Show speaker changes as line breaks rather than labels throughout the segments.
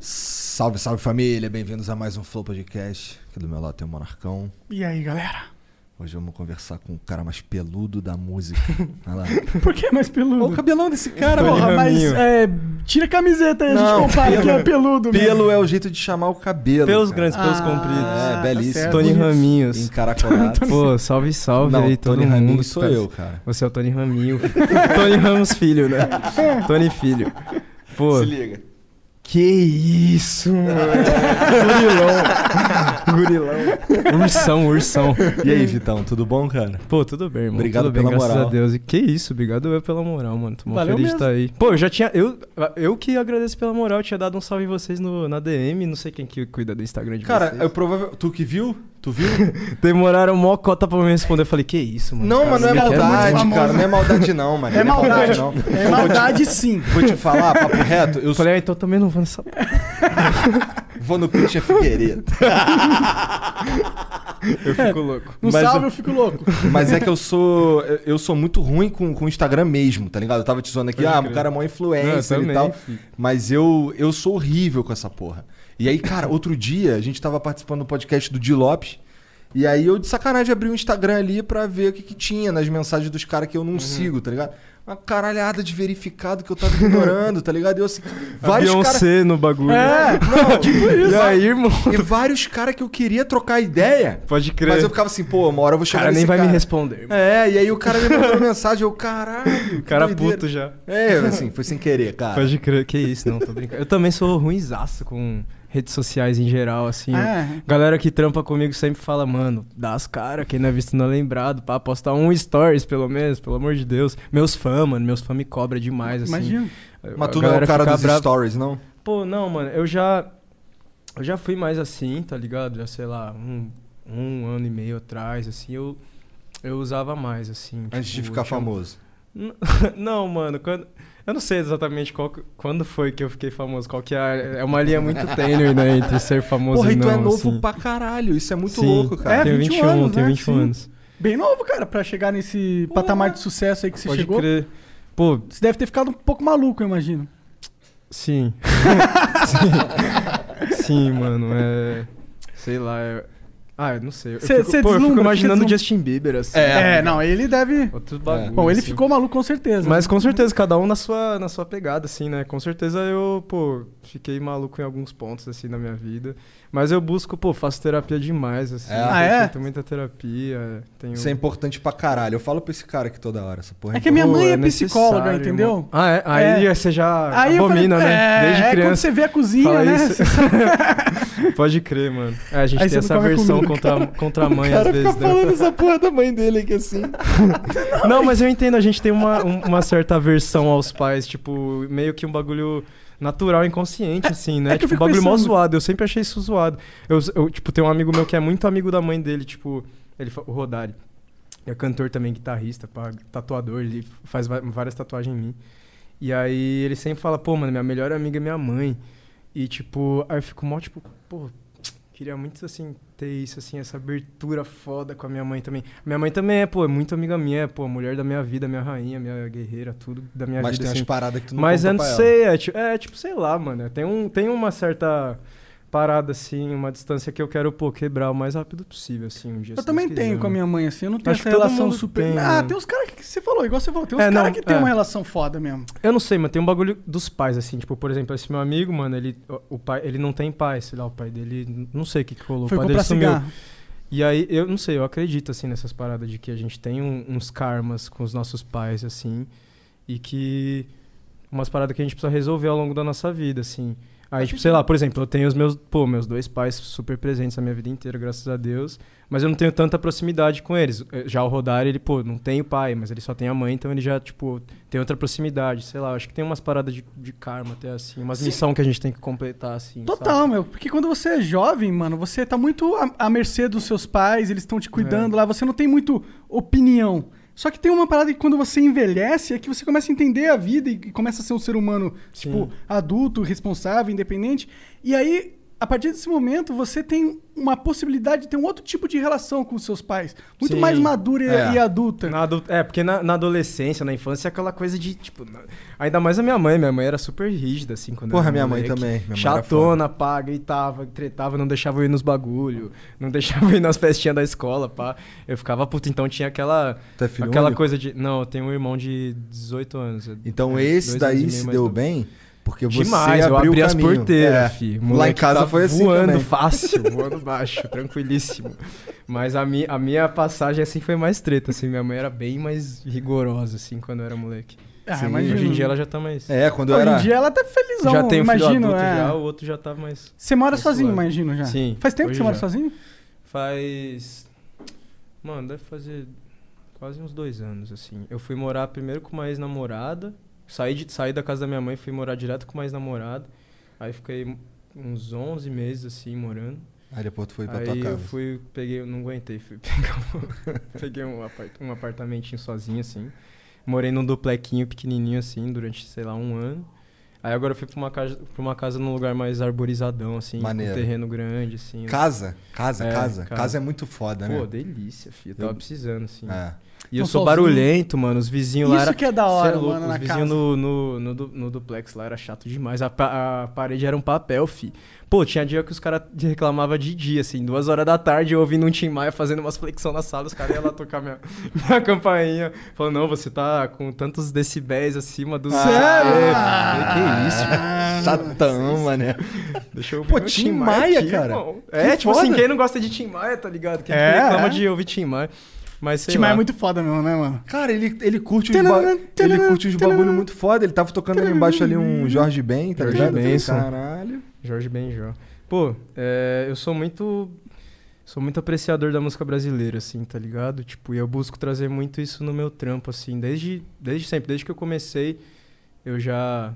Salve, salve família, bem-vindos a mais um Flow Podcast. Aqui do meu lado tem o Monarcão.
E aí, galera?
Hoje vamos conversar com o cara mais peludo da música. Olha lá.
Por que mais peludo?
Olha o cabelão desse cara,
Porra,
mano.
mas é, tira a camiseta aí, a
Não,
gente compara que é peludo mesmo.
Pelo é o jeito de chamar o cabelo.
Pelos
cara.
grandes, pelos
Ah,
compridos.
É, belíssimo.
certo.
Tony
bonito.
Raminhos.
Encaracolado.
tá Pô, salve, salve
Não,
aí todo
Tony
mundo.
Ramos sou
cara.
eu, cara.
Você é o Tony Raminho. Tony Ramos filho, né? Tony filho. Pô,
liga.
que isso, mano.
É.
Gurilão. Gurilão. Ursão, ursão.
E aí, Vitão, tudo bom, cara?
Pô, tudo bem, irmão.
Obrigado
tudo bem,
pela
graças
moral.
a Deus. E que isso, obrigado eu pela moral, mano. Tô mó
Valeu
feliz
mesmo.
de estar aí. Pô, eu já tinha. Eu, eu que agradeço pela moral, eu tinha dado um salve em vocês no, na DM. Não sei quem que cuida do Instagram de
Cara,
vocês.
eu provavelmente. Tu que viu? Tu viu?
Demoraram mó cota pra me responder. Eu falei, que isso, mano.
Não,
Cara,
mas não é
me quer muito.
maldade,
famoso.
cara. Não é maldade, não, mano.
É
Não
maldade.
não.
É maldade sim.
Vou te falar, papo reto, eu
Eu falei, ah, então eu também não vou nessa. p-".
vou no Christian Figueiredo.
Eu fico louco.
No
Mas
salve
eu-
eu fico louco.
Mas é que eu sou. eu- Eu sou muito ruim com com o Instagram mesmo, tá ligado? Eu tava te zoando aqui,
Pode
ah,
crer.
o cara é mó
Não, eu
influencer e
também,
tal.
filho.
Mas eu, eu sou horrível com essa porra. E aí, cara, outro dia a gente tava participando do podcast do Di Lopes. E aí eu de sacanagem abri o Instagram ali pra ver o que, que tinha nas mensagens dos caras que eu não
Uhum.
sigo, tá ligado? Uma caralhada de verificado que eu tava ignorando, tá ligado? E eu assim,
A
vários caras.
Beyoncé no bagulho.
É, não, tipo isso.
E aí, irmão?
E vários caras que eu queria trocar ideia.
Pode crer.
Mas eu ficava assim, pô, uma hora eu vou
O
chegar
cara nem
nesse
vai me
cara.
responder. irmão.
É, e aí o cara me mandou mensagem, eu, caralho.
O cara
puto
puto já.
É, assim, foi sem querer, cara.
Pode crer. Que isso, não, tô brincando. Eu também sou ruimzaço com redes sociais em geral, assim.
É.
Ah,
Galera que trampa comigo sempre fala, mano, dá as caras, quem não é visto não é lembrado, pá, postar um stories pelo menos, pelo amor de Deus. Meus fãs, mano, meus fãs me cobram demais, assim.
imagina.
Mas tu não é o cara dos stories, não?
Pô, não, mano, eu já. Eu já fui mais assim, tá ligado? Já sei lá, um, um ano e meio atrás, assim, eu. Eu usava mais, assim.
Antes de
tipo,
ficar
eu tinha-
famoso.
N- Não, mano, quando. Eu não sei exatamente qual, que- quando foi que eu fiquei famoso, qual que é. a- É uma linha muito tênue, né? Entre ser famoso
Porra,
e
e
não.
tu é novo
assim.
pra caralho. Isso é muito
Sim.
louco, cara.
É,
tenho
21
21,
anos,
tenho
né?
21
Sim.
anos.
Bem novo, cara, pra chegar nesse
Porra.
patamar de sucesso aí que você
Pode
chegou.
crer. Pô,
Você deve ter ficado um pouco maluco, eu imagino.
sim. sim. Sim, mano, é. Sei lá, é. Ah, eu não sei. Eu
Cê-
fico-
cê
pô, eu fico
deslumbra,
imaginando o
fica
Justin Bieber, assim.
É, não, ele deve.
Outros bagulhos.
Bom, ele
assim.
ficou maluco com certeza.
Mas com certeza, cada um na sua, na sua pegada, assim, né? Com certeza eu, pô, fiquei maluco em alguns pontos, assim, na minha vida. Mas eu busco, pô, faço terapia demais, assim.
É?
Eu
Ah, é?
Tenho muita terapia. Tenho...
Isso é importante pra caralho. Eu falo pra esse cara aqui toda hora, essa porra.
É que a minha
Pô,
mãe é,
necessário,
psicóloga,
irmão.
entendeu?
Ah, é? Aí você já
Aí eu falei,
abomina, né?
é,
Desde
é quando
criança.
você vê a cozinha,
Fala
né?
isso. Pode crer, mano. É, a gente
Aí
tem
você
essa
não come
versão
comigo,
contra, contra a mãe,
O cara
às vezes,
fica
né?
falando essa porra da mãe dele aqui assim.
Não, mas eu entendo, a gente tem uma, um- uma certa aversão aos pais, tipo, meio que um bagulho natural, inconsciente, assim, né?
É que eu
tipo, um
fico
bagulho mó
pensando.
zoado, eu sempre achei isso zoado. Eu, eu, tipo, tem um amigo meu que é muito amigo da mãe dele, tipo, ele, fa- o Rodari. É cantor também, guitarrista, pá, tatuador, ele faz va- várias tatuagens em mim. E aí ele sempre fala, pô, mano, minha melhor amiga é minha mãe. E tipo, aí eu fico mó, tipo, pô, queria muito assim, ter isso, assim, essa abertura foda com a minha mãe também. Minha mãe também é, pô, é muito amiga minha, é, pô, mulher da minha vida, minha rainha, minha guerreira, tudo da minha
Mas
vida.
tem
assim.
umas paradas que tu não
Mas
conta
eu não
pra ela.
sei, é, ti- é tipo, sei lá, mano. Tem, um, tem uma certa parada, assim, uma distância que eu quero, pô, quebrar o mais rápido possível, assim, um dia.
Eu
se
também
Deus quiser,
tenho com a
né?
minha mãe, assim. Eu não tenho
Acho
essa
que todo
relação
mundo
super.
tem,
ah,
né?
tem uns caras que você falou, igual você falou, tem uns
É,
caras
não,
que tem
é.
uma relação foda mesmo.
Eu não sei, mas tem um bagulho dos pais, assim. Tipo, por exemplo, esse meu amigo, mano, ele, o o pai, ele não tem pai, sei lá, o pai dele, n- não sei o que que rolou.
Foi
o pai dele
comprar
sumiu.
cigarro.
E aí, eu não sei, eu acredito, assim, nessas paradas de que a gente tem um- uns karmas com os nossos pais, assim, e que umas paradas que a gente precisa resolver ao longo da nossa vida, assim. Aí, tipo, sei lá, por exemplo, eu tenho os meus, pô, meus dois pais super presentes na minha vida inteira, graças a Deus, mas eu não tenho tanta proximidade com eles. Eh, Já o Rodar, ele, pô, não tem o pai, mas ele só tem a mãe, então ele já, tipo, tem outra proximidade, sei lá, eu acho que tem umas paradas de, de karma até assim, umas
Sim.
missão que a gente tem que completar, assim.
Total, meu. Porque quando você é jovem, mano, você tá muito à, à mercê dos seus pais, eles estão te cuidando
É.
lá, você não tem muito opinião. Só que tem uma parada que quando você envelhece é que você começa a entender a vida e e começa a ser um ser humano,
Sim.
tipo, adulto, responsável, independente. E aí, a partir desse momento, você tem uma possibilidade de ter um outro tipo de relação com os seus pais. Muito
Sim.
mais madura e-
É.
e adulta.
Na adu- É, porque na, na adolescência, na infância, é aquela coisa de, tipo... na- Ainda mais a minha mãe. Minha mãe era super rígida, assim, quando eu
Porra,
era
minha mãe
moleque.
também. Minha mãe era
Chatona, pá, gritava, tretava, não deixava eu ir nos bagulho, não deixava eu ir nas festinhas da escola, pá. Eu ficava puto, então tinha aquela...
Tu é filho
aquela
único?
coisa de... Não, eu tenho um irmão de 18 anos.
Então
É,
esse
dois anos
daí
e meio
se
mais
deu
novo.
bem porque você
Demais, eu
abriu
abri
o
as
caminho.
porteiras,
É.
fi.
Lá em
Moleque
casa
tá
foi assim
voando
também.
fácil, voando baixo, tranquilíssimo. Mas a, mi a minha passagem, assim, foi mais treta, assim. Minha mãe era bem mais rigorosa, assim, quando eu era moleque.
Ah,
Sim.
imagina.
Hoje em dia ela já tá mais...
É, quando eu
Hoje em
era...
dia ela tá felizão,
já tem um filho
imagino.
adulto
é.
já, o outro já tá mais...
Você mora
Tá
sozinho,
suave.
imagino já.
Sim,
Faz tempo que
hoje
você mora
já.
sozinho?
Faz... Mano, deve fazer quase uns dois anos, assim. Eu fui morar primeiro com uma ex-namorada. Saí, de, saí da casa da minha mãe, fui morar direto com uma ex-namorada. Aí fiquei uns 11 meses, assim, morando.
Aí depois tu foi pra
aí
tua
eu
casa.
fui, peguei, não aguentei, fui pegar um, peguei um, apart, um apartamentinho sozinho, assim. Morei num duplequinho pequenininho, assim, durante, sei lá, um ano. Aí agora eu fui pra uma casa, pra uma casa num lugar mais arborizadão, assim,
Maneiro.
com terreno grande, assim.
Casa, casa,
É,
casa.
casa.
Casa é muito foda,
Pô,
né?
delícia, filho. Eu tava
Eu-
precisando, assim.
É.
E eu
Então, sozinho-
sou barulhento, mano. Os vizinhos lá
Isso
era...
que é da
Cê
hora,
louco,
mano,
Os
na casa.
vizinhos no, no, no, du- no duplex lá era chato demais. A, pa- a parede era um papel, fi. Pô, tinha dia que os caras reclamavam de dia, assim. Duas horas da tarde eu ouvindo um Tim Maia fazendo umas flexão na sala. Os caras iam lá tocar minha, minha campainha. Falando, não, você tá com tantos decibéis acima
Ah.
do...
Sério?
É, falei, que isso, mano.
Chatão, mané.
Deixa eu ouvir
Pô,
meu
Tim Maia, cara.
irmão.
Que
É, tipo
foda.
assim, quem não gosta de Tim Maia, tá ligado? Quem
É,
reclama
é.
de ouvir Tim Maia. Mas sei
Tim Maia
lá.
é muito foda mesmo, né, mano?
Cara, ele, ele curte os, ba... ele curte os bagulho muito foda. Ele tava tocando ali embaixo ali um Jorge Ben, tá
Jorge
ligado?
Benson.
Caralho.
Jorge Benjó. Pô, é, eu sou muito. Sou muito apreciador da música brasileira, assim, tá ligado? Tipo, e eu busco trazer muito isso no meu trampo, assim, desde, desde sempre. Desde que eu comecei, eu já.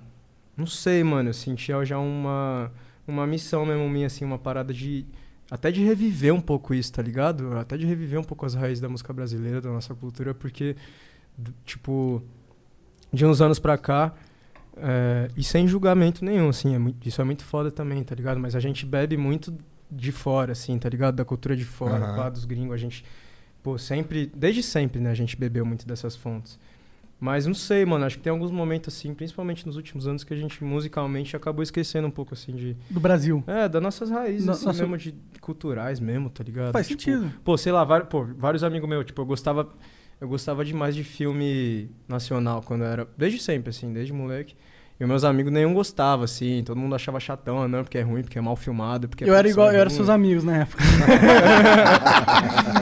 Não sei, mano, eu sentia já uma, uma missão mesmo minha, assim, uma parada de. Até de reviver um pouco isso, tá ligado? Até de reviver um pouco as raízes da música brasileira, da nossa cultura, porque, d- tipo, de uns anos pra cá, é, e sem julgamento nenhum, assim, é muito- isso é muito foda também, tá ligado? Mas a gente bebe muito de fora, assim, tá ligado? Da cultura de fora,
Aham.
pá, dos gringos, a gente, pô, sempre, desde sempre, né, a gente bebeu muito dessas fontes. Mas não sei, mano, acho que tem alguns momentos, assim, principalmente nos últimos anos, que a gente musicalmente acabou esquecendo um pouco, assim, de.
Do Brasil.
É, das nossas raízes,
No-
assim,
nossa-
mesmo, de culturais mesmo, tá ligado?
Faz
Tipo,
sentido.
Pô, sei lá, vários, pô, vários amigos meus, tipo, eu gostava, eu gostava demais de filme nacional quando eu era. Desde sempre, assim, desde moleque. E meus amigos nenhum gostava, assim, todo mundo achava chatão, não, porque é ruim, porque é mal filmado, porque
Eu era igual, eu era seus
seus amigos.
amigos na época.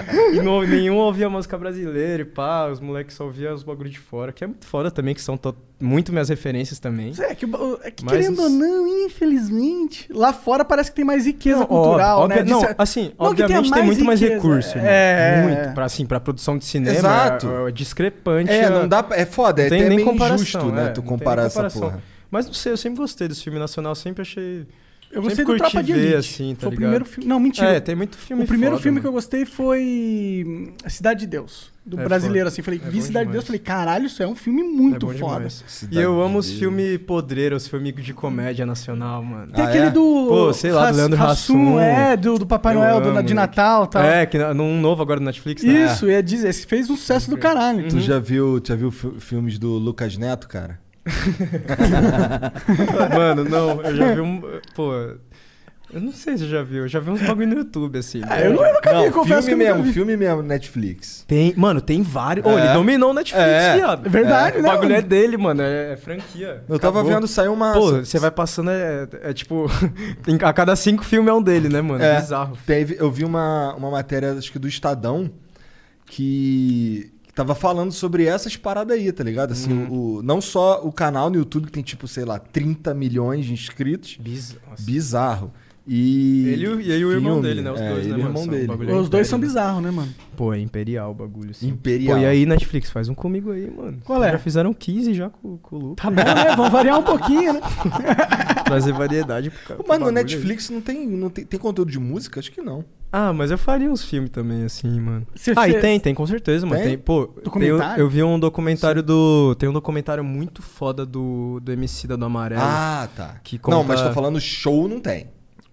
E não- nenhum ouvia música brasileira e pá, os moleques só ouviam os bagulho de fora, que é muito foda também, que são to- muito minhas referências também.
É que, o- é que
Mas
querendo
os-
ou não, infelizmente, lá fora parece que tem mais riqueza
Não,
cultural,
óbvio-
né? De
Não,
cer-
assim,
Não, que tenha
obviamente tem
mais
muito mais
riqueza,
recurso.
é,
né?
é, é.
Muito. Pra, assim, pra produção de cinema,
Exato.
É, é discrepante.
É,
a-
não dá. pra- É foda, é
Tem
até
nem
meio
comparação,
injusto,
é,
né?
não
Tu
tem nem
comparar essa
comparação.
porra.
Mas não sei, eu sempre gostei desse filme nacional, sempre achei
Eu
Sempre
gostei do
curti
Tropa de
ver,
Elite.
assim, tá
foi o
ligado?
primeiro filme. Não, mentira.
É, tem muito filme
o primeiro
foda,
filme que eu
mano.
gostei foi hum, A Cidade de Deus, do
É
brasileiro,
foda.
assim. Falei,
É
vi
bom
Cidade de Deus,
demais.
falei, caralho, isso é um filme
É
muito
bom
foda.
demais. E eu amo os filmes podreiros, os filmes de comédia nacional, mano.
Tem
Ah,
aquele
é?
do.
Pô, sei lá, do Leandro Hassum.
É, do, do Papai
Eu
Noel, do,
amo,
de
moleque.
Natal e tal.
É, que na- num novo agora do Netflix, né?
Isso, e é, diz- esse fez um sucesso
Uhum.
do caralho.
Tu já viu, tu já viu fi- filmes do Lucas Neto, cara?
Mano, não, eu já vi um. Pô. Eu não sei se eu já vi, eu já vi uns bagulho no YouTube, assim.
Ah, eu, não, eu nunca vi,
filme
confesso que eu
mesmo,
nunca vi.
filme mesmo, Netflix.
Tem, mano, tem vários. Ô,
É.
ele dominou o Netflix,
É.
viado.
É verdade,
O
né?
bagulho é
mano?
dele, mano, é, é franquia.
Eu tava
Acabou.
vendo, saiu uma.
Pô, você vai passando, é, é tipo. tem- a cada cinco filmes é um dele, né, mano? É,
É.
bizarro.
Teve, eu vi uma, uma matéria, acho que do Estadão, que que tava falando sobre essas paradas aí, tá ligado? Assim,
Uhum.
o, o- não só o canal no YouTube, que tem tipo, sei lá, 30 milhões de inscritos.
Bizarro. assim.
Bizarro. E.
Ele e o- e aí o irmão
filme,
dele, né? Os
é,
dois,
ele
né,
e o
mano?
irmão
São um
dele.
bagulho
Os dois são
Império, né?
bizarros, né, mano?
Pô, é imperial o bagulho, assim.
Imperial.
Pô, e aí, Netflix, faz um comigo aí, mano.
Qual
Vocês
é?
Já fizeram 15 já com, com o Lucas.
Tá bom, né? Vamos variar um pouquinho, né?
Trazer variedade pro cara.
Pô,
pro
Mano, no
bagulho aí.
Netflix não tem, não tem. Tem conteúdo de música? Acho que não.
Ah, mas eu faria uns filmes também, assim, mano.
Você
ah,
fez-
e tem, tem, com certeza, mano.
Tem?
Tem, pô, tem, eu,
Documentário?
eu vi um documentário do. Tem um documentário muito foda do, do MC da do Amarelo.
Ah, tá.
Que
Não,
conta-
mas tô falando show não tem.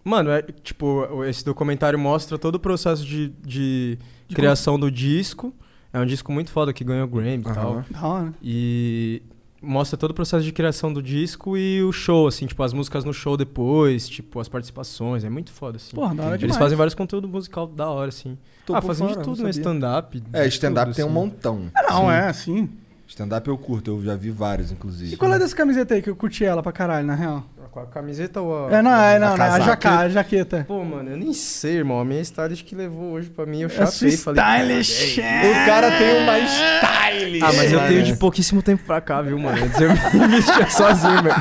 Mano, é, tipo, esse documentário mostra todo o processo de, de,
De
criação do disco. É um disco muito foda que ganhou Grammy e tal.
Aham.
Da hora.
E mostra todo o processo de criação do disco e o show, assim, tipo, as músicas no show depois, tipo, as participações. É muito foda, assim.
Porra, da hora
Eles
demais.
fazem vários conteúdos musical da hora, assim.
Tô
ah,
por
fazem
fora,
de
não
tudo, né?
sabia.
Stand-up. de
É, stand-up
tudo,
tem um
assim.
montão.
Não, é, assim.
Stand-up eu curto, eu já vi vários, inclusive.
E qual é dessa camiseta aí que eu curti ela pra caralho, na real?
Com a camiseta ou a...
É, não, é, não,
a
não, a,
casaca.
jaca, a jaqueta.
Pô, mano, eu nem sei, irmão. A minha stylist que levou hoje pra mim, eu
É sua
chapei e falei...
stylish.
O cara tem um uma style.
Ah, mas eu
cara.
tenho
É.
de pouquíssimo tempo pra cá, viu, mano? Antes eu me vestia sozinho, meu.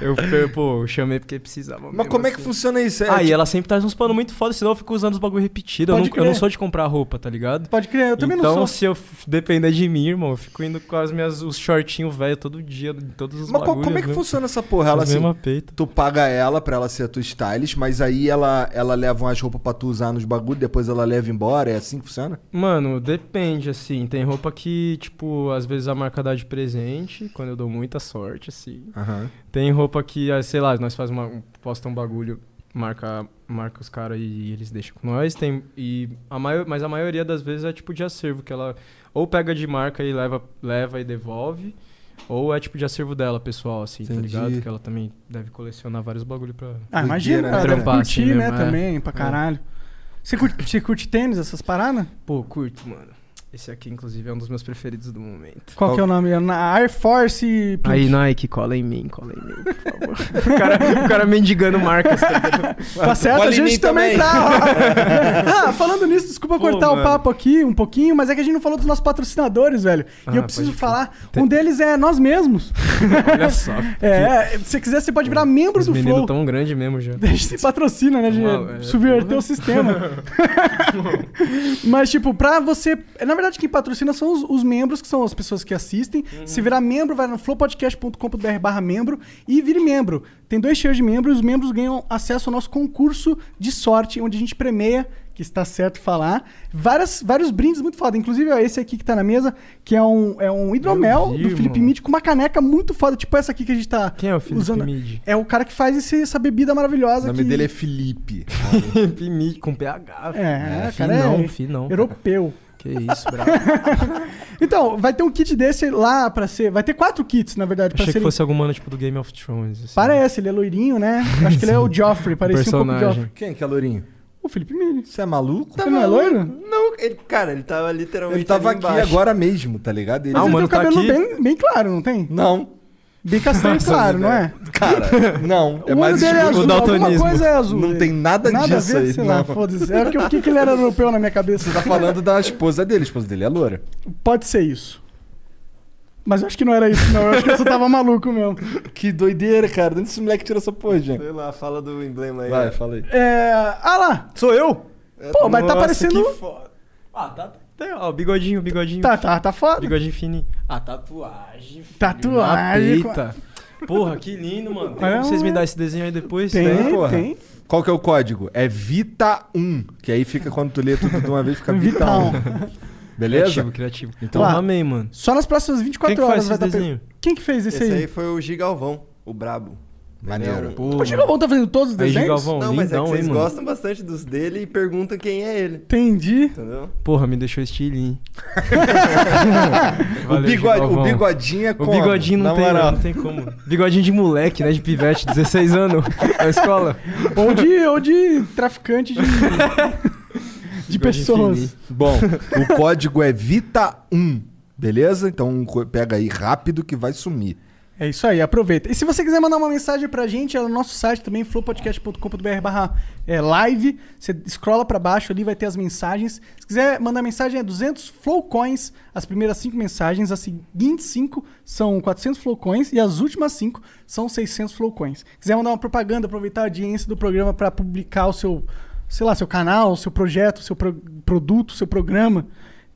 Eu, eu, pô, eu chamei porque precisava
Mas como é que funciona isso? É,
Ah, e
tipo,
ela sempre traz uns panos muito foda, senão eu fico usando os bagulho repetido. Eu
Pode
não, eu não
crer.
sou de comprar roupa, tá ligado?
Pode crer, eu também
então,
não sou.
se eu f- depender de mim, irmão, eu fico indo com as minhas, os shortinhos velho todo dia, em todos os
Mas co-
bagulhos. né?
como é que funciona essa porra? Ela assim,
mesma peita.
tu paga ela pra ela ser a tua stylist, mas aí ela, ela leva umas roupas pra tu usar nos bagulho, depois ela leva embora, é assim que funciona?
Mano, depende, assim. Tem roupa que, tipo, às vezes a marca dá de presente, quando eu dou muita sorte, assim.
Aham.
Tem roupa que, ah, sei lá, nós faz uma, um- posta um bagulho, marca, marca os caras e eles deixam com nós. Tem, e a maior, mas a maioria das vezes é tipo de acervo, que ela ou pega de marca e leva, leva e devolve, ou é tipo de acervo dela, pessoal, assim,
Entendi.
tá ligado? Que ela também deve colecionar vários bagulho pra.
Ah, imagina,
Doideira,
ela
né?
deve
Trampar assim
curtir, né,
mesmo, é.
também, pra caralho. Você curte, você curte tênis, essas paradas?
Pô, curto, mano. Esse aqui, inclusive, é um dos meus preferidos do momento.
Qual que é o nome? Na Air Force... Pink.
Aí, Nike, cola em mim, cola em mim, por favor. o, cara, o cara mendigando marcas. tá ligado?
Tá certo,
Cola
a
em
gente
mim
também
também.
tá. ah, falando nisso, desculpa
Pô,
cortar o
mano.
papo aqui um pouquinho, mas é que a gente não falou dos nossos patrocinadores, velho. e
Ah,
eu preciso
pode crer.
falar, um deles é nós mesmos.
Olha só.
É, se você quiser, você pode virar membro
Os
do Flow.
meninos tão grande mesmo já.
A gente se patrocina, né? De
Uau, é,
subverter
porra.
o sistema. Mas, tipo, pra você. Na verdade, quem patrocina são os, os membros, que são as pessoas que assistem.
Uhum.
Se virar membro, vai no flowpodcast.com.br barra membro e vire membro. Tem dois cheiros de membro e os membros ganham acesso ao nosso concurso de sorte, onde a gente premia, que está certo falar, várias, vários brindes muito foda. Inclusive, ó, esse aqui que tá na mesa, que é um, é um hidromel
vi,
do Felipe
mano.
Mid com uma caneca muito foda, tipo essa aqui que a gente tá
Quem é o Felipe
usando.
Mid?
É o cara que faz esse- essa bebida
O
maravilhosa.
nome
que...
dele é Felipe.
Pimi com PH. filho.
É,
fi
cara,
não,
é
fi não.
europeu.
Que isso, bravo.
Então, vai ter um kit desse lá pra ser. Vai ter quatro kits, na verdade, pra
Achei
ser.
que fosse algum mano tipo do Game of Thrones. assim.
Parece, ele é loirinho, né? Eu Acho que ele é o Joffrey, parecia um pouco o
personagem.
Joffrey.
Quem que é Lourinho?
O Felipe Mini.
Você é maluco?
Tá não é loiro?
Não, ele, cara, ele tava literalmente.
Ele tava
ali
aqui
embaixo.
agora mesmo, tá ligado? Ele...
Mas
Ah, o
ele tem
mano
o
tá
cabelo
aqui.
bem, bem claro, não tem?
Não,
Bem castanho
Nossa,
claro, não é?
cara, não. É
o olho
mais
dele é
escuro.
azul, alguma
daltonismo.
coisa é azul.
Não tem nada,
Nada a
disso
ver,
aí.
sei lá,
não.
foda-se. É porque eu fiquei que ele era europeu na minha cabeça.
Você tá falando da esposa dele, a esposa dele é loura.
Pode ser isso. Mas eu acho que não era isso, não. Eu acho que eu só tava maluco mesmo.
Que doideira, cara. De onde esse moleque tira essa porra, gente?
Sei lá, fala do emblema aí.
Vai,
ó.
fala aí.
É. Ah lá!
Sou eu?
É,
Pô, mas tá
Nossa,
parecendo.
que foda. Ah, tá. tá ó, o bigodinho, o bigodinho.
Tá, tá, tá foda.
Bigodinho fininho. Ah, tatuagem. filho,
Tatuagem,
Na peita. Porra, que lindo, mano. Tem
É,
como vocês me
é.
darem esse desenho aí depois?
Tem,
porra.
tem.
Qual que é o código? É Vita1, que aí fica quando tu lê tudo de uma vez, fica
Vital.
Vita1.
É,
Beleza?
tipo,
Criativo, criativo.
Então,
Então,
Lá.
amei, mano.
Só nas próximas
Quem
24
que
horas
faz
vai
esse
estar pe-
desenho?
Quem que fez esse,
Esse
aí?
aí foi o Gigalvão, o brabo.
Maneiro.
Ele é um-
Pô,
O Gigalvão tá fazendo todos os
Aí,
desenhos?
Gigalvão,
Não, mas é que
lindão,
vocês
hein, mano.
gostam bastante dos dele e perguntam quem é ele,
Entendi.
entendeu?
Porra, me deixou estilinho.
O,
Valeu,
bigode, o
Gigalvão.
bigodinho é
O
como?
bigodinho não
Na
tem,
moral.
não tem como. Bigodinho de moleque, né? De pivete, 16 anos, na escola.
Ou de, ou de traficante de, de pessoas.
Bom, o código é Vita1, beleza? Então co- pega aí rápido que vai sumir.
É isso aí, aproveita. E se você quiser mandar uma mensagem pra gente, é no nosso site também, flowpodcast.com.br barra é, live. Você scrolla pra baixo ali, vai ter as mensagens. Se quiser mandar mensagem, é 200 flowcoins, as primeiras 5 mensagens. As seguintes 5 são 400 flowcoins e as últimas 5 são 600 flowcoins. Se quiser mandar uma propaganda, aproveitar a audiência do programa pra publicar o seu, sei lá, seu canal, seu projeto, seu pro- produto, seu programa.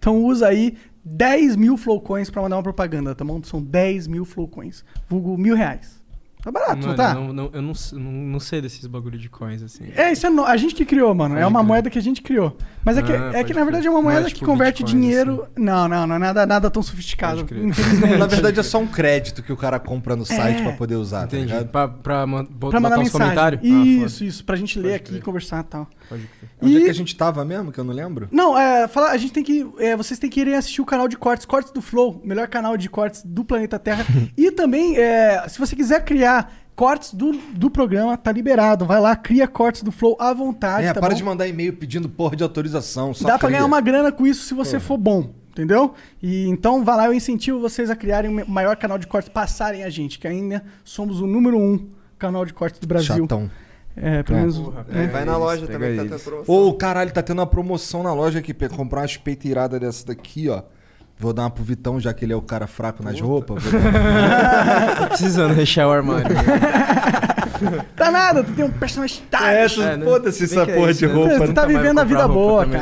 Então usa aí 10 mil flowcoins pra mandar uma propaganda, tá bom? São 10 mil flowcoins. Vulgo mil reais. Tá barato,
Mano,
não tá?
não- não- eu não, s- não, não sei desses bagulho de coins, assim.
É, isso é no- a gente que criou, mano. É
Pode
uma
crer.
moeda que a gente criou. Mas é que,
Ah,
é
pode
que na
crer.
verdade é uma
Não é
moeda
tipo
que converte
Bitcoin, assim.
dinheiro. Não, não, não é nada, nada tão sofisticado.
Pode crer.
infelizmente.
Na verdade é só um crédito que o cara compra no site
É.
pra poder usar, tá
Entendi.
ligado?
Pra, pra, man- bo-
pra mandar
botar uns
mensagem.
comentários?
Isso, isso. Pra gente ler
Pode
aqui,
crer.
conversar e tal.
Ah, foda. Pode crer.
Onde é
E-
que a gente tava mesmo, que eu não lembro?
Não, é, fala, a gente tem que. é, vocês têm que irem assistir o canal de cortes, Cortes do Flow, o melhor canal de cortes do planeta Terra. e também, é, se você quiser criar cortes do, do programa, tá liberado. Vai lá, cria cortes do Flow à vontade.
é,
tá
para
bom?
de mandar e-mail pedindo porra de autorização. Só é
Dá pra
cria.
ganhar uma grana com isso se você for bom, entendeu? E então vai lá, eu incentivo vocês a criarem o maior canal de cortes, passarem a gente, que ainda somos o número um canal de cortes do Brasil.
Chatão.
É, pelo
É.
menos.
É, vai na
isso,
loja
pega
também, que tá tendo
isso.
promoção.
Ô, caralho, tá tendo uma promoção na loja aqui, pra comprar umas peiteiradas dessa daqui, ó. Vou dar uma pro Vitão, já que ele é o cara fraco nas roupas. Vou dar-
Tá precisando rechear o armário.
Tá nada, tu tem um personagem style.
É, tu-
É, né?
foda-se
Bem
essa
que é
porra
isso,
de
né?
roupa. né?
tu tá
nunca mais
vivendo
vou
a vida
comprar roupa
boa,
também.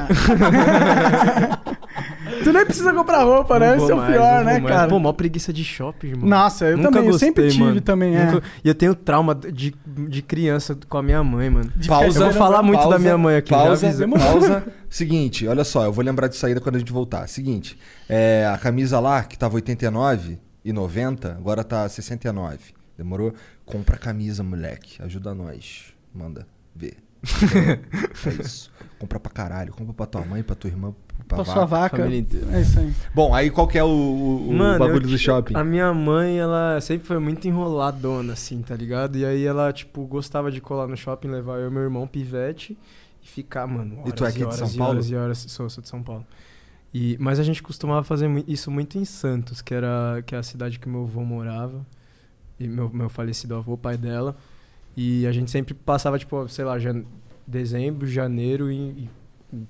cara. tu nem precisa comprar roupa, né?
Não vou
Esse é o
mais,
pior,
não
né,
vou mais.
cara?
Pô, mó preguiça de shopping, mano.
Nossa, eu
Nunca
também, eu
gostei,
sempre tive
mano.
também, é.
Nunca- E eu tenho trauma de, de criança com a minha mãe, mano.
De ficar
Pausa.
Eu vou falar muito
pausa,
da minha mãe aqui, já
Pausa,
avisa.
pausa. Seguinte, olha só, eu vou lembrar disso aí quando a gente voltar. Seguinte, é, a camisa lá, que tava 89 e 90, agora tá 69. Demorou? Compra a camisa, moleque. Ajuda nós. Manda ver. é isso. Compra pra caralho. Compra pra tua mãe, pra tua irmã, pra,
Pra
vaca.
sua vaca.
família inteira. né?
É isso aí.
Bom, aí qual que é o, o- o
Mano, eu
bagulho do
ti-
shopping?
A minha mãe, ela sempre foi muito enroladona, assim, tá ligado? E aí ela, tipo, gostava de colar no shopping, levar eu e meu irmão pivete e ficar, mano.
E tu é
horas
aqui de
horas
São
e
Paulo?
Horas e horas, sou, sou de São Paulo. E, mas a gente costumava fazer mui- isso muito em Santos, que era que é a cidade que meu avô morava. E meu, meu falecido avô, pai dela. E a gente sempre passava, tipo, sei lá, jan- dezembro, janeiro e, e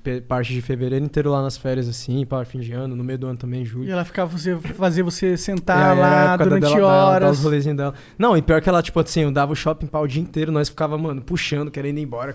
pe- parte de fevereiro inteiro lá nas férias, assim, para fim de ano, no meio do ano também, julho.
E ela ficava você, fazer você
É,
sentar
era a
Tá lá
época da-
durante
dela, dar- dar
horas.
os rolezinhos dela. Não, e pior que ela, tipo assim, eu dava o shopping pau o dia inteiro, nós ficava, mano, puxando, querendo ir embora.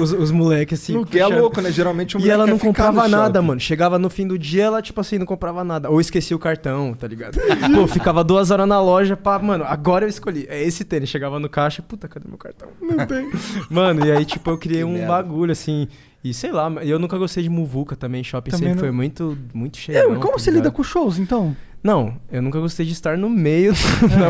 Os, os moleques, assim.
O que é
puxando.
louco, né? Geralmente o
E
moleque
ela
quer
não
ficar
comprava
no
nada,
shopping.
mano. Chegava no fim do dia, ela, tipo assim, não comprava nada. Ou esquecia o cartão, tá ligado? Pô, ficava duas horas na loja pra, mano, agora eu escolhi. É esse tênis. Chegava no caixa, puta, cadê meu cartão? Não tem. mano, e aí, tipo, eu criei
Que
um
merda.
bagulho, assim. E sei lá, eu nunca gostei de muvuca também. Shopping
Também
sempre
não.
foi muito, muito tá cheio.
É, como você lida com shows, então?
Não, eu nunca gostei de estar no meio da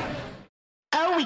Oh, we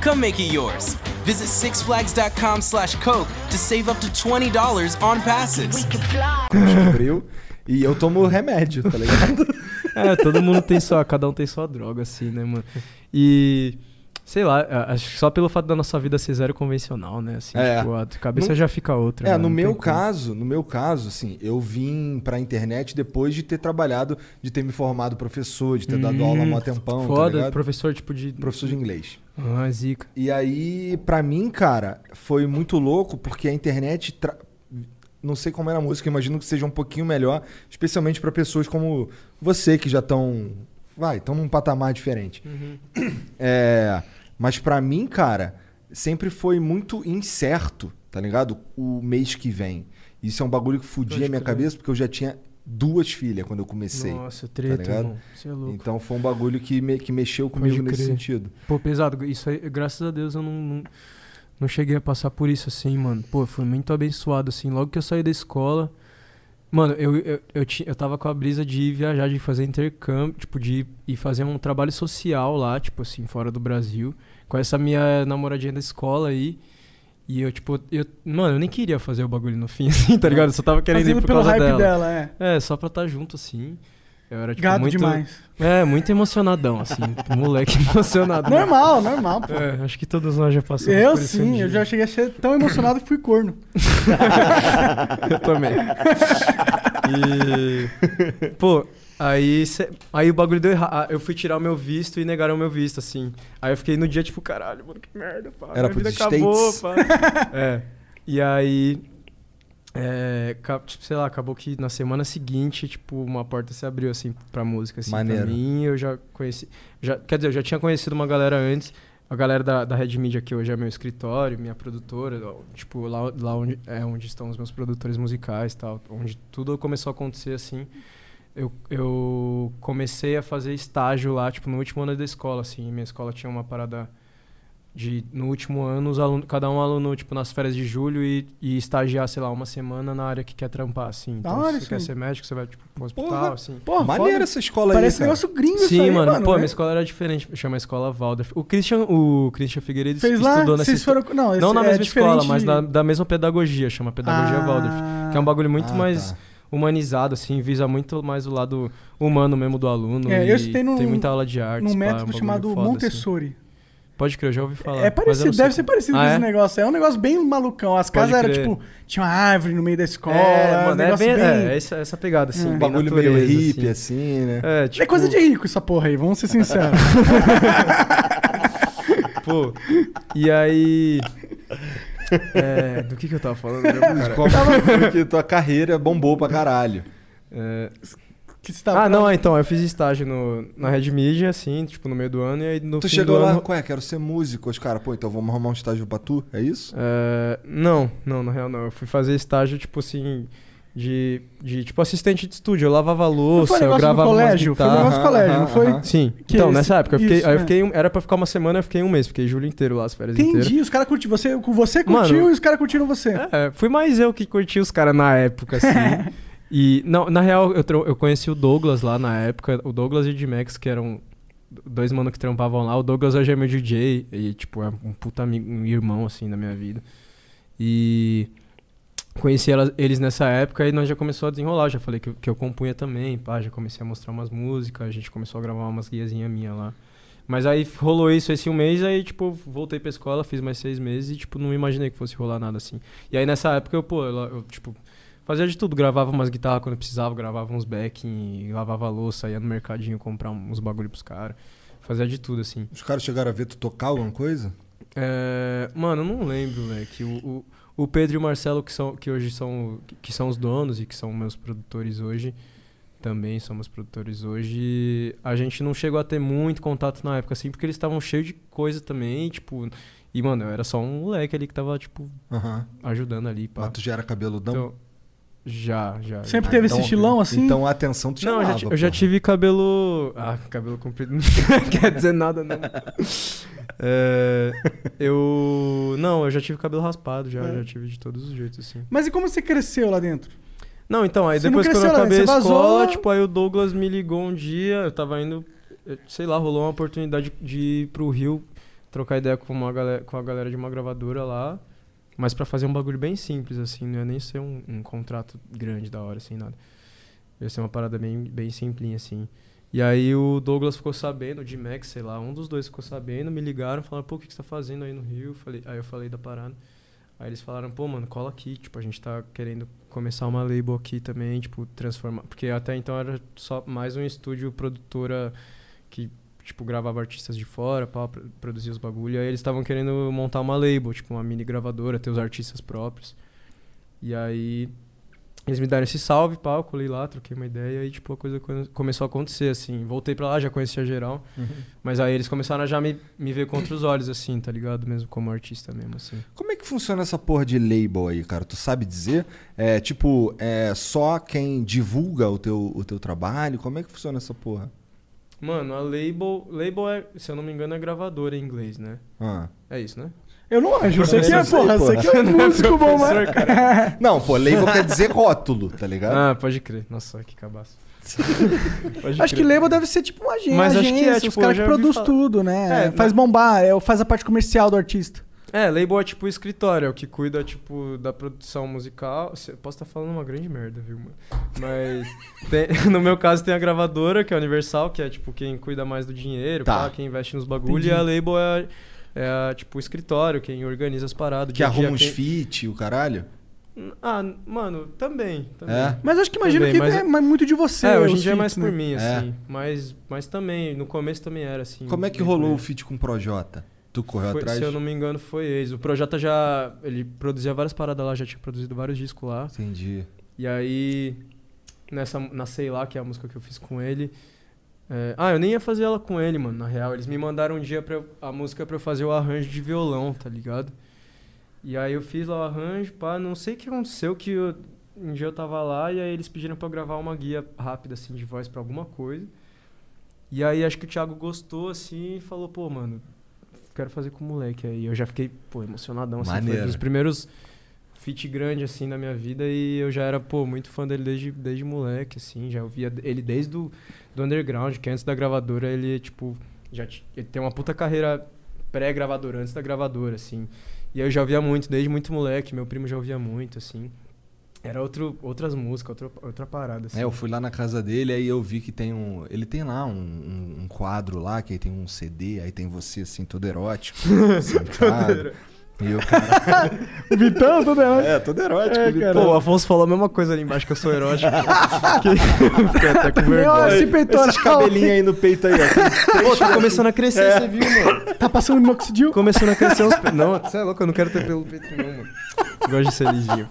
Come make it yours. Visit sixflags.com slash Coke to save up to $20 on passes.
We could fly.
Descobriu. E eu tomo remédio, tá ligado?
É, todo mundo tem só, cada um tem sua droga, assim, né, mano? E. Sei lá, a- acho que só pelo fato da nossa vida ser zero convencional, né? Assim,
É.
tipo, a cabeça
No-
já fica outra.
É,
mano,
no
não tem
meu
como.
caso, no meu caso, assim, eu vim pra internet depois de ter trabalhado, de ter me formado professor, de ter dado aula há mó tempão, tá
Foda,
ligado?
professor, tipo, de.
Professor de inglês.
Ah, zica.
E aí, pra mim, cara, foi muito louco porque a internet. tra- Não sei como era a música, imagino que seja um pouquinho melhor, especialmente pra pessoas como você, que já estão. Vai, estão num patamar diferente.
Uhum.
É, mas pra mim, cara, sempre foi muito incerto, tá ligado? O mês que vem. Isso é um bagulho que fudia a minha cabeça, porque eu já tinha duas filhas quando eu comecei.
Nossa, treta,
tá ligado?
irmão. Você é louco.
então foi um bagulho que, me- que mexeu comigo nesse
crer.
sentido.
Pô, pesado. Isso aí, graças a Deus eu não, não, não cheguei a passar por isso assim, mano. Pô, fui muito abençoado, assim. Logo que eu saí da escola. Mano, eu, eu, eu, ti- eu tava com a brisa de ir viajar, de fazer intercâmbio, tipo, de ir- ir fazer um trabalho social lá, tipo assim, fora do Brasil, com essa minha namoradinha da escola aí. E eu, tipo, eu, mano, eu nem queria fazer o bagulho no fim, assim, tá ligado? Eu só tava querendo ir
Fazendo
por
pelo
causa
hype dela,
dela.
é.
É, só pra estar junto, assim. Eu era, tipo,
Gato
muito.
demais.
É, muito emocionadão, assim. moleque emocionado.
Normal, normal, pô.
É, acho que todos nós já passamos
Eu
por esse
sim,
dia.
eu já cheguei a ser tão emocionado que fui corno.
Eu também. E. Pô, aí, cê- aí o bagulho deu errado. Eu fui tirar o meu visto e negaram o meu visto, assim. Aí eu fiquei no dia tipo, caralho, mano, que merda, pá.
Era
minha
pros
vida acabou,
States?
pá. é. E aí. é, ca- tipo, sei lá, acabou que na semana seguinte, tipo, uma porta se abriu, assim, pra música, assim,
Maneiro.
pra mim. Eu já conheci. Já, quer dizer, eu já tinha conhecido uma galera antes. A galera da, da Red Media, que hoje é meu escritório, minha produtora, ó, tipo, lá, lá onde, é onde estão os meus produtores musicais e tal, onde tudo começou a acontecer assim. Eu, eu comecei a fazer estágio lá, tipo, no último ano da escola, assim. Minha escola tinha uma parada de, no último ano, os alunos, cada um aluno, tipo, nas férias de julho e, e estagiar, sei lá, uma semana na área que quer trampar, assim. Então,
hora
se você
isso
quer
aí.
ser médico, você vai, tipo, pro hospital,
Porra.
assim.
Pô,
Maneira
foda.
essa escola
um
Parece um
aí, cara.
negócio gringo isso
Sim,
aí,
mano. Pô,
né?
a minha escola era diferente. Chama a escola Waldorf. O Christian, o Christian Figueiredo
Fez lá,
estudou nessa
vocês
esco-
foram... Não, esse
Não na
é
mesma
diferente
escola, mas
de-
da, da mesma pedagogia. Chama Pedagogia
Ah.
Waldorf. Que é um bagulho muito
Ah,
mais
tá.
humanizado, assim. Visa muito mais o lado humano mesmo do aluno.
É,
e
eu estudei num-
Tem muita aula de arte. um
Num método chamado Montessori.
Pode crer, eu já ouvi falar.
É
assim. mas eu
parecido,
não sei
deve ser
como-
parecido
Ah,
com
é?
esse negócio. É um negócio bem malucão. As
Pode
casas eram
crer.
tipo, tinha uma árvore no meio da escola. um
É, mano, é
negócio
bem...
bem-
É, essa, essa pegada, assim.
Um
bem
bagulho meio
natureza,
hippie,
assim.
assim, né?
É, tipo...
É coisa de rico essa porra aí, vamos ser sinceros.
Pô, e aí... É, do que que eu tava falando? mesmo, cara?
Qual foi Porque tua carreira bombou pra caralho.
É,
que você tá
ah, não, então, eu fiz estágio no, na Red Media, assim, tipo, no meio do ano, e aí no
Tu
fim
chegou
do
lá,
ano...
ué, quero ser músico. Os caras, pô, então vamos arrumar um estágio pra tu? É isso?
É, não, não, na real não. Eu fui fazer estágio, tipo assim, de, de tipo, assistente de estúdio. Eu lavava
Não
louça,
foi
eu
negócio do
gravava umas
colégio? Foi
guitarras.
negócio do
Aham,
colégio, não
aham,
foi?
aham.
Sim,
que
então,
esse-
nessa época, eu fiquei,
isso,
aí eu
é.
fiquei, um- era pra ficar uma semana, eu fiquei um mês, fiquei julho inteiro lá, as férias inteiras.
Entendi, os caras curtiram você, você curtiu
Mano,
e os caras curtiram você.
É, fui mais eu que curti os caras na época, assim. e, não, na real, eu, tro- eu conheci o Douglas lá na época. O Douglas e o D-Max, que eram dois mano que trampavam lá. O Douglas hoje é meu DJ e, tipo, é um puta amigo, um irmão, assim, da minha vida. E conheci ela- eles nessa época e nós já começou a desenrolar. Já falei que, eu- que eu compunha também, pá. Já comecei a mostrar umas músicas, a gente começou a gravar umas guiazinhas minha lá. Mas aí rolou isso esse um mês, aí, tipo, eu voltei pra escola, fiz mais seis meses e, tipo, não imaginei que fosse rolar nada assim. E aí nessa época eu, pô, eu, eu, tipo, fazia de tudo, gravava umas guitarras quando eu precisava, gravava uns backing, lavava a louça, ia no mercadinho comprar uns bagulho pros caras. Fazia de tudo, assim.
Os caras chegaram a ver tu tocar alguma coisa?
É, mano, eu não lembro, moleque. O, o, o Pedro e o Marcelo, que, são, que hoje são, que são os donos e que são meus produtores hoje, também são meus produtores hoje, a gente não chegou a ter muito contato na época, assim, porque eles estavam cheios de coisa também, tipo... E, mano, eu era só um moleque ali que tava, tipo,
Aham.
ajudando ali, pá.
Mas tu já era cabeludão? Ah,
Então, Já, já.
Sempre
já.
teve esse estilão assim?
Então a atenção te
Não, eu já,
chamava,
ti- eu já
pô.
tive cabelo. Ah, cabelo comprido não quer dizer nada, não. É, eu. Não, eu já tive cabelo raspado, já,
É.
já tive de todos os jeitos, assim.
Mas e como você cresceu lá dentro?
Não, então, aí
Você não
depois que eu
cresceu, né?
acabei a
Você
escola,
vazou-
tipo, aí o Douglas me ligou um dia, eu tava indo, eu- sei lá, rolou uma oportunidade de ir pro Rio trocar ideia com, uma galera, com a galera de uma gravadora lá, mas pra fazer um bagulho bem simples, assim, não ia nem ser um, um contrato grande da hora, assim, nada. Ia ser uma parada bem, bem simplinha, assim. E aí o Douglas ficou sabendo, o D-Max, sei lá, um dos dois ficou sabendo, me ligaram, falaram, pô, o que, que você tá fazendo aí no Rio? Eu falei- aí eu falei da parada. Aí eles falaram, pô, mano, cola aqui, tipo, a gente tá querendo começar uma label aqui também, tipo, transformar. Porque até então era só mais um estúdio produtora que, tipo, gravava artistas de fora, pá, pro- produzia os bagulho. Aí eles estavam querendo montar uma label, tipo, uma mini gravadora, ter os artistas próprios. E aí eles me deram esse salve, pá, eu colei lá, troquei uma ideia e, tipo, a coisa co- começou a acontecer, assim. Voltei pra lá, já conhecia geral. Mas aí eles começaram a já me, me ver com outros olhos, assim, tá ligado? Mesmo como artista mesmo, assim.
Como é que funciona essa porra de label aí, cara? Tu sabe dizer? É tipo, é só quem divulga o teu, o teu trabalho? Como é que funciona essa porra?
Mano, a label. Label é, se eu não me engano, é gravadora em inglês, né?
Ah.
É isso, né?
Eu não acho. Você que é,
Eu sei,
porra, você
porra.
que é um músico bom, mano.
Não, pô, label quer dizer rótulo, tá ligado?
Ah, pode crer. Nossa, que cabaço. Pode
Acho que
crer.
label deve ser tipo uma agência,
Mas acho que é,
os
tipo, eu
caras que
já ouvi
produzem
falar.
tudo, né?
É,
faz bombar, é, faz a parte comercial do artista.
É, label é tipo o escritório, é o que cuida, tipo, da produção musical. Se- Posso estar falando uma grande merda, viu, mano? Mas. tem- no meu caso tem a gravadora, que é a Universal, que é tipo quem cuida mais do dinheiro,
Tá.
pá, quem investe nos bagulhos. E a label é, é tipo o escritório, quem organiza as paradas.
que
dia a
arruma
dia,
uns
quem-
fit, o caralho?
Ah, mano, também. também.
É?
Mas eu acho que imagino
Também,
que
mas-
é ma- muito de você.
É, hoje em
os
dia é mais
feats, né?
por mim,
É.
assim. Mas, mas também, no começo também era, assim.
Como é que
bem
rolou o
por ele.
fit com o Projota? Tu correu
Foi-
atrás?
Se eu não me engano, foi eles. O Projota já. Ele produzia várias paradas lá, já tinha produzido vários discos lá.
Entendi.
E aí. Nessa, na Sei Lá, que é a música que eu fiz com ele. é, ah, eu nem ia fazer ela com ele, mano, na real. Eles me mandaram um dia pra, eu- a música pra eu fazer o arranjo de violão, tá ligado? E aí eu fiz lá o arranjo, pá, não sei o que aconteceu, que eu- um dia eu tava lá e aí eles pediram pra eu gravar uma guia rápida, assim, de voz pra alguma coisa. E aí acho que o Thiago gostou, assim, e falou, pô, mano, quero fazer com o moleque aí. Eu já fiquei, pô, emocionadão, assim,
Maneiro.
foi dos primeiros feat grande, assim, da minha vida e eu já era, pô, muito fã dele desde, desde moleque, assim, já ouvia ele desde do, do underground, que antes da gravadora ele, tipo, já ti- ele tem uma puta carreira pré-gravadora, antes da gravadora, assim. E aí eu já ouvia muito, desde muito moleque, meu primo já ouvia muito, assim. Era outro, outras músicas, outra, outra parada, assim.
É, eu fui lá na casa dele, aí eu vi que tem um. Ele tem lá um, um- um quadro lá, que aí tem um CD, aí tem você assim, todo erótico. sentado. E eu, cara,
Vitão, tudo é.
é, todo erótico.
É,
ele,
cara.
tipo, Pô, o Afonso falou a mesma coisa ali embaixo, que eu sou erótico. que... Fiquei até com
Ó,
vergonha.
esse peitoral. tá
Esses cabelinhos aí no peito aí, ó.
Pô, tá começando a crescer, você viu, mano?
Tá passando minoxidil?
Começando a crescer os... pe- Não, você é louco, eu não quero ter pelo peito não, mano. Gosto de ser lisinho.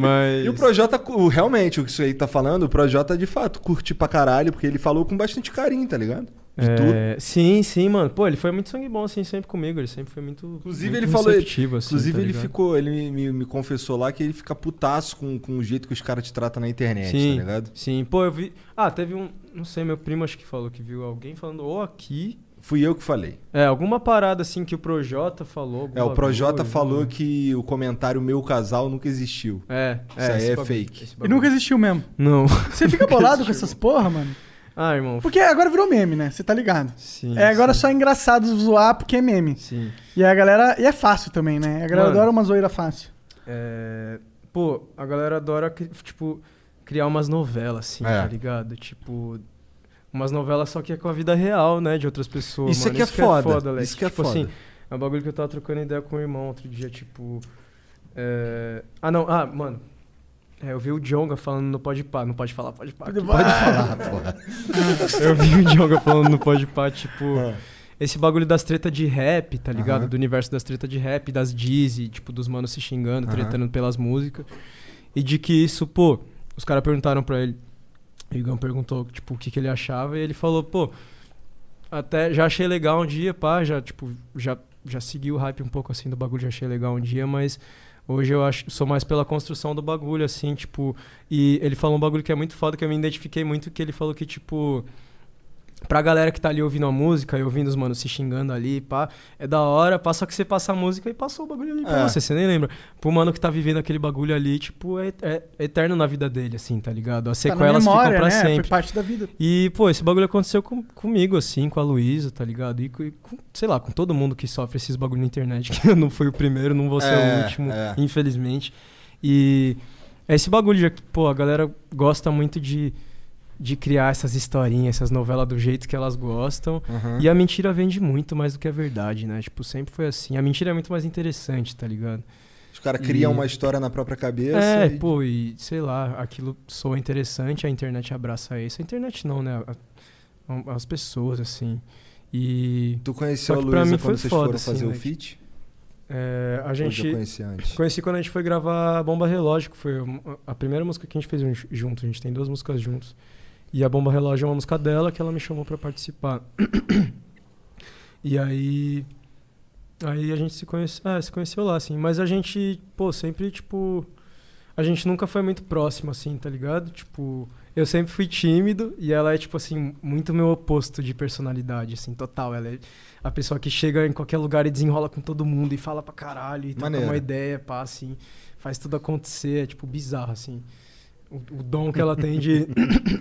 Mas...
E o Projota, cu- realmente, o que isso aí tá falando, o Projota de fato curte pra caralho, porque ele falou com bastante carinho, tá ligado? De tudo.
É, Sim, sim, mano. Pô, ele foi muito sangue bom, assim, sempre comigo. Ele sempre foi muito.
Inclusive,
muito
ele falou-
receptivo, assim,
Inclusive,
tá
ele
ligado?
ficou, ele me, me- me confessou lá que ele fica putaço com, com o jeito que os caras te tratam na internet,
Sim,
tá ligado?
sim. Pô, eu vi. Ah, teve um. Não sei, meu primo acho que falou que viu alguém falando ou aqui.
Fui eu que falei.
É, alguma parada assim que o Projota falou. algum
É, o Projota
bagulho,
falou
né?
que o comentário meu casal nunca existiu.
É, é,
Isso aí
esse
é
bagulho,
fake.
esse
E
bagulho.
nunca existiu mesmo.
Não.
Você fica bolado com essas porra, mano?
Ah, irmão.
Porque agora virou meme, né? Você tá ligado.
Sim.
É, agora
sim,
só é engraçado zoar porque é meme.
Sim.
E a galera. E é fácil também, né? A galera
Mano.
adora uma zoeira fácil.
É, Pô, a galera adora, cri- tipo, criar umas novelas, assim,
É.
tá ligado? Tipo, umas novelas só que é com a vida real, né? De outras pessoas.
Isso
mano.
aqui é foda,
Leque.
isso que é
tipo,
foda.
assim, é um bagulho que eu tava trocando ideia com o irmão outro dia, tipo. é, Ah, não, ah, mano. É, eu vi o Jonga falando no Pode Pá. Não pode falar, pode pá. aqui.
Pode falar, porra.
Eu vi o Diogo falando no Podpah, tipo... Esse bagulho das tretas de rap, tá ligado?
Ah. Aham.
Do universo das tretas de rap, das Dizzy, tipo, dos manos se xingando,
Aham.
tretando pelas músicas. E de que isso, pô... Os caras perguntaram pra ele... O Igão perguntou, tipo, o que, que ele achava. E ele falou, pô... Até já achei legal um dia, pá. Já, tipo, já, já segui o hype um pouco, assim, do bagulho. Já achei legal um dia, mas... Hoje eu acho, sou mais pela construção do bagulho, assim, tipo. E ele falou um bagulho que é muito foda, que eu me identifiquei muito, que ele falou que, tipo. Pra galera que tá ali ouvindo a música e ouvindo os manos se xingando ali, pá, é da hora, pá, só que você passa a música e passou o bagulho ali pra
É.
você, você nem lembra. Pro mano que tá vivendo aquele bagulho ali, tipo, é, é eterno na vida dele, assim, tá ligado? As
Tá na
sequelas ficam pra sempre.
Foi parte da vida.
E, pô, esse bagulho aconteceu com- comigo, assim, com a Luísa, tá ligado? E, co- e com, sei lá, com todo mundo que sofre esses bagulho na internet, que eu não fui o primeiro, não vou ser
É,
o último,
é.
infelizmente. E é esse bagulho, já que, pô, a galera gosta muito de, de criar essas historinhas, essas novelas do jeito que elas gostam. E a mentira vende muito mais do que a verdade, né? Tipo, sempre foi assim. A mentira é muito mais interessante, tá ligado?
Os caras criam
E-
uma história na própria cabeça.
É,
e-
pô, e sei lá, aquilo soa interessante, a internet abraça isso. A internet não, né? A- a- as pessoas, assim. E
Tu conheceu
Só
a
que pra
Luísa quando
mim foi
vocês
foda,
foram
assim,
fazer o
né?
feat?
é, a
Ou já
gente.
conhecia antes?
Conheci quando a gente foi gravar Bomba Relógio, que foi a primeira música que a gente fez jun- junto. A gente tem duas músicas juntos. E a Bomba Relógio é uma música dela que ela me chamou pra participar. e aí. Aí a gente se conheceu, ah, se conheceu lá, assim. Mas a gente, pô, sempre, tipo. A gente nunca foi muito próximo, assim, tá ligado? Tipo. Eu sempre fui tímido e ela é, tipo assim, muito meu oposto de personalidade, assim, total. Ela é a pessoa que chega em qualquer lugar e desenrola com todo mundo e fala pra caralho e troca
Maneiro.
uma ideia, pá, assim. Faz tudo acontecer, é, tipo, bizarro, assim. O, o dom que ela tem de,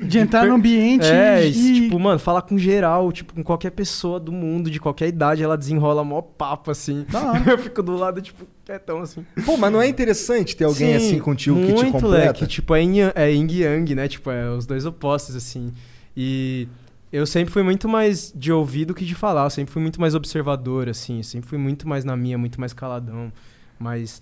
De entrar no ambiente
é,
e...
isso, tipo, mano, falar com geral, tipo, com qualquer pessoa do mundo, de qualquer idade, ela desenrola mó papo, assim.
Da hora.
Eu fico do lado, tipo, quietão, assim.
Pô, mas não é interessante ter alguém
Sim,
assim contigo que te
muito,
completa?
Leque, tipo, é yin, é yin e yang, né? Tipo, é os dois opostos, assim. E eu sempre fui muito mais de ouvir do que de falar. Eu sempre fui muito mais observador, assim. Eu sempre fui muito mais na minha, muito mais caladão. Mas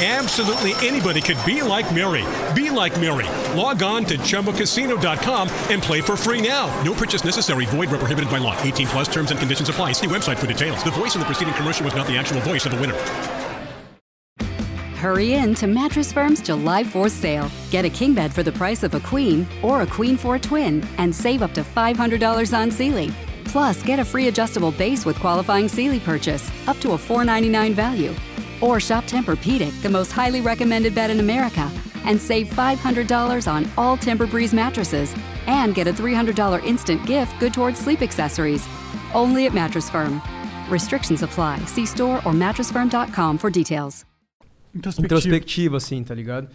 Absolutely anybody could be like Mary. Be like Mary. Log on to chumbacasino.com and play for free now. No purchase necessary. Void where prohibited by law. 18 plus terms and conditions apply. See website for details. The voice in the preceding commercial was not the actual voice of the winner.
Hurry in to Mattress Firm's July 4th sale. Get a king bed for the price of a queen or a queen for a twin and save up to $500 on Sealy. Plus, get a free adjustable base with qualifying Sealy purchase up to a $499 value. Or shop Tempur-Pedic, the most highly recommended bed in America, and save $500 on all Tempur-Breeze mattresses and get a $300 instant gift good towards sleep accessories. Only at Mattress Firm. Restrictions apply. See store or mattressfirm.com for details.
Introspectivo.
introspectiva, assim, tá ligado?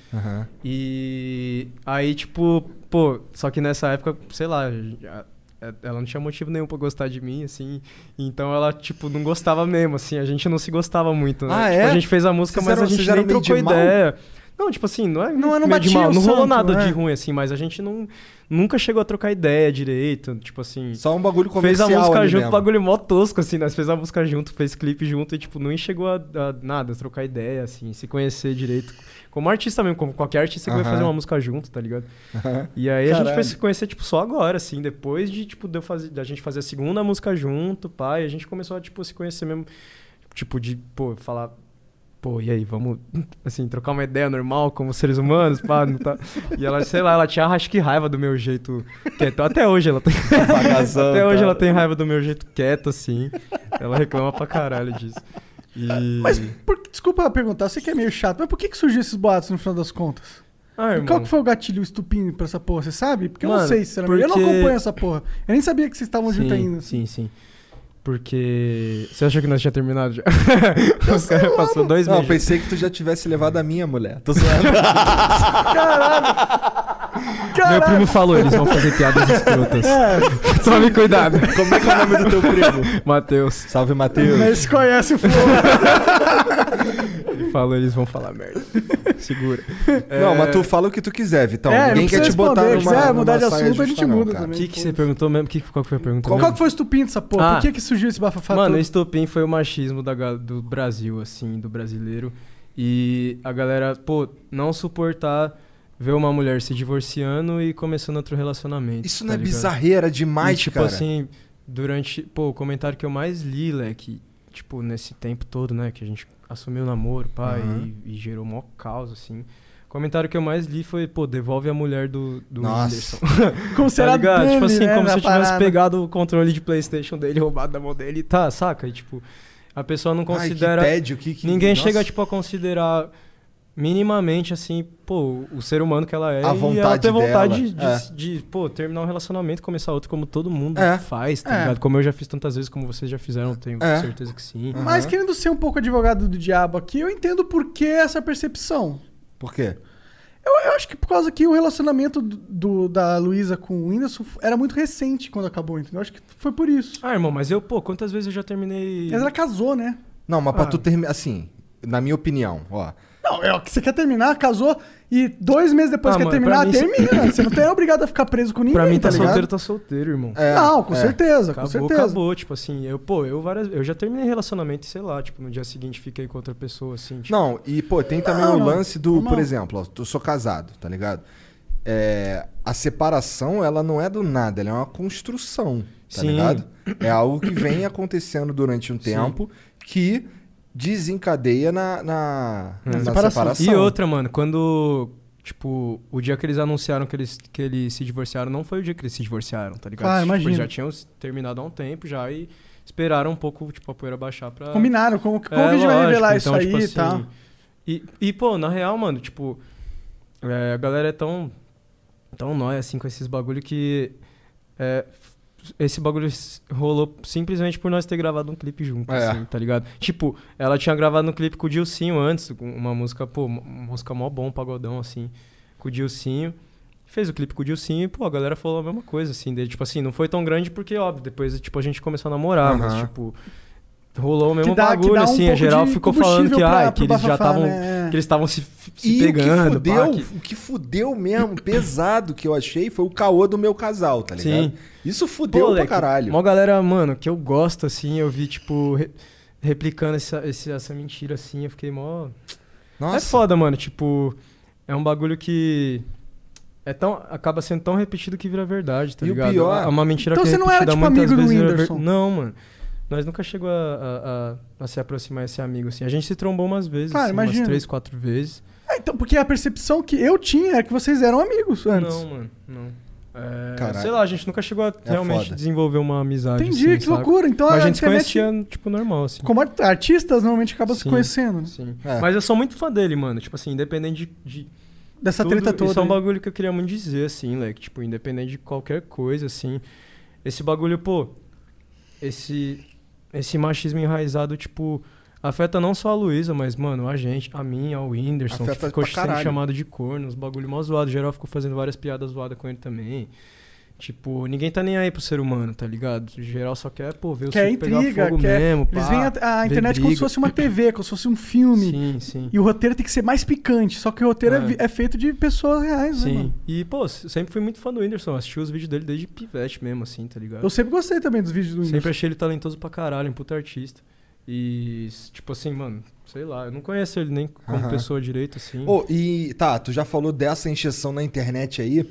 E aí, tipo, pô, só que nessa época, sei lá, já- é- ela não tinha motivo nenhum pra gostar de mim, assim. Então ela, tipo, não gostava mesmo, assim. A gente não se gostava muito, né?
Ah,
tipo,
é?
a gente fez a música,
Vocês
mas
eram-
a gente
vocês eram
nem
meio
trocou
de mal?
ideia. Não, tipo assim, não é
Não, eu não
meio de
batia
mal,
o
não rolou
santo,
nada de
é.
ruim, assim, mas a gente não, nunca chegou a trocar ideia direito, tipo assim...
Só um bagulho
Fez
comercial
a música
ali
junto,
mesmo.
bagulho mó tosco, assim, nós fez a música junto, fez clipe junto e, tipo, não chegou a, a nada, trocar ideia, assim, se conhecer direito. Como artista mesmo, como qualquer artista que vai
Aham.
fazer uma música junto, tá ligado? E aí a gente foi
Caralho.
se conhecer, tipo, só agora, assim, depois de, tipo, de eu fazer, da gente fazer a segunda música junto, pai, a gente começou a, tipo, se conhecer mesmo, tipo, de, pô, falar, pô, e aí, vamos, assim, trocar uma ideia normal como seres humanos, pá, não tá... E ela, sei lá, ela tinha, acho que raiva do meu jeito quieto, até hoje ela tá tem...
Vagazão,
Até hoje
tá?
ela tem raiva do meu jeito quieto, assim. Ela reclama pra caralho disso. E... Ah,
Mas, por... desculpa perguntar, você que é meio chato, mas por que, que surgiu esses boatos no final das contas?
Ah, irmão,
Qual que foi o gatilho estupim pra essa porra, você sabe? Porque eu não
Mano,
sei, sinceramente. Eu não
porque-
acompanho essa porra. Eu nem sabia que vocês estavam
sim,
juntos ainda.
Sim, sim. Porque... Você achou que nós tinha terminado já? Os caras passou dois
Não, eu
meses.
pensei que tu já tivesse levado a minha mulher. Tô zoando.
Meu primo falou, eles vão fazer piadas escrotas.
É,
Tome cuidado.
Como é que é o nome do teu primo?
Matheus.
Salve, Matheus.
Mas se conhece o Flow.
Ele falou, eles vão falar merda. Segura.
Não, mas tu fala o que tu quiser, Vitão.
É, não
Ninguém quer
precisa
te botar
responder.
numa,
Se quiser
numa
mudar de
saia
assunto, a
justa
gente
não,
muda
cara.
O
também.
que, que você perguntou mesmo? Que, qual que foi a pergunta?
Qual,
mesmo?
qual que foi o estupim dessa porra?
Ah.
Por que, que surgiu esse bafafá
Mano, o
todo?
estopim foi o machismo da ga- do Brasil, assim, do brasileiro. E a galera, pô, não suportar ver uma mulher se divorciando e começando outro relacionamento.
Isso
tá
não é
ligado?
bizarreira demais,
e, tipo
cara.
assim, durante. Pô, o comentário que eu mais li, Leque, tipo, nesse tempo todo, né, que a gente assumiu o namoro, pá,
Uhum.
e, e gerou mó caos, assim. O comentário que eu mais li foi, pô, devolve a mulher do, do
Nossa.
Whindersson.
Como será
ligado?
dele,
Tipo assim,
né,
como
na
se eu tivesse
parada.
pegado o controle de Playstation dele, roubado da mão dele, tá, saca? E, tipo, a pessoa não
Ai,
considera...
que tédio, que, que-
Ninguém
nossa.
chega, tipo, a considerar minimamente, assim, pô, o ser humano que ela é.
A
e ela
vontade
ter vontade
dela,
de, de, pô, terminar um relacionamento, começar outro como todo mundo
É.
faz, tá
É.
ligado? Como eu já fiz tantas vezes, como vocês já fizeram, tenho
É.
certeza que sim.
Mas
Uhum.
querendo ser um pouco advogado do diabo aqui, eu entendo por que essa percepção.
Por quê?
Eu, eu acho que por causa que o relacionamento do- do- da Luísa com o Whindersson era muito recente quando acabou, entendeu? Eu acho que foi por isso.
Ah, irmão, mas eu, pô, quantas vezes eu já terminei.
Mas ela casou, né?
Não, mas pra
Ah.
tu terminar. Assim, na minha opinião, ó.
Não, é o que você quer terminar, casou e dois meses depois
Ah,
que quer
mano,
terminar,
pra mim-
termina. Você não tem obrigado a ficar preso com ninguém,
Pra mim,
tá,
tá,
ligado?
solteiro, tá solteiro, irmão.
É,
não, com
é.
certeza, com
Acabou,
certeza.
acabou, tipo assim, eu, pô, eu várias, eu já terminei relacionamento, sei lá, tipo, no dia seguinte fiquei com outra pessoa, assim, tipo,
Não, e pô, tem também
Não,
o
não.
lance do,
Normal.
por exemplo, ó, eu sou casado, tá ligado? É, a separação, ela não é do nada, ela é uma construção, tá
Sim.
ligado? É algo que vem acontecendo durante um tempo que desencadeia na, na, na separação.
separação.
E outra, mano, quando. Tipo, o dia que eles anunciaram que eles, que eles se divorciaram, não foi o dia que eles se divorciaram, tá ligado?
Ah,
Tipo,
imagino.
eles já tinham se- terminado há um tempo já e esperaram um pouco, tipo, a poeira baixar pra.
Combinaram, como, como
É,
que a gente vai
lógico,
revelar
então,
isso
tipo
aí tá?
assim,
e tal?
E, e, pô, na real, mano, tipo, é, a galera é tão. tão nóia assim com esses bagulho que. é, f- esse bagulho s- rolou simplesmente por nós ter gravado um clipe junto,
É.
assim, tá ligado? Tipo, ela tinha gravado um clipe com o Dilcinho antes, com uma música, pô, uma música mó bom, pagodão, assim, com o Dilcinho. Fez o clipe com o Dilcinho e, pô, a galera falou a mesma coisa, assim, dele. Tipo assim, não foi tão grande porque, óbvio, depois, tipo, a gente começou a namorar, mas,
Aham.
tipo, rolou o
Que
mesmo
dá- que
bagulho,
dá um
assim, a
pouco
geral
de
ficou falando que,
combustível
ah,
pra-
que
pro
eles já
bafafá,
estavam.
né?
Que eles estavam se, se
E
pegando.
o que fudeu,
pá, que-
o que fudeu mesmo, pesado que eu achei, foi o caô do meu casal, tá ligado?
Sim.
Isso fudeu pra
moleque,
caralho.
Mó galera, mano, que eu gosto, assim, eu vi, tipo, re- replicando essa, esse- essa mentira, assim, eu fiquei mó.
Nossa,
É foda, mano, tipo, é um bagulho que. É tão, acaba sendo tão repetido que vira verdade, tá
E o
ligado?
pior-
É uma mentira
Então
que é
você não era,
repetida
tipo,
muitas
amigo do
vezes vira
Whindersson?
ver- Não, mano. Nós nunca chegou a, a- a- a se aproximar esse amigo, assim. A gente se trombou umas vezes,
Cara,
assim, umas
imagino.
três, quatro vezes.
Ah, então, porque a percepção que eu tinha é que vocês eram amigos antes.
Não, mano, não. É,
Caralho. É
sei lá, a gente nunca chegou a realmente
foda.
desenvolver uma amizade.
Entendi,
assim,
que
sabe?
loucura. Então
Mas a
a
gente se
internet-
conhecia, tipo, normal, assim.
Como art- artistas normalmente acabam se
Sim.
conhecendo, né?
Sim.
É.
Mas eu sou muito fã dele, mano. Tipo assim, independente de. de
Dessa
tudo,
treta toda.
Isso é um
aí.
bagulho que eu queria muito dizer, assim, moleque. Tipo, independente de qualquer coisa, assim. Esse bagulho, pô. Esse. Esse machismo enraizado, tipo. Afeta não só a Luísa, mas, mano, a gente, a mim, ao Whindersson, que
Afeta
ficou
pra
sendo
caralho.
chamado de corno, os bagulho mó zoado. Geral ficou fazendo várias piadas zoadas com ele também. Tipo, ninguém tá nem aí pro ser humano, tá ligado? Geral só quer, pô, ver o
Quer
circo assim, pegar
é intriga,
fogo
quer...
mesmo,
Eles
pá,
veem a, a
ver
internet como se
briga.
fosse uma TV, como se fosse um filme.
Sim, sim.
E o roteiro tem que ser mais picante, só que o roteiro é,
É.
vi- é feito de pessoas reais, né,
Sim.
mano?
E, pô, s- sempre fui muito fã do Whindersson. Assisti os vídeos dele desde pivete mesmo, assim, tá ligado?
Eu sempre gostei também dos vídeos do Whindersson.
Sempre achei ele talentoso pra caralho, um puta artista. E, s- tipo assim, mano, sei lá, eu não conheço ele nem como
Aham.
pessoa direito, assim.
Ô, e tá, tu já falou dessa encheção na internet aí,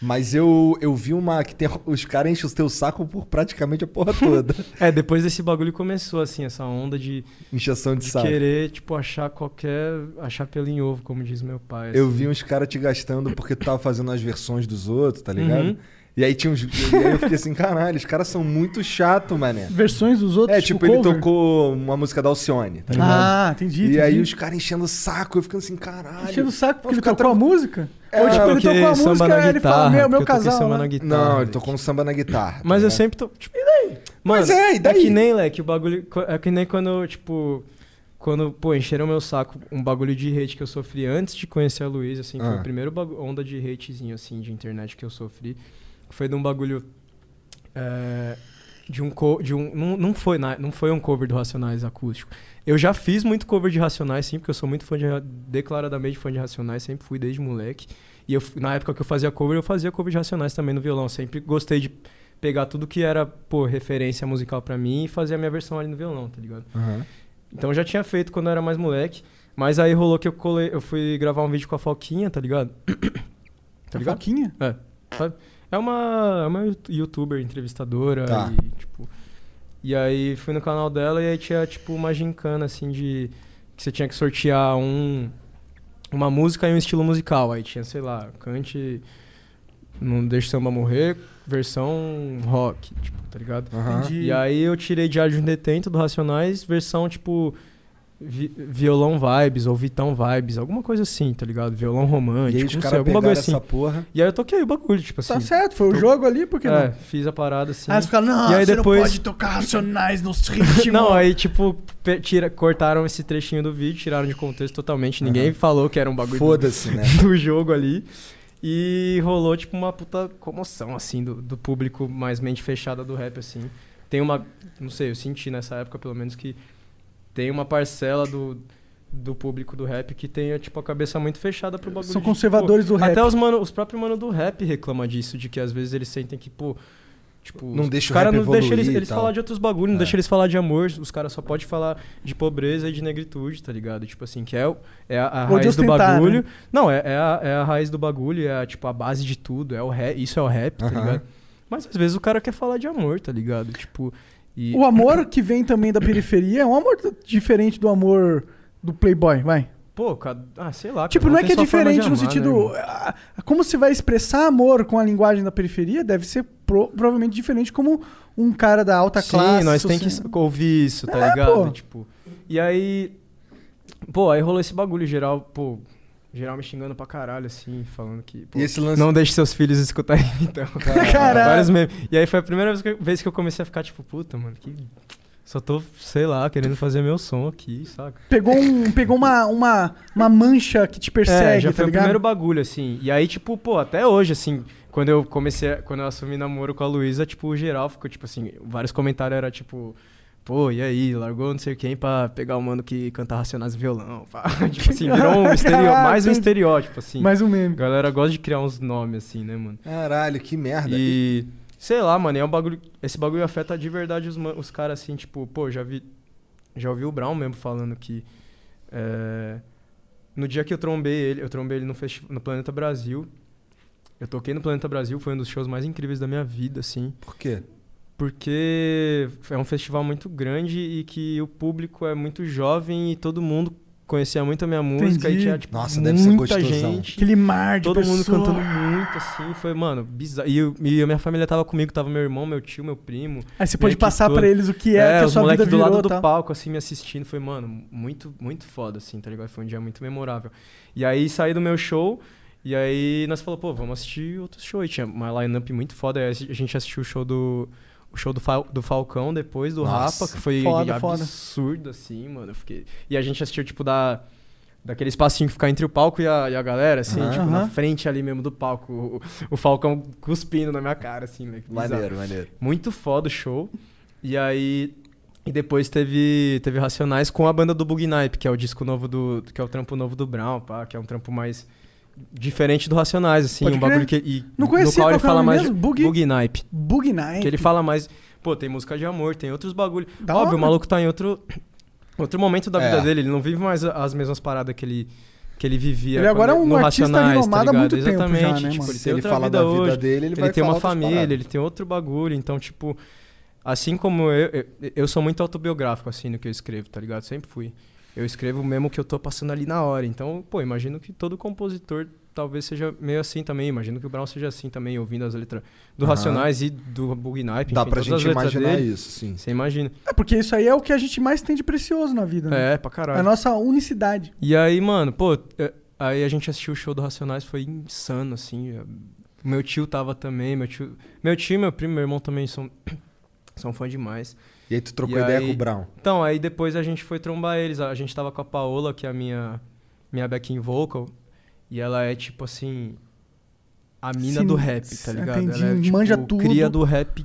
mas eu, eu vi uma que tem, os caras enchem o teu saco por praticamente a porra toda.
É, depois desse bagulho começou, assim, essa onda de,
encheção de,
de
saco.
querer, tipo, achar qualquer. achar pelo em ovo, como diz meu pai.
Eu
assim.
vi um- uns caras te gastando porque tu tava fazendo as versões dos outros, tá ligado?
Uhum.
E aí tinha uns. E aí eu fiquei assim, caralho, os caras são muito chato, mané.
Versões dos outros,
É, tipo, ele
cover?
tocou uma música da Alcione, tá ligado?
Ah, entendi,
e
entendi. Tá
aí os caras enchendo o saco, eu ficando assim, caralho.
Enchendo o saco porque ele
ficar
tocou a música?
É,
Ou tipo, ele
Toquei
tocou a
samba
música
na
e ele fala,
guitarra,
meu, meu
porque eu toquei
casal,
samba
né?
na guitarra.
Não, ele
velho.
tocou um samba na guitarra. tá
Mas eu
ligado?
sempre tô. Tipo, e daí? Mano,
Mas é, e daí?
que nem, leque, o bagulho. co- É que nem quando, tipo. Quando, pô, encheram meu saco um bagulho de hate que eu sofri antes de conhecer a Luísa, assim, foi
Ah.
o primeiro bagu- onda de hatezinho, assim, de internet que eu sofri. Foi de um bagulho. é, de um. Co de um não, não, foi na- não foi um cover do Racionais acústico. Eu já fiz muito cover de Racionais, sim, porque eu sou muito fã de. Ra- declaradamente fã de Racionais, sempre fui desde moleque. E eu, na época que eu fazia cover, eu fazia cover de Racionais também no violão. Sempre gostei de pegar tudo que era, pô, referência musical pra mim e fazer a minha versão ali no violão, tá ligado?
Aham.
Então eu já tinha feito quando eu era mais moleque, mas aí rolou que eu colei, eu fui gravar um vídeo com a Foquinha, tá ligado?
Tá
tá ligado?
Foquinha?
É. Sabe? É uma, é uma yout- youtuber, entrevistadora
Tá.
e, tipo... E aí fui no canal dela e aí tinha, tipo, uma gincana, assim, de... que você tinha que sortear um, uma música e um estilo musical. Aí tinha, sei lá, cante Não Deixe Samba Morrer, versão rock, tipo, tá ligado?
Aham. Entendi.
E aí eu tirei Diário de um Detento do Racionais, versão tipo vi- violão vibes ou Vitão vibes, alguma coisa assim, tá ligado? Violão romântico,
E aí os
não sei,
cara
alguma
pegaram
coisa assim.
essa porra.
E aí eu toquei o bagulho, tipo assim.
Tá certo, foi o jogo ali, por que
é,
não?
fiz a parada assim.
Aí
Ah,
eles ficaram, não,
e aí
você
depois...
não pode tocar racionais nos ritmos.
Não, aí tipo, pe- tira, cortaram esse trechinho do vídeo, tiraram de contexto totalmente. Ninguém falou que era um bagulho
Foda-se,
do,
né?
do jogo ali. E rolou, tipo, uma puta comoção, assim, do, do público mais mente fechada do rap, assim. Tem uma. Não sei, eu senti nessa época, pelo menos, que tem uma parcela do. Do público do rap que tenha, tipo, a cabeça muito fechada pro bagulho.
São
de,
conservadores
pô,
do rap.
Até os, mano, os próprios mano do rap reclamam disso, de que às vezes eles sentem que, pô, tipo,
Não deixa
os
o
caras
rap
não deixa eles,
evoluir e
eles
tal.
falar de outros bagulhos, não
É.
deixa eles falar de amor, os caras só podem falar de pobreza e de negritude, tá ligado? Tipo assim, que é, o- é a, a
Ou de
raiz do
ostentar,
bagulho.
né?
Não, é, é a, é a raiz do bagulho, é a, tipo a base de tudo, é o rap, isso é o rap, tá
Aham.
ligado? Mas às vezes o cara quer falar de amor, tá ligado? Tipo, e
O amor que vem também da periferia é um amor t- diferente do amor do playboy, vai.
pô, cada, ah, sei lá.
Tipo,
cada um
não é
tem
que é
sua forma de
diferente no
amar, né,
sentido...
irmão?
ah, como se vai expressar amor com a linguagem da periferia deve ser pro- provavelmente diferente como um cara da alta
Sim,
classe.
nós tem que
assim.
ouvir isso, tá
É,
ligado?
pô.
Tipo, e aí, pô, aí rolou esse bagulho geral, pô, geral me xingando pra caralho, assim, falando que, pô,
E esse lance.
não deixe seus filhos escutarem, então.
Caralho.
Vários memes. E aí foi a primeira vez que, eu- vez que eu comecei a ficar, tipo, puta, mano, que... Só tô, sei lá, querendo fazer meu som aqui, saca?
Pegou, um, pegou uma, uma, uma mancha que te persegue,
É, já
tá
foi o
ligado?
primeiro bagulho, assim. E aí, tipo, pô, até hoje, assim, quando eu comecei, a- quando eu assumi namoro com a Luísa, tipo, o geral ficou, tipo assim, vários comentários eram, tipo, pô, e aí, largou não sei quem pra pegar o mano que canta Racionais e violão, pá. Tipo assim, virou um estereo,
Caralho,
mais um
entendi.
estereótipo, assim.
Mais um
A
meme.
galera gosta de criar uns nomes, assim, né, mano?
Caralho, que merda.
E sei lá, mano, é um bagulho. Esse bagulho afeta de verdade os, ma- os caras assim, tipo, pô, já vi. Já ouvi o Brown mesmo falando que. é, no dia que eu trombei ele, eu trombei ele no, festi- no Planeta Brasil. Eu toquei no Planeta Brasil, foi um dos shows mais incríveis da minha vida, assim.
Por quê?
Porque é um festival muito grande e que o público é muito jovem e todo mundo conhecia muito a minha música e
Entendi.
tinha, tipo,
Nossa,
muita
deve ser gostosão.
gente.
Aquele mar de
Todo mundo
pessoa.
um cantando muito, assim. Foi, mano, bizarro. E, eu- e a minha família tava comigo, tava meu irmão, meu tio, meu primo.
Aí você
minha
pode
equipe
passar
toda.
pra eles o que é, que a
os
sua
moleque
vida virou,
do lado
tá?
do palco, assim, me assistindo. Foi, mano, muito, muito foda, assim, tá ligado? Foi um dia muito memorável. E aí saí do meu show. E aí nós falamos, pô, vamos assistir outro show. E tinha uma lineup muito foda. Aí a gente assistiu o show do. O show do, Fal- do Falcão depois, do
Nossa,
Rapa, que foi
foda, foda.
absurdo, assim, mano. Eu fiquei... E a gente assistiu, tipo, da. Daquele espacinho que fica entre o palco e a, e a galera, assim,
Aham.
tipo, na
Aham.
frente ali mesmo do palco. O, o Falcão cuspindo na minha cara, assim, né? Que bizarro.
Maneiro, maneiro.
Muito foda o show. E aí. E depois teve, teve Racionais com a banda do Bug Nipe, que é o disco novo do. que é o trampo novo do Brown, pá, que é um trampo mais. diferente do Racionais, assim.
Pode
um bagulho que.
crer.
E,
Não
no
conhecia
qual ele
qual que é o
fala
nome
mais.
mesmo?
Bug,
Bug-
Bug Nipe.
Bug Night.
Que ele fala mais. Pô, tem música de amor, tem outros bagulho.
Da
Óbvio,
hora.
o maluco tá em outro. Outro momento da vida
É.
dele, ele não vive mais a- as mesmas paradas que ele, que ele vivia.
Ele agora é
quando-
um
no
artista
Racionais,
renomado há
tá ligado?
muito tempo já, né,
Exatamente.
mano?
tipo, ele
Se
tem
ele
outra
falar
vida
da
hoje
vida dele, ele
ele,
vai
tem
falar
uma
outras
família,
paradas.
ele tem outro bagulho, então, tipo, assim como eu, eu, eu sou muito autobiográfico, assim, no que eu escrevo, tá ligado? Sempre fui. Eu escrevo mesmo o que eu tô passando ali na hora, então, pô, imagino que todo compositor talvez seja meio assim também, imagino que o Brown seja assim também, ouvindo as letras do
Aham.
Racionais e do Bug Night,
Dá
enfim,
pra
todas as
gente
letras
imaginar
dele.
isso, sim.
Você imagina.
É porque isso aí é o que a gente mais tem de precioso na vida, né?
É, pra caralho.
a nossa unicidade.
E aí, mano, pô, é, aí a gente assistiu o show do Racionais, foi insano, assim. é, Meu tio tava também, meu tio. Meu tio, meu primo, meu irmão também são, são fã demais.
E aí tu trocou
E
ideia
aí-
com o Brown.
Então, aí depois a gente foi trombar eles. A gente tava com a Paola, que é a minha, minha backing vocal, e ela é tipo assim. A mina
Sim,
do rap, tá
sim,
ligado?
entendi,
Ela é, tipo,
manja tudo.
Cria do rap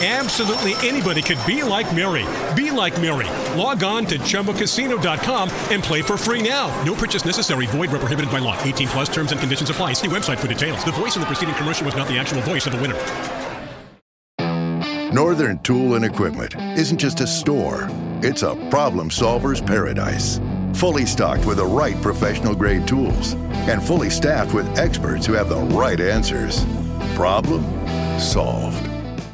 Absolutely anybody could be like Mary. Be like Mary. Log on to chumbacasino.com and play for free now. No purchase necessary. Void where prohibited by law. 18 plus terms and conditions apply. See website for details. The voice in the preceding commercial was not the actual voice of the winner.
Northern Tool and Equipment isn't just a store, it's a problem solver's paradise. Fully stocked with the right professional grade tools and fully staffed with experts who have the right answers. Problem solved.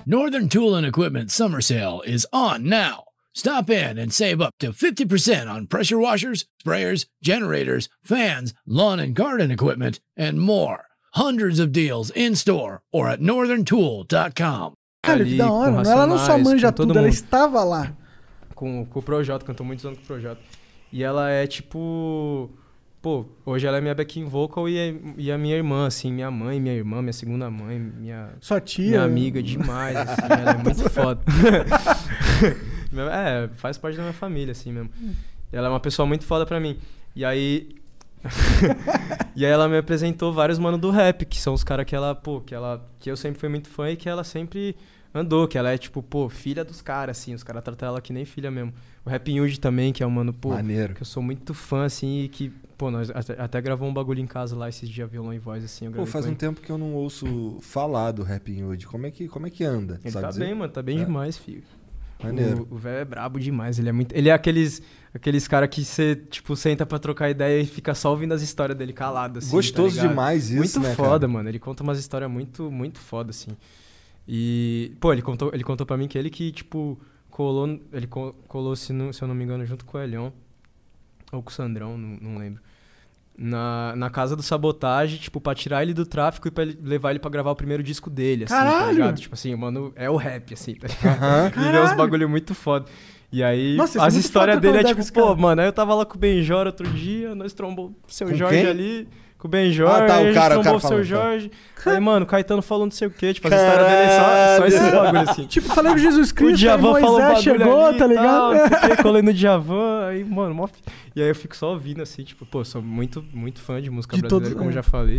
Northern Tool and Equipment summer sale is on now. Stop in and save up to 50% on pressure washers, sprayers, generators, fans, lawn and garden equipment, and more. Hundreds of deals in store or at northerntool.com.
Cara, que da hora.
com
Ela não só
Racionais,
manja
com todo
tudo, ela
mundo.
estava lá.
com, com o Projota, cantou muitos anos com o Projota. E ela é tipo. Pô, hoje ela é minha backing vocal e, é- e a minha irmã, assim, minha mãe, minha irmã, minha segunda mãe, minha.
Sua tia.
Minha amiga demais, assim, ela é muito foda. Meu- é, faz parte da minha família, assim mesmo.
Hum.
Ela é uma pessoa muito foda pra mim. E aí. e aí ela me apresentou vários mano do rap, que são os caras que ela, pô, que ela. Que eu sempre fui muito fã e que ela sempre andou, que ela é tipo, pô, filha dos caras, assim, os caras tratam ela que nem filha mesmo. O Rap Yuji também, que é um mano, pô, que eu sou muito fã, assim, e que, pô, nós até, até gravou um bagulho em casa lá esses dias, violão e voz, assim, eu
Pô,
gravei
faz
com
um
ele.
tempo que eu não ouço falar do Rapping hoje. Como é que, como é que anda?
Ele
sabe
tá
dizer?
bem, mano, tá bem
É.
demais, filho.
Maneiro.
O- O velho é brabo demais, ele é muito. Ele é aqueles, aqueles cara que você, tipo, senta pra trocar ideia e fica só ouvindo as histórias dele calado, assim. tá
Gostoso
ligado?
demais isso,
Muito
né,
foda,
cara?
mano. Ele conta umas histórias muito, muito foda, assim. E, pô, ele contou, ele contou pra mim que ele que, tipo, colou, ele co- colou, se, não- se eu não me engano, junto com o Elion. Ou com o Sandrão, não, não lembro. Na, na casa do sabotagem, tipo, pra tirar ele do tráfico e pra ele- levar ele pra gravar o primeiro disco dele, assim, tá
Caralho!
ligado? Tipo assim, mano, é o rap, assim, tá
Aham.
ligado? Ele é uns
Caralho!
bagulho muito foda. E aí,
Nossa, isso é
as
muito
histórias
foda trocar
dele é
ideia com
tipo,
esse
pô,
cara.
mano, aí eu tava lá com o Benjor outro dia, nós trombou o seu
Com
Jorge
quem?
ali, com o Benjor,
Ah, tá, o
aí a gente
cara- o
trombou
cara
o seu
falando, tá.
Jorge. Aí, mano, o Caetano falou não sei o quê, tipo, as histórias dele é só, só esses
Caralho!
bagulho, assim.
Tipo, falei com Jesus
O
Cristo, aí
Djavan falou um
Moisés
bagulho
chegou, tá
ali e tal,
ligado?
não sei o quê, colei no Djavan, aí, mano, mó... fi- E aí eu fico só ouvindo, assim, tipo, pô, sou muito, muito fã de música
De
brasileira,
todos- é.
como eu já falei.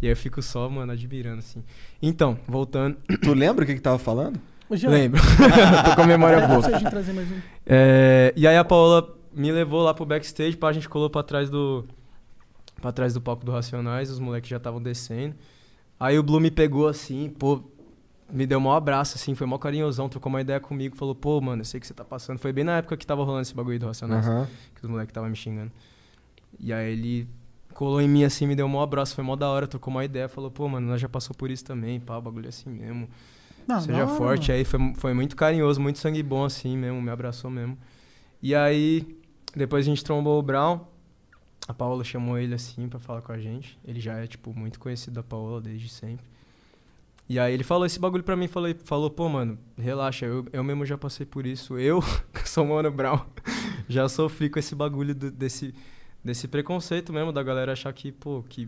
E aí eu fico só, mano, admirando, assim. Então, voltando...
Tu lembra o que, que tava falando?
Hoje é-
Lembro. Tô com a memória
Pede pra
boa.
você, gente, trazer mais um.
É, e aí a Paola me levou lá pro backstage, pá, a gente colou pra trás do. pra trás do palco do Racionais, os moleques já estavam descendo. Aí o Blue me pegou assim, pô, me deu um abraço, assim, foi mó carinhosão, trocou uma ideia comigo, falou, pô, mano, eu sei o que você tá passando. Foi bem na época que tava rolando esse bagulho do Racionais,
Aham.
que os moleques estavam me xingando. E aí ele colou em mim assim, me deu um maior abraço, foi mó da hora, trocou uma ideia, falou, pô, mano, nós já passou por isso também, pá, o bagulho é assim mesmo.
Não,
Seja
da hora,
é forte.
mano.
Aí foi, foi muito carinhoso, muito sangue bom assim mesmo, me abraçou mesmo. E aí, depois a gente trombou o Brown. A Paola chamou ele assim pra falar com a gente. Ele já é, tipo, muito conhecido da Paola desde sempre. E aí ele falou esse bagulho pra mim, falou, falou pô, mano, relaxa, eu, eu mesmo já passei por isso. Eu, que sou Mano Brown, já sofri com esse bagulho do- desse, desse preconceito mesmo da galera achar que, pô, que...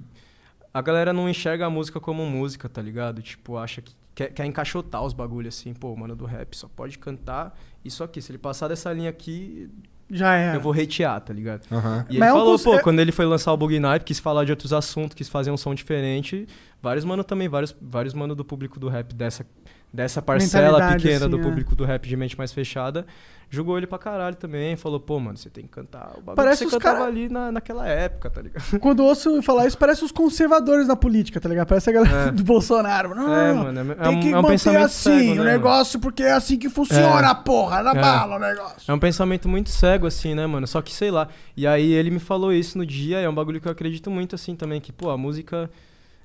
A galera não enxerga a música como música, tá ligado? Tipo, acha que quer, quer encaixotar os bagulhos assim, pô, o mano do rap só pode cantar isso aqui. Se ele passar dessa linha aqui,
Já é.
eu vou hatear, tá ligado?
Aham.
E ele
Mas é um
falou,
cons-
pô,
é-
quando ele foi lançar o Bug Night, quis falar de outros assuntos, quis fazer um som diferente. Vários mano também, vários, vários mano do público do rap dessa, dessa parcela
Mentalidade,
pequena
assim,
do
é.
público do rap de mente mais fechada, julgou ele pra caralho também. Falou, pô, mano, você tem que cantar o bagulho
Parece
que
os
você cantava
cara-
ali na, naquela época, tá ligado?
Quando eu ouço falar isso, parece os conservadores na política, tá ligado? Parece a galera
É.
do Bolsonaro. Não,
É,
não, não.
mano, é- é
Ah, tem
um-
que
é um
manter
pensamento
assim
cego,
o
né,
negócio, porque é assim que funciona,
É.
porra. Na
É.
bala o negócio.
É um pensamento muito cego, assim, né, mano? Só que, sei lá. E aí ele me falou isso no dia, é um bagulho que eu acredito muito, assim, também, que, pô, a música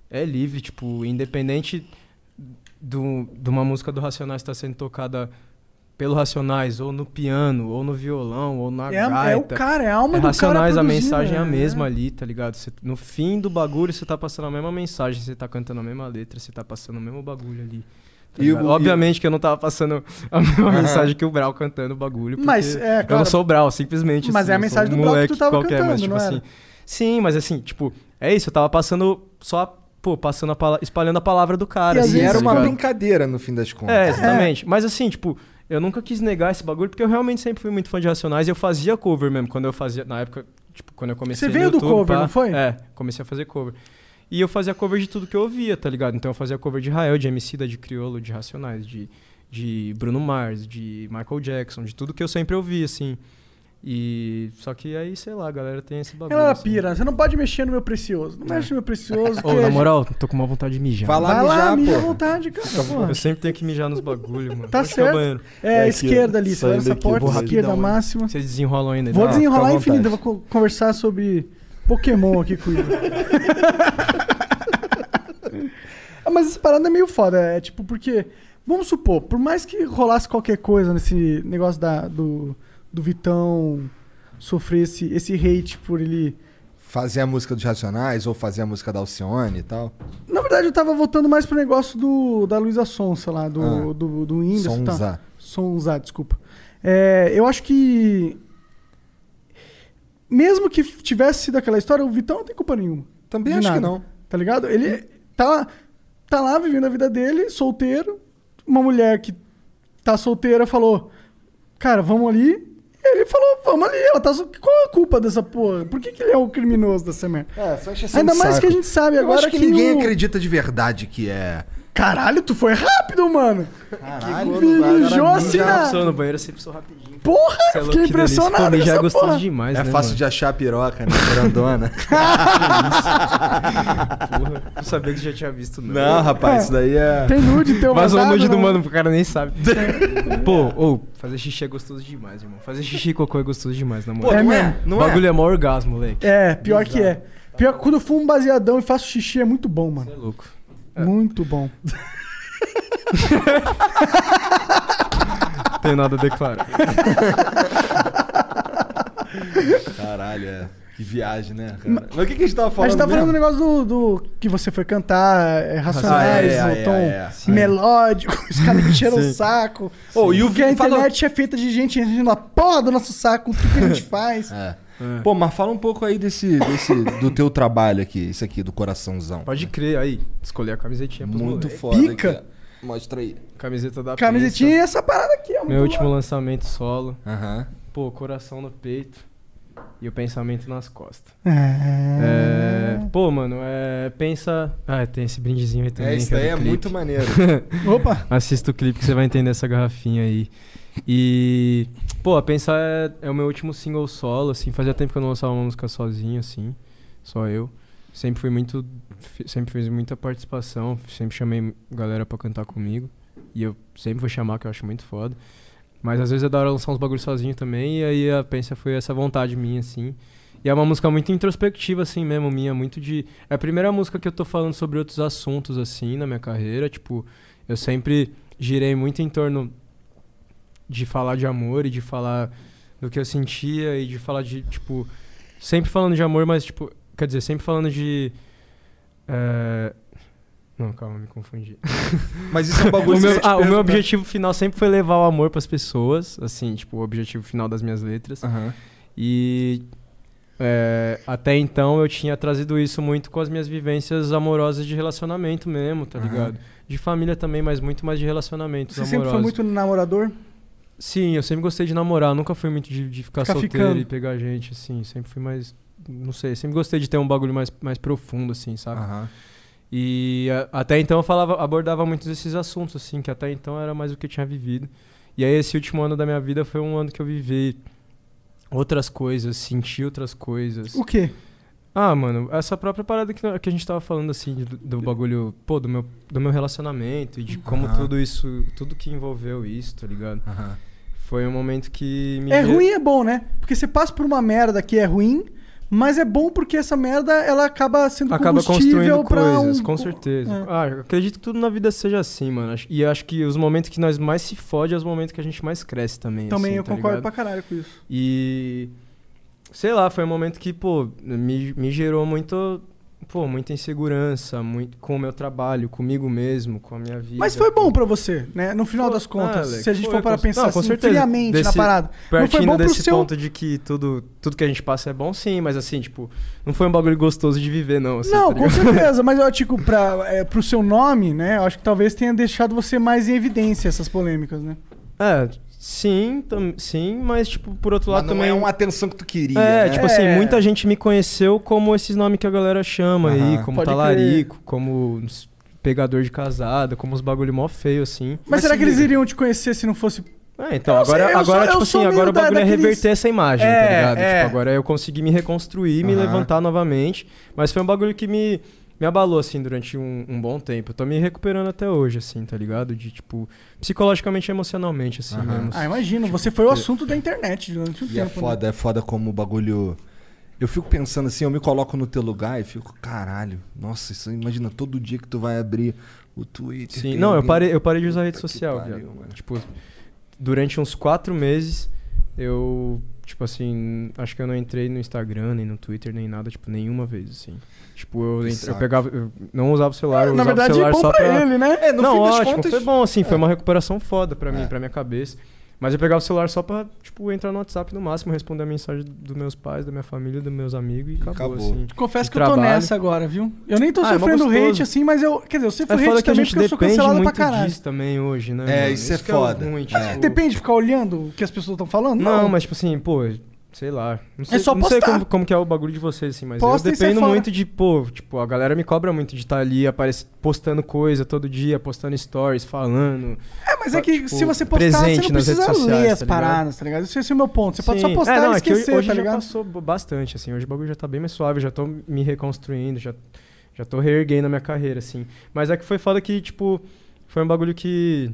é livre, tipo, independente do, de uma música do Racionais estar sendo tocada pelo Racionais, ou no piano, ou no violão, ou na
É, a-
gaita.
é o cara, é a alma
É
do cara
Racionais, a
produzindo,
mensagem é a
né?
mesma ali, tá ligado? Cê- no fim do bagulho, você tá passando a mesma mensagem, você tá cantando a mesma letra, você tá passando o mesmo bagulho ali. tá
E o-
ligado?
e-
Obviamente que eu não tava passando a mesma mensagem que o Brau cantando o bagulho, porque
Mas, é,
eu não
claro.
sou o Brau, simplesmente.
Mas é
assim,
a
eu sou
mensagem
um
do Brau que
moleque
tu tava
qualquer, mas,
cantando,
tipo
não era?
assim, Sim, mas assim, tipo, é isso, eu tava passando só, pô, passando a pala- espalhando a palavra do cara.
E às
assim,
E
vezes
tá
era uma
ligado?
brincadeira no fim das contas.
É, exatamente. Mas assim, tipo, eu nunca quis negar esse bagulho, porque eu realmente sempre fui muito fã de Racionais. e Eu fazia cover mesmo, quando eu fazia, na época, tipo, quando eu
Você
comecei no
veio do
YouTube,
cover,
pá.
não foi?
É, comecei a fazer cover. E eu fazia cover de tudo que eu ouvia, tá ligado? Então eu fazia cover de Rael, de Emicida, de Criolo, de Racionais, de, de Bruno Mars, de Michael Jackson, de tudo que eu sempre ouvi, assim. E só que aí, sei lá, a galera tem esse bagulho.
Ela
assim.
pira, você não pode mexer no meu precioso. Não mexe no meu precioso.
É. Ô, na moral, tô com uma vontade de mijar.
Vai lá, Vai lá, mijar, mija à porra. vontade, cara,
Eu,
porra.
eu sempre tenho que mijar nos bagulho, mano.
Tá
Onde que o
certo.
banheiro?
É, É aqui, esquerda ó. ali, você vai nessa Saindo aqui, porta, eu vou esquerda rapidão, hein. máxima.
Vocês desenrolam ainda. né?
Vou
Não,
desenrolar
fica à
infinito, eu vou
vontade.
co- conversar sobre Pokémon aqui com o Igor. Ah, Mas essa parada é meio foda, é tipo, porque, vamos supor, por mais que rolasse qualquer coisa nesse negócio da, do, do Vitão sofrer esse, esse hate por ele.
Fazer a música dos Racionais ou fazer a música da Alcione e tal.
Na verdade, eu tava voltando mais pro negócio do, da Luísa Sonsa lá, do,
Ah.
do, do Whindersson. e tal.
Sonza.
Sonza, desculpa. É, eu acho que. Mesmo que tivesse sido aquela história, o Vitão não tem culpa nenhuma. Também
acho que não.
Tá ligado? Ele tá, tá lá vivendo a vida dele, solteiro. Uma mulher que tá solteira falou: Cara, vamos ali. Ele falou, vamos ali, ela tá. so- Qual é a culpa dessa porra? Por que, que ele é o criminoso dessa merda?
É, só encheção
Ainda
de
mais
saco.
que a gente sabe
Eu
agora
acho que, ninguém
o-
acredita de verdade que é.
Caralho, tu foi rápido, mano.
Caralho, é né?
Me mijou assim
Já
na...
sou no banheiro sempre sou rapidinho.
Porra,
Cê é louco,
fiquei
que delícia. Pô,
impressionado.
mijar
nessa
é gostoso
porra.
demais,
é
né,
fácil
mano?
de achar a piroca, né? Grandona.
Porra, não sabia que já tinha visto, não.
Não, rapaz, isso daí é-
Tem nude, tem o
Mas o
mandado,
nude do
né?
mano, o cara nem sabe. Pô, ô, fazer xixi é gostoso demais, irmão. Fazer xixi e cocô é gostoso demais, na moral.
Pô, não é? É mesmo? Não
o bagulho é mó orgasmo, moleque.
É, pior que é. Pior que quando eu fumo um baseadão e faço xixi é muito bom, mano.
É louco.
Muito bom.
Não Tem nada a declarar.
Caralho, é. Que viagem, né? Cara? Mas o que, que a gente tava falando?
a gente tá falando do
mesmo?
negócio do, do que você foi cantar, é, Racionais,
Ah, é, é,
o
é,
tom
é, é.
melódico, os caras encheram o
Sim.
saco.
Ô, e o
Porque a
fala-
internet é feita de gente enchendo a porra do nosso saco, o que, que a gente faz.
É. Pô, mas fala um pouco aí desse, desse do teu trabalho aqui, isso aqui, do coraçãozão.
Pode crer, aí. Escolher a camisetinha pros
Muito
moleque.
foda.
Pica.
aqui, ó. Mostra aí.
Camiseta da
Camisetinha e essa parada aqui, ó.
Meu
muito
último
louco.
lançamento solo.
É,
Pô, coração no peito e o pensamento nas costas.
É.
É, pô, mano, é, pensa. Ah, tem esse brindezinho aí também.
isso
que
daí
do
é
clipe.
muito maneiro.
É.
Opa!
Assista o clipe que você vai entender essa garrafinha aí. E. Pô, a pensar é, é o meu último single solo, assim. Fazia tempo que eu não lançava uma música sozinho, assim. Só eu. Sempre fui muito. fi- Sempre fiz muita participação. Sempre chamei galera pra cantar comigo. E eu sempre vou chamar, que eu acho muito foda. Mas às vezes é da hora lançar uns bagulhos sozinho também. E aí a pensa foi essa vontade minha, assim. E é uma música muito introspectiva, assim mesmo, minha. Muito de. É a primeira música que eu tô falando sobre outros assuntos, assim, na minha carreira. Tipo, eu sempre girei muito em torno de falar de amor e de falar do que eu sentia e de falar de, tipo. Sempre falando de amor, mas, tipo. Quer dizer, sempre falando de. é, Não, calma, me confundi.
Mas isso é um bagulho
o
que eu
meu,
ia te
Ah, o meu
perguntar.
objetivo final sempre foi levar o amor pras pessoas, assim, tipo, o objetivo final das minhas letras. E é, até então eu tinha trazido isso muito com as minhas vivências amorosas de relacionamento mesmo, tá
Aham.
ligado? De família também, mas muito mais de relacionamentos
Você
amorosos.
sempre foi muito namorador?
Sim, eu sempre gostei de namorar, nunca fui muito de, de ficar,
Ficar
solteiro
ficando.
e pegar gente, assim, sempre fui mais. Não sei, sempre gostei de ter um bagulho mais, mais profundo, assim, sabe?
Ah.
E a- até então eu falava, abordava muitos desses assuntos, assim, que até então era mais o que eu tinha vivido. E aí esse último ano da minha vida foi um ano que eu vivi outras coisas, senti outras coisas.
O quê?
Ah, mano, essa própria parada que, que a gente tava falando, assim, do, do bagulho, pô, do meu, do meu relacionamento e de como
Aham.
tudo isso, tudo que envolveu isso, tá ligado? Foi um momento que me.
É
re-
ruim e é bom, né? Porque você passa por uma merda que é ruim, mas é bom porque essa merda ela acaba sendo
Acaba
combustível
construindo
pra
coisas,
um...
com certeza.
É.
Ah, eu acredito que tudo na vida seja assim, mano. Acho- E acho que os momentos que nós mais se fode é os momentos que a gente mais cresce também.
Também
assim,
eu
tá
concordo
ligado?
pra caralho com isso.
E. Sei lá, foi um momento que, pô, me, me gerou muito. Pô, muita insegurança, muito, com o meu trabalho, comigo mesmo, com a minha vida.
Mas foi bom pra você, né? No final das
Ah,
contas,
Alex,
se a gente
foi,
for para
com-
pensar
não, com
assim,
certeza.
friamente
Desse-
na parada. Não
Partindo
foi bom pro
desse
seu...
ponto de que tudo, tudo que a gente passa é bom sim, mas assim, tipo, não foi um bagulho gostoso de viver, não. assim,
não,
tá
com
ligado?
certeza, mas eu digo pra, é, pro seu nome, né? Eu acho que talvez tenha deixado você mais em evidência essas polêmicas, né?
É, sim, tam- sim, mas tipo, por outro
Mas
lado
não
também.
é uma atenção que tu queria.
É,
né?
tipo assim, muita gente me conheceu como esses nomes que a galera chama aí,
Aham.
como
Pode
talarico, como s- pegador de casada, como os bagulho mó feio, assim.
Mas, será que eles iriam te conhecer se não fosse
Ah, então,
Eu sei,
agora,
eu
agora
sou- eu sou
tipo assim,
meio
agora o
da-
bagulho é
daqueles-
reverter essa imagem, tá
É,
ligado?
é.
Tipo, agora eu consegui me reconstruir, me
Aham.
levantar novamente. Mas foi um bagulho que me, me abalou, assim, durante um, um bom tempo. Eu tô me recuperando até hoje, assim, tá ligado? De, tipo, psicologicamente e emocionalmente, assim, mesmo.
Ah, imagino. Você foi o assunto da internet durante um
E é
tempo. né?
foda, é foda como o bagulho. Eu fico pensando assim, eu me coloco no teu lugar e fico, caralho, nossa, isso, imagina todo dia que tu vai abrir o Twitter.
Sim,
tem
não, eu
alguém-
parei, eu parei de usar
Puta
rede
que
social,
pariu,
viado.
mano.
Tipo, durante uns quatro meses, eu, tipo assim, acho que eu não entrei no Instagram, nem no Twitter, nem nada, tipo, nenhuma vez, assim. Tipo, eu,
Que
entre- eu
saco.
pegava, eu não usava o celular, eu
Na
usava
verdade,
o celular
bom
só
pra
pra...
ele, né?
É, no
não,
fim das
ótimo,
contas-
foi bom, assim, foi
É.
uma recuperação foda pra mim,
É.
pra minha cabeça. Mas eu pegava o celular só pra, tipo, entrar no WhatsApp no máximo, responder a mensagem dos meus pais, da minha família, dos meus amigos e acabou,
acabou.
assim.
Confesso
O
que eu tô
trabalho.
nessa agora, viu? Eu nem tô
Ah, é mó
sofrendo
gostoso.
hate assim, mas eu. Quer dizer, eu sofro
É foda
hate
que a
também
gente
porque eu sou
depende
cancelado pra
muito
caralho.
disso também hoje, né?
É,
mano?
isso é
que
foda.
ruim,
É.
tipo,
Depende de ficar olhando o que as pessoas estão falando?
Não, mas tipo assim, pô, sei lá. Não sei,
É só
não sei
postar.
como, como que é o bagulho de vocês, assim, mas
Posta
eu
e sai
dependo
fora.
muito de, pô, tipo, a galera me cobra muito de estar ali aparece, postando coisa todo dia, postando stories, falando.
É, mas é
Só,
que
tipo,
se você postar, você
presente
não
nas redes
precisa
sociais,
ler
tá
as
ligado?
paradas, tá ligado? Esse é o meu ponto. Você pode só
Sim.
postar
É, não,
e
é que hoje-
esquecer,
hoje
tá
já
ligado?
passou b- bastante, assim. Hoje o bagulho já tá bem mais suave, já tô me reconstruindo, já, já tô reerguendo a minha carreira, assim. Mas é que foi foda que, tipo, foi um bagulho que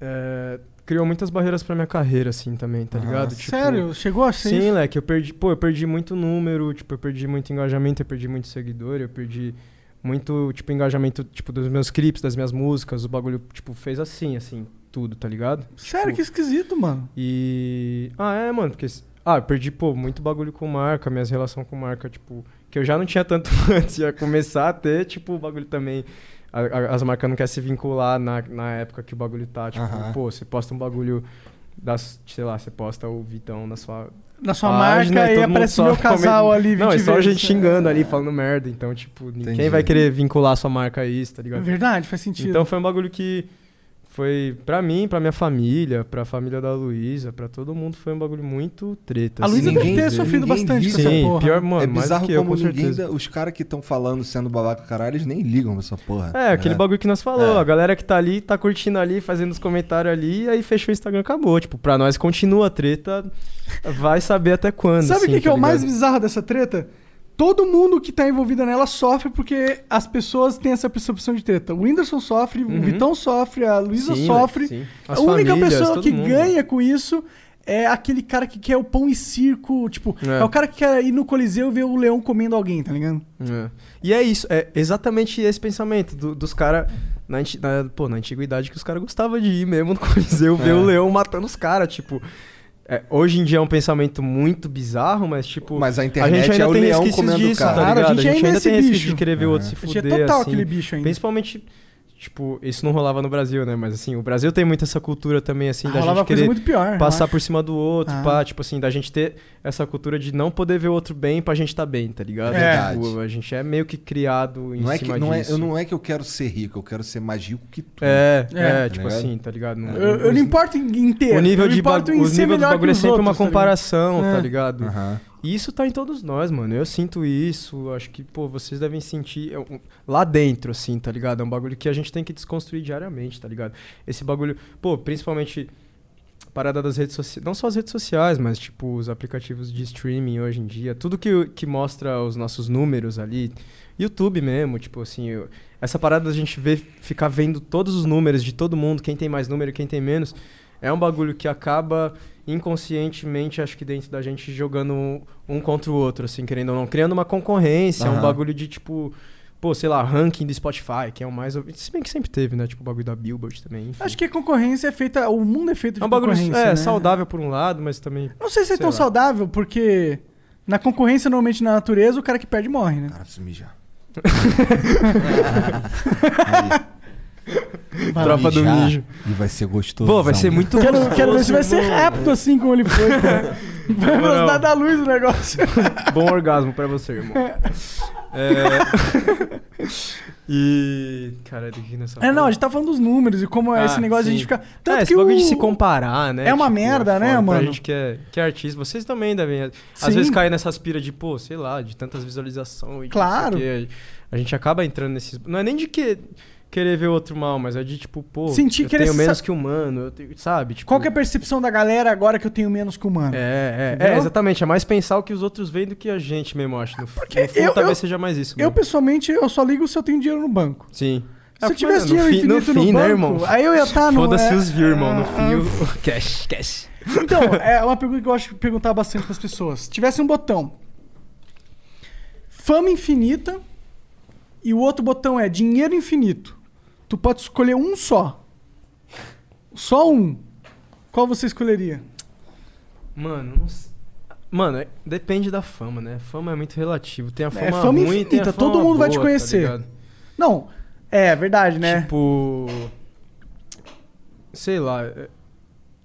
é, criou muitas barreiras pra minha carreira, assim, também, tá
Ah,
ligado? Tipo,
Sério, chegou a ser
Sim,
isso?
leque, eu perdi, pô, eu perdi muito número, tipo, eu perdi muito engajamento, eu perdi muito seguidor, eu perdi muito, tipo, engajamento, tipo, dos meus clipes, das minhas músicas, o bagulho, tipo, fez assim, assim, tudo, tá ligado?
Sério,
Tipo,
que esquisito, mano.
E... Ah, é, mano, porque... s- Ah, eu perdi, pô, muito bagulho com marca, minhas relações com marca, tipo, que eu já não tinha tanto antes, ia começar a ter, tipo, o bagulho também... a- a- as marcas não querem se vincular na, na época que o bagulho tá, tipo,
Aham.
pô, você posta um bagulho das, sei lá, você posta o Vitão na sua
Na sua
página,
marca
todo
e
mundo
aparece
só
meu casal
comenta-
ali, 20
Não, é só a
vezes.
gente xingando ali, falando merda. Então, tipo,
Entendi.
ninguém vai querer vincular sua marca a isso, tá
É
ligado?
verdade, faz sentido.
Então foi um bagulho que foi pra mim, pra minha família, pra família da Luísa, pra todo mundo foi um bagulho muito treta.
a Luísa
assim,
deve
ninguém
ter
vê,
sofrido
ninguém
bastante
diz.
com essa
Sim,
porra.
pior, mano,
é
mais do
bizarro
que eu,
como
com
ninguém.
certeza.
dá- os caras que estão falando sendo babaca caralho, eles nem ligam pra essa porra.
É, aquele
né?
bagulho que nós falou,
É.
a galera que tá ali, tá curtindo ali, fazendo os comentários ali, aí fechou o Instagram, acabou. Tipo, pra nós continua a treta, vai saber até quando.
Sabe o
assim,
que, que
tá
é o mais
ligado?
bizarro dessa treta? Todo mundo que tá envolvido nela sofre porque as pessoas têm essa percepção de treta. O Whindersson sofre, o
Uhum.
Vitão sofre, a Luísa
Sim,
sofre.
sim.
A
As
única
famílias,
pessoa
todo
que
mundo.
ganha com isso é aquele cara que quer o pão e circo. Tipo, é,
É.
o cara que quer ir no Coliseu e ver o leão comendo alguém, tá ligado?
É. E é isso, é exatamente esse pensamento do- dos caras. Na, anti- na- pô, na antiguidade que os caras gostavam de ir mesmo no Coliseu ver
É.
o leão matando os caras, tipo. é, hoje em dia é um pensamento muito bizarro, mas tipo.
Mas a
a
internet
gente ainda
é o
tem
leão
resquícios
comendo
disso,
cara.
tá
Cara,
ligado? A gente,
é
ainda tem
esse
resquício
bicho.
de querer ver o outro se
A gente é
fuder.
total
assim.
aquele bicho ainda.
Principalmente, tipo, isso não rolava no Brasil, né? Mas assim, o Brasil tem muito essa cultura também, assim, da
rolava
gente
coisa
querer
muito pior. né? eu
passar
acho.
por cima do outro,
Ah.
pá, tipo assim, da gente ter essa cultura de não poder ver o outro bem pra gente tá bem, tá ligado?
É.
Tipo, a gente é meio que criado em
Não é que
cima
não é,
disso.
eu não é que eu quero ser rico, eu quero ser mais rico que tu.
É, é,
É.
tipo
Tá ligado?
assim, tá ligado? Não-
Eu, eu não importo em em ter.
o nível
eu
de
importo
bagu-
em
o
ser
nível do
melhor que
bagulho é
os
sempre uma
outros, tá ligado?
comparação, tá
É.
ligado?
Aham.
E isso tá em todos nós, mano. Eu sinto isso. Acho que, pô, vocês devem sentir é um- lá dentro, assim, tá ligado? É um bagulho que a gente tem que desconstruir diariamente, tá ligado? Esse bagulho, pô, principalmente parada das redes sociais. Não só as redes sociais, mas, tipo, os aplicativos de streaming hoje em dia. Tudo que, que mostra os nossos números ali. YouTube mesmo, tipo, assim. eu- essa parada da gente ver, ficar vendo todos os números de todo mundo, quem tem mais número, quem tem menos. É um bagulho que acaba inconscientemente, acho que dentro da gente, jogando um contra o outro, assim, querendo ou não. Criando uma concorrência,
Aham.
um bagulho de tipo. Pô, sei lá, ranking do Spotify, que é o mais. ouvi- Se bem que sempre teve, né? Tipo, o bagulho da Billboard também. enfim.
Acho que a concorrência é feita. O mundo é feito de
é um bagulho
concorrência.
é,
né?
saudável por um lado, mas também.
Não sei se é
Sei
tão
lá.
saudável, porque na concorrência, normalmente na natureza, o cara que perde morre, né?
Cara, preciso mijar.
Vai
Tropa do
Mijar,
mijo.
E vai ser gostoso.
Pô, vai ser muito
Quero,
gostoso,
quero ver se vai ser
mano.
rápido assim como ele foi, cara. Vai
Na moral.
mostrar da luz o negócio.
Bom orgasmo pra você, irmão. É. e. Caralho, que nessa.
É, não, a gente tá falando dos números e como é
Ah,
esse negócio de a
sim.
gente ficar. Tanto
Tanto é, esse
que
bagulho
o...
de se comparar, né?
É uma merda, né,
foda.
mano?
Pra gente que é, que é artista, vocês também devem.
Sim.
Às vezes cair nessas piras de, pô, sei lá, de tantas visualizações. de não sei o
Claro.
quê. A gente acaba entrando nesses. Não é nem de que. querer ver o outro mal, mas é de tipo, pô,
Sentir
eu
que ele
tenho
se
menos
sa-
que humano, eu tenho, sabe? Tipo,
Qual que é a percepção da galera agora que eu tenho menos que o humano?
é, é,
Entendeu?
exatamente. É mais pensar o que os outros veem do que a gente mesmo, acho. No, Porque no fundo,
eu-
talvez
eu-
seja mais isso.
Eu,
mesmo.
pessoalmente, eu só ligo se eu tenho dinheiro no banco.
Sim.
Se
Ah,
eu tivesse
mano,
dinheiro
fim-
infinito no,
fim,
banco,
né, irmão?
aí eu ia estar no...
Foda-se
é,
os views, irmão. No fim,
ah,
o... cash, cash.
Então, é uma pergunta que eu acho que perguntar bastante para as pessoas. Se tivesse um botão, fama infinita, e o outro botão é dinheiro infinito, tu pode escolher um só. Só um. Qual você escolheria?
Mano, não sei. Mano, é- depende da fama, né? Fama é muito relativo. Tem a fama,
É fama
ruim, tem a
infinita,
fama
todo mundo vai te
boa, tá
conhecer.
ligado?
Não, é verdade, né?
Tipo. Sei lá. é-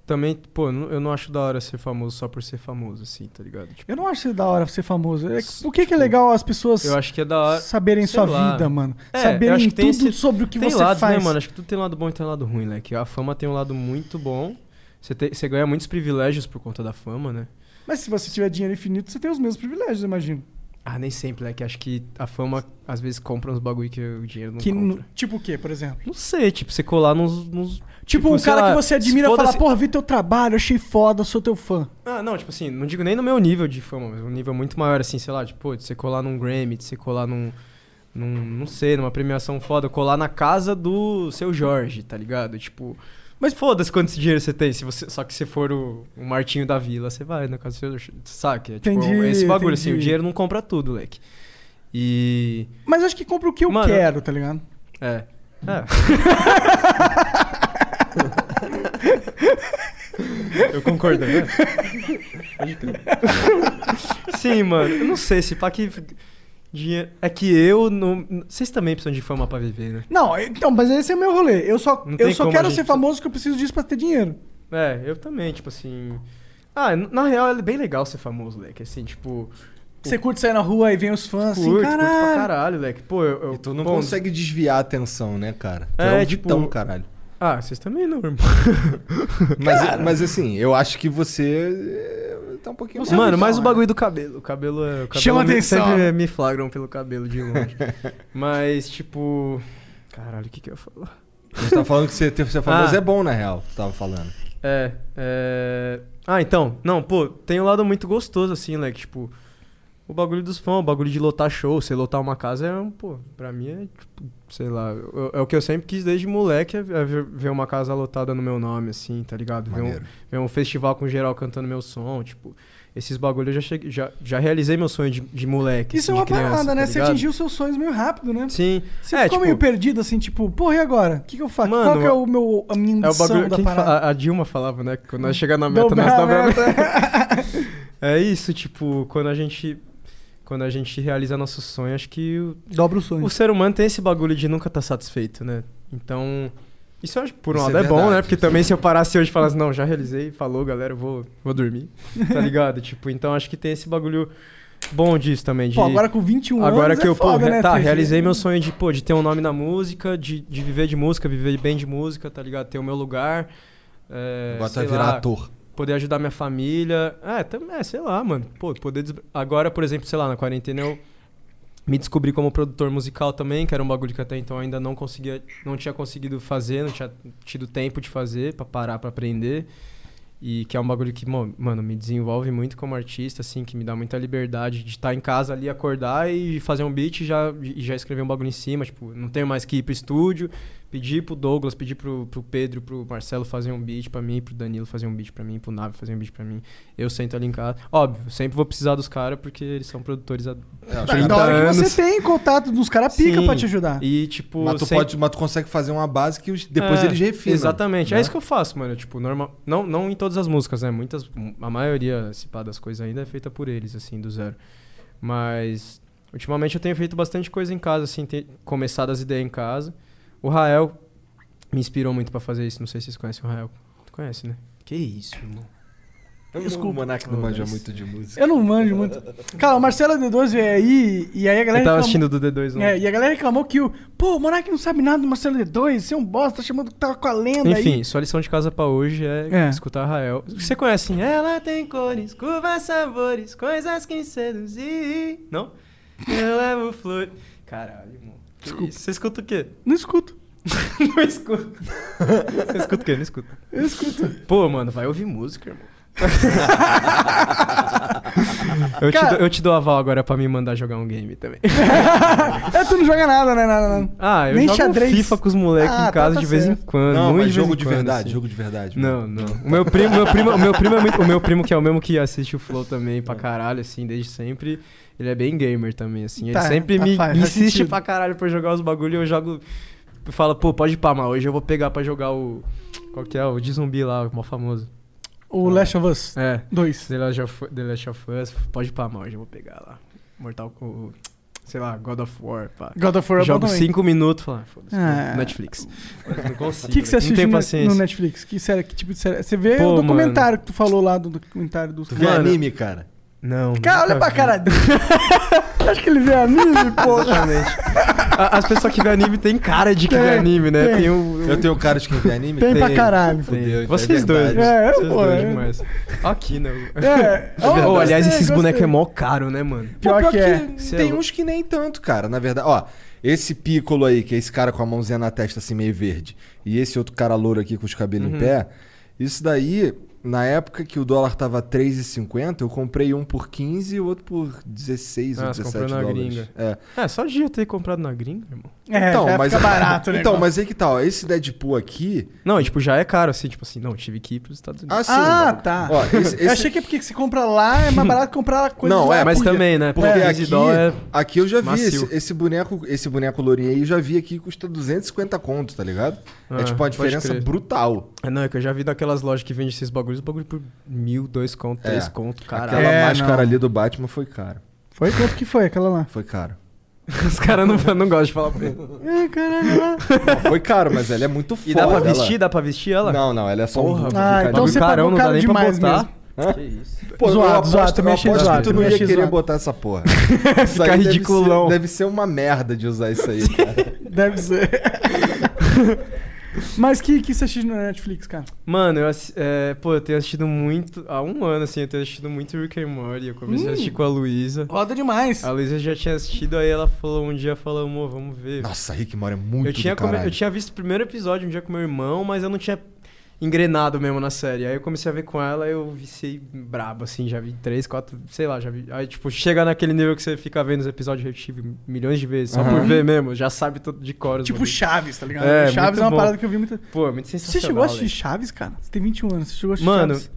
Também, pô, não- eu não acho da hora ser famoso só por ser famoso, assim, tá ligado? Tipo,
Eu não acho da hora ser famoso. É que- O que, que é legal as pessoas
eu acho que é da hora.
saberem
sei
sua
lá.
vida, mano?
É, eu acho
saberem
que tem
tudo
esse-
sobre o que
tem
você
lados,
faz.
Né, mano? Acho que tudo tem lado bom e tem lado ruim, né? Que a fama tem um lado muito bom. Você, tem- você ganha muitos privilégios por conta da fama, né?
Mas se você tiver dinheiro infinito, você tem os mesmos privilégios, eu imagino.
Ah, nem sempre, né? Que acho que a fama às vezes compra uns bagulho que o dinheiro não
Que
compra.
n- tipo o quê, por exemplo?
Não sei, tipo, você colar nos. nos-
Tipo, um
sei
cara
lá,
que você admira
foda-se-
falar, porra, vi teu trabalho, achei foda, sou teu fã.
Ah, não, tipo assim, não digo nem no meu nível de fama, mas um nível muito maior, assim, sei lá, tipo, pô, de você colar num Grammy, de você colar num. num não sei, numa premiação foda, colar na casa do seu Jorge, tá ligado? Tipo. Mas foda-se quanto dinheiro você tem. Se você, só que se for o, o Martinho da Vila, você vai na casa do seu Jorge. Saca? É, tipo,
Entendi,
esse bagulho, assim, o
entendi.
dinheiro não compra tudo, leque. E.
Mas acho que compra o que eu
Mano,
quero, tá ligado?
É. É. Eu concordo, né? Pode crer. Sim, mano. Eu não sei se pá que. dinhe- É que eu não. Vocês também precisam de fama pra viver, né?
Não, então, mas esse é meu rolê. Eu só,
Não
eu
tem
só
como
quero
a gente-
ser famoso que eu preciso disso pra ter dinheiro.
É, eu também, tipo assim. Ah, n- na real é bem legal ser famoso, leque. Assim, tipo.
Você curte sair na rua e vem os fãs
Curto,
assim,
curto
caralho.
pra caralho, leque. Pô, eu. eu
E tu não
bom,
consegue desviar a atenção, né, cara? Tu
É,
é, um
tipo-
vitão, caralho.
Ah, vocês também não, irmão.
Mas, mas assim, eu acho que você eh, tá um pouquinho... mais.
Mano, mas o bagulho do cabelo. O cabelo é. O cabelo
Chama
me-
atenção.
Sempre me flagram pelo cabelo de longe. mas, tipo. Caralho, o que, que eu ia falar?
Você tá falando que você ter ser famoso
Ah.
é bom, na real, tu tava falando.
É, é. Ah, então. Não, pô, tem um lado muito gostoso, assim, né? que, tipo. O bagulho dos fãs, o bagulho de lotar show, você lotar uma casa é um, pô, pra mim é, tipo, sei lá, eu- é o que eu sempre quis desde moleque, é ver ver uma casa lotada no meu nome, assim, tá ligado? Ver um,
Maneiro.
ver um festival com geral cantando meu som, tipo, esses bagulhos eu já, cheguei, já, já realizei meu sonho de, de moleque,
Isso é
assim,
uma
de criança,
parada,
tá
né? Você
ligado?
atingiu seus sonhos meio rápido, né?
Sim.
Você
é,
ficou
tipo,
meio perdido, assim, tipo, porra, e agora? O que, que eu faço? Qual
Mano,
que é o meu, a minha
É o
ambição
bagulho
da
que
parada?
a Dilma falava, né? que Quando nós chegar na meta,
Dobrar
nós
a
dobramos.
meta.
é isso, tipo, quando a gente quando a gente realiza nosso sonho, acho que o,
Dobra o sonho.
o ser humano tem esse bagulho de nunca estar satisfeito, né? Então, isso eu acho, por um
Isso é
lado é, bom, né?
verdade,
Porque
isso
também se eu parasse hoje e falasse, não, já realizei, falou, galera, eu vou, vou dormir. Tá ligado? tipo, então acho que tem esse bagulho bom disso também. De,
Pô, agora com 21
Agora
anos
que
é
eu, pô,
foda,
re-
né,
tá,
Teixeira?
realizei meu sonho de, pô, de ter um nome na música, de, de viver de música, viver bem de música, tá ligado? Ter o meu lugar. É,
Agora tu
sei
vai virar
lá,
ator.
Poder ajudar minha família. É, tam- é, sei lá, mano. Pô, poder. des- Agora, por exemplo, sei lá, na quarentena eu me descobri como produtor musical também, que era um bagulho que até então eu ainda não conseguia, não tinha conseguido fazer, não tinha tido tempo de fazer, pra parar pra aprender. E que é um bagulho que, mo- mano, me desenvolve muito como artista, assim, que me dá muita liberdade de estar em casa ali, acordar e fazer um beat e já, e já escrever um bagulho em cima. Tipo, não tenho mais que ir pro estúdio, pedir pro Douglas, pedir pro, pro Pedro, pro Marcelo fazer um beat pra mim, pro Danilo fazer um beat pra mim, pro Nave fazer um beat pra mim. Eu sento ali em casa. Óbvio, sempre vou precisar dos caras porque eles são produtores há
É,
30
Da hora Tá, que
anos.
você tá. tem contato dos caras pica
Sim.
pra te ajudar.
E, tipo,
Mas tu,
sempre-
pode, mas tu consegue fazer uma base que os- depois
é,
eles refinam.
Exatamente.
né?
É isso que eu faço, mano. Tipo, normal. Não, não em todas as músicas, né? Muitas. A maioria, se pá, das coisas ainda é feita por eles, assim, do zero. Mas. Ultimamente eu tenho feito bastante coisa em casa, assim, ter começado as ideias em casa. O Rael me inspirou muito pra fazer isso. Não sei se vocês conhecem o Rael. Tu conhece, né? Que isso, irmão.
O Monark não
Oh,
manja
mas-
muito de música.
Eu não manjo muito. Cara, o Marcelo D2 veio aí e aí a galera.
Eu tava
reclamou-
assistindo do né? D2 ontem.
É, e a galera reclamou que o. Pô, o Monark não sabe nada do Marcelo D2, você é um bosta, tá chamando que tava com a lenda aí.
Enfim, sua lição de casa pra hoje é,
É.
escutar a Rael. Você conhece, assim, Ela tem cores, curvas, sabores, coisas que seduzir. Não? Eu levo flor. Caralho, irmão. Que isso? Você escuta o quê?
Não escuto.
não escuto. Você escuta o quê? Não escuto.
Eu escuto.
Pô, mano, vai ouvir música, irmão. eu, te dou, eu te dou aval agora pra me mandar jogar um game também.
É, tu não joga nada, né? Nada, nada.
Ah, eu
Nem
jogo
xadrez.
FIFA com os moleques
Ah,
em casa
tá
de vez
certo.
em quando.
Não,
muito
mas
de
jogo
vez
de
em quando,
verdade,
assim.
jogo de verdade,
Não, não. O meu primo, meu primo, o meu primo é muito, o meu primo que é o mesmo que assiste o Flow também pra caralho assim, desde sempre. Ele é bem gamer também assim. Ele
Tá,
sempre
tá,
me,
faz-
me
faz
insiste
sentido.
pra caralho pra eu jogar os bagulho e eu jogo fala, pô, pode ir pra mal, hoje eu vou pegar pra jogar o qual que é? O de zumbi lá, o mó famoso.
O Last of Us.
É.
Dois.
The Last of, The Last of Us, pode ir pra mal, hoje eu vou pegar lá. Mortal o- sei lá, God of War, pá.
God of War é bom
Jogo
também.
5 minutos, fala, foda-se.
Ah.
Netflix. Não consigo.
O que, que você
velho. Não
assistiu
tenho
no-
paciência.
no Netflix? Que, série, que tipo de série? Você vê
Pô,
o documentário que tu falou lá do documentário do.
Tu vê anime, cara?
Não.
Cara, olha
nunca
pra
vi.
cara dele. Acho que ele vê anime, pô.
Exatamente. A- As pessoas que vê anime têm cara de que vê
Tem,
anime, né?
tem.
Tem o, o-
Eu tenho cara de quem vê anime?
Tem pra caralho.
Fudeu, então
Vocês
é
dois.
verdade.
É,
Vocês
pô,
dois
é.
demais. Aqui, né?
É.
Ô,
Oh,
aliás,
gostei,
esses bonecos
gostei.
é mó caro, né, mano?
Pô,
Pior que é.
Cê é
Tem
lou-
uns que nem tanto, cara. Na verdade, ó, esse Piccolo aí, que é esse cara com a mãozinha na testa assim meio verde, e esse outro cara louro aqui com os cabelos
Uhum.
em pé, isso daí, na época que o dólar tava 3,50, eu comprei um por 15 e o outro por 16 ou
Ah, você
17
comprou na
dólares.
gringa.
É.
É, só de eu ter comprado na gringa, irmão.
É, então, já fica barato, né?
Então, mas aí que tal? esse Deadpool aqui.
Não, e, tipo, já é caro, assim, tipo assim, não, tive que ir pros Estados Unidos.
Ah, sim.
Ah, tá.
Ó, esse-
Eu
esse-
achei que é porque você compra lá, é mais barato comprar coisa
Não,
lá.
é,
mas
porque-
também, né?
Porque
é, 15
aqui,
dólares é-
aqui eu já vi
macio.
esse, esse boneco, esse boneco lourinho aí, eu já vi aqui custa 250 conto, tá ligado?
Ah,
é tipo uma
pode
diferença
crer.
brutal.
Ah.
É, não, é que eu já vi daquelas lojas que vendem esses bagulhos, bagulho por mil, dois conto,
É.
três conto,
Aquela
caralho.
É,
máscara
não.
ali do Batman foi cara.
Foi quanto que foi aquela lá?
Foi caro.
Os caras não, não gostam de falar pra ele.
É, caralho, lá.
Não, foi caro, mas ela é muito foda.
E dá pra
ela-
vestir? Dá pra vestir ela?
Não, não, ela é só um
Porra,
Ah,
brincadeira.
então
Bagulho
você
carão,
pagou
não dá
caro
nem pra
demais
botar.
mesmo.
Que isso.
Pô,
Zoado,
eu aposto,
zoado, também
eu
achei
aposto
zoado,
que tu não
também
ia
achei
querer
zoado.
botar essa porra. Isso aí deve
ridiculão.
ser- Deve ser uma merda de usar isso aí, cara.
Deve ser. mas que, que você assiste no Netflix, cara?
Mano, eu, assi- é, pô, eu tenho assistido muito. Há um ano, assim, eu tenho assistido muito Rick and Morty. Eu comecei a
Hum.
assistir com a Luísa.
Roda demais.
A Luísa já tinha assistido, aí ela falou um dia, falou, amor, vamos ver.
Nossa, Rick Mora é muito
eu, tinha
do
come-
caralho.
eu tinha visto o primeiro episódio um dia com meu irmão, mas eu não tinha engrenado mesmo na série. Aí eu comecei a ver com ela, eu viciei brabo, assim, já vi três, quatro, sei lá, já vi. Aí, tipo, chega naquele nível que você fica vendo os episódios repetidos milhões de vezes, só por ver mesmo, já sabe todo de cor. os
Tipo
bagulho.
Chaves, tá ligado?
É,
Chaves
muito
é uma
bom.
parada que eu vi muito.
Pô, é muito
Você
sensacional.
chegou a assistir
velho.
Chaves, cara? Você tem 21 anos, você chegou a assistir
Mano,
Chaves?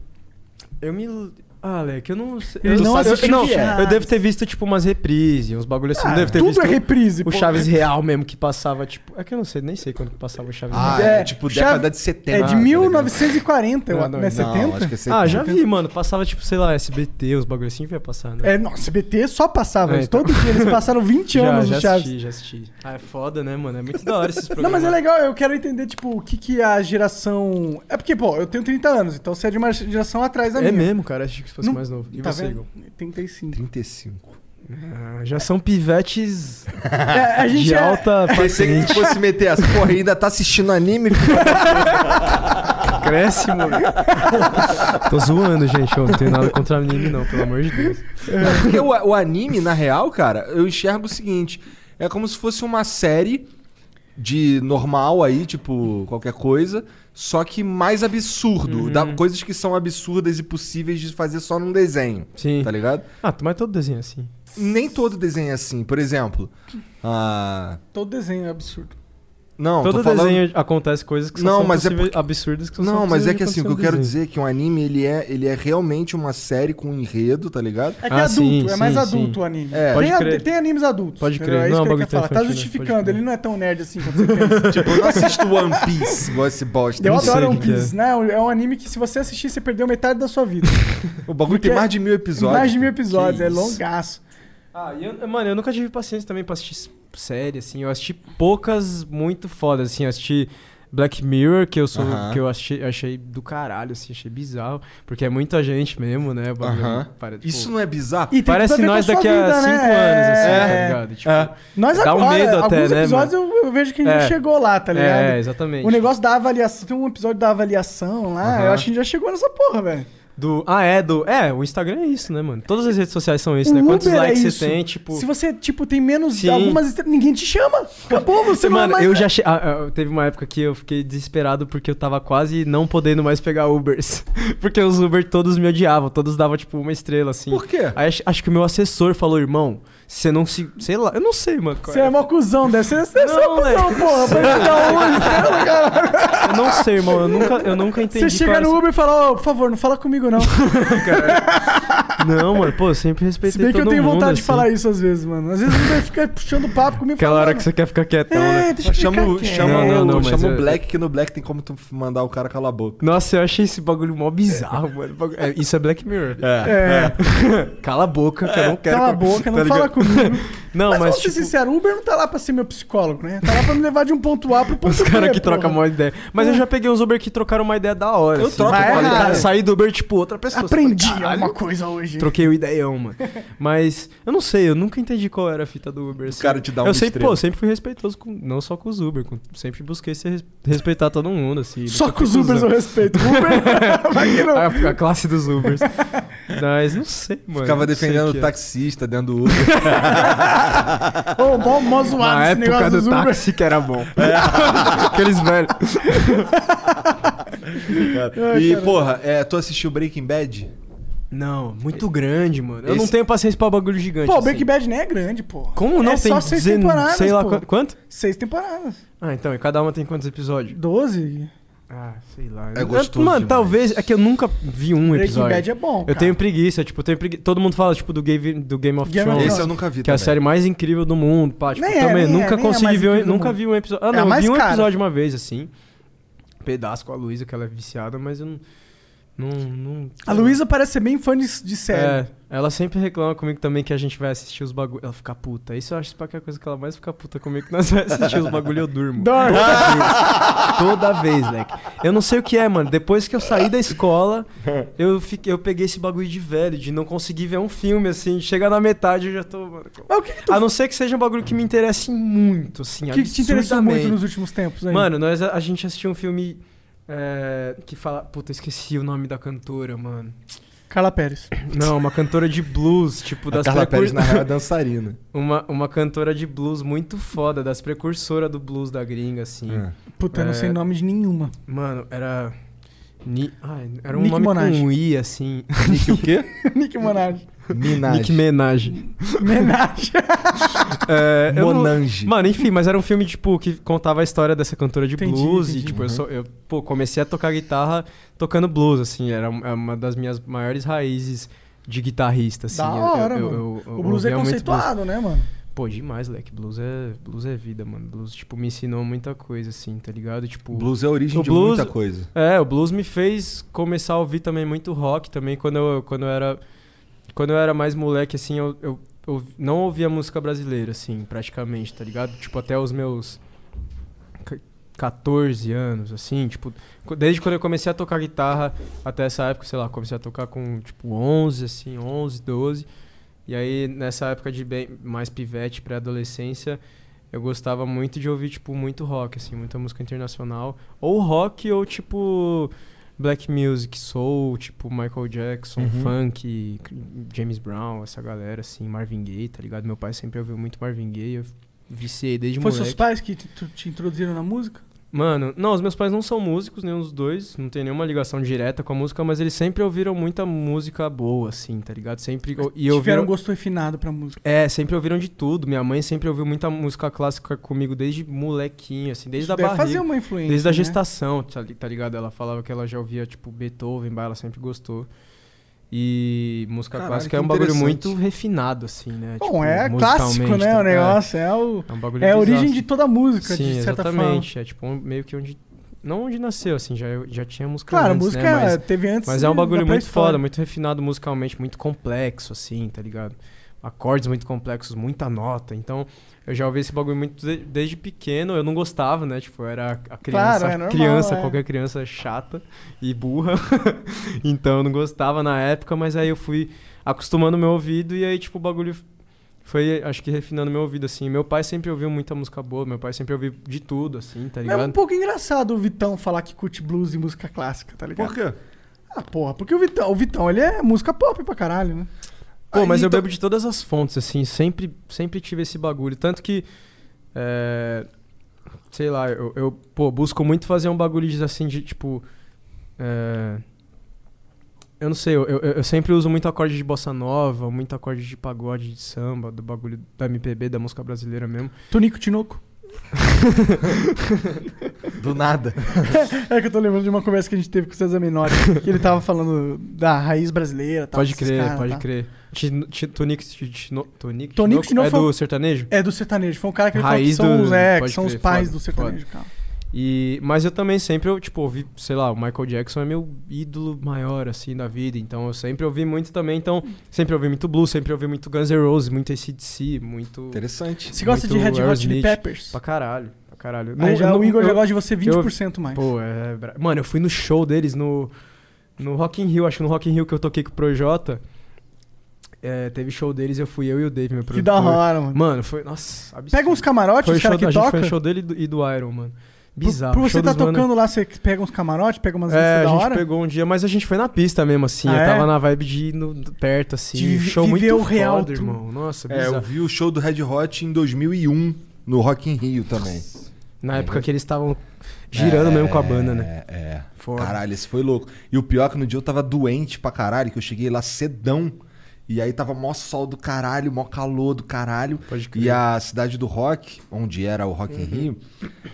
Eu me. Ah, Leque, eu não sei.
Ele
eu
não
sabe- eu-
assistiu
não,
Chaves.
eu devo ter visto, tipo, umas reprises, uns bagulho assim.
é. Ah,
não devo ter
tudo
visto
é reprise,
o
pô.
Chaves real mesmo que passava, tipo. É que eu não sei, nem sei quando que passava o Chaves
Ah,
real.
é, tipo década
Chaves-
de
Ah,
70,
É de
tá ligado?
1940, eu
Não,
acho.
Ah, não,
Não é
não,
70?
Não, acho que é 70.
Ah, já vi, mano. Passava, tipo, sei lá, SBT, os bagulho assim que ia passar, né?
É, nossa, BT só passava
É,
isso.
então.
Todo dia eles passaram 20
já,
anos
já
no Chaves.
assisti, já assisti. Ah, é foda, né, mano? É muito da hora esses
Não,
programas.
mas é legal, eu quero entender, tipo, o que, que a geração. É porque, pô, eu tenho 30 anos, então você é de uma geração atrás da
É
minha.
mesmo, cara. Achei que fosse
Não-
mais novo. E
tá
você,
vendo?
Igor?
35.
35.
Ah, já são pivetes
É, a gente
de
é-
alta
Pensei que tu fosse meter essa porra e ainda tá assistindo anime.
Cresce, moleque. Tô zoando, gente. Eu não tenho nada contra anime, não, pelo amor de Deus.
Não, porque o, o anime, na real, cara, eu enxergo o seguinte: é como se fosse uma série de normal aí, tipo, qualquer coisa, só que mais absurdo.
Uhum.
dá coisas que são absurdas e possíveis de fazer só num desenho.
Sim.
Tá ligado?
Ah, mas todo desenho é assim.
Nem todo desenho é assim. Por exemplo, ah,
Todo desenho é absurdo.
não, tô
todo
falando-
desenho acontece coisas que só
Não,
são
mas é
possíveis-
porque-
absurdas que só
Não,
são
mas é
possíveis
que
de
assim, o que eu
acontecer
quero
no desenho.
dizer é que um anime, ele é, ele é realmente uma série com um enredo, tá ligado?
É que é
Ah,
adulto,
sim,
é mais
sim,
adulto
sim.
o anime.
É.
Pode
Tem, a-
crer.
tem animes adultos.
Pode
entendeu?
crer.
É
Não,
isso
é um
que eu
bagulho
quero falar. Tá
infantil, né? Pode
justificando,
crer.
ele não é tão nerd assim quanto você pensa.
Tipo, eu não assisto One Piece, igual esse bosta.
Eu
Não sei
adoro
o
One
que que é.
Piece, né? É um anime que se você assistir, você perdeu metade da sua vida.
O bagulho tem mais de mil episódios.
Mais de mil
cara.
episódios,
Que
é
isso.
longaço.
Ah, e eu, mano, eu nunca tive paciência também pra assistir s- série, assim. Eu assisti poucas muito fodas, assim. Eu assisti Black Mirror, que eu sou.
Aham.
Que eu achei, achei do caralho, assim, achei bizarro. Porque é muita gente mesmo, né? o bagulho
Aham.
para- tipo,
Isso não é bizarro?
E tem
Parece
tudo a ver com
nós
sua
daqui a
vida,
cinco
né?
anos, assim,
É.
tá ligado? Tipo,
Nós
Dá um
agora,
medo até,
alguns
né,
episódios eu, eu vejo que a gente
É.
chegou lá, tá ligado?
é, exatamente.
O negócio da avaliação. Tem um episódio da avaliação lá.
Aham.
Eu acho que a gente já chegou nessa porra, velho.
Do, ah, é, do. É, o Instagram é isso, né, mano? Todas as redes sociais são isso,
O
né? Quantos
Uber é
likes
isso.
você tem, tipo.
Se você, tipo, tem menos
Sim.
algumas estrelas, ninguém te chama. Acabou, você não é
Mano,
mais-
eu já che... ah, ah, teve uma época que eu fiquei desesperado porque eu tava quase não podendo mais pegar Ubers. porque os Uber todos me odiavam, todos davam tipo uma estrela assim. Por
quê?
Aí acho, acho que o meu assessor falou, irmão, você não se, sei lá, eu não sei, mano. qual
Você é mó cuzão, deve ser, deve ser
Não,
uma cuzão,
moleque.
porra. Pra te dar uma estrela, cara.
é. Eu não sei, irmão, eu nunca eu nunca entendi.
Você chega
qual
no
era
Uber e fala, ó, por favor, não fala comigo, não.
essa- Não, mano, pô, eu sempre respeitei
Se bem que eu
todo
tenho
mundo,
vontade de
assim.
falar isso às vezes, mano. Às vezes o Uber fica puxando papo comigo. e
Aquela
fala,
hora que você quer ficar quietão,
É,
né?
deixa eu
Chama, o-
ficar quieto. É.
chama,
Não,
o-
não, mas
chama o
eu-
Black, que no Black tem como tu mandar o cara calar a boca.
Nossa, eu achei esse bagulho mó bizarro, mano. Bagu- é, isso é Black Mirror.
É.
Cala a boca, que eu não quero.
É, Cala a
que eu-
boca, não
tá
fala
ligado?
comigo.
Não,
mas,
mas,
vamos ser
tipo,
sincero, o Uber não tá lá pra ser meu psicólogo, né? Tá lá pra me levar de um ponto A pro ponto
os
B.
caras que
porra.
trocam uma ideia. Mas eu já peguei os Uber que trocaram uma ideia da hora.
Eu
assim.
troco,
eu falei,
cara.
cara, saí do Uber, tipo, outra pessoa.
Aprendi
Falei, "Caralho,
alguma coisa hoje.
Troquei o ideião, mano. Mas eu não sei, eu nunca entendi qual era a fita do Uber. assim.
cara te dá
um
Eu
uma
sempre,
estrela.
pô, sempre fui respeitoso, com, não só com os Uber, com- sempre busquei ser, res- respeitar todo mundo, assim.
Só
nunca
com os
fui
Ubers eu
cuzão.
respeito. Uber, vai que não.
a, a classe dos Ubers. Mas não sei, mano.
Ficava
não sei
defendendo o
que é.
taxista dentro do Uber.
Ô, mó, mó zoado esse
Na época
negócio dos
do
Uber.
táxi que era bom. Aqueles velhos.
Cara. E, porra, é, tu assistiu Breaking Bad?
Não, muito grande, mano. Eu não
Esse-
tenho paciência pra bagulho gigante.
Pô,
assim.
Breaking Bad nem é grande, pô.
Como não?
É
tem
só seis
dezen-
temporadas,
Sei lá
pô.
quan- quanto?
Seis temporadas.
Ah, então, e cada uma tem quantos episódios?
Doze.
Ah, sei lá.
É gostoso
Mano,
demais.
talvez. É que eu nunca vi um
Breaking
episódio.
Bad é bom,
Eu
cara.
tenho preguiça, tipo, eu tenho preguiça. Todo mundo fala, tipo, do Game, do Game of
Game of
Thrones.
Thrones. Esse
eu nunca vi
Que é a
também.
série mais incrível do mundo, pá. Tipo,
Nem é, nem é,
também nunca
nem é
consegui
mais
ver.
incrível
um-
do
Nunca
mundo.
vi um episódio.
É
Ah,
a
não, eu
mais
vi um
cara.
episódio uma vez, assim. Pedaço com a Luísa, que ela é viciada, mas eu não. Não. não
A Luísa parece ser bem fã de, de série.
É, ela sempre reclama comigo também que a gente vai assistir os bagulhos. Ela fica puta. Isso eu acho que é a coisa que ela mais fica puta comigo, que nós vai assistir os bagulho eu durmo.
Dorme.
Toda vez, leque. Eu não sei o que é, mano. Depois que eu saí da escola, eu, fiquei, eu peguei esse bagulho de velho, de não conseguir ver um filme, assim. de Chegar na metade, eu já tô... Mano,
Mas o que, que tu
a não ser que seja um bagulho que me interesse muito, assim,
O que que te interessou muito
absurdamente.
nos últimos tempos aí?
Mano, nós, a gente assistiu um filme é, que fala... Puta, esqueci o nome da cantora, mano.
Carla Pérez.
Não, uma cantora de blues, tipo,
A
das
Carla Pérez, na
precur-
real, é dançarina.
uma, uma cantora de blues muito foda, das precursoras do blues da gringa, assim.
É.
Puta, eu não
É.
sei nome de nenhuma.
Mano, era... Ni... Ai, era um
Nick
nome
Minaj.
com um I, assim.
Nick o quê?
Nick Minaj.
Minaj.
Nick Menage.
Menage.
É, eu não-
Monange.
Mano, enfim, mas era um filme, tipo, que contava a história dessa cantora de
Entendi,
blues. E,
entendi.
tipo, eu, só, eu pô, comecei a tocar guitarra tocando blues, assim. Era um- é uma das minhas maiores raízes de guitarrista, assim.
Da
Eu- eu-
hora,
eu-
mano.
eu- eu
o blues é
ouvia muito blues.
conceituado, né, mano?
Pô, demais, leque. Blues é, blues é vida, mano. Blues, tipo, me ensinou muita coisa, assim, tá ligado? Tipo.
O blues é a origem
O
de
blues-
muita coisa.
É, o blues me fez começar a ouvir também muito rock também. Quando eu, quando eu era. Quando eu era mais moleque, assim, eu, eu, eu não ouvia música brasileira, assim, praticamente, tá ligado? Tipo, até os meus. ca- 14 anos, assim, tipo, co- desde quando eu comecei a tocar guitarra até essa época, sei lá, comecei a tocar com, tipo, 11, assim, 11, 12. E aí, nessa época de bem mais pivete, pré-adolescência, eu gostava muito de ouvir, tipo, muito rock, assim, muita música internacional. Ou rock, ou, tipo, black music, soul, tipo, Michael Jackson,
Uhum.
funk, James Brown, essa galera, assim, Marvin Gaye, tá ligado? Meu pai sempre ouviu muito Marvin Gaye, eu viciei desde
Foi
moleque.
seus pais que te, tu- te introduziram na música?
Mano, não, os meus pais não são músicos, nenhum dos dois, não tem nenhuma ligação direta com a música, mas eles sempre ouviram muita música boa, assim, tá ligado? Sempre. E
Tiveram
ouviram,
um gosto refinado pra música.
é, sempre ouviram de tudo. Minha mãe sempre ouviu muita música clássica comigo desde molequinho, assim, desde
Isso
a
deve
barriga.
fazer uma influência,
desde a
né?
gestação, tá li- tá ligado? Ela falava que ela já ouvia, tipo, Beethoven, bah, ela sempre gostou. E música
Caralho,
clássica é
que
um bagulho
interessante.
muito refinado, assim, né?
Bom,
Tipo,
é clássico,
musicalmente,
né,
tá-
o negócio. É, o,
É, um bagulho
é a origem
bizarro.
de toda a música,
Sim,
de certa
exatamente.
forma.
É tipo um- meio que onde. Não onde nasceu, assim, já, já tinha música.
Claro, a
antes,
música
né? Mas-
teve antes
mas é um
da
bagulho muito
pré-história.
foda, muito refinado musicalmente, muito complexo, assim, tá ligado? Acordes muito complexos, muita nota. Então, eu já ouvi esse bagulho muito de- desde pequeno. Eu não gostava, né? Tipo, eu era a criança,
Claro, é normal,
criança
é.
qualquer criança chata e burra. então, eu não gostava na época, mas aí eu fui acostumando meu ouvido e aí, tipo, o bagulho foi, acho que, refinando meu ouvido, assim. Meu pai sempre ouviu muita música boa, meu pai sempre ouviu de tudo, assim,
É
tá
um
ligado?
pouco engraçado o Vitão falar que curte blues e música clássica, tá ligado?
Por quê?
Ah, porra, porque o Vitão, o Vitão, ele é música pop pra caralho, né?
Pô,
Aí,
mas eu
então-
bebo de todas as fontes, assim, sempre, sempre tive esse bagulho. Tanto que. é, sei lá, eu, eu, pô, busco muito fazer um bagulho de, assim, de tipo. é, eu não sei, eu, eu, eu sempre uso muito acorde de bossa nova, muito acorde de pagode, de samba, do bagulho da MPB, da música brasileira mesmo.
Tonico Tinoco.
Do nada.
é que eu tô lembrando de uma conversa que a gente teve com o César Menor, que ele tava falando da raiz brasileira. tal,
Pode
desses
crer,
caras,
pode
tá?
crer. Tino- ti- Tonico Tino- Tonico
Tonico
Tinoco é
Tinoco foi-
do sertanejo?
É do sertanejo. Foi um cara que ele falou que
Raiz
são,
do-
os, é, que
pode
são os
crer,
pais
foda,
do sertanejo.
foda.
Cara.
E, mas eu também sempre, eu, tipo, ouvi, sei lá, o Michael Jackson é meu ídolo maior, assim, da vida. Então eu sempre ouvi muito também. Então, sempre ouvi muito blues, sempre ouvi muito Guns N' Roses, muito ACDC, muito.
Interessante.
Você gosta de Red Hot Chili
Aerosmith.
Peppers?
Pra caralho, pra caralho.
Aí já é, o Igor já gosta de você
eu-
20% mais.
Pô, é. bra- Mano, eu fui no show deles no. No Rock in Rio, acho que no Rock in Rio que eu toquei com o Projota. é, teve show deles, eu fui eu e o Dave, meu
Que
produtor.
da hora, mano.
Mano, foi. Nossa, absurdo.
Pega uns camarotes,
Foi
os caras
show-
que
a gente foi
tocam.
no show dele e do- e do Iron, mano. Bizarro.
Por você
show
tá
dos mano-
tocando lá, você pega uns camarotes, pega umas
é,
listas
a
da
gente
hora.
pegou um dia, mas a gente foi na pista mesmo, assim.
Ah,
eu
é?
tava na vibe de ir no, perto, assim.
De vi-
show muito
viver o
foda,
real, tu-
irmão. Nossa,
É,
bizarro.
eu vi o show do Red Hot em 2001, no Rock in Rio também.
Na época que eles estavam girando mesmo com a banda, né?
É, é. Caralho, esse foi louco. E o pior é que no dia eu tava doente pra caralho, que eu cheguei lá cedão. E aí tava mó sol do caralho, mó calor do caralho. E a cidade do rock, onde era o
Uhum.
Rock in Rio,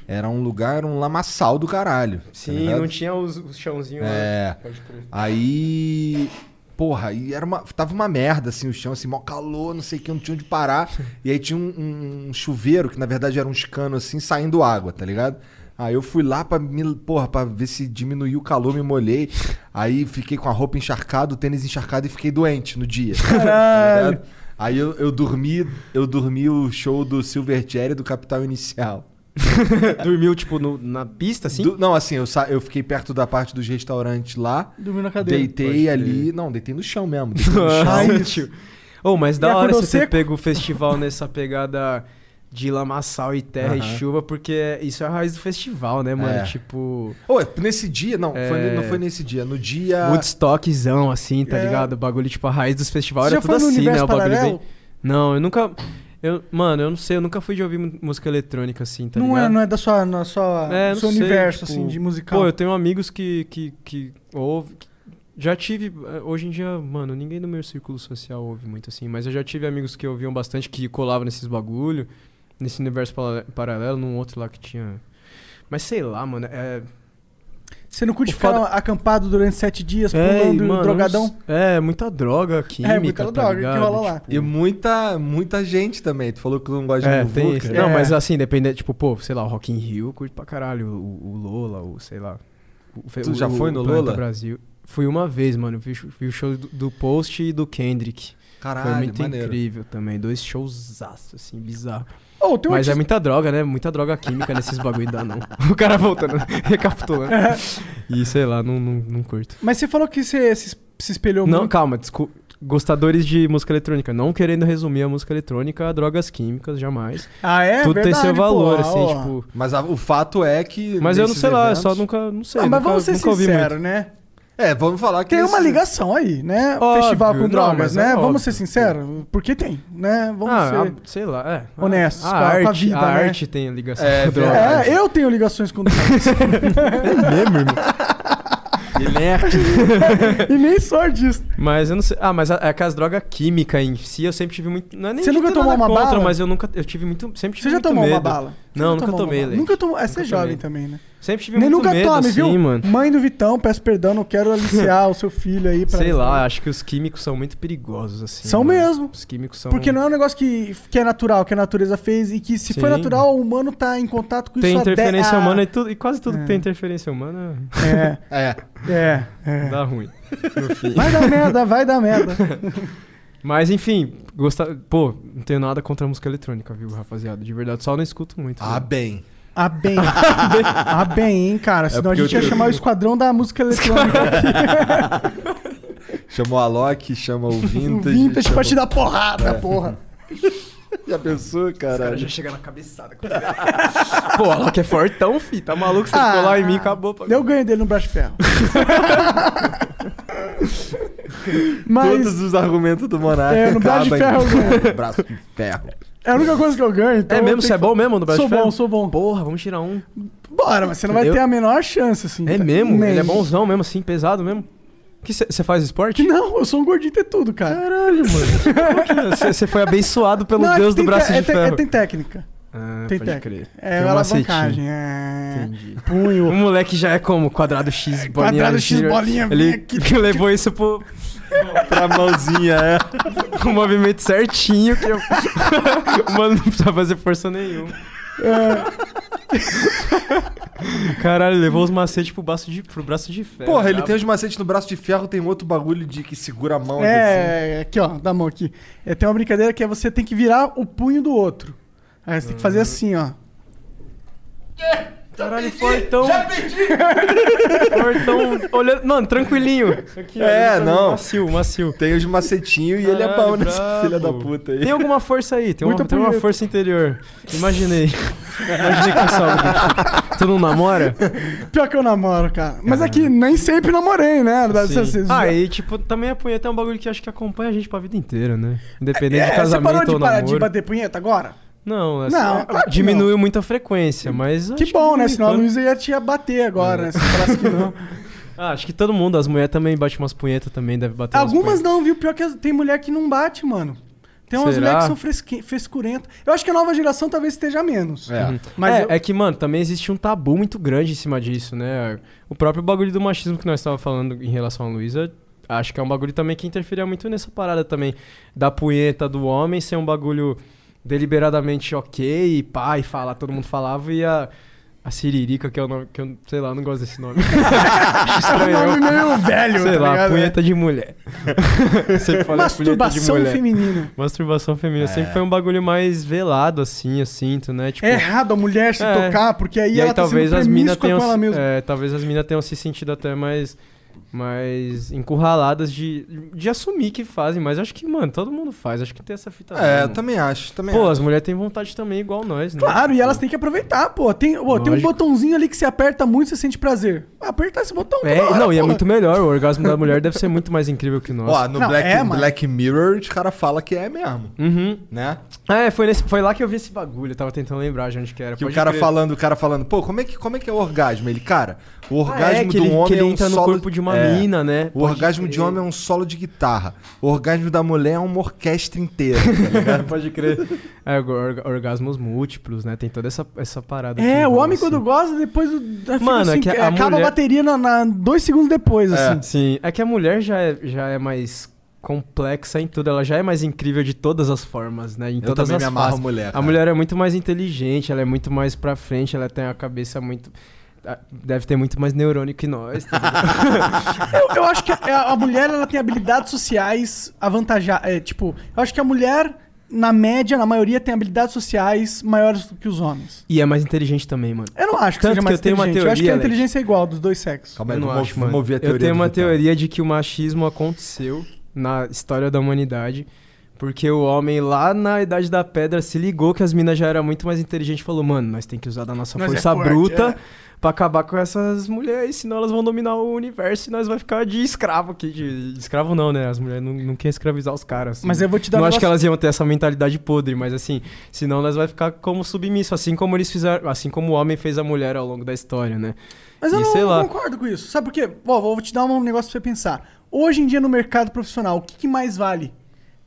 era um lugar, um lamaçal do caralho. tá
Sim,
ligado?
não tinha os, os chãozinhos lá.
É.
Pode crer.
Aí. Porra, e era uma. Tava uma merda, assim, o chão, assim, mó calor, não sei o que, não tinha onde parar. E aí tinha um, um chuveiro, que na verdade era uns canos assim, saindo água, tá ligado? Aí eu fui lá pra, me, porra, pra ver se diminuiu o calor, me molhei. Aí fiquei com a roupa encharcada, o tênis encharcado e fiquei doente no dia. Tá ligado? aí eu, eu dormi, eu dormi o show do Silverchair e do Capital Inicial.
Dormiu, tipo, no- na pista, assim?
Do- não, assim, eu, sa- eu fiquei perto da parte dos restaurantes lá.
Dormiu na cadeira. Pode
Deitei
crer.
ali. Não, deitei no chão mesmo. Deitei no chão.
Ai, tio. Ô, mas
E
da hora
acordou
você ter
seco?
pego o festival nessa pegada de lamaçal e terra e
Aham.
chuva, porque é- isso é a raiz do festival, né, mano?
É.
Tipo.
Ô, é nesse dia, não, foi
É.
ne- não foi nesse dia. No dia.
Woodstockzão, assim, tá
Ah. É.
ligado? O bagulho, tipo, a raiz dos festivais
Você já
era
foi
tudo
no
assim, né?
Universo
O bagulho
Paralelo?
bem... Não, eu nunca... Eu, mano, eu não sei, eu nunca fui de ouvir mu- música eletrônica, assim, tá
não
ligado?
é, não é da sua, na sua,
É,
do
não
seu
sei,
universo,
tipo,
assim, de musical.
Pô, eu tenho amigos que, que, que ouvem... que- Já tive... eh, Hoje em dia, mano, ninguém do meu círculo social ouve muito, assim. Mas eu já tive amigos que ouviam bastante, que colavam nesses bagulho. Nesse universo pala- paralelo, num outro lá que tinha... Mas sei lá, mano, é...
Você não curte
o foda-
ficar acampado durante sete dias,
É,
pulando,
mano,
drogadão?
uns- É, muita droga química,
É, muita
tá
droga que
ligado?
rola lá.
E muita, muita gente também. Tu falou que não gosta
É,
de
tem
muvuca.
isso. Não, mas assim, depende, tipo, pô, sei lá, o Rock in Rio eu curto pra caralho, o, o Lola, o sei lá. O, fe-
Tu já foi no
Planeta
Lola?
Brasil. Fui uma vez, mano, vi, o show- vi o show do, do Post e do Kendrick.
Caralho,
Foi muito
Ah, maneiro.
incrível também, dois shows assim, bizarro.
Ô, tem um
Mas é
artista-
muita droga, né? Muita droga química nesses bagulho dá, não. O cara voltando, recapitulando.
É.
E sei lá, não, não, não curto.
Mas você falou que você se, es- se espelhou
Não,
muito.
calma, desculpa. Gostadores de música eletrônica, não querendo resumir a música eletrônica a drogas químicas, jamais.
Ah, é?
Tudo tem
Verdade,
seu valor,
pô,
assim,
ó.
tipo.
Mas a- o fato é que.
Mas eu não
nesses
sei lá, eu
eventos-
só nunca. Não sei.
Ah, mas
nunca,
vamos ser
nunca ouvi
sinceros,
muito.
né?
É, vamos falar que.
Tem
esse-
uma ligação aí, né?
Óbvio,
Festival com
não,
drogas,
mas é
né?
óbvio.
Vamos ser sinceros, porque tem, né? Vamos
Ah,
ser...
a- sei lá, é. A-
Honestos
a
com a- com a
arte,
vida,
a
né?
arte tem ligação
É,
com né? drogas.
é, eu tenho ligações com drogas.
Ele é arte.
e nem só disso.
Mas eu não sei. Ah, mas a- é que as drogas químicas em si eu sempre tive muito. Não é nem
Você
de
nunca
ter
tomou
nada
uma
contra,
bala?
Mas eu nunca. Eu tive muito. Sempre tive
Você já
muito
tomou uma
medo.
bala? Você
Não,
já
nunca
tomou uma
tomei,
bala?
Leite.
Nunca tomou. É, você é
Nunca
jovem
tomei.
também, né?
Sempre tive
Nem
muito
nunca
medo,
tome,
assim,
viu?
mano.
Mãe do Vitão, peço perdão, não quero aliciar o seu filho aí pra.
Sei lá, acho que os químicos são muito perigosos, assim.
São
mano.
mesmo.
Os químicos são.
Porque não é um negócio que, que é natural, que a natureza fez e que se for
Sim.
natural, o humano tá em contato com
Tem
isso há
interferência
dez- ah,
humana e, tudo, e quase tudo
É.
que tem interferência humana.
É. É, é.
Dá ruim. No fim.
Vai dar merda, vai dar merda.
Mas enfim, gostar. Pô, não tenho nada contra a música eletrônica, viu, rapaziada? De verdade, só não escuto muito. Ah,
bem.
Ah, bem. ah, bem, hein,
É
cara. Senão a
porque
gente
eu
ia
tenho-
chamar o esquadrão da música eletrônica aqui.
Chama o Alok, chama o Vintage.
Vintage pra
chama-
te dar porrada,
É.
porra.
Já pensou, caralho?
já chega na cabeçada. Pô, o Alok é
Ah.
fortão, fi. Tá maluco? Você colar em mim, acabou.
Eu ganho dele no braço de ferro. Mas-
Todos os argumentos do Monarca.
É, no braço de
acabam
ferro,
em-
né?
braço de ferro.
É a única coisa que eu ganho. Então
É
eu
mesmo?
tenho
Você é
que-
bom mesmo no braço
Sou
de ferro?
bom, Hum. sou bom.
Porra, vamos tirar um.
Bora, mas você não vai
Eu-
ter a menor chance, assim.
É
tá?
mesmo?
Nem.
Ele é bonzão mesmo, assim, pesado mesmo. Que Você faz esporte?
Não, eu sou um gordinho ter tudo, cara.
Caralho, mano. Você foi abençoado pelo
Não, é que
Deus do
tem
braço
te-
de
é te-
ferro.
é, tem técnica.
Ah,
tem
pode
técnica.
crer.
É
Tem um
alavancagem.
macetinho.
É...
Entendi.
Punho.
O moleque já é como? Quadrado X, bolinha.
Quadrado X,
gira.
bolinha, vem
Ele
aqui.
que levou isso pro...
pra mãozinha, é.
O movimento certinho que eu... o mano não precisa fazer força nenhuma. É. Caralho, levou os macetes pro braço de, pro braço de ferro. Ah,
Porra, ele
É,
Brabo.
tem os macetes no braço de ferro, tem outro bagulho de que segura a mão. assim.
É, aqui ó, da mão aqui. É, tem uma brincadeira que é você tem que virar o punho do outro. Aí você tem que
Ah.
fazer assim, ó.
Caralho, fortão. Já pedi! fortão, olhando... Mano, tranquilinho. Aqui,
É,
olhando pra mim,
não.
Macio, macio.
Tem os macetinhos e ele é
Caralho,
bom nesse
brabo.
filho da puta aí.
Tem um- alguma força aí, tem,
Muita
uma, tem uma
punheta.
força interior. Imaginei. Imaginei que saúde. tipo. Tu não namora?
Pior que eu namoro, cara. Mas é que nem sempre namorei, né? Você- você-
Ah, e tipo, também a punheta é um bagulho que acho que acompanha a gente pra vida inteira, né? Independente
É,
de
você
casamento
parou de
ou
parar
namoro.
de bater punheta agora?
Não, assim,
Não,
é-
claro que
diminuiu muito a frequência, mas...
Que
acho é
bom, né?
de vez em
Senão a
quando-
Luísa ia te bater agora, né? Se falasse que não.
Ah, acho que todo mundo, as mulheres também batem umas punhetas, também deve bater umas
Algumas não, viu? Pior que as- tem mulher que não bate, mano. Tem umas
Será?
mulheres que são fresque- frescurentas. Eu acho que a nova geração talvez esteja menos.
É.
Mas
Mas é,
eu-
é que, mano, também existe um tabu muito grande em cima disso, né? O próprio bagulho do machismo que nós estávamos falando em relação à Luísa, acho que é um bagulho também que interferia muito nessa parada também. Da punheta do homem ser um bagulho deliberadamente ok, e pá, e falar, todo mundo falava, e a. A Siririca, que é o nome, que eu sei lá, eu não gosto desse nome. Acho estranho.
É um nome meio velho,
Sei
tá
lá,
ligado?
punheta de mulher. Sempre falei punheta de
Masturbação
mulher.
feminina.
Masturbação feminina sempre foi um bagulho mais velado, assim, eu sinto, né? Tipo,
É errado a mulher se
É.
tocar, porque aí
e
ela
aí talvez
tá
as
sendo
minas
promíscua
tenham,
com ela mesma.
é, talvez as minas tenham se sentido até mais mais encurraladas de, de assumir que fazem, mas acho que, mano, todo mundo faz, acho que tem essa fita.
É, eu
mesmo.
também acho, também
Pô,
acho.
as mulheres têm vontade também igual nós, né?
Claro, e elas têm que aproveitar, pô. Tem, pô, tem um
Lógico.
botãozinho ali que você aperta muito, você sente prazer. Apertar esse botão.
É,
toda hora,
não, e é
porra.
muito melhor, o orgasmo da mulher deve ser muito mais incrível que o nosso.
Ó, no
Não,
Black,
é, mano.
Black Mirror, os caras falam que é mesmo,
Uhum.
né?
Ah, é, foi, nesse, foi lá que eu vi esse bagulho, eu tava tentando lembrar de onde que era.
Que o
pode
cara
crer.
falando, o cara falando, pô, como é que, como é, que é o orgasmo? Ele, cara, o
Ah,
orgasmo
é,
de
que
um
ele, que
homem
ele
é um
entra no
solo...
corpo de uma
É.
mina, né?
O orgasmo de homem é um solo de guitarra. O orgasmo da mulher é uma orquestra inteira.
Pode crer. É, orga- orgasmos múltiplos, né? Tem toda essa, essa parada. que
É, o
rola,
homem
assim.
quando gosta, depois. o-
Mano,
fica assim,
é que a
acaba
mulher-
a bateria na, na- dois segundos depois, assim.
Sim, é que a mulher já é, já é mais complexa em tudo, ela já é mais incrível de todas as formas, né? Em
Eu
todas
também
as
me amarro
faces.
a mulher.
A
cara.
mulher é muito mais inteligente, ela é muito mais pra frente, ela tem a cabeça muito. ah, Deve ter muito mais neurônio que nós. tá ligado?
Eu, eu acho que a, a mulher ela tem habilidades sociais avantajadas. É, tipo, eu acho que a mulher, na média, na maioria, tem habilidades sociais maiores do que os homens.
e é mais inteligente também, mano.
Eu não acho que
Tanto
seja
que
mais
eu tenho uma
inteligente. eu acho que
teoria,
a
Alex.
inteligência é igual dos dois sexos.
Calma aí,
eu não
vou
acho,
mov-
mano.
mover a teoria
eu tenho
do
uma
Vitão.
teoria de que o machismo aconteceu na história da humanidade. Porque o homem lá na Idade da Pedra se ligou que as minas já eram muito mais inteligentes e falou: Mano, nós tem que usar da nossa
Nós é
força
forte,
bruta
é."
pra acabar com essas mulheres, senão elas vão dominar o universo e nós vai ficar de escravo aqui. De... de Escravo não, né? As mulheres não, não querem escravizar os caras. assim.
Mas eu vou te dar
Não
um
acho que
negócio-
elas iam ter essa mentalidade podre, mas assim, senão nós vai ficar como submisso, assim como eles fizeram, assim como o homem fez a mulher ao longo da história, né?
Mas eu
E
não,
sei lá.
concordo com isso. Sabe por quê? Bom, vou te dar um negócio pra você pensar. Hoje em dia, no mercado profissional, o que, que mais vale?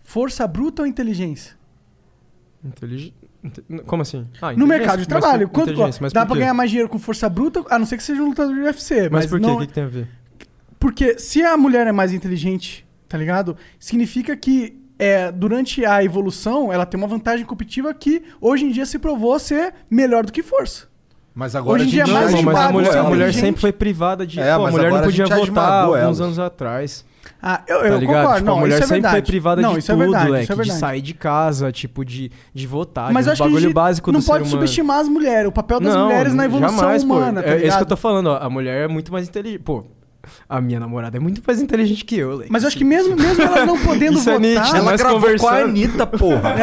Força bruta ou inteligência?
Intelig... inte- Como assim? Ah,
No
inteligência,
mercado de
mas
trabalho,
por-
quanto
inteligência, mas
dá
por
pra
quê?
ganhar mais dinheiro com força bruta, a não ser que seja um lutador de UFC.
Mas, por quê?
não-
O que, que tem a ver?
Porque se a mulher é mais inteligente, tá ligado? Significa que é, durante a evolução ela tem uma vantagem competitiva que hoje em dia se provou ser melhor do que força.
Mas agora
Hoje em
a gente
dia é mais
já
Não, mas a
pago,
mulher, a
você é
mulher
inteligente.
sempre foi privada de.
É,
pô, a
mas
mulher
agora
não
a
podia
gente já
votar
esmagou
alguns
elas.
anos atrás.
Ah, eu,
Tá
eu
ligado?
concordo,
tipo,
não,
a mulher
isso é
sempre
verdade.
foi privada
não,
de
isso
tudo,
é verdade,
leque,
isso é
de
verdade.
sair de casa, tipo, de, de votar,
Mas
de
eu
um
acho que a
bagulho
gente
básico
não
do ser
pode
humano.
subestimar as mulheres, o papel das mulheres na evolução
jamais, pô.
humana, tá
é isso que eu
ligado?
tô falando, ó. A mulher é muito mais inteligente. Pô, a minha namorada é muito mais inteligente que eu, Leque.
Mas eu acho que mesmo, mesmo elas não podendo
Isso é
votar...
nítido,
Ela
Nós
gravou com a
conversando.
Anitta, porra.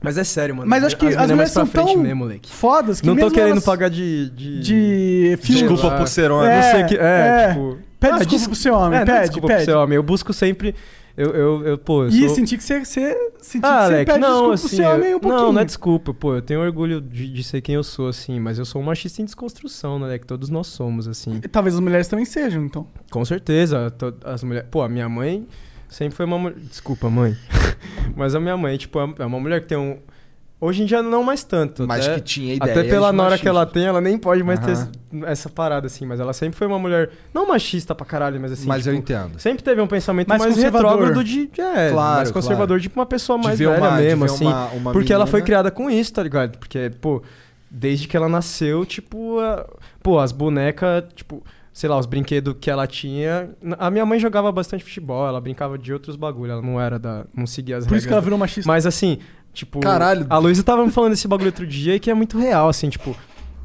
Mas é sério, mano.
Mas acho que as,
meninas
mulheres
pra
são
frente
tão
mesmo, moleque.
fodas que
Não tô
mesmo
querendo
elas-
pagar de. de...
de filme.
Desculpa por ser homem.
É,
Eu sei que- é, tipo-
Pede
Ah,
desculpa
des-
pro seu homem,
É, não é
pede,
desculpa
pede.
pro seu homem. Eu busco sempre. Eu, eu, eu pô, eu
E
sou-
senti que você, você, senti
Ah,
que você
Alec,
pede
não,
desculpa pro
assim,
seu homem
eu-
um pouquinho.
não, não é desculpa, pô, eu tenho orgulho de, de ser quem eu sou, assim, mas eu sou um machista em desconstrução, né, Alec? Todos nós somos, assim.
Talvez as mulheres também sejam, então.
Com certeza, to- as mulheres... Pô, a minha mãe sempre foi uma mulher... Desculpa, mãe. mas a minha mãe, tipo, é uma mulher que tem um... Hoje em dia não mais tanto.
Mas
até-
que tipo tinha
Até
ideias
pela nora
machistas.
que ela tem, ela nem pode mais ter
Aham.
esse- essa parada, assim. Mas ela sempre foi uma mulher, não machista pra caralho, mas assim...
Mas eu
tipo,
entendo.
Sempre teve um pensamento
Mais
mais,
conservador.
retrógrado de... de- É,
Claro,
mais conservador,
claro.
tipo uma pessoa
De
mais
ver
velha
uma- de
mesmo,
ver
assim.
uma- uma
porque ela foi
menina.
criada com isso, tá ligado? Porque, pô, desde que ela nasceu, tipo... a- Pô, as bonecas, tipo... Sei lá, os brinquedos que ela tinha... A minha mãe jogava bastante futebol, ela brincava de outros bagulho, ela não era da... Não seguia as
Por
regras.
isso que ela
da-
virou machista.
Mas assim, tipo...
Caralho.
A Luísa tava me falando esse bagulho outro dia e que é muito real, assim, tipo...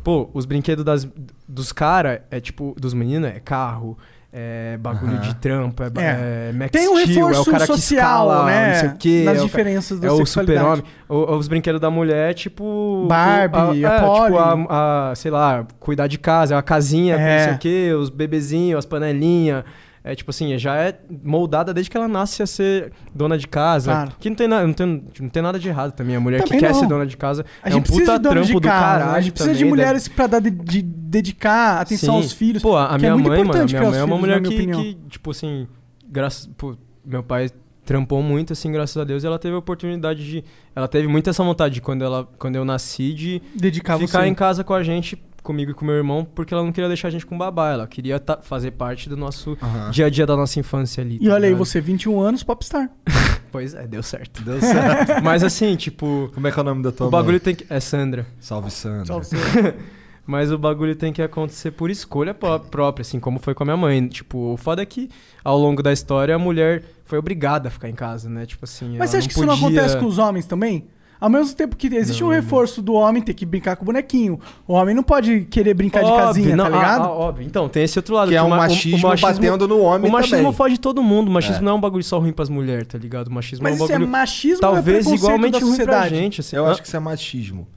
Pô, os brinquedos das, dos caras, é tipo... Dos meninos, é carro... É bagulho
Aham.
de trampa, é, ba-
É.
é Max
Tem um
Steel, é o
reforço
cara que
social,
escala,
né,
não sei o quê.
nas
é o ca-
diferenças da
É o
sexualidade.
super-homem. O- Os brinquedos da mulher, é tipo...
Barbie,
o-
a
é,
Polly.
Tipo, a, a, sei lá, cuidar de casa, é uma casinha, com
É.
não sei o quê, os bebezinhos, as panelinhas... É tipo assim, já é moldada desde que ela nasce a ser dona de casa.
Claro.
Que não tem, na, não, tem, não tem nada de errado também. A mulher
Também
que quer
não.
ser dona de casa
A
é
gente
um
precisa
puta
de dono
trampo
de
do
casa,
caralho
A gente precisa de
também, né? deve-
mulheres pra dar de, de- dedicar atenção
Sim.
aos filhos.
Pô, a
que
minha
é muito
mãe, mano, a
importante
minha
criar
mãe
os
é uma
filhos,
mulher
na minha
que,
opinião.
que, tipo assim, graças, pô, meu pai trampou muito assim, graças a Deus, e ela teve a oportunidade de, ela teve muito essa vontade de quando ela, quando eu nasci de
Dedicar
ficar
você.
em casa com a gente, comigo e com meu irmão, porque ela não queria deixar a gente com babá, ela queria ta- fazer parte do nosso
Aham.
dia a dia da nossa infância ali.
E
tá
olha aí,
ligado?
você, 21 anos, popstar.
Pois é, deu certo.
Deu
certo.
Mas assim, tipo.
Como é que é o nome da tua
O bagulho
mãe?
tem que. É Sandra.
Salve, Sandra. Salve,
Sandra. Mas o bagulho tem que acontecer por escolha pró- própria, assim, como foi com a minha mãe. Tipo, o foda é que ao longo da história a mulher foi obrigada a ficar em casa, né? Tipo assim.
Mas você acha que isso não acontece com os homens também? Ao mesmo tempo que existe um reforço do homem ter que brincar com o bonequinho. O homem não pode querer brincar de casinha, tá ligado?
óbvio. Então, tem esse outro lado.
Que é
o
um
ma- o- o
machismo batendo no homem
O machismo
também.
foge todo mundo. O machismo
É.
não é um bagulho só ruim pras mulheres, tá ligado? O machismo
Mas
é um
isso é
bagulho.
machismo ou é
talvez
preconceito
igualmente
da
ruim pra
sociedade?
gente. Assim,
Eu
Ah.
acho que isso é machismo.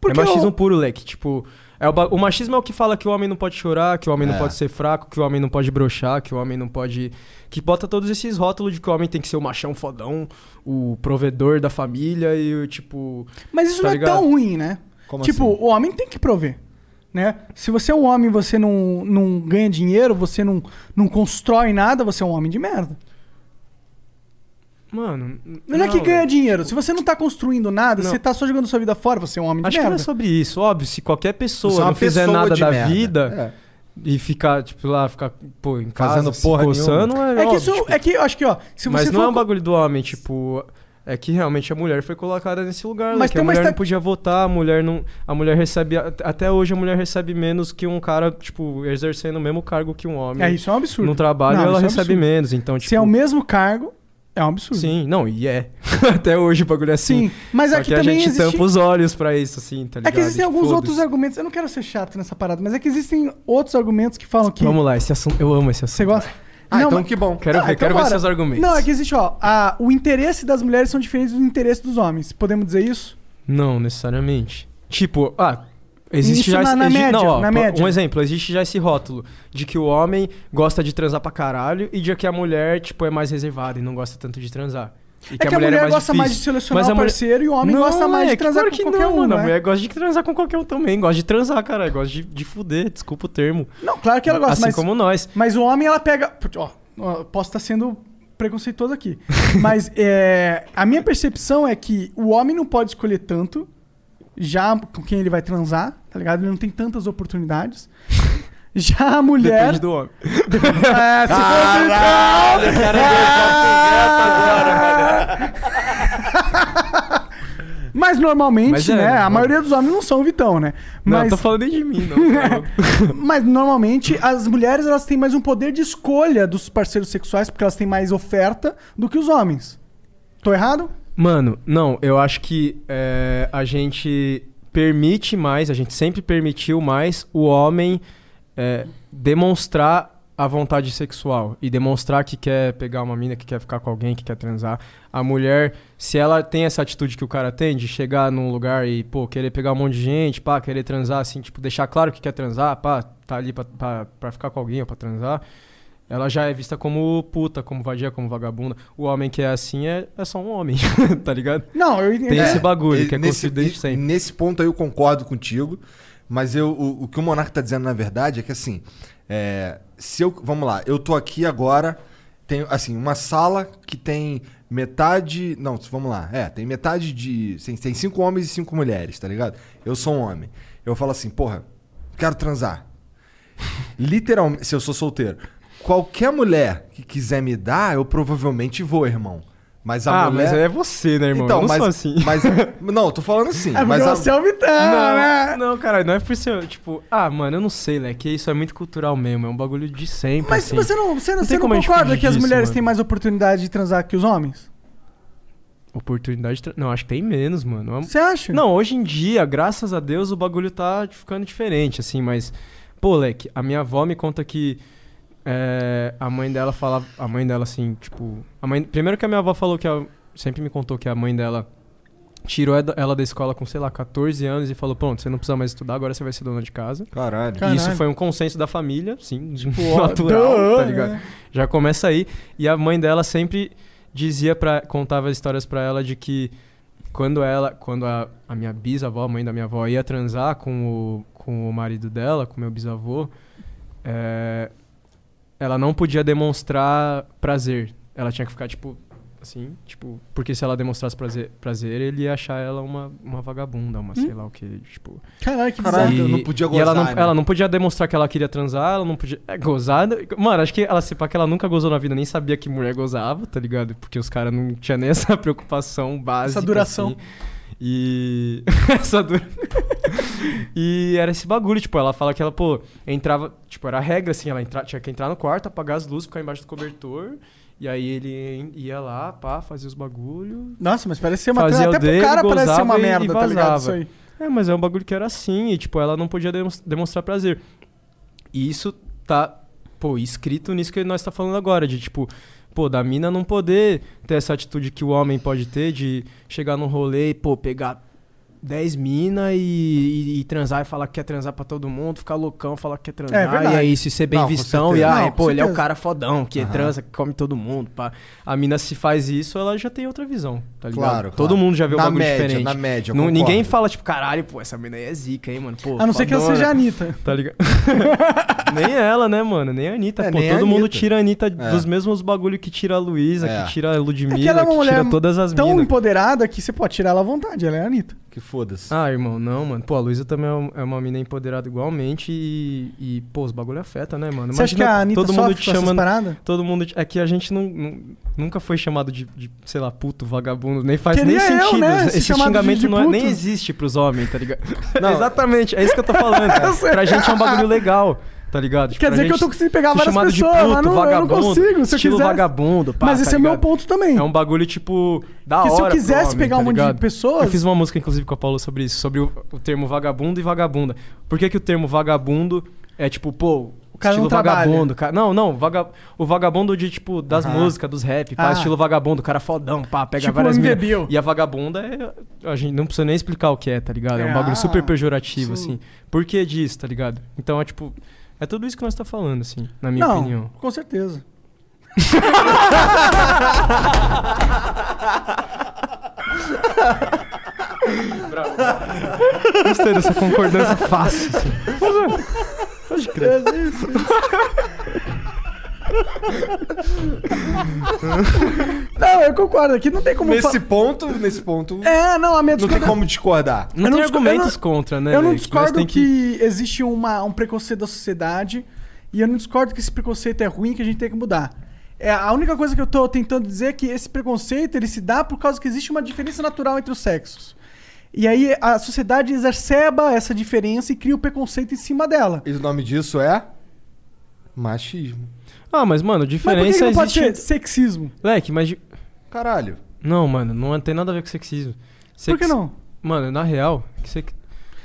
Porque
é machismo
eu-
puro, leque. Tipo, é o, ba- o machismo é o que fala que o homem não pode chorar, que o homem
É.
não pode ser fraco, que o homem não pode broxar, que o homem não pode. Que bota todos esses rótulos de que o homem tem que ser o machão fodão, o provedor da família e o tipo.
Mas isso
tá
não é
ligado?
tão ruim, né?
Como
tipo,
assim?
o homem tem que prover. Né? Se você é um homem e você não, não ganha dinheiro, você não, não constrói nada, você é um homem de merda.
Mano.
Não, é que ganha dinheiro. Se você não tá construindo nada,
Não.
você tá só jogando sua vida fora, você é um homem de
Acho que
merda.
não é sobre isso, óbvio. Se qualquer pessoa
Você é uma
não fizer
pessoa
nada
de
da
merda. É.
vida e ficar, tipo, lá, ficar, pô, em casa,
Fazendo
se
porra
coçando,
nenhuma.
é,
É que
óbvio,
isso.
tipo,
é que eu acho que, ó. Se
mas
você
não
for
é um bagulho do homem, tipo. É que realmente a mulher foi colocada nesse lugar,
Mas
mas que
tem
a
uma
mulher
esta-
não podia votar, a mulher não. A mulher recebe. at- Até hoje a mulher recebe menos que um cara, tipo, exercendo o mesmo cargo que um homem.
É, isso é um absurdo.
No trabalho
Não,
ela
isso é um
recebe
absurdo.
menos. Então, tipo.
Se é o mesmo cargo, é um absurdo.
Sim, não, e é. Até hoje o bagulho é assim.
Sim, mas
Só
aqui
que a
também
gente um
existe-
tampa os olhos pra isso, assim, tá
é
ligado?
que existem
Tipo,
alguns
foda-se.
outros argumentos. Eu não quero ser chato nessa parada, mas é que existem outros argumentos que falam que.
Vamos lá, esse assunto. Eu amo esse assunto. Você
gosta?
Ah, então
mas-
que bom. Quero ver- quero ver seus argumentos.
Não, é que existe, ó. a- o interesse das mulheres são diferentes do interesse dos homens. Podemos dizer isso?
Não, necessariamente. Tipo, ah, existe
Isso
já
na-
esse-
na
exi-
média,
não, ó,
na
pra-
média.
Um exemplo, existe já esse rótulo de que o homem gosta de transar pra caralho e de que a mulher, tipo, é mais reservada e não gosta tanto de transar. E
É que a mulher gosta mais
difícil.
de selecionar
Mas a
o parceiro e o homem
Não,
gosta mais de
é que
transar
claro
com
que
qualquer
não,
um,
Mano,
né?
A mulher gosta de transar com qualquer um também. Gosta de transar, caralho. Gosta de, de fuder, desculpa o termo.
Não, claro que ela gosta,
assim
mas-
como nós.
Mas o homem, ela pega. Putz, Ó, ó, posso estar sendo preconceituoso aqui. Mas é, a minha percepção é que o homem não pode escolher tanto já com quem ele vai transar, tá ligado? Ele não tem tantas oportunidades. Já a mulher.
Depende do homem.
É, se for
Caralho,
então-
cara, é
Mas normalmente,
Mas é,
né? A
mano.
maioria dos homens não são o Vitão, né?
Não,
Mas,
tô falando nem de mim, não. tá cara.
mas normalmente as mulheres elas têm mais um poder de escolha dos parceiros sexuais porque elas têm mais oferta do que os homens. Tô errado?
Mano, não, eu acho que é, a gente permite mais, a gente sempre permitiu mais o homem é, demonstrar a vontade sexual e demonstrar que quer pegar uma mina, que quer ficar com alguém, que quer transar, a mulher, se ela tem essa atitude que o cara tem de chegar num lugar e, pô, querer pegar um monte de gente, pá, querer transar, assim, tipo, deixar claro que quer transar, pá, tá ali pra, pra, pra ficar com alguém ou pra transar, ela já é vista como puta, como vadia, como vagabunda. O homem que é assim é, é só um homem, tá ligado?
Não, eu
Tem esse bagulho que é
nesse,
construído desde sempre.
Nesse ponto aí eu concordo contigo, mas eu, o, o que o Monark tá dizendo na verdade é que assim, é, se eu, vamos lá, eu tô aqui agora, tem assim, uma sala que tem metade, não, vamos lá, é, tem metade de, tem, tem cinco homens e cinco mulheres, tá ligado? Eu sou um homem. Eu falo assim, porra, quero transar. Literalmente, se eu sou solteiro, qualquer mulher que quiser me dar, eu provavelmente vou, irmão. Mas a
ah,
mulher
mas é você, né, irmão?
Então,
eu não
mas,
sou assim.
mas- não, eu tô falando assim.
É
mas
porque
a-
você é um
vitão,
não,
né?
Não, cara, não é por ser, tipo, ah, mano, eu não sei, né? Que isso é muito cultural mesmo, é um bagulho de sempre.
Mas
assim.
você não, você não,
tem
você não
como a gente
concorda
fugir
que as
disso,
mulheres
mano.
têm mais oportunidade de transar que os homens?
Oportunidade. de tra- Não, acho que tem menos, mano.
Você acha?
Não, hoje em dia, graças a Deus, o bagulho tá ficando diferente, assim, mas. Pô, leque, a minha avó me conta que. é, a mãe dela falava. A mãe dela, assim, tipo. A mãe, primeiro que a minha avó falou que. A, sempre me contou que a mãe dela tirou ela- ela da escola com, sei lá, 14 anos e falou: pronto, você não precisa mais estudar, agora você vai ser dona de casa.
Caralho.
E Isso
Caralho.
foi um consenso da família, sim,
Pô,
natural,
duh,
é.
tá ligado?
né?
Já começa aí. E a mãe dela sempre dizia para contava histórias pra ela de que quando ela, quando a, a minha bisavó, a mãe da minha avó ia transar com o, com o marido dela, com meu bisavô, é, ela não podia demonstrar prazer. Ela tinha que ficar tipo assim, tipo, porque se ela demonstrasse prazer, prazer ele ia achar ela uma, uma vagabunda, uma sei lá o que, tipo.
Caralho, que
Caralho, eu
bizarro.
não podia
E ela
gozar,
não,
né?
ela não podia demonstrar que ela queria transar, ela não podia. É, gozada. Mano, acho que ela se pá que ela nunca gozou na vida, nem sabia que mulher gozava, tá ligado? Porque os caras não tinham nem essa preocupação básica.
Essa duração.
assim. E. essa dura... e era esse bagulho, tipo, ela fala que ela, pô, entrava. Tipo, era a regra, assim, ela entra... tinha que entrar no quarto, apagar as luzes, ficar embaixo do cobertor. E aí ele ia lá, pá, fazia os bagulho.
Nossa, mas parece ser uma
Fazia
tra-
o
Até pro
dele,
cara parece ser
gozava
uma
e-
merda,
e
tá ligado?
vazava.
Isso aí.
É, mas é um bagulho que era assim, e tipo, ela não podia demos- demonstrar prazer. E isso tá, pô, escrito nisso que nós tá falando agora, de tipo, pô, da mina não poder ter essa atitude que o homem pode ter de chegar num rolê e, pô, pegar 10 mina e, e- e transar e falar que quer transar pra todo mundo, ficar loucão, falar que quer transar.
É verdade.
e aí se ser bem
Não, com
vistão, e
certeza.
aí,
Não, com
pô, ele é o
certeza.
cara fodão, que
Aham.
transa, que come todo mundo, pá. A mina se faz isso, ela já tem outra visão, tá ligado?
Claro,
Todo
claro.
mundo já vê o
Na
bagulho
média,
diferente.
na média, eu
Não-
concordo.
Ninguém fala, tipo, caralho, pô, essa mina aí é zica, hein, mano. Pô,
A não ser que ela
fodona.
seja a Anitta.
Tá ligado? nem ela, né, mano? Nem a Anitta.
É,
pô,
nem
todo
a
mundo
Anitta.
tira a Anitta
É.
dos mesmos bagulho que tira a Luísa,
É.
que tira a Ludmilla,
É que ela é uma
que tira
mulher
todas as
tão
minas.
empoderada que você pode tirar ela à vontade, ela é a Anitta.
Que foda-se.
Ah, irmão, não, mano. Pô, a Luísa também é um- é uma mina empoderada igualmente e, e, pô, os bagulho afeta, né, mano?
Você acha que a Anitta
todo mundo
sofre
te
com essas
chamando,
paradas?
Todo mundo... te- É que a gente não, nu- nunca foi chamado de, de, sei lá, puto, vagabundo. Nem faz nem
Queria eu,
sentido.
né, ser
Esse
chamado de-
xingamento
de
não é- nem
puto.
existe pros homens, tá ligado? Exatamente, é isso que eu tô falando.
Eu sei.
pra gente é um bagulho legal. Tá ligado?
Quer
pra
dizer que eu
gente
tô conseguindo pegar
ser
várias
chamado
pessoas,
de
mas
puto,
não- eu não
vagabundo,
consigo, se eu
estilo
quisesse.
vagabundo, pá,
Mas
tá
esse é meu
ligado?
ponto também.
É um bagulho, tipo, da
Porque
hora.
se eu
pro
quisesse
homem,
pegar
tá
um monte de
ligado?
pessoas-
Eu fiz uma música, inclusive, com a Paula sobre isso, sobre o, o termo vagabundo e vagabunda. Por que, que o termo vagabundo é tipo, pô. O
cara não
estilo
trabalha.
vagabundo, cara. Não, não, vaga- o vagabundo de, tipo, das
Aham.
músicas, dos rap, pá,
Ah.
estilo vagabundo, o cara fodão, pá, pega
Tipo
várias
o
mina.
MVBio.
E a vagabunda é. A gente não precisa nem explicar o que é, tá ligado? É,
É,
um bagulho
ah,
super pejorativo,
sim.
assim. Por que disso, tá ligado? Então é tipo. É tudo isso que nós tá falando, assim, na minha
não,
opinião.
com certeza.
Gostei dessa concordância fácil. assim. Pode crer.
Não, eu concordo. Aqui não tem como...
Nesse
fa-
ponto, nesse ponto.
É, não, a minha
Não tem
discorda-
como discordar.
Não
Eu
tem
discu- eu
argumentos contra, né,
Eu não
Leque? Mas
discordo
tem
que... existe uma, um preconceito da sociedade e eu não discordo que esse preconceito é ruim que a gente tem que mudar. É, a única coisa que eu tô tentando dizer é que esse preconceito ele se dá por causa que existe uma diferença natural entre os sexos. E aí a sociedade exacerba essa diferença e cria o preconceito em cima dela.
E o nome disso é. Machismo.
Ah, mas, mano,
Mas por que, que
diferença
não pode
existe.
ser sexismo?
Leque, mas. de-
Caralho.
Não, mano, não tem nada a ver com sexismo. Sex-
que não?
Mano, na real, que sex-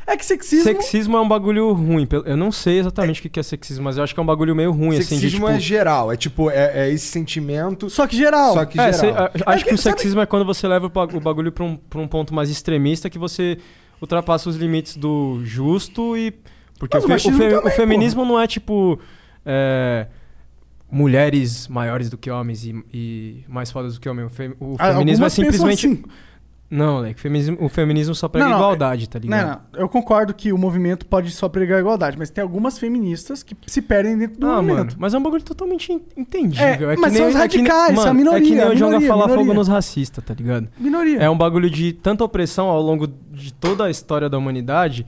É que sexismo.
Sexismo é um bagulho ruim. pel- Eu não sei exatamente o que que é sexismo, mas eu acho que é um bagulho meio ruim, assim. de,
Sexismo
tipo-
é geral, é tipo, é, é esse sentimento.
Só que geral.
Só que
É,
geral.
cê- a- acho que, o sexismo é quando você leva o ba- o bagulho pra um, pra um ponto mais extremista que você ultrapassa os limites do justo e. Porque o,
Mas o
fe- o
machismo
fe- o
também,
feminismo não é tipo. é, mulheres maiores do que homens e, e mais fodas do que homens. O, fe- o
Ah,
feminismo é
algumas pensam
simplesmente.
assim.
Não, Leque, o feminismo, o feminismo só prega igualdade, tá ligado?
Não, não. Eu concordo que o movimento pode só pregar igualdade, mas tem algumas feministas que se perdem dentro do
Ah,
movimento.
mano, mas é um bagulho totalmente en-
É,
entendível. É, que
mas
nem,
são os
é que nem-
radicais,
mano,
são a minoria.
É que nem o
minoria,
Jonga falar
minoria.
fogo nos racistas, tá ligado?
Minoria.
É um bagulho de tanta opressão ao longo de toda a história da humanidade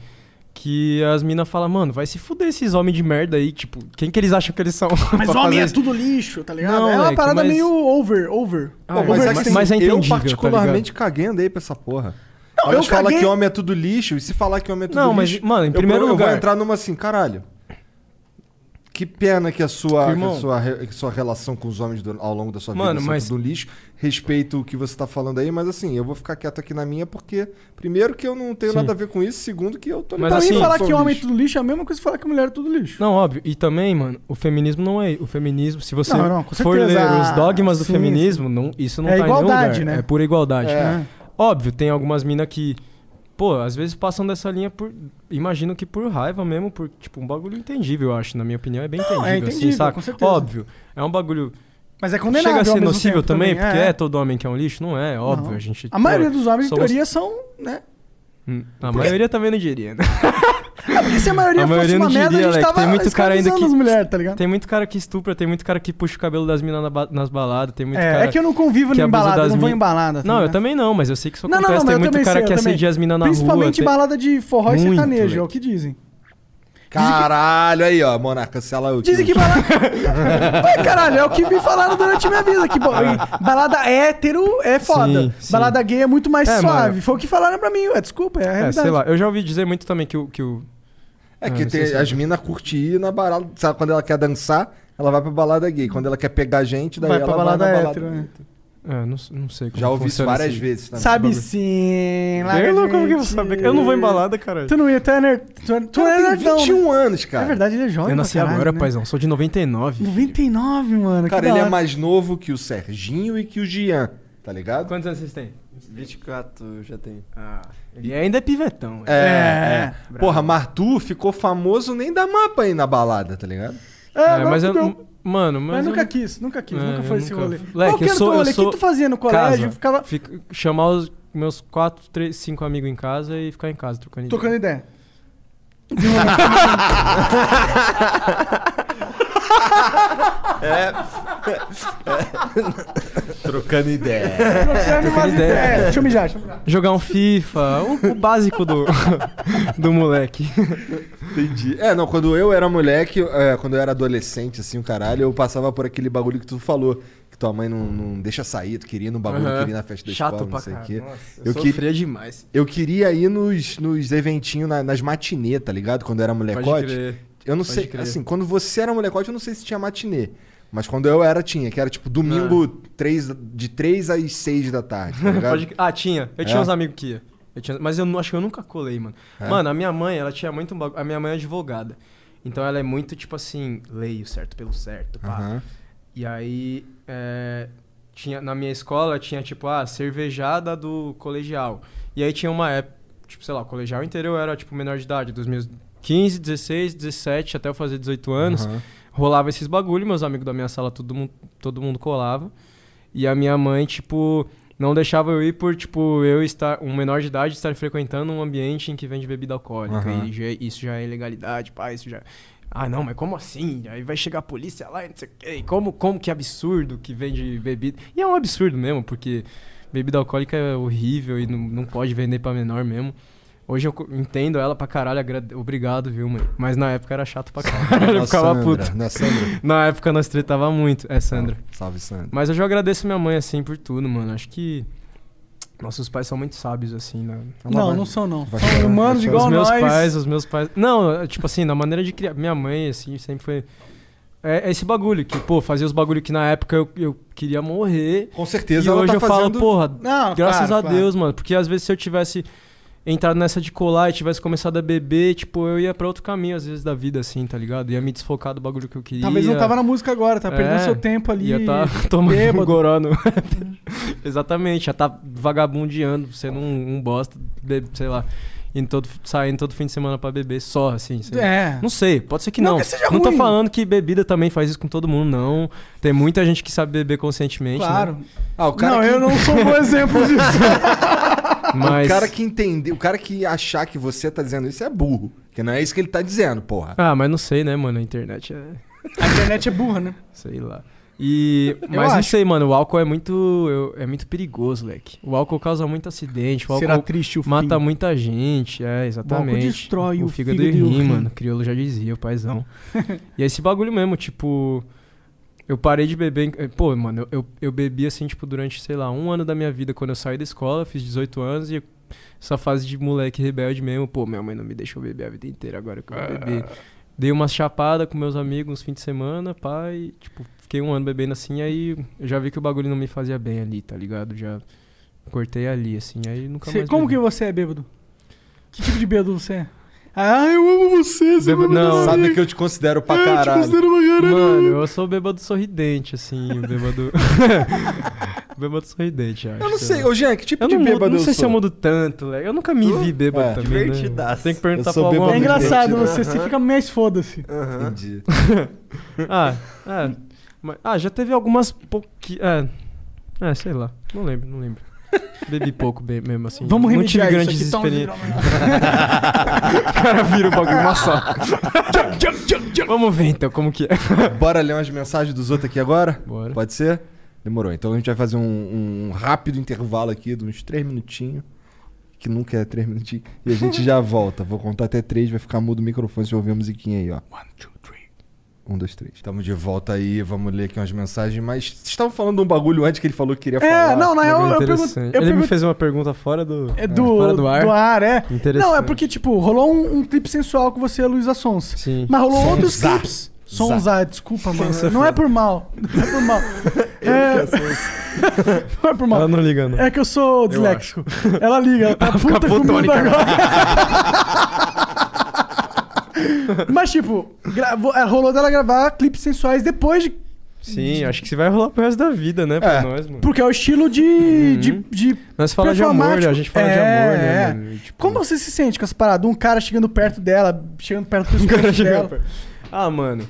que as minas falam, mano, vai se fuder esses homens de merda aí, tipo, quem que eles acham que eles são?
Mas
pra
homem
fazer
é
isso?
tudo lixo, tá ligado?
Não,
é uma
moleque,
parada
mas-
meio over, over.
Ah, mas é que
assim,
mas é
Eu
entendível, tá
particularmente caguei andei pra essa porra.
Não,
Elas
eu
falam
caguei-
que homem é tudo lixo, e se falar que homem é tudo
Não, mas,
lixo.
mano, em
eu
primeiro
vou- Eu
lugar-
vou entrar numa assim, caralho. Que pena que a sua,
Irmão.
que a sua, re- que sua relação com os homens do- ao longo da sua
Mano,
vida seja
mas-
tudo lixo. Respeito o que você tá falando aí, mas assim, eu vou ficar quieto aqui na minha porque, primeiro, que eu não tenho
Sim.
nada a ver com isso, segundo, que eu tô
Mas
pra
assim,
mim, falar
sou
que homem é
lixo.
tudo lixo é a mesma coisa que falar que mulher é tudo lixo.
Não, óbvio. E também, mano, o feminismo não é. O feminismo, se você
Não, não, com
for ler
certeza. Ah,
os dogmas do
Sim,
feminismo, não, isso não
É
tá em
igualdade,
nenhum lugar.
né?
É pura igualdade.
É.
Óbvio, tem algumas minas que, pô, às vezes passam dessa linha por. Imagino que por raiva mesmo, por, tipo, um bagulho entendível, eu acho. Na minha opinião, é bem entendível,
é
assim,
entendível,
saca?
com certeza.
Óbvio. É um bagulho.
Mas é condenável
Chega a
ao
ser
mesmo
nocível
tempo
também,
também,
porque
é.
é. todo homem que é um lixo? Não é, é óbvio.
Não.
A, gente,
A maioria dos homens,
somos-
em teoria, são, né?
Hum, A maioria também não diria, né?
É porque se a maioria,
A maioria
fosse uma
não
merda,
diria,
a gente
Leque.
tava
Tem muito cara ainda
escravizando
que-
as mulheres, tá ligado?
Tem muito cara que estupra, tem muito cara que puxa o cabelo das minas na ba- nas baladas, tem muito
É,
cara
é que eu não convivo
que
em
abusa
balada, eu
das
não vou
min-
em balada. tá
Não, eu
ligado?
também não, mas eu sei que isso
Não, não,
acontece.
não, mas
tem
eu
muito
também
cara
sei, eu
que
também.
assedia as minas na rua.
Principalmente
tem-
balada de forró e
Muito,
sertanejo, é o
velho.
que dizem.
Caralho, aí, ó, Monar,
é
cancela o
Dizem que balada. Ué, caralho, é o que me falaram durante minha vida. Que bo- balada hétero é foda.
Ah. Sim, sim.
Balada gay é muito mais
É,
suave.
mano.
Foi o que falaram pra mim, ué, desculpa, é a
É,
realidade.
sei lá. Eu já ouvi dizer muito também que o. Que o...
É
Ah,
que
não
tem,
sei se-
as minas curtem ir na balada. Sabe, quando ela quer dançar, ela vai pra balada gay. Quando ela quer pegar gente, daí
Vai pra
ela
balada
vai na balada
hétero, né?
É, não, não sei como
Já ouvi isso
funciona
várias
esse-
vezes. Né?
Sabe
Esse bagulho.
sim. larga
Eu não, como que eu vou
de
saber? Eu não vou em balada, cara.
Tu não ia, tu é nerd. Tu é, tu
Cara,
é
tem
nerdão, né?
21 anos, cara.
É verdade, ele é jovem.
um, Eu nasci
pra caralho,
agora,
né?
paizão. Sou de 99.
99, mano.
Cara,
que da
ele é
hora.
mais novo que o Serginho e que o Gian, tá ligado?
Quantos anos vocês têm?
24 já tem.
Ah, ele ainda é pivetão.
É, é. Porra, Martu ficou famoso nem da mapa aí na balada, tá ligado?
É,
É,
agora
mas eu.
fudeu.
Mano,
Mas,
mas. eu-
nunca quis, nunca quis,
É,
nunca
eu
foi esse
nunca-
rolê.
Leque,
Qual que
eu
era o
sou-
teu
eu
rolê? O
sou-
que tu fazia no colégio?
Casa.
Ficava
Fico- chamar os meus 4, 3, 5 amigos em casa e ficar em casa trocando ideia.
trocando ideia.
Trocando ideia.
Trocando umas
ideia.
ideias. é, Deixa eu mijar, deixa eu mijar.
Jogar um FIFA, o, o básico do, do moleque.
Entendi. É, não, quando eu era moleque, é, quando eu era adolescente, assim, o caralho, eu passava por aquele bagulho que tu falou. Que tua mãe não, não deixa sair, tu queria ir no bagulho,
Aham.
queria ir na festa da
Chato
escola,
pra
não sei o
caralho.
quê.
Nossa, eu
Eu,
sofria
queria,
demais.
eu queria ir nos, nos eventinhos, na- nas matinê, tá ligado? Quando eu era
Pode
molecote.
crer.
Eu não
Pode
sei,
crer.
assim, quando você era molecote, eu não sei se tinha matinê. Mas quando eu era, tinha, que era tipo domingo três, de 3 às 6 da tarde, tá ligado?
Ah. Pode- ah, tinha. Eu tinha
É?
uns amigos que ia. Eu tinha- mas eu nu- acho que eu nunca colei, mano. Mano, a minha mãe, ela tinha muito um bagulho. A minha mãe é advogada. Então ela é muito, tipo assim, leio certo pelo certo, pá.
Aham.
E aí, é, tinha, na minha escola tinha, tipo, a cervejada do colegial. E aí tinha uma época, tipo, sei lá, o colegial inteiro eu era, tipo, menor de idade, dos meus 15, 16, 17, até eu fazer 18 anos.
Aham.
Rolava esses bagulho, meus amigos da minha sala, todo mundo, todo mundo colava. E a minha mãe, tipo, não deixava eu ir por, tipo, eu estar, um menor de idade, estar frequentando um ambiente em que vende bebida alcoólica.
Aham.
E já- isso já é ilegalidade, pá, isso já. Ah, não, mas como assim? Aí vai chegar a polícia lá e não sei o quê. E Como, como que absurdo que vende bebida. E é um absurdo mesmo, porque bebida alcoólica é horrível e não, não pode vender pra menor mesmo. Hoje eu co- entendo ela pra caralho, agrade- obrigado, viu, mãe? Mas na época era chato pra caralho, eu
Na
ficava
Sandra,
puto.
Na Sandra.
Na época nós tretava muito. É, Sandra.
Salve, Sandra.
Mas eu já agradeço minha mãe, assim, por tudo, mano. Acho que nossos pais são muito sábios, assim, né?
Não,
Então,
não são não. São humanos
Os
igual
meus
nós.
pais, os meus pais... Não, é, tipo assim, na maneira de criar... Minha mãe, assim, sempre foi... É, é esse bagulho que, pô, fazia os bagulho que na época eu, eu queria morrer.
Com certeza
e
ela
hoje
tá
eu
fazendo...
falo, porra,
Não,
graças
Ah, claro,
a
claro.
Deus, mano. Porque às vezes se eu tivesse... entrado nessa de colar e tivesse começado a beber, tipo, eu ia pra outro caminho, às vezes, da vida, assim, tá ligado? Ia me desfocar do bagulho que eu queria.
Talvez não tava na música agora, tá perdendo
É,
seu tempo ali.
Ia tá tomando
bêbado.
um goró no rap. Exatamente, já tá vagabundeando, sendo um, um bosta, be- sei lá. Indo todo, saindo todo fim de semana pra beber só, assim. sei lá.
É.
Não sei, pode ser que
Não
não. Não,
que seja
tô
ruim.
falando que bebida também faz isso com todo mundo, não. Tem muita gente que sabe beber conscientemente. né?
Claro.
Ah, o cara
não,
que-
eu não sou um bom exemplo disso.
Mas-
O cara que entender, o cara que achar que você tá dizendo isso é burro. Que não é isso que ele tá dizendo, porra.
Ah, mas não sei, né, mano? A internet é.
A internet é burra, né?
Sei lá. E,
Eu
mas não
acho.
sei, mano, o álcool é muito, eu- é muito perigoso, leque. O álcool causa muito acidente, o Tipo, álcool
Será triste o fim.
mata muita gente, é, exatamente.
destrói o
fígado,
fígado
e
e o
rim,
rim.
mano. Criolo já dizia, o paizão. e é esse bagulho mesmo, tipo, eu parei de beber, em- pô, mano, eu, eu, eu bebi assim, tipo, durante, sei lá, um ano da minha vida, quando eu saí da escola, fiz 18 anos e essa fase de moleque rebelde mesmo, pô, minha mãe não me deixou beber a vida inteira, agora que eu vou beber. Dei uma chapada com meus amigos uns fim de semana, pai, tipo, fiquei um ano bebendo assim, aí eu já vi que o bagulho não me fazia bem ali, tá ligado? Já cortei ali, assim, aí nunca
Você-
mais.
como que você é bêbado? Que tipo de bêbado você é? Ah, eu amo você, é você
Bêbado-
vai me
não. É,
dar-
Sabe que eu te considero pra
Eu te
caralho.
considero uma garota.
Mano, eu sou bêbado sorridente, assim, bêbado. bêbado sorridente, acho. é.
Eu não sei, ô Jean, que tipo
Eu
de
não mudo-
bêbado
não
eu
sei se
sou?
eu mudo tanto, né? Eu nunca me vi bêbado
É.
também, né?
Divertidaço.
Tem que perguntar
Eu sou
pra alguma
É
bêbado
pessoa.
engraçado, você
Aham.
se fica mais foda-se.
Entendi.
ah, é. Mas- ah, já teve algumas pouqui... É. é, sei lá. Não lembro, não lembro. Bebi pouco be- mesmo, assim.
Vamos
Não tive
remediar isso
grandes
aqui, tá um
experiências. o cara vira o bagulho uma só. Vamos ver então como que é.
Bora ler umas mensagens dos outros aqui agora?
Bora.
Pode ser? Demorou. Então a gente vai fazer um, um rápido intervalo aqui de uns três minutinhos. Que nunca é três minutinhos. E a gente já volta. Vou contar até três, vai ficar mudo o microfone se ouvir a musiquinha aí, ó. One, two, three. Um, dois, três. Tamo de volta aí, vamos ler aqui umas mensagens, mas vocês estavam falando de um bagulho antes que ele falou que queria falar.
É, não, na real, eu pergunto.
Interessante.
Eu
Ele me
pergunto
fez uma pergunta fora do,
é do,
fora do ar.
é.
Interessante.
Não, é porque, tipo, rolou um, um clipe sensual com você e a Luísa Sons.
Sim.
Mas rolou
Sonza.
outros clipes. Sonza, desculpa, mano.
Sonza
Não é por mal. Não é por mal. É... Não é por mal.
Ela não liga, não.
É que eu sou disléxico. Ela liga, ela tá puta comigo
fotônica
agora. Mas, tipo, gravou- é, rolou dela gravar clipes sensuais depois de.
Sim, acho que você vai rolar pro resto da vida, né? Pra nós, mano.
Porque é o estilo de.
Uhum.
de, de
Nós fala de amor, né? A gente fala de amor, né,
É, é.
mano? E, tipo-
Como você se sente com essa parada? Um cara chegando perto dela, chegando perto do
O Um cara
pescoço
chegou
dela.
perto. Ah, mano.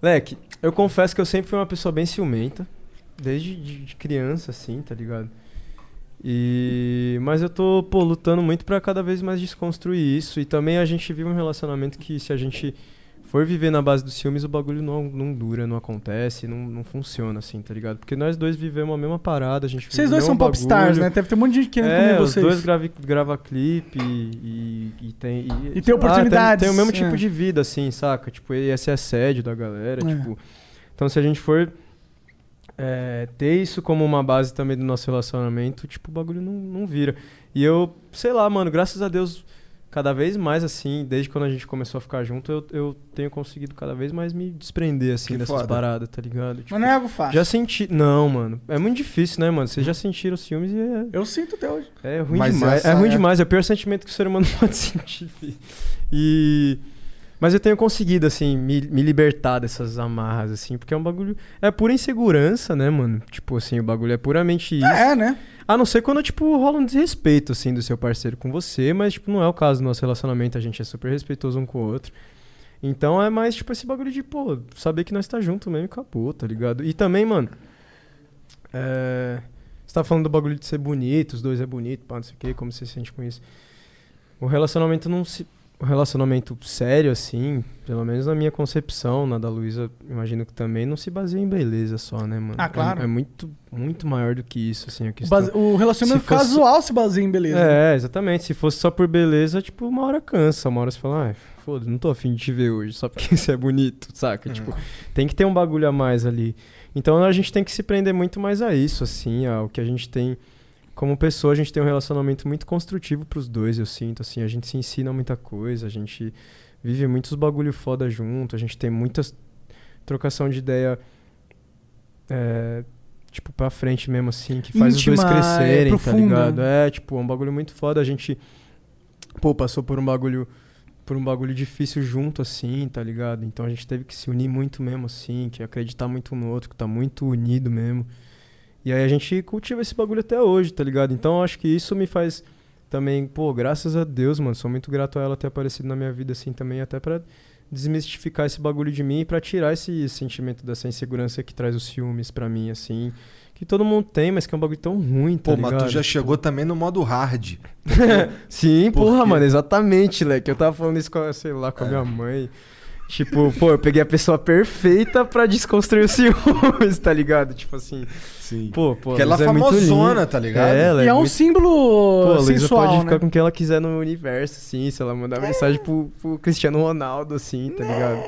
Leque, eu confesso que eu sempre fui uma pessoa bem ciumenta. Desde de de criança, assim, tá ligado? E... Mas eu tô, pô, lutando muito pra cada vez mais desconstruir isso. E também a gente vive um relacionamento que se a gente for viver na base dos ciúmes, o bagulho não, não dura, não acontece, não, não funciona, assim, tá ligado? Porque nós dois vivemos a mesma parada, a gente vive
Vocês
o
dois são
mesmo
popstars,
bagulho.
né? Deve ter um monte de gente querendo
é,
comer vocês.
Os dois grava, grava clipe e, e, e tem. E,
tem
sei lá,
oportunidades,
tem, tem o mesmo
é.
tipo de vida, assim, saca? Tipo, e esse assédio da galera.
É.
Tipo, então, se a gente for é, ter isso como uma base também do nosso relacionamento, tipo, o bagulho não, não vira. E eu, sei lá, mano, graças a Deus, cada vez mais assim, desde quando a gente começou a ficar junto, eu, eu tenho conseguido cada vez mais me desprender, assim,
Que
dessas
foda.
paradas, tá ligado? Tipo,
Mas não é algo fácil.
já senti. Não, mano. É muito difícil, né, mano? Vocês já sentiram os filmes e é,
Hum. Eu sinto até hoje.
é ruim
Mas
demais.
essa
É ruim
é-
demais. É o pior sentimento que o ser humano pode sentir. fi. E mas eu tenho conseguido assim me, me libertar dessas amarras assim, porque é um bagulho é pura insegurança, né, mano? Tipo assim, o bagulho é puramente isso.
É, né?
A não ser quando tipo rola um desrespeito assim do seu parceiro com você, mas tipo não é o caso do nosso relacionamento, a gente é super respeitoso um com o outro. Então é mais tipo esse bagulho de, pô, saber que nós tá junto mesmo e acabou, tá ligado? E também, mano, é... Você tá falando do bagulho de ser bonito, os dois é bonito, pá, não sei o quê, como você se sente com isso. O relacionamento não se. O relacionamento sério, assim, pelo menos na minha concepção, na da Luísa, imagino que também, não se baseia em beleza só, né, mano?
Ah, claro.
É, é muito, muito maior do que isso, assim, a questão.
Base- O relacionamento
Se fosse-
casual se baseia em beleza.
É, exatamente. Se fosse só por beleza, tipo, uma hora cansa, uma hora você fala, ai, foda, não tô afim de te ver hoje, só porque você é bonito, saca? Tipo, tem que ter um bagulho a mais ali. Então a gente tem que se prender muito mais a isso, assim, ao que a gente tem. Como pessoa, a gente tem um relacionamento muito construtivo pros dois, eu sinto, assim, a gente se ensina muita coisa, a gente vive muitos bagulho foda junto, a gente tem muitas trocação de ideia. é, tipo, pra frente mesmo, assim, que faz
Íntima,
os dois
é
crescerem, tá
profunda.
ligado? É, tipo, é um bagulho muito foda. A gente pô, passou por um bagulho por um bagulho difícil junto assim, tá ligado? Então a gente teve que se unir muito mesmo assim, que acreditar muito um no outro, que tá muito unido mesmo. E aí a gente cultiva esse bagulho até hoje, tá ligado? Então acho que isso me faz também, pô, graças a Deus, mano, sou muito grato a ela ter aparecido na minha vida assim também, até pra desmistificar esse bagulho de mim e pra tirar esse sentimento dessa insegurança que traz os ciúmes pra mim, assim. Que todo mundo tem, mas que é um bagulho tão ruim, tá
Pô,
ligado?
mas tu já chegou também no modo hard.
Sim,
Por
porra,
quê? É.
mano, exatamente, leque. Eu tava falando isso, com, a- sei lá, com a minha mãe. Tipo, pô, eu peguei a pessoa perfeita pra desconstruir os ciúmes, tá ligado? Tipo assim.
Sim.
Pô, pô.
Porque ela
Luísa
é
muito
famosona,
linda.
tá ligado?
É, ela
e é um
muito-
símbolo
Pô, a Luísa
sensual,
pode
né?
ficar com o que ela quiser no universo, assim, se ela mandar mensagem pro, pro Cristiano Ronaldo, assim, tá ligado?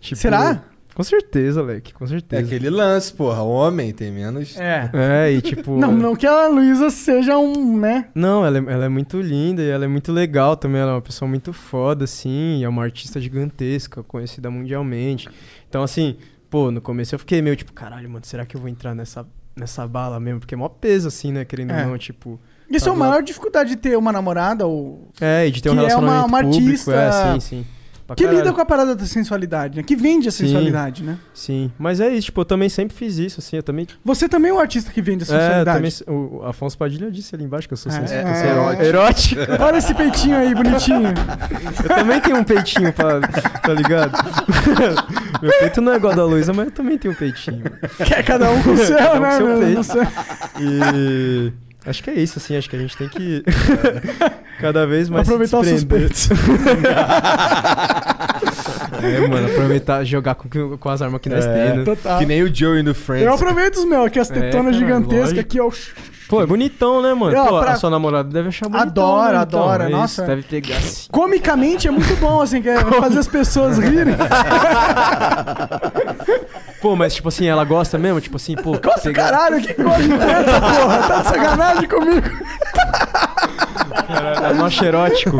Tipo,
Né? Será?
Com certeza, leque, com
É
certeza.
aquele lance, porra. Homem tem menos.
É.
É, e tipo.
Não, não que a Luísa seja um, né?
Não, ela é, ela é muito linda e ela é muito legal também. Ela é uma pessoa muito foda, assim. É uma artista gigantesca, conhecida mundialmente. Então, assim, pô, no começo eu fiquei meio tipo, caralho, mano, será que eu vou entrar nessa, nessa bala mesmo? Porque é mó peso, assim, né? Querendo
É.
ou não, tipo.
Isso
tá
é a
do lado-
maior dificuldade de ter uma namorada ou
É, e de ter um
que é uma-
relacionamento
uma
público.
artista
É, sim, sim. Pra
que
caralho.
lida com a parada da sensualidade, né? Que vende a
Sim.
sensualidade, né?
Sim, mas é isso, tipo, eu também sempre fiz isso, assim, eu também...
Você também é um artista que vende a
É,
sensualidade.
também, o o Afonso Padilha disse ali embaixo que eu sou,
É,
sens- que eu
é,
sou
erótico.
erótico.
Olha esse peitinho aí, bonitinho.
Eu também tenho um peitinho, pra, tá ligado? Meu peito não é igual ao da Luísa, mas eu também tenho um peitinho.
Que é cada um com o seu,
Cada um com
né,
seu
meu?
peito.
Não sei.
E acho que é isso, assim, acho que a gente tem que cada vez mais
Aproveitar os
se
seus
desprender.
peitos.
É, mano, aproveitar, jogar com, que- com as armas que nós
É,
temos. né?
total.
Que nem o Joey no Friends.
Eu aproveito os meus, aqui as
É,
tetonas
caralho,
gigantescas
lógico.
aqui, ó.
Pô, é bonitão, né, mano?
Ó,
Pô,
pra-
A sua namorada deve achar bonitão.
Adora,
né, então?
adora,
É isso,
nossa.
Deve pegar assim.
Comicamente é muito bom, assim, que é fazer as pessoas rirem.
Pô, mas tipo assim, ela gosta mesmo? Tipo assim, pô...
Nossa, caralho, que coisa de teta, porra. Tá de sacanagem comigo.
Caralho, nosso erótico.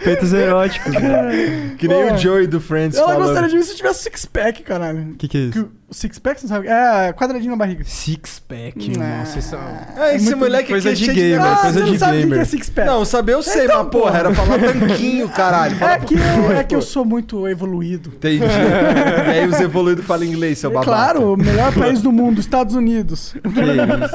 É Peitos eróticos.
É.
O
Que nem
Pô.
o Joey do Friends
Ela
falando.
gostaria de mim se eu tivesse six-pack, caralho.
que, que é isso?
O Six-pack, você não sabe? É, quadradinho na barriga.
Six-pack,
Não.
nossa, isso é...
Ah, esse
muito
moleque
coisa
aqui
de
é cheio
gamer,
negócio.
coisa
você não
de
sabe o que
gamer.
que é six-pack.
Não, saber eu sei,
Então,
mas porra, era falar tanquinho, caralho. Fala,
É que, eu, é que eu sou muito evoluído.
Entendi. e aí os evoluídos falam inglês, seu
É
babaca.
claro, o melhor país do mundo, Estados Unidos.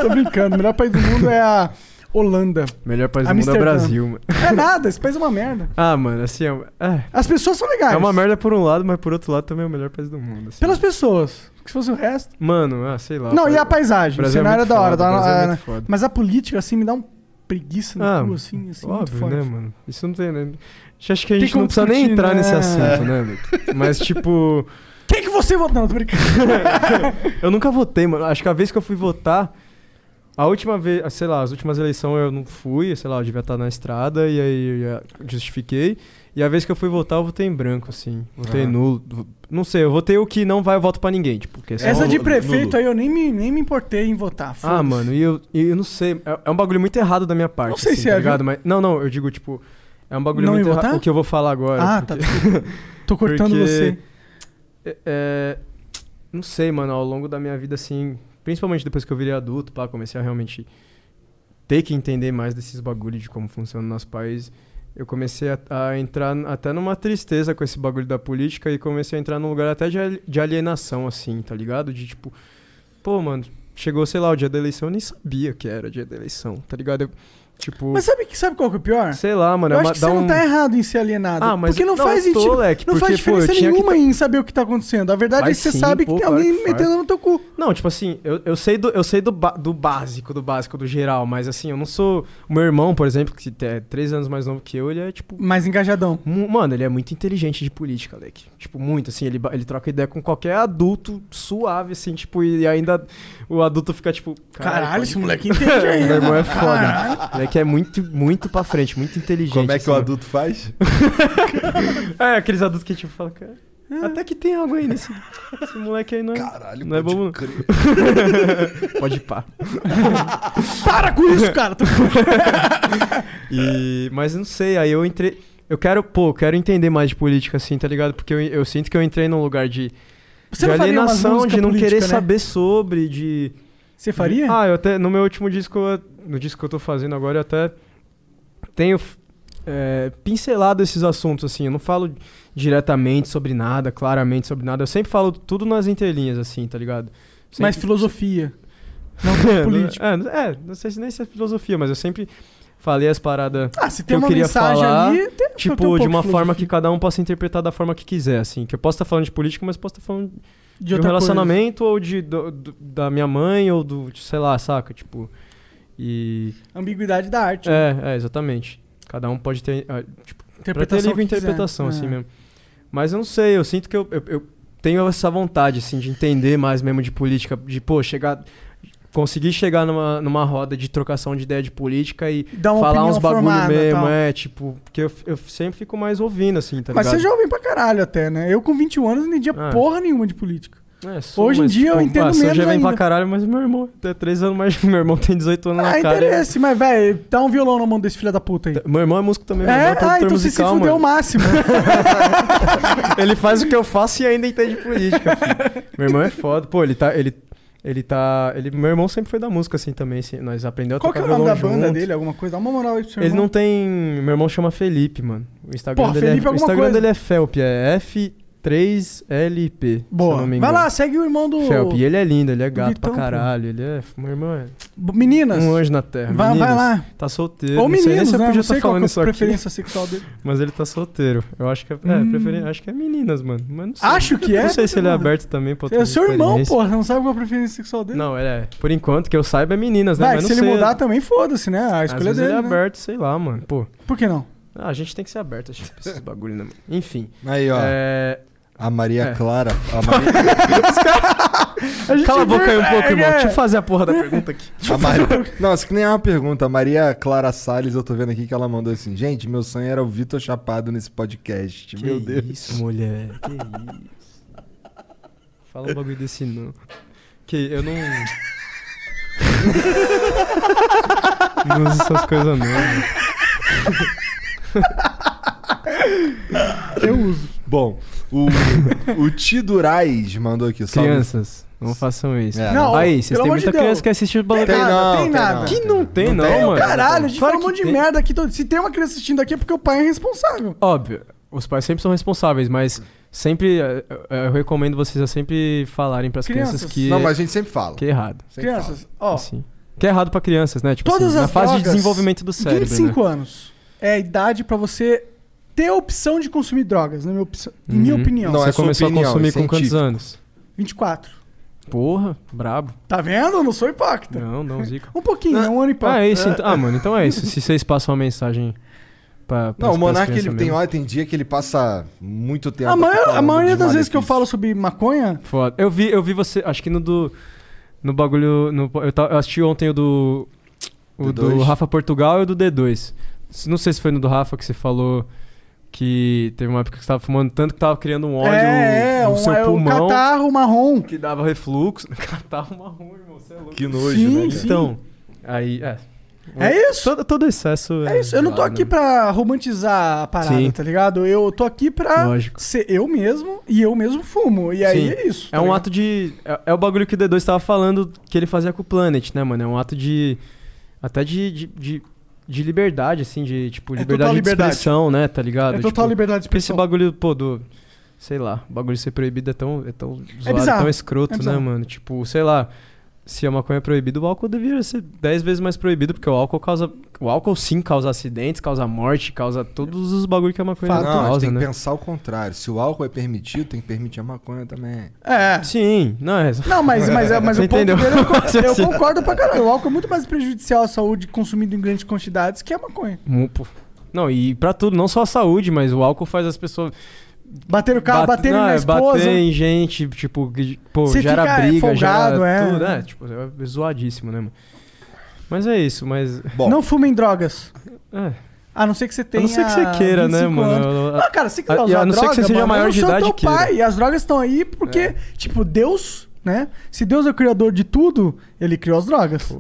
Tô brincando, o melhor país do mundo é a Holanda.
Melhor país do mundo é o
Amsterdã.
Brasil, mano.
É nada, esse país é uma merda.
Ah, mano, assim, é, é,
As pessoas são legais.
é uma merda por um lado, mas por outro lado também é o melhor país do mundo. assim.
Pelas pessoas. Porque se fosse o resto.
Mano, ah, sei lá.
Não,
pa-
e a paisagem. O
Brasil é
cenário é
muito
da hora.
foda,
da hora,
Brasil é
ah,
muito
né?
foda.
Mas a política, assim, me dá um preguiça no
Ah,
cu, assim, assim, muito
Óbvio,
forte.
né, mano? Isso não tem. Né? Acho que a
Tem
gente não
como
precisa nem
discutir,
entrar
né?
nesse assunto, né, Luke? Mas, tipo,
Quem que você votou? Não, tô brincando.
eu nunca votei, mano. Acho que a vez que eu fui votar. A última vez, ah, sei lá, as últimas eleições eu não fui, sei lá, eu devia estar na estrada e aí eu já justifiquei. E a vez que eu fui votar, eu votei em branco, assim. Votei
Ah.
nulo. Não sei, eu votei o que não vai, eu voto pra ninguém, tipo,
É
porque
Essa
nulo,
de prefeito
nulo.
aí eu nem me, nem me importei em votar.
Ah,
foda-se.
mano, e eu, e eu não sei. É, é um bagulho muito errado da minha parte.
Não sei
assim,
se
tá
é,
ligado? Mas, não, não, eu digo, tipo, é um bagulho
Não
muito
ia votar?
errado. O que eu vou falar agora.
Ah, tá. desculpa. Tô cortando
porque-
você.
É, é, não sei, mano, ao longo da minha vida, assim, principalmente depois que eu virei adulto, pá, comecei a realmente ter que entender mais desses bagulhos de como funciona o nosso país. Eu comecei a, a entrar n- até numa tristeza com esse bagulho da política e comecei a entrar num lugar até de, al- de alienação, assim, tá ligado? De tipo, pô, mano, chegou, sei lá, o dia da eleição, eu nem sabia que era dia da eleição, tá ligado? Eu, tipo,
Mas sabe, que- sabe qual que é o pior?
sei lá, mano,
eu
é
acho
uma-
que
dá
você não
um-
tá errado em ser alienado.
Ah, mas
porque não,
não,
faz
eu tô,
sentido.
leque,
não faz
porque, pô, eu
diferença
tinha que
nenhuma
tá-
em saber o que tá acontecendo. A verdade é
Faz
que você
sim,
sabe que
pô,
tem
claro
alguém
que faz.
metendo no teu cu.
Não, tipo assim, eu, eu sei, do, eu sei do, ba- do básico, do básico, do geral, mas assim, eu não sou. O meu irmão, por exemplo, que é três anos mais novo que eu, ele é tipo.
Mais engajadão.
mu- Mano, ele é muito inteligente de política, Leque. Tipo, muito, assim, ele, ba- ele troca ideia com qualquer adulto suave, assim, tipo, e ainda o adulto fica tipo.
Caralho,
pode
esse moleque entende aí.
meu
né?
irmão é foda. O Leque é muito, muito pra frente, muito inteligente.
Como é que
assim,
o
mano.
adulto faz?
É, aqueles adultos que tipo falam, cara.
É.
Até que tem algo aí nesse. Esse moleque aí não é.
Caralho,
não é
pode
bobo.
crer.
não. Pode pá.
Para com isso, cara. Tô-
E, mas eu não sei, aí eu entrei. Eu quero, pô, eu quero entender mais de política, assim, tá ligado? Porque eu, eu sinto que eu entrei num lugar de,
Você
de
não faria umas
alienação,
músicas
de não
política,
querer
né?
saber sobre, de.
Você faria?
Ah, eu até. No meu último disco, eu- no disco que eu tô fazendo agora, eu até. tenho é, pincelado esses assuntos, assim. Eu não falo diretamente sobre nada, claramente sobre nada. Eu sempre falo tudo nas interlinhas, assim, tá ligado? Sempre...
Mais filosofia. Não tanto política.
É, não- é, não sei se nem se é filosofia, mas eu sempre falei as paradas
Ah, se
que
tem
eu
uma
queria
mensagem
falar,
ali, tem- tem um
tipo,
pouco
de uma
de
forma
filosofia.
que cada um possa interpretar da forma que quiser, assim. Que eu posso estar falando de política, mas posso estar falando de, um
outra coisa.
relacionamento ou de, do- do- da minha mãe ou do, de, sei lá, saca? Tipo, e...
Ambiguidade da arte. né?
É, é, exatamente. Cada um pode ter, ah, tipo, pra ter
Interpretação
livre
que quiser.
interpretação, assim
É.
mesmo. Mas eu não sei, eu sinto que eu, eu, eu tenho essa vontade, assim, de entender mais mesmo de política, de, pô, chegar... Conseguir chegar numa, numa roda de trocação de ideia de política e
Dar É uma
falar uns
opinião
bagulho
formada,
mesmo,
tal.
é, tipo, porque eu, eu sempre fico mais ouvindo, assim, tá
Mas
ligado?
você é jovem pra caralho até, né? Eu com 21 anos não entendia
É.
porra nenhuma de política.
É, sou,
Hoje em
mas,
dia eu
tipo,
entendo
ah, sou
menos
jovem
ainda.
pra caralho, mas meu irmão tem 3 anos mais meu irmão tem 18 anos
Ah,
na cara. é-
interesse, mas, velho, dá um violão na mão desse filho da puta aí.
Meu irmão é músico também,
É,
meu irmão é
ah,
produtor
então você se
musical,
fudeu o
mano.
máximo.
Ele faz o que eu faço e ainda entende política. filho. Meu irmão é foda. Pô, ele tá. Ele, ele tá. Ele, meu irmão sempre foi da música, assim, também. assim, nós aprendeu a
Qual que é
tocar
o nome da
violão
banda
junto.
dele? Alguma coisa? Dá uma moral aí pro seu
né? Ele
irmão.
não tem. Meu irmão chama Felipe, mano. O Instagram,
Porra,
dele,
Felipe
é, o
alguma
Instagram
coisa.
dele é Felp, é F3LP.
Boa. Vai lá, segue o irmão do-
Felp. E ele é lindo, ele é gato
Vitão, pô.
pra caralho. Ele é. Meu irmão é.
Meninas.
Um anjo na terra.
Vai- vai
Meninas,
lá.
Tá solteiro.
Ou
não sei nem
meninos,
se eu
né?
podia
Não
estar
sei qual
falando
que é a
isso aqui.
preferência sexual dele.
Mas ele tá solteiro. Eu acho que é, é,
Hum.
preferen- acho que é meninas, mano. Mas não sei.
Acho que é,
Não sei se ele é
mano.
aberto também pra
É o
outras
seu irmão,
experiências.
porra. Você não sabe qual é a preferência sexual dele?
Não, ele é. Por enquanto, que eu saiba, é meninas, né?
Vai,
Mas
se
não
ele
sei.
mudar também, foda-se, né? A
Às
escolha
vezes
dele.
ele é
né?
aberto, sei lá, mano. Pô.
Por que não?
Ah, a gente tem que ser aberto, acho que pra esses bagulho, né, mano? Enfim.
Aí, ó.
É...
A Maria
É.
Clara. A Maria,
gente
Cala a boca aí um
vê-
pouco,
é-
irmão.
é-
Deixa eu fazer a porra da pergunta aqui.
a Maria- Não, isso que nem é uma pergunta. A Maria Clara Salles, eu tô vendo aqui que ela mandou assim: gente, meu sonho era o Vitor Chapado nesse podcast. meu
Que
Deus.
Isso, mulher. Que isso. Fala um bagulho desse não. Que eu não. não uso essas coisas não. né? mano.
Eu uso. Bom, o, o Tidurais mandou aqui. um- salve.
Crianças, não façam isso.
É,
não.
Aí,
Não,
vocês
pelo
têm
amor de
muita
Deus.
criança que assiste o
Tem,
bagulho.
não,
nada, tem
tem
nada.
não.
Que não tem, não,
tem,
mano.
Caralho, a gente
Claro
fala um
que
monte de
tem.
merda aqui todo. Se tem uma criança assistindo aqui é porque o pai é responsável.
Óbvio, os pais sempre são responsáveis, mas sempre. eh, eh, Eu recomendo vocês a sempre falarem pras crianças,
Crianças.
que,
Não, mas a gente sempre fala.
que é errado.
Sempre fala.
Crianças, ó.
Assim. Que é errado pra crianças, né? Tipo
Todas
assim, na
as
fase de
drogas,
desenvolvimento do cérebro. né?
25 anos é a idade pra você ter a opção de consumir drogas, na minha, opção- em minha
Uhum.
opinião.
Não,
Você
é sua
começou
opinião,
a consumir
é
com quantos
científico.
anos?
24.
Porra, brabo.
Tá vendo? Eu não sou hipócrita.
Não, não, Zico.
Um pouquinho, é um ano e pouco.
Ah, é isso. então- Ah, mano, então é isso. Se vocês passam uma mensagem pra. pras-
Não, o
pras
Monark, ele
crianças
tem
mesmo.
hora, tem dia que ele passa muito tempo.
A maioria, a
falando
maioria
dos
das vezes que eu
malefícios.
falo sobre maconha,
Foda. Eu vi, eu vi você, acho que no do. No bagulho. No, eu, ta- eu assisti ontem o do. O do
D2.
Rafa Portugal e o do D2. Se- Não sei se foi no do Rafa que você falou que teve uma época que você tava fumando tanto que tava criando um óleo
é, é,
no
um,
seu
é um
pulmão
catarro marrom.
que dava refluxo. catarro marrom, irmão, você é louco.
Que nojo,
Sim,
né? cara?
sim.
Então, aí. É,
É isso.
todo, todo excesso é.
É isso, eu não tô
zoado,
aqui
né?
pra romantizar a parada,
Sim.
tá ligado? Eu tô aqui pra
Lógico.
ser eu mesmo e eu mesmo fumo. E aí
Sim.
é isso.
É um ato de. É, é o bagulho que o D2 tava falando que ele fazia com o Planet, né, mano? É um ato de. Até de. de, de, de liberdade, assim, de tipo,
É
liberdade
total
de
liberdade.
expressão, né? Tá ligado?
É total
Tipo,
liberdade de
Porque esse
expressão.
bagulho, pô, do. Sei lá, o bagulho ser proibido é tão. É tão zoado,
bizarro.
tão
É
escroto, né,
bizarro.
mano? Tipo, sei lá. Se a maconha é proibida, o álcool deveria ser 10 vezes mais proibido, porque o álcool causa. O álcool sim causa acidentes, causa morte, causa todos os bagulhos que a maconha
Não, a gente
causa,
tem que
né?
pensar o contrário. Se o álcool é permitido, tem que permitir a maconha também.
É.
Sim, não é.
Não, mas, mas, é- mas o ponto
Entendeu?
dele eu concordo, eu
Assim.
concordo pra caralho. O álcool é muito mais prejudicial à saúde consumido em grandes quantidades que a maconha.
Mu- pô. Não, e pra tudo, não só a saúde, mas o álcool faz as pessoas.
Bater o carro,
Bate-
bater
não,
na
é,
esposa.
Bater em gente, tipo, que, pô,
Você
gera
fica, é,
briga,
folgado,
gera
é.
tudo, né? Tipo, é zoadíssimo, né, mano? Mas é isso, mas.
Bom,
Não fumem drogas.
É.
A não ser que você
A
tenha.
não ser que você queira, né,
25
mano?
anos.
Eu-
Não, cara, se quiser
Ah,
usar
e a não ser que
droga,
você seja
mano,
maior
eu
de
sou
idade, É.
teu
queira.
pai. E as drogas estão aí porque, tipo, Deus, né? Se Deus é o criador de tudo, ele criou as drogas.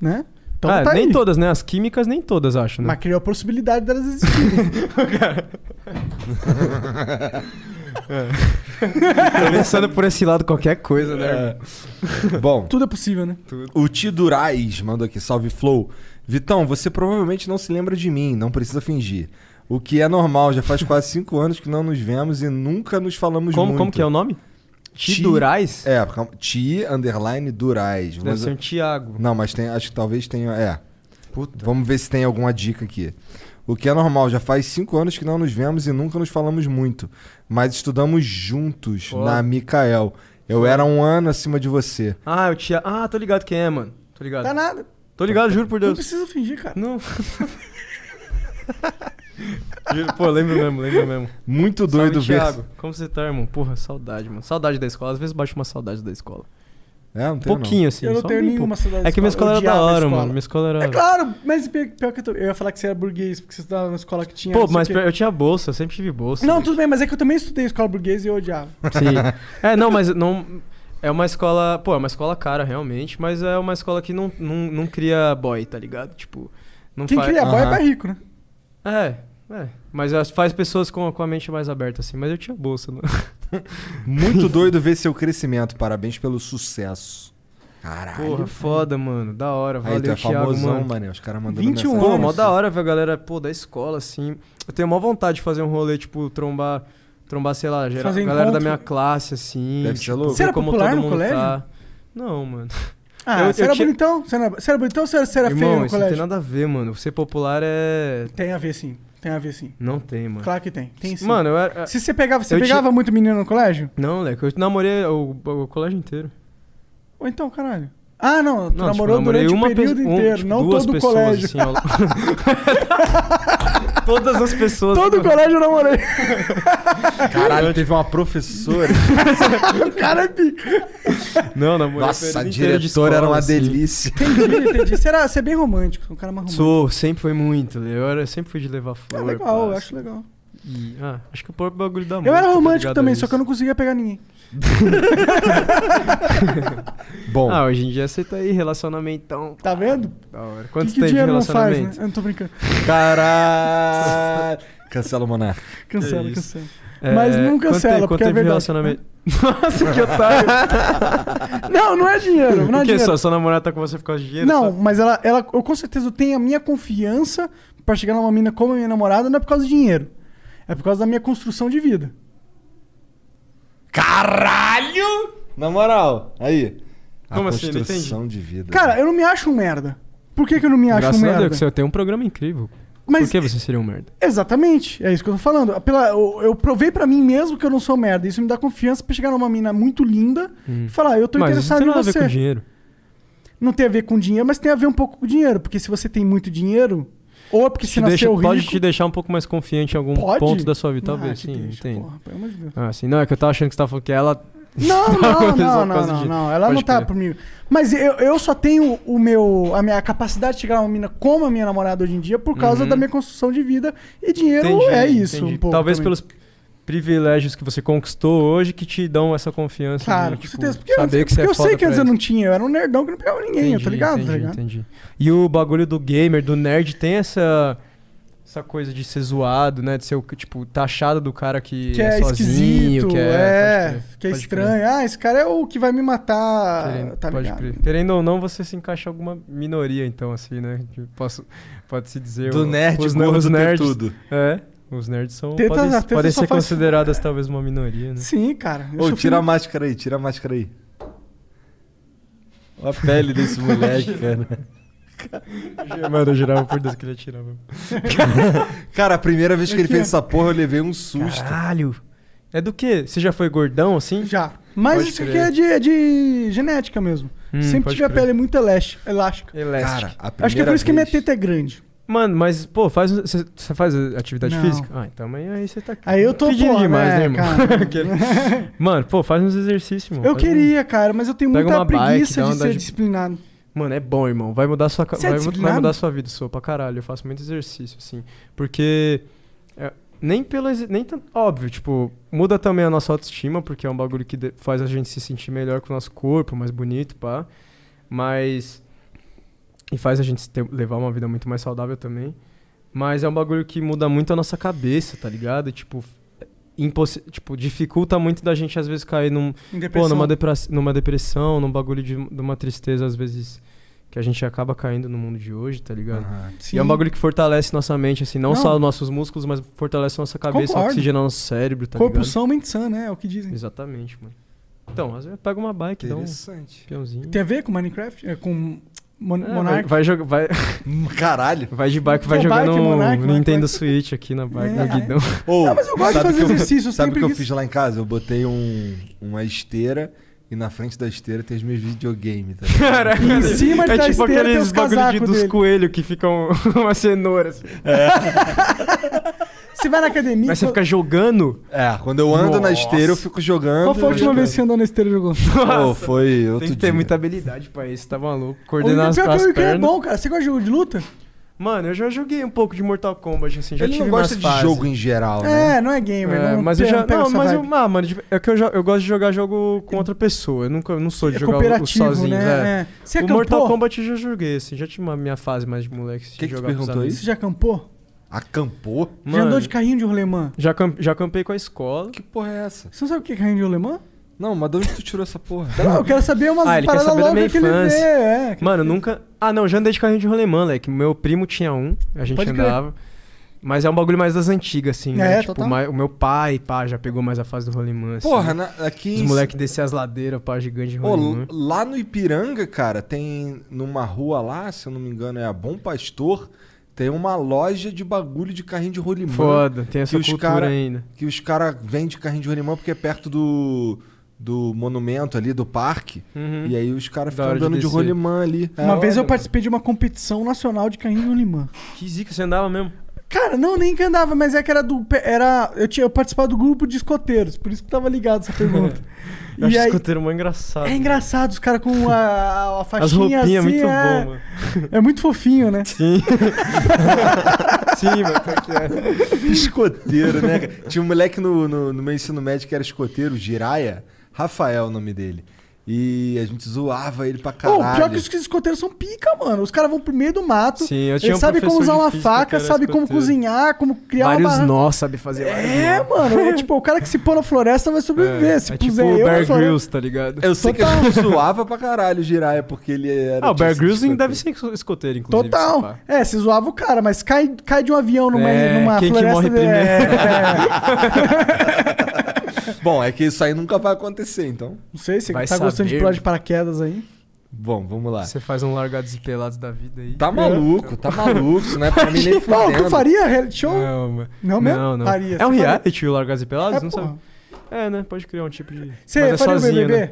Né? Então
ah,
tá
nem
aí.
todas, né? As químicas, nem todas, acho, né?
Mas criou a possibilidade delas existirem.
Começando por esse lado, qualquer coisa, né?
Bom,
tudo é possível, né?
o Tidurais mandou aqui, salve Flow. Vitão, você provavelmente não se lembra de mim, não precisa fingir. O que é normal, já faz quase cinco anos que não nos vemos e nunca nos falamos
Como-
muito.
como que é o nome? Ti
Ti
Durais?
É, calma, Ti underline Durais.
Deve
é.
ser um Tiago.
Não, mas tem, acho que talvez tenha. É. Vamos ver se tem alguma dica aqui. O que é normal, já faz cinco anos que não nos vemos e nunca nos falamos muito. Mas estudamos juntos
Ó.
na Micael. Eu era um ano acima de você.
Ah, o Tiago. Ah, tô ligado quem é, mano. Tô ligado.
Tá nada.
Tô ligado, juro por
Não
Deus.
precisa fingir, cara.
Não. Juro- Pô, lembro mesmo, lembro mesmo.
Muito
Salve,
doido ver-
Thiago. Como você tá, irmão? Porra, saudade, mano. Saudade da escola. Às vezes bate uma saudade da escola.
É, não
tenho, não.
Pouquinho, assim.
Eu não
só
tenho
bem
nenhuma
pouco.
saudade
É que minha
da escola.
escola
Eu
era da
odiava a
hora,
escola.
mano. Minha escola era...
É claro, mas pior, pior que eu, tô- eu ia falar que você era burguês, porque você estava numa escola que tinha.
Pô,
não sei
mas
o quê.
eu tinha bolsa. Eu sempre tive bolsa.
Não, tudo bem, mas é que eu também estudei escola burguesa e eu odiava.
Sim. É, não, mas não. É uma escola. Pô, é uma escola cara, realmente, mas é uma escola que não, não, não cria boy, tá ligado? Tipo. Não
Quem
faz-
cria boy é
Aham.
mais rico, né?
É, é. Mas as- faz pessoas com, com a mente mais aberta, assim. Mas eu tinha bolsa, né?
Muito doido ver seu crescimento. Parabéns pelo sucesso. Caralho.
Porra, foda, mano. Da hora, valeu,
Aí tu é
Thiago,
famosão,
mano.
mané, os caras mandando
21
mensagem.
Pô, mó
anos.
da hora ver a galera, pô, da escola, assim. Eu tenho mó vontade de fazer um rolê, tipo, trombar, trombar sei lá, geral,
Fazer
galera da
encontro.
minha classe, assim.
Deve ser
tipo,
louco.
ver
Você era
como
popular
todo
no
mundo
colégio?
Tá. Não, mano.
Ah,
Eu-
você
eu
era
tinha-
bonitão? Você era, você era bonitão ou você era, você era
Irmão,
feio no
isso não
colégio?
tem nada a ver, mano. Ser popular é...
Tem a ver sim, tem a ver sim.
Não tem, mano.
Claro que tem, tem sim.
Mano, eu era...
Se você pegava, você
eu
pegava
tinha-
muito menino no colégio?
Não, moleque, eu namorei o, o colégio inteiro.
Ou então, caralho. Ah, não, tu
Não, tipo,
namorou
namorei
durante o
uma
período
pessoa- um,
inteiro,
tipo,
não
duas
todo o
pessoas,
colégio.
assim, ao- Todas as pessoas...
todo o colégio eu namorei.
Caralho, teve uma professora.
o cara é pica.
Não, namorei o
Nossa, a
período
diretora
inteiro de escola,
era uma
assim.
delícia.
Entendi, entendi. Você, era, você é bem romântico, um cara mais romântico.
Sou, sempre foi muito. Eu era, sempre fui de levar flor.
Ah, legal, eu
pá,
acho legal.
E, ah, acho que o próprio bagulho da
Eu
música.
era
tá
romântico
ligado
também,
a
só que eu não conseguia pegar ninguém.
isso.
Bom.
Ah, hoje em dia você tá aí, relacionamentão.
Tá vendo?
Da hora. Quanto
que, que
tem de
dinheiro não faz, né?
relacionamento?
Eu não tô brincando.
Caralho. Cancela o Monarca.
Cancela, cancela.
É,
né? Mas não
quanto tem-
cancela,
quanto
porque é
tempo de
verdade.
relacionamento? Nossa, que otário.
Não, não é dinheiro, não é
Por que
dinheiro.
só? Sua namorada tá com você por causa de dinheiro?
Não,
só?
mas ela, ela, eu com certeza tenho a minha confiança pra chegar numa mina como a minha namorada, não é por causa de dinheiro. É por causa da minha construção de vida.
Caralho! Na moral, aí.
Como
a
assim? Não
construção de vida.
Cara, eu não me acho um merda. Por que, que eu não me acho
Graças
um
a
merda?
Deus, você tem um programa incrível.
Mas-
Por que você seria um merda?
Exatamente, é isso que eu tô falando. Pela, eu, eu provei pra mim mesmo que eu não sou merda. Isso me dá confiança pra chegar numa mina muito linda e falar, eu tô
Hum. mas isso
interessado
não tem
em
nada
você.
a ver com dinheiro.
Não tem a ver com dinheiro, mas tem a ver um pouco com dinheiro. Porque se você tem muito dinheiro, ou é porque
Te
você
deixa,
nasceu rico...
pode te deixar um pouco mais confiante em algum
Pode?
ponto da sua vida,
Ah,
talvez.
que
sim,
deixa,
entende?
porra, pelo amor de Deus.
Ah, assim, não, é que eu tava achando que você tava falando que ela.
Não, não,
Talvez
não,
é por
não,
causa
não,
de-
não. Ela
Pode
não tá
crer.
por mim. Mas eu, eu só tenho o meu, a minha capacidade de chegar a uma mina como a minha namorada hoje em dia por causa
Uhum.
da minha construção de vida. E dinheiro
Entendi,
é isso
entendi.
um pouco.
Talvez
também.
pelos privilégios que você conquistou hoje que te dão essa confiança.
Claro,
de,
com
tipo,
certeza. Porque,
saber
eu,
que você
porque
é
eu sei
foda
que antes
pra
eu
eles.
não tinha. Eu era um nerdão que não pegava ninguém, tá ligado? tá
entendi,
ligado?
entendi. E o bagulho do gamer, do nerd, tem essa essa coisa de ser zoado, né? De ser, o tipo, taxado do cara que,
Que é,
sozinho,
esquisito,
que é...
é,
pode crer,
que é
pode crer.
estranho. Ah, esse cara é o que vai me matar.
Querendo,
tá
pode
ligado?
crer. Querendo ou não, você se encaixa em alguma minoria, então, assim, né? Tipo, Posso, pode se dizer.
Do
o-
nerd
os,
gordo
os
ter
nerds,
tudo.
É. Os nerds são.
Teta-
podem
teta
podem
só
ser
faz-
consideradas talvez uma minoria, né?
Sim, cara. eu
Ô,
sofri
tira a máscara aí, tira a máscara aí. Olha a pele desse moleque, cara.
Mano, eu jurava por Deus que ele ia tirar mesmo.
Cara, a primeira vez que ele
Aqui,
fez
ó.
essa porra, eu levei um susto.
Caralho! É do quê? Você já foi gordão assim?
Já. Mas
Pode
isso
crer.
aqui é de, é de genética mesmo.
Hum,
Sempre
pode
tive a
crer.
pele muito elás- elástica.
Elastic.
Cara, a
Acho que é
primeira
por isso que minha
vez-
teta é grande.
Mano, mas, pô, faz, você, você faz atividade
Não.
física? Ah, então amanhã aí você tá
Aí eu tô
pedindo
porra,
demais, né,
né,
irmão?
cara?
Aquele- Mano, pô, faz uns exercícios, irmão.
Eu
Faz um-
queria, cara, mas eu tenho
Pega
muita
uma bike,
preguiça
dá uma
de ser
andada de-
disciplinado.
Mano, é bom, irmão. Vai mudar sua, ca-
Você é
vai, mu- vai
disciplinado?
mudar sua vida, sua pra caralho. Eu faço muito exercício, assim. Porque. é, nem pelo. exer- Nem tanto. Óbvio, tipo, muda também a nossa autoestima, porque é um bagulho que de- faz a gente se sentir melhor com o nosso corpo, mais bonito, pá. Mas. E faz a gente ter- levar uma vida muito mais saudável também. Mas é um bagulho que muda muito a nossa cabeça, tá ligado? Tipo. impossi- Tipo, dificulta muito da gente às vezes cair num,
Em
Pô,
depressão.
numa, depra- numa depressão, num bagulho de, de uma tristeza, às vezes, que a gente acaba caindo no mundo de hoje, tá ligado?
Sim.
e é um bagulho que fortalece nossa mente, assim, não,
Não.
só nossos músculos, mas fortalece nossa cabeça,
Concordo.
oxigena nosso cérebro, tá
Corpo
ligado?
são, mente sã, né? É o que dizem.
Exatamente, mano. Então, às vezes pega uma bike,
então,
dá um
Interessante.
peãozinho.
Tem a ver com Minecraft? É, com Mon
É, vai,
Monarch?
vai jogar. Vai...
Hum,
Caralho.
Vai de bike, vai
Pô,
jogando
bike,
um
Monarch,
Nintendo Switch aqui na bike,
É.
no guidão.
Ou,
Não, mas eu gosto de
sabe
fazer
que eu-
exercício, eu
Sabe o que
sempre
eu
quis.
fiz lá em casa? Eu botei um, uma esteira e na frente da esteira tem os meus videogames. Tá ligado?
Caralho,
Em cima
é
da
tipo
esteira tem
aqueles
os
bagulho de,
casacos
dos
dele.
coelhos que ficam uma cenoura. Assim.
Você vai na academia.
Mas você
qual-
fica jogando.
É, quando eu ando na
Nossa.
esteira eu fico jogando.
Qual foi a última
né,
jogando.
vez que você andou na esteira e jogou?
Pô, foi outro
Tem que ter
dia.
muita habilidade pra isso, tá maluco?
O
Coordenar as,
pior que
as
o Wiki é
pernas.
bom, cara. Você gosta de jogo de luta?
Mano, eu já joguei um pouco de Mortal Kombat, assim, já
Ele
tive
não gosta
umas
de
fases.
jogo em geral, né?
É, não é gamer.
É,
não
mas eu
pega-
já.
pega
Não,
essa
mas eu,
vibe.
ah, mano, de- é que eu, jo- eu gosto de jogar jogo com outra pessoa. Eu nunca eu não sou de
É
jogar o- o
cooperativo,
sozinho.
né?
é.
É. Você
o Mortal
acampou?
Kombat eu já joguei, assim, já tinha uma minha fase mais de moleque. assim,
Que que tu
jogar com os
perguntou
amigos.
isso?
Você já acampou?
Acampou?
Já
Mano,
andou de carrinho de rolemã?
já, cam- já campei com a escola.
Que porra é essa?
Você não sabe o que é carrinho de rolemã?
Não, mas de onde tu tirou essa porra?
Não, eu quero saber umas
Ah, ele quer
paradas
saber da minha
loucas que ele vê.
infância.
É.
Mano, nunca. Ah, não, já andei de carrinho de rolemã, moleque. Meu primo tinha um, a gente
Pode crer.
andava. Mas é um bagulho mais das antigas, assim, né?
É,
tipo,
total.
mai- o meu pai, pá, já pegou mais a fase do rolemã, assim.
Porra, na- aqui
Os né?
em-
moleques desciam as ladeiras, pá, gigante de
Pô,
rolemã.
lá no Ipiranga, cara, tem numa rua lá, se eu não me engano, é a Bom Pastor, tem uma loja de bagulho de carrinho de rolimã.
Foda, tem essa
que os
cultura
cara-
ainda.
Que os caras vendem carrinho de rolimã porque é perto do, do monumento ali, do parque.
Uhum.
E aí os caras
Da
ficam
hora de
andando de,
descer.
rolimã ali.
Uma
É,
vez eu
olha,
participei de uma competição nacional de carrinho de rolemã.
Que zica, você andava mesmo?
Cara, não, nem que andava, mas é que era do. Era, eu, tinha, eu participava do grupo de escoteiros, por isso que tava ligado essa pergunta.
Eu acho
e aí,
escoteiro mó engraçado. né.
é engraçado, os caras com a, a, a faixinha
As roupinhas
assim, é,
muito bom, mano.
é muito fofinho, né?
Sim. Sim, mano, pior que é.
Escoteiro, né? cara? Tinha um moleque no, no, no meu ensino médio que era escoteiro, Jiraya, Rafael é o nome dele. E a gente zoava ele pra
Pô,
caralho.
pior que os escoteiros são pica, mano. Os caras vão pro meio do mato.
Sim, eu tinha
eles
um
sabem como usar
professor de
uma
física que
faca,
era
sabem como
escoteiro.
cozinhar, como criar é uma.
Vários
barra-
nós sabe fazer vários
É,
nós.
mano. é tipo, o cara que se pôr na floresta vai sobreviver.
É,
se
é tipo
puser
o
eu. na
Bear
floresta-
Grylls, tá ligado?
Eu sei que a gente zoava pra caralho o Jiraya, porque ele era.
Ah, o Bear
tinha
Grylls
sido
deve ser escoteiro, inclusive. esse
Total.
pá.
É, você zoava o cara, mas cai, cai de um avião numa,
É,
numa
quem que
floresta.
morre
é,
primeiro?
é.
escoteiro. Bom, é que isso aí nunca vai acontecer, então.
Não sei, você
Vai
tá gostando de
saber.
pular de paraquedas aí.
Bom, vamos
É.
lá.
Você faz um largados e pelados da vida aí.
Tá maluco, tá maluco. Isso não é pra mim nem
Não, o que eu
fudendo.
faria? Reality show?
Não, mano.
Não mesmo? Faria,
É um
você faria?
reality o largados e pelados?
É,
não
porra.
sabe? É, né? Pode criar um tipo de.
Você
Mas é
faria
sozinho,
o BBB?
né?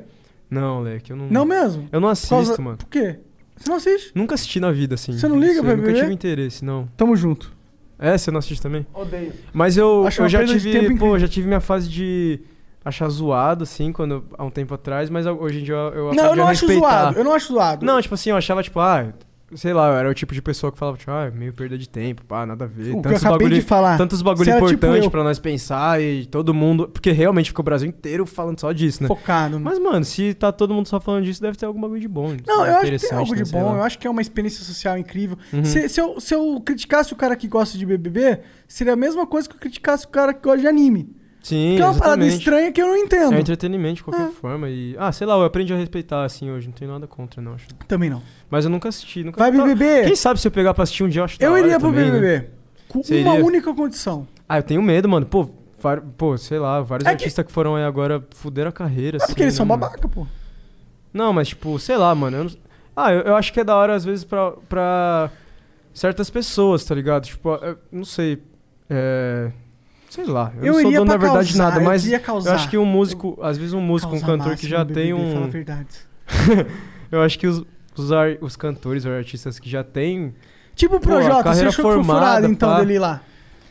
Não, moleque, eu não.
Não mesmo?
Eu não
Por
assisto,
causa-
mano.
Por quê? Você não assiste?
Nunca assisti na vida, assim.
Você não liga pra
Eu Nunca
BBB?
tive interesse, não.
Tamo junto.
É, você não assiste também?
Odeio.
Mas eu,
Acho é
eu
uma
já
perda de tempo
tive, pô,
incrível.
já tive minha fase de achar zoado, assim, quando, há um tempo atrás, mas hoje em dia eu, eu
Não,
aprendi
eu não
a
acho
respeitar.
zoado. Eu não acho zoado.
Não, tipo assim, eu achava, tipo, ah, sei lá, eu era o tipo de pessoa que falava, tipo, ah, meio perda de tempo, pá, nada a ver.
O que eu acabei de falar.
Tantos
Você
bagulho
era tipo
importante
eu.
pra nós pensar e todo mundo. Porque realmente fica o Brasil inteiro falando só disso, né?
Focado. né?
Mas, mano, se tá todo mundo só falando disso, deve ter algum bagulho de bom.
Não,
né?
eu acho que tem
Interessante,
algo
né?
de
Sei
bom.
lá.
Eu acho que é uma experiência social incrível.
Uhum.
Se, se eu, se eu criticasse o cara que gosta de BBB, seria a mesma coisa que eu criticasse o cara que gosta de anime.
Sim,
Que é uma parada
exatamente.
estranha que eu não entendo.
É entretenimento de qualquer forma. E, ah, sei lá, eu aprendi a respeitar assim hoje. Não tenho nada contra, não. Acho.
Também não.
Mas eu nunca assisti. Nunca...
Vai,
Tá-
BBB.
Quem sabe se eu pegar pra assistir um dia, eu acho da
Eu
hora
iria pro
também, né?
BBB. Com
Você
uma
iria?
única condição.
Ah, eu tenho medo, mano. Pô, var- pô sei lá, vários
É que-
artistas que... foram aí agora fuderam a carreira.
É porque eles são
babacas.
babaca, pô.
Não, mas tipo, sei lá, mano. eu não- Ah, eu, eu acho que é da hora às vezes pra, pra certas pessoas, tá ligado? Tipo, eu não sei. É... Sei lá. Eu, não sou
iria
dono da
pra
verdade de
causar,
nada,
eu
mas
queria
eu
causar.
acho que um músico, às vezes um músico, um
Causa
cantor que
máximo
já
no
tem
BBB, Fala a
um.
verdade.
Eu acho que os, os, ar- os cantores, os artistas que já têm.
Tipo o
Pô,
Projota, você
carreira
achou que foi
formada,
furado então
pá.
dele ir lá?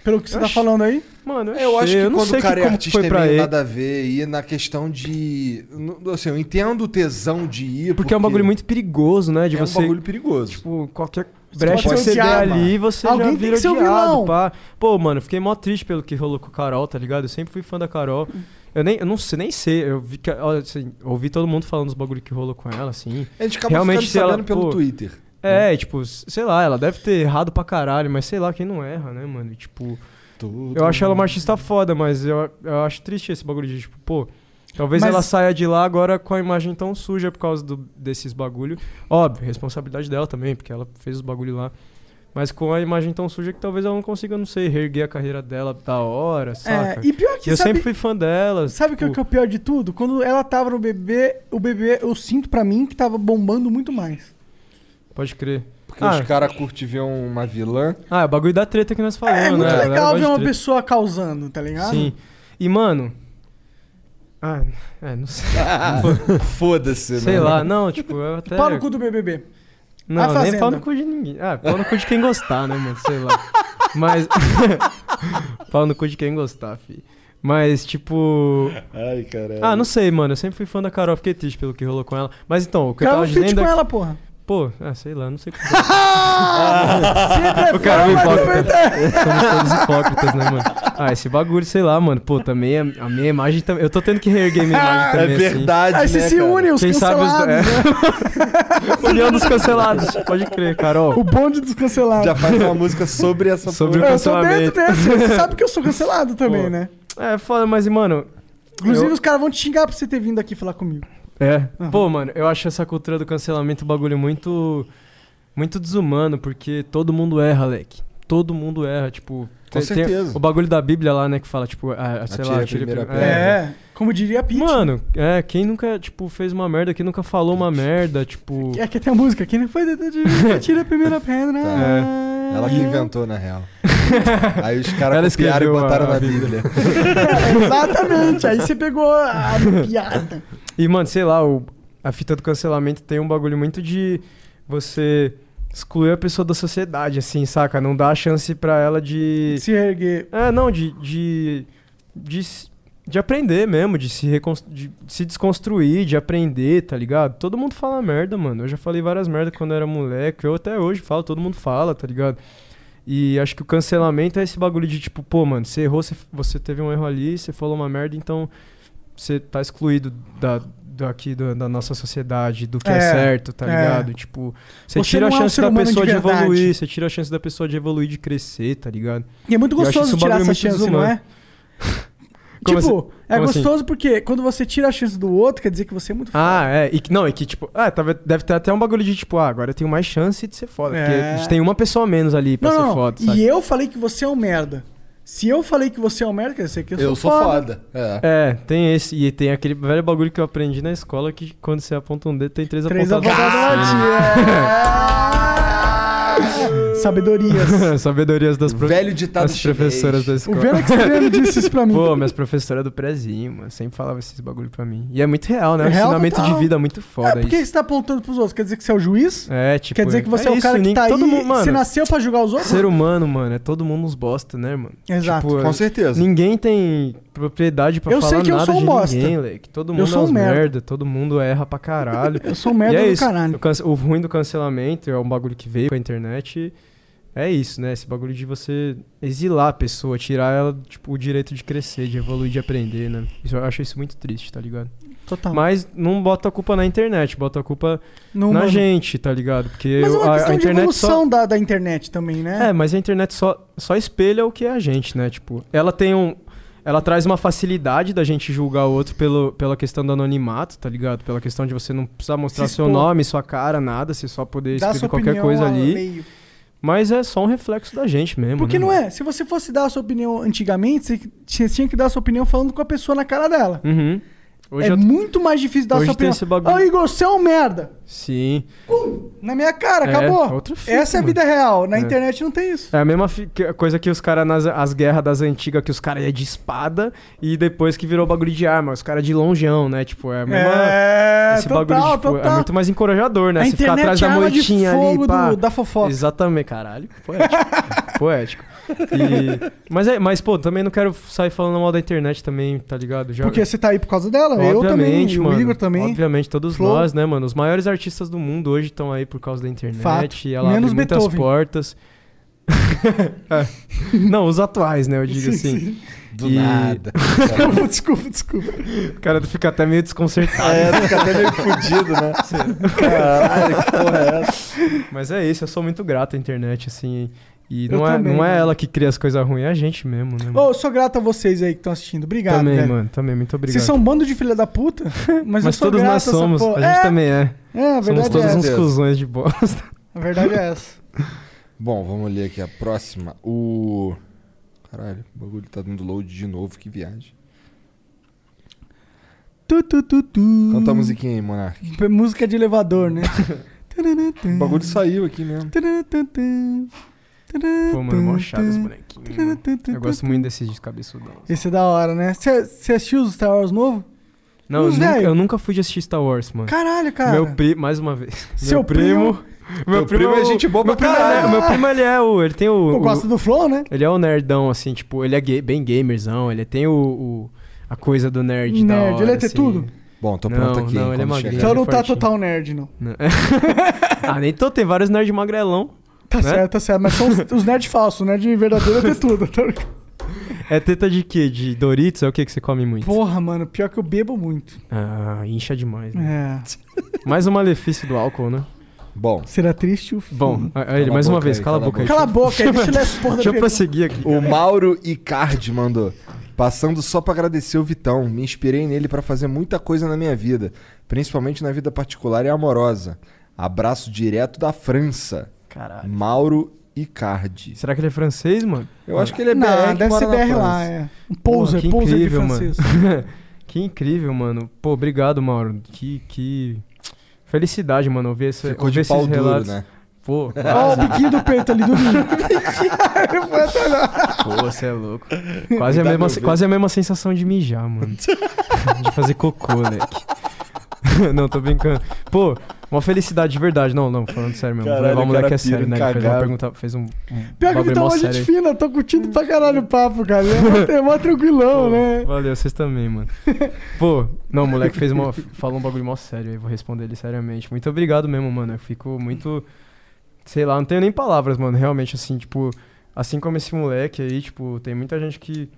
Pelo que você
Eu
tá
acho-
falando aí?
Mano, eu,
Eu acho que
eu não
quando
sei
o cara
que
é
como
artista
foi
é
pra
meio
ele.
nada a ver, e na questão de. não- Assim, eu entendo o tesão de ir.
Porque, é um bagulho muito perigoso, né? De
é
você.
um bagulho perigoso.
Tipo, qualquer brecha que
pode
você
ser
der
odiado.
ali, você
Alguém
já
tem
vira
que ser o
odiado,
vilão.
pá. Pô, mano, fiquei mó triste pelo que rolou com o Carol, tá ligado? Eu sempre fui fã da Carol. Eu nem, eu não sei, nem sei. Eu vi que, ó, assim, ouvi todo mundo falando dos bagulho que rolou com ela, assim.
a gente acaba
realmente, se
ficando
ela-
sabendo pelo
pô,
Twitter.
É, tipo, s- sei lá, ela deve ter errado pra caralho, mas sei lá, quem não erra, né, mano? E, Tipo,
Tudo.
eu acho ela uma artista foda, mas eu, eu acho triste esse bagulho de, tipo, pô, Talvez
Mas-
ela saia de lá agora com a imagem tão suja por causa do- desses bagulho. Óbvio, responsabilidade dela também, porque ela fez os bagulho lá. Mas com a imagem tão suja que talvez ela não consiga, não sei, reerguer a carreira dela da hora, saca?
É, e pior que
Eu
sabe-
sempre fui fã dela.
Sabe o que,
tipo,
que é o pior de tudo? Quando ela tava no bebê, o bebê, eu sinto pra mim que tava bombando muito mais.
Pode crer.
Porque os caras curtem ver uma vilã.
Ah, é o bagulho da treta que nós falamos,
É,
né?
muito
A galera
legal
gosta
ver
de
uma
treta.
pessoa causando, tá ligado?
Sim. E, mano. Ah, é, não sei.
Foda-se, né?
Sei lá, não, tipo, eu até.
Pau no cu do BBB. A
Não,
Fazenda.
nem pau no cu de ninguém. Ah, pau no cu de quem gostar, né, mano? Sei lá. Mas. pau no cu de quem gostar, fi. Mas, tipo.
Ai, caralho.
Ah, não sei, mano. Eu sempre fui fã da Carol, fiquei triste pelo que rolou com ela. Mas então, o que eu
Grava um
tava
feat
dizendo.
com
é-
ela, porra.
Pô, ah, sei lá, não sei como.
Sempre é
o cara é um
fã, mas não
hipócrita.
pertence.
Somos todos hipócritas, né, mano? Ah, esse bagulho, sei lá, mano. Pô, também a, a minha imagem também. Eu tô tendo que reerguer minha
É
imagem também. assim.
Aí
né,
você Ah, se une, os
Quem sabe os do-
cancelados.
é. União um dos cancelados. Pode crer, Carol.
O bonde dos cancelados. É,
Já faz uma música sobre essa
Sobre o
Eu tô dentro
cancelamento.
desse, mas você sabe que eu sou cancelado também,
Pô.
né?
É foda, mas, mano.
Inclusive,
eu-
os caras vão te xingar por você ter vindo aqui falar comigo.
É. Pô, mano, eu acho essa cultura do cancelamento um bagulho muito. Muito desumano, porque todo mundo erra, Leque. Todo mundo erra, tipo.
Com
tem- tem
certeza.
o bagulho da Bíblia lá, né, que fala, tipo, ah, sei
Atire
lá,
a
atire a
primeira
prim-
pedra.
É.
É, como diria a Pete.
Mano, é, quem nunca, tipo, fez uma merda, quem nunca falou uma merda, tipo.
É que tem a música. Quem não foi detetive, tira a primeira pedra.
É.
Ela que inventou, na real. Aí os caras
Ela
copiaram e
escreveu a-
botaram na
a Bíblia.
Bíblia.
É, Exatamente. Aí você pegou a piada.
é
E, mano, sei lá, o- a fita do cancelamento tem um bagulho muito de você excluir a pessoa da sociedade, assim, saca? Não dá a chance pra ela de.
Se erguer.
É, não, de. de, de, s- de aprender mesmo, de se, recons- de se desconstruir, de aprender, tá ligado? Todo mundo fala merda, mano. Eu já falei várias merdas quando eu era moleque. Eu até hoje falo, todo mundo fala, tá ligado? E acho que o cancelamento é esse bagulho de tipo, pô, mano, você errou, você, você teve um erro ali, você falou uma merda, então você tá excluído da, daqui da, da nossa sociedade, do que é,
É,
certo, tá
é.
ligado? Tipo, você,
Você
tira a
não é um
chance
ser
da
humano de
pessoa de,
verdade.
evoluir, você tira a chance da pessoa de evoluir, de crescer, tá ligado?
E é muito
Eu acho isso
gostoso
um
tirar
bagulho
essa
muito
chance, não
desumano.
é?
Como
tipo,
assim?
é
Como assim?
gostoso porque quando você tira a chance do outro, quer dizer que você é muito
Ah, é. E, que- não, e que, tipo, ah, tava- deve ter até um bagulho de, tipo, ah, agora eu tenho mais chance de ser foda. Porque
É.
a gente tem uma pessoa a menos ali pra
Não,
ser
não,
foda,
não.
sabe?
E eu falei que você é um merda. Se eu falei que você é um merda, quer dizer que eu,
Eu sou foda. É.
É, tem esse. E tem aquele velho bagulho que eu aprendi na escola que quando você aponta um dedo, tem três,
Três
apontados.
apontados Sabedorias.
Sabedorias das, prof...
Velho ditado
das professoras da
chinês.
escola.
O Vera Extremo disse isso pra mim.
Pô, minhas professoras do prezinho, mano, sempre falava esses bagulho pra mim. E é muito real, né? É
É
um
real
ensinamento
total.
de vida muito
É,
foda
por que
isso.
você tá apontando pros outros? Quer dizer que você é o juiz?
É, tipo,
quer dizer que você é, o
isso,
cara que
nem-
tá aí,
todo mundo,
você
mano,
nasceu pra julgar os outros?
Ser humano, mano, é todo mundo uns bosta, né, mano?
Exato.
Tipo,
Com certeza.
Ninguém tem propriedade pra
Eu
falar
sei que eu
nada
sou um
de
bosta.
ninguém, Leque. Todo
Eu
mundo
sou
é
um
uns
merda.
merda. todo mundo erra pra caralho.
Eu sou um merda
e é
do
isso.
caralho.
O, cance- o ruim do cancelamento é um bagulho que veio com a internet. É isso, né? Esse bagulho de você exilar a pessoa, tirar ela, tipo, o direito de crescer, de evoluir, de aprender, né? Isso, eu acho isso muito triste, tá ligado?
Total.
Mas não bota a culpa na internet, bota a culpa
No
na
humano.
gente, tá ligado? Porque
Mas é uma
a- a,
questão de
internet só...
evolução da, da internet também, né?
É, mas a internet só, só espelha o que é a gente, né? Tipo, ela tem um. Ela traz uma facilidade da gente julgar o outro pelo, pela questão do anonimato, tá ligado? Pela questão de você não precisar mostrar
Se
seu
expor.
nome, sua cara, nada, você só poder
Dá
escrever
sua
qualquer
opinião
coisa
a
ali.
meio.
Mas é só um reflexo da gente mesmo.
Porque
né,
não
mano?
é. Se você fosse dar a sua opinião antigamente, você tinha- tinha que dar a sua opinião falando com a pessoa na cara dela.
Uhum. Hoje
é
eu-
muito mais difícil dar a
hoje
sua
tem
opinião.
esse bagulho.
Ô, Igor, você é um merda.
Sim.
Na minha cara,
É,
acabou.
outra fita,
Essa é a
mano.
vida real. Na
É.
internet não tem isso.
É a mesma fi- que- coisa que os caras nas as guerras das antigas, que os caras iam de espada e depois que virou bagulho de arma, os caras de longeão, né? Tipo, é a mesma.
É,
esse
total,
bagulho de, tipo,
total.
é muito mais encorajador, né?
A
Você ficar
internet
atrás
é
da
arma de
moitinha
fogo
ali, pá.
do- da fofoca.
Exatamente, caralho. Poético. poético. E- mas, é, mas, pô, também não quero sair falando mal da internet também, tá ligado? Já,
Porque você tá aí por causa dela. eu também.
Obviamente, mano.
O Igor também.
Obviamente, todos
Flow.
nós, né, mano? Os maiores artistas do mundo hoje estão aí por causa da internet.
Fato.
Ela
Menos
abre muitas
Beethoven.
portas. É. Não, os atuais, né? Eu digo
Sim,
assim.
sim.
Do nada.
Desculpa, desculpa, desculpa.
O cara fica até meio desconcertado.
É, fica até meio fudido, né? Caralho, que porra é essa?
Mas é isso, eu sou muito grato à internet, assim. e- E
Eu
não é,
também, né?
não é
mano.
ela que cria as coisas ruins, é a gente mesmo, né?
Ô, eu sou grato a vocês aí que estão assistindo. Obrigado,
também,
velho.
mano. Também, muito obrigado.
Vocês são um bando de filha da puta, mas,
Mas,
eu sou
todos
grato
nós
a essa
somos.
porra.
A gente também é.
É, a
somos
verdade
todos
é
uns
essa.
cuzões de bosta.
A verdade é essa.
Bom, vamos ler aqui a próxima. O. Caralho, o bagulho tá dando load de novo, que viagem.
Tu, tu, tu, tu.
Canta
Hum.
a musiquinha aí, Monark.
Música de elevador, né?
O bagulho saiu aqui mesmo.
Pô, mano, mó chato esse bonequinho. mano. Eu gosto muito desses de cabeçudão.
Esse é da hora, né? Você assistiu os Star Wars novo?
Não, eu
Os
nunca,
velho.
eu nunca fui de assistir Star Wars, mano.
Caralho, cara.
Meu pri... Mais uma vez.
Seu
meu primo...
primo-
Teu primo
o-
é gente boa
meu
pra
primo, ele é-
caralho.
Meu primo, ele é o... Ele tem o...
Pô,
o-
gosta do Flow, né?
Ele é o nerdão, assim, tipo... Ele é ga- bem gamerzão. Ele tem o... o- A coisa do nerd, da
Nerd,
hora,
ele é ter
assim.
tudo?
Bom, tô
Não,
pronto aqui, hein,
Não, ele é
quando
magrinho.
chegar.
Então
ele é
não tá
fortinho.
total nerd, não.
Não. Né? ah, nem tô. Tem vários nerds magrelão.
Tá
né?
certo, tá certo. Mas são os, os nerd falsos, o nerd verdadeiro é ter tudo. tá ligado?
É teta de quê? De Doritos? É o que que você come muito?
Porra, mano, pior que eu bebo muito.
Ah, incha demais, né?
É.
Mais um malefício do álcool, né?
Bom.
Será triste o fim.
Bom, a- a-
Hum. Cala
ele,
a
mais uma
boca
vez,
aí,
cala a boca aí.
Cala a boca aí, deixa eu ler essa porra da
Deixa eu
pergunta.
prosseguir aqui.
O Mauro Icardi mandou. Passando só pra agradecer o Vitão. Me inspirei nele pra fazer muita coisa na minha vida, principalmente na vida particular e amorosa. Abraço direto da França.
Caralho.
Mauro Icardi.
Será que ele é francês, mano?
Eu acho que ele é BR,
Não,
que
deve
mora
ser
na
BR lá,
França.
é. Um
Porra,
poser,
que
poser de
incrível, mano.
francês.
que incrível, mano. Pô, obrigado, Mauro. Que, que... Felicidade, mano, ouvir, esse,
Ficou
ouvir
de pau
esses
duro,
relatos.
né?
Pô,
Ó, o
quase.
biquinho do peito ali, durinho. Foi até lá.
Pô, você é louco. Quase a,
Dá
mesma,
pra ver.
quase a mesma sensação de mijar, mano. de fazer cocô, moleque. Não, tô brincando. Pô, uma felicidade de verdade. Não, não, falando sério mesmo.
Caralho,
Vou levar o
o
moleque
cara
a sério,
pira,
né? Ele fez uma
cagado.
pergunta, fez um. um
Pior que o
bagulho
Vitão é
mó
uma
sério
gente
aí.
fina, tô curtindo pra caralho o papo, cara. É mó, é mó tranquilão, né?
Valeu, vocês também, mano. Pô, não, o moleque fez uma, falou um bagulho mó sério aí, vou responder ele seriamente. Muito obrigado mesmo, mano. Eu fico muito. Sei lá, não tenho nem palavras, mano. Realmente, assim, tipo, assim como esse moleque aí, tipo, tem muita gente que.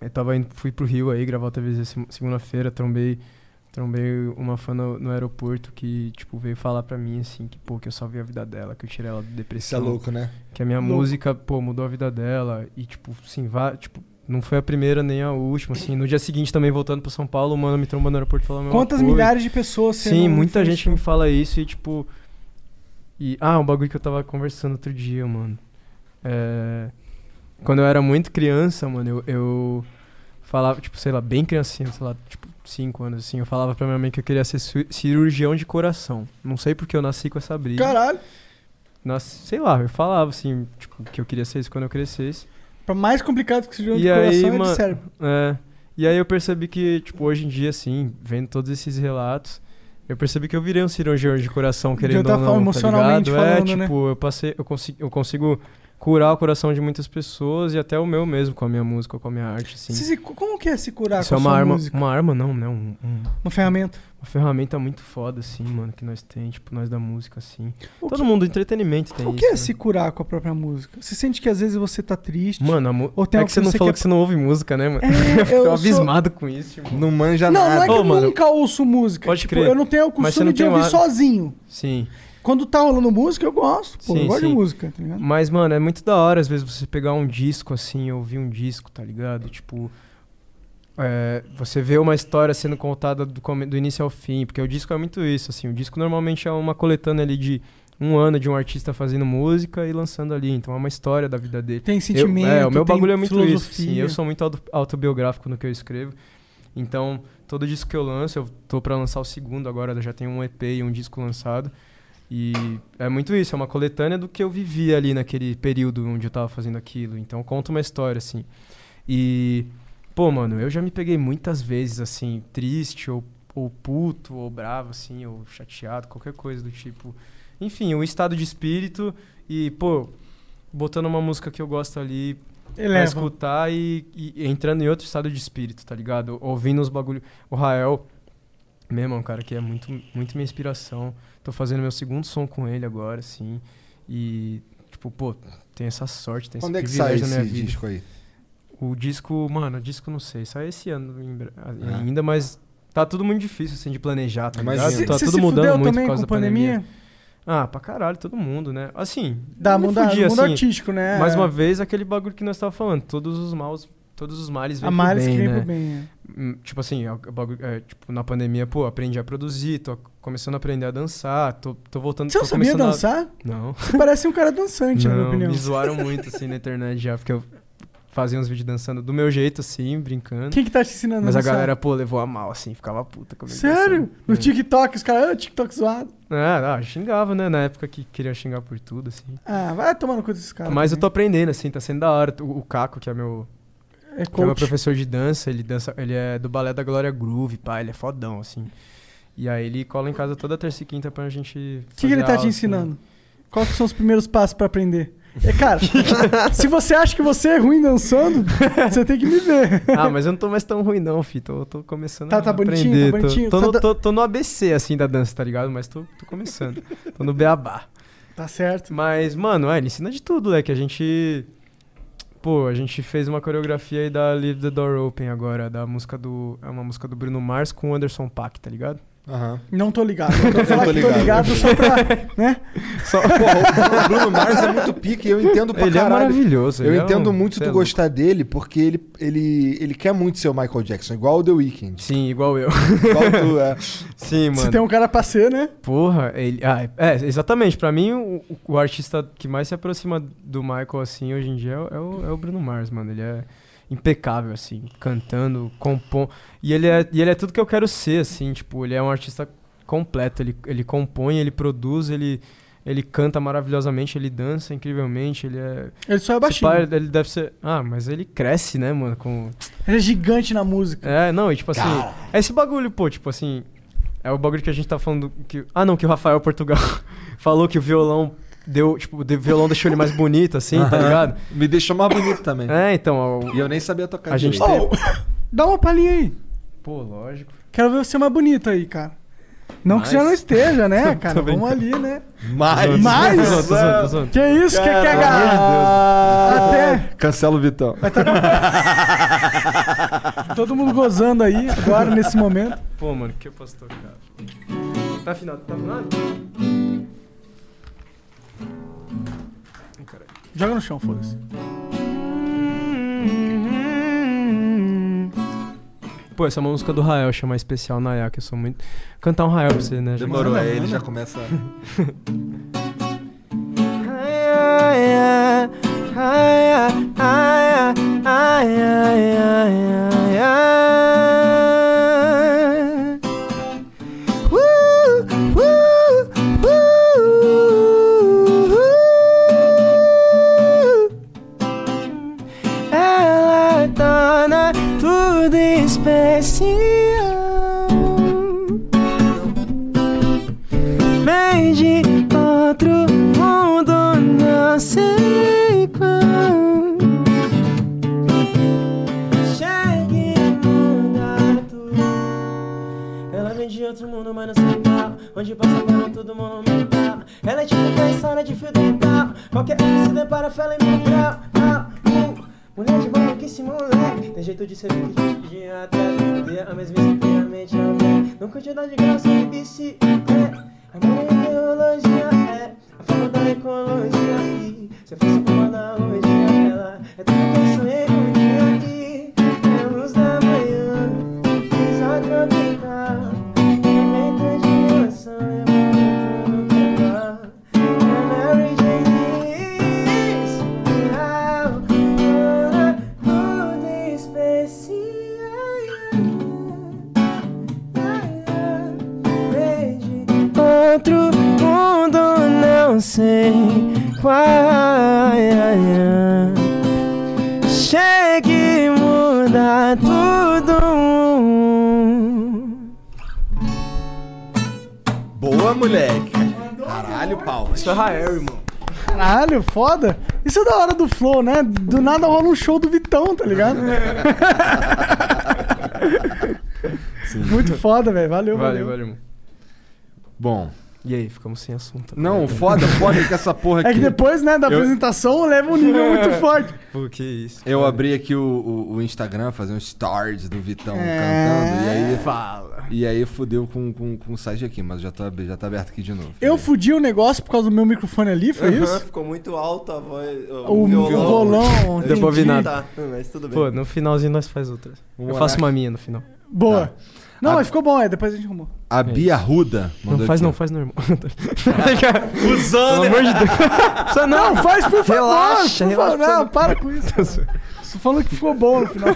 Eu tava indo, fui pro Rio aí gravar outra vez esse- segunda-feira, trombei. Trombei uma fã no, no aeroporto que, tipo, veio falar pra mim, assim, que, pô, que eu salvei a vida dela, que eu tirei ela da
Isso é
depressão.
louco, né?
Que a minha
Louco.
música, pô, mudou a vida dela. E, tipo, sim, vá, tipo, não foi a primeira nem a última, assim. No dia seguinte, também voltando pro São Paulo, mano, me trombou no aeroporto falando. a mesma
Quantas
coisa.
milhares de pessoas
Sim, muita gente me fala isso e, tipo. E, ah, um bagulho que eu tava conversando outro dia, mano. É, quando eu era muito criança, mano, eu, eu falava, tipo, sei lá, bem criancinha, sei lá, tipo, 5 anos assim, eu falava pra minha mãe que eu queria ser ci- cirurgião de coração. Não sei porque eu nasci com essa briga.
Caralho.
Nas- sei lá, eu falava assim, tipo, que eu queria ser isso quando eu crescesse.
Pra mais complicado que seja de
E
coração
aí,
é de
mano-
cérebro.
É, e aí eu percebi que, tipo, hoje em dia, assim, vendo todos esses relatos, eu percebi que eu virei um cirurgião de coração,
De
querendo
outra
ou não,
forma,
tá
emocionalmente
ligado?
falando,
É,
né?
tipo, eu passei, eu consigo, eu consigo curar o coração de muitas pessoas e até o meu mesmo com a minha música, com a minha arte, assim.
Se- se- como que é se curar
isso
com
é
a
uma
sua
arma,
música?
uma arma não, né? Um- um-
Uma ferramenta.
uma ferramenta muito foda, assim, mano, que nós tem, tipo, nós da música, assim.
O
Todo
que-
mundo, entretenimento tem
O
isso,
que é
né?
se curar com a própria música? Você sente que às vezes você tá triste?
Mano, a mu...
Ou tem
é
algo
que você
que
não
você
falou
quer-
que você não ouve música, né, mano?
É,
eu fico
eu
abismado com isso, irmão.
Não manja
Não, não é
nada.
que
Ô,
eu
mano,
nunca ouço música.
pode
tipo,
crer.
eu não tenho o
Mas você
costume
não
de
tem
ouvir
uma-
sozinho.
Sim.
Quando tá rolando música, eu gosto. Pô, eu
Sim,
gosto de
sim.
música, tá ligado?
Mas, mano, é muito da hora, às vezes, você pegar um disco, assim, ouvir um disco, tá ligado? Tipo. é, você vê uma história sendo contada do, come- do início ao fim, porque o disco é muito isso, assim. O disco normalmente é uma coletânea ali de um ano de um artista fazendo música e lançando ali. Então é uma história da vida dele.
Tem
Eu-
sentimento.
é, o meu
tem
bagulho é muito
filosofia.
isso. Sim, eu sou muito auto- autobiográfico no que eu escrevo. Então, todo disco que eu lanço, eu tô pra lançar o segundo agora, eu já tenho um EP e um disco lançado. E é muito isso, é uma coletânea do que eu vivi ali naquele período onde eu tava fazendo aquilo. Então, conta uma história, assim. E, pô, mano, eu já me peguei muitas vezes, assim, triste ou, ou puto ou bravo, assim, ou chateado, qualquer coisa do tipo. Enfim, o estado de espírito e, pô, botando uma música que eu gosto ali pra
Eleva.
escutar e, e entrando em outro estado de espírito, tá ligado? Ouvindo os bagulho. O Rael, mesmo, é um cara que é muito, muito minha inspiração. Tô fazendo meu segundo som com ele agora, assim. E, tipo, pô, tem essa sorte, tem esse
Quando é que sai
privilégio na
esse
minha vida.
disco aí?
O disco, mano, o disco não sei, sai esse ano em bre-
Ah.
ainda, mas tá tudo muito difícil, assim, de planejar, tá
Imagino.
ligado? Tá
Você
tudo
se
mudando
fudeu
muito
também
por
com
causa
a
da pandemia.
pandemia?
Ah, pra caralho, todo mundo, né? Assim,
Da
me
mundo- é mundo
assim,
artístico, né?
Mais uma
É.
vez, aquele bagulho que nós tava falando. Todos os maus, todos os males vêm
Há
pro
males
bem,
que vêm
né?
pro bem,
Hum, Tipo assim, a- a bagulho- é, tipo, na pandemia, pô, aprendi a produzir, tô começando a aprender a dançar, tô, tô voltando...
Você não
tô
sabia
começando a-
dançar?
Não.
Você parece um cara dançante, na minha
Não,
opinião.
Me zoaram muito assim na internet já, porque eu fazia uns vídeos dançando do meu jeito, assim, brincando.
Quem que tá te ensinando a
Mas a
dançar?
galera, pô, levou a mal, assim, ficava puta comigo.
Sério?
dançando.
No
É.
TikTok, os caras, ah, TikTok zoado.
É, ah, xingava, né? Na época que queria xingar por tudo, assim.
Ah, vai tomar no cu desses caras.
Mas eu
também.
tô aprendendo, assim, tá sendo da hora. O, o Caco, que é meu.
É
que é meu
coach.
professor de dança, ele dança, ele é do balé da Glória Groove, pá, ele é fodão, assim. E aí ele cola em casa toda terça e quinta pra gente.
O que, que ele
assim.
tá te ensinando? Quais que são os primeiros passos pra aprender? É, cara, se você acha que você é ruim dançando, você tem que me ver.
Ah, mas eu não tô mais tão ruim, não, fi. Tô, tô começando
Tá-
a
tá bonitinho, tá
aprender. Tô-
bonitinho.
Tô,
Tá
no,
da-
tô- tô no ABC, assim, da dança, tá ligado? Mas tô, tô começando. tô no beabá.
Tá certo.
Mas, mano, é, ele ensina de tudo, é que a gente... Pô, a gente fez uma coreografia aí da Leave the Door Open agora, da música do... É uma música do Bruno Mars com o Anderson Paak, tá ligado?
Aham.
Não tô ligado. Eu tô falando
tô
que tô
ligado.
ligado só pra. Né?
Só...
Porra, o Bruno Mars é muito pique, eu entendo pra
Ele é
caralho.
maravilhoso,
Eu
ele é
entendo
um-
muito
cê
tu
é louco.
gostar dele, porque ele, ele, ele quer muito ser o Michael Jackson, igual o The Weeknd.
Sim, igual eu.
Igual tu, é.
Sim, mano.
Se tem um cara pra ser, né?
Porra, ele. Ah, é, exatamente. Pra mim, o, o- o artista que mais se aproxima do Michael, assim, hoje em dia é, o- é o, é o Bruno Mars, mano. Ele é impecável, assim, cantando, compõe. E ele é, e ele é tudo que eu quero ser, assim, tipo, ele é um artista completo. Ele, ele compõe, ele produz, ele. Ele canta maravilhosamente, ele dança incrivelmente, ele é.
Ele só é
Se
baixinho.
pá, ele deve ser. Ah, mas ele cresce, né, mano? Com.
Ele é gigante na música.
É, não, e tipo assim.
Cara.
É esse bagulho, pô, tipo assim. É o bagulho que a gente tá falando. Que, ah, não, que o Rafael Portugal falou que o violão deu. Tipo, o violão deixou ele mais bonito, assim, tá
Aham.
ligado?
Me deixou mais bonito também.
É, então.
E eu nem sabia tocar
A gente
direito.
tem-
Dá uma palhinha aí.
Pô, lógico.
Quero ver você mais bonito aí, cara. Não que
Mas-
você já não esteja, né,
Tô-
cara?
tô
Vamos ali,
brincando.
né?
Mas-
Mais?
Tô zoando, tô zoando, tô zoando.
Que isso? Que que é
Caralho.
galera? Até
Cancela o Vitão.
tá todo mundo gozando aí agora, nesse momento.
Pô, mano, o que eu posso tocar? Tá afinado, tá afinado?
Joga no chão, foda-se.
Pô, essa é uma música do Rael, chama Especial Nayá, que eu sou muito. Cantar um Rael pra você, né?
Demorou,
Já-
aí ele já começa.
Ela torna tudo especial. Vem de outro mundo, não sei qual. Chega e muda tudo. Ela vem de outro mundo, mas não sei qual. Onde passa para todo mundo mental. Ela é tipo uma história de fio dental. Qualquer um que se depara, fala em mil grau. Ah, uh. Mulher de maluquice, moleque Tem jeito de ser que gente de atrás Odeia a é mesma extremamente alegre Não curte andar de graça de bicicleta Amor é ideologia, é A forma da ecologia E se eu fosse uma analogia Ela é tudo que eu sonhei um dia E é a luz da manhã Brisa tropical Elemento de maçã Eu vou no canal É Mary Jane Especial Ora, tudo especial Outro mundo não sei qual é, Chega e muda tudo
Boa, moleque. Caralho, pau.
Isso é Rael, irmão.
Caralho, foda. Isso é da hora do flow, né? Do nada rola um show do Vitão, tá ligado? Muito foda, velho. Valeu,
Valeu,
valeu.
valeu, irmão.
Bom,
E aí, ficamos sem assunto. tá
Não, foda, foda que essa porra aqui.
É que depois, né, da
Eu-
apresentação leva um nível muito forte.
Pô, que isso.
Eu abri aqui o, o- o Instagram, fazer um stories do Vitão
É.
cantando. E aí.
Fala.
E aí fudeu com, com, com o site aqui, mas já tá, ab- já tá aberto aqui de novo.
Eu fudi o negócio por causa do meu microfone ali, foi
Aham,
isso?
Ficou muito alto a voz.
O violão,
Eu
entendi.
ouvi
Nada.
Tá, mas tudo bem.
Pô, no finalzinho nós faz outra.
Vamos
eu
lá.
faço uma minha no final.
Boa.
Tá. Ah.
Não, mas ficou bom, é, depois a gente arrumou.
A Bia Ruda
Não faz, não faz normal. Pelo amor de Deus.
Só não, faz por favor.
Relaxa,
por favor.
relaxa.
Não, para com isso. Você falou que ficou bom no final.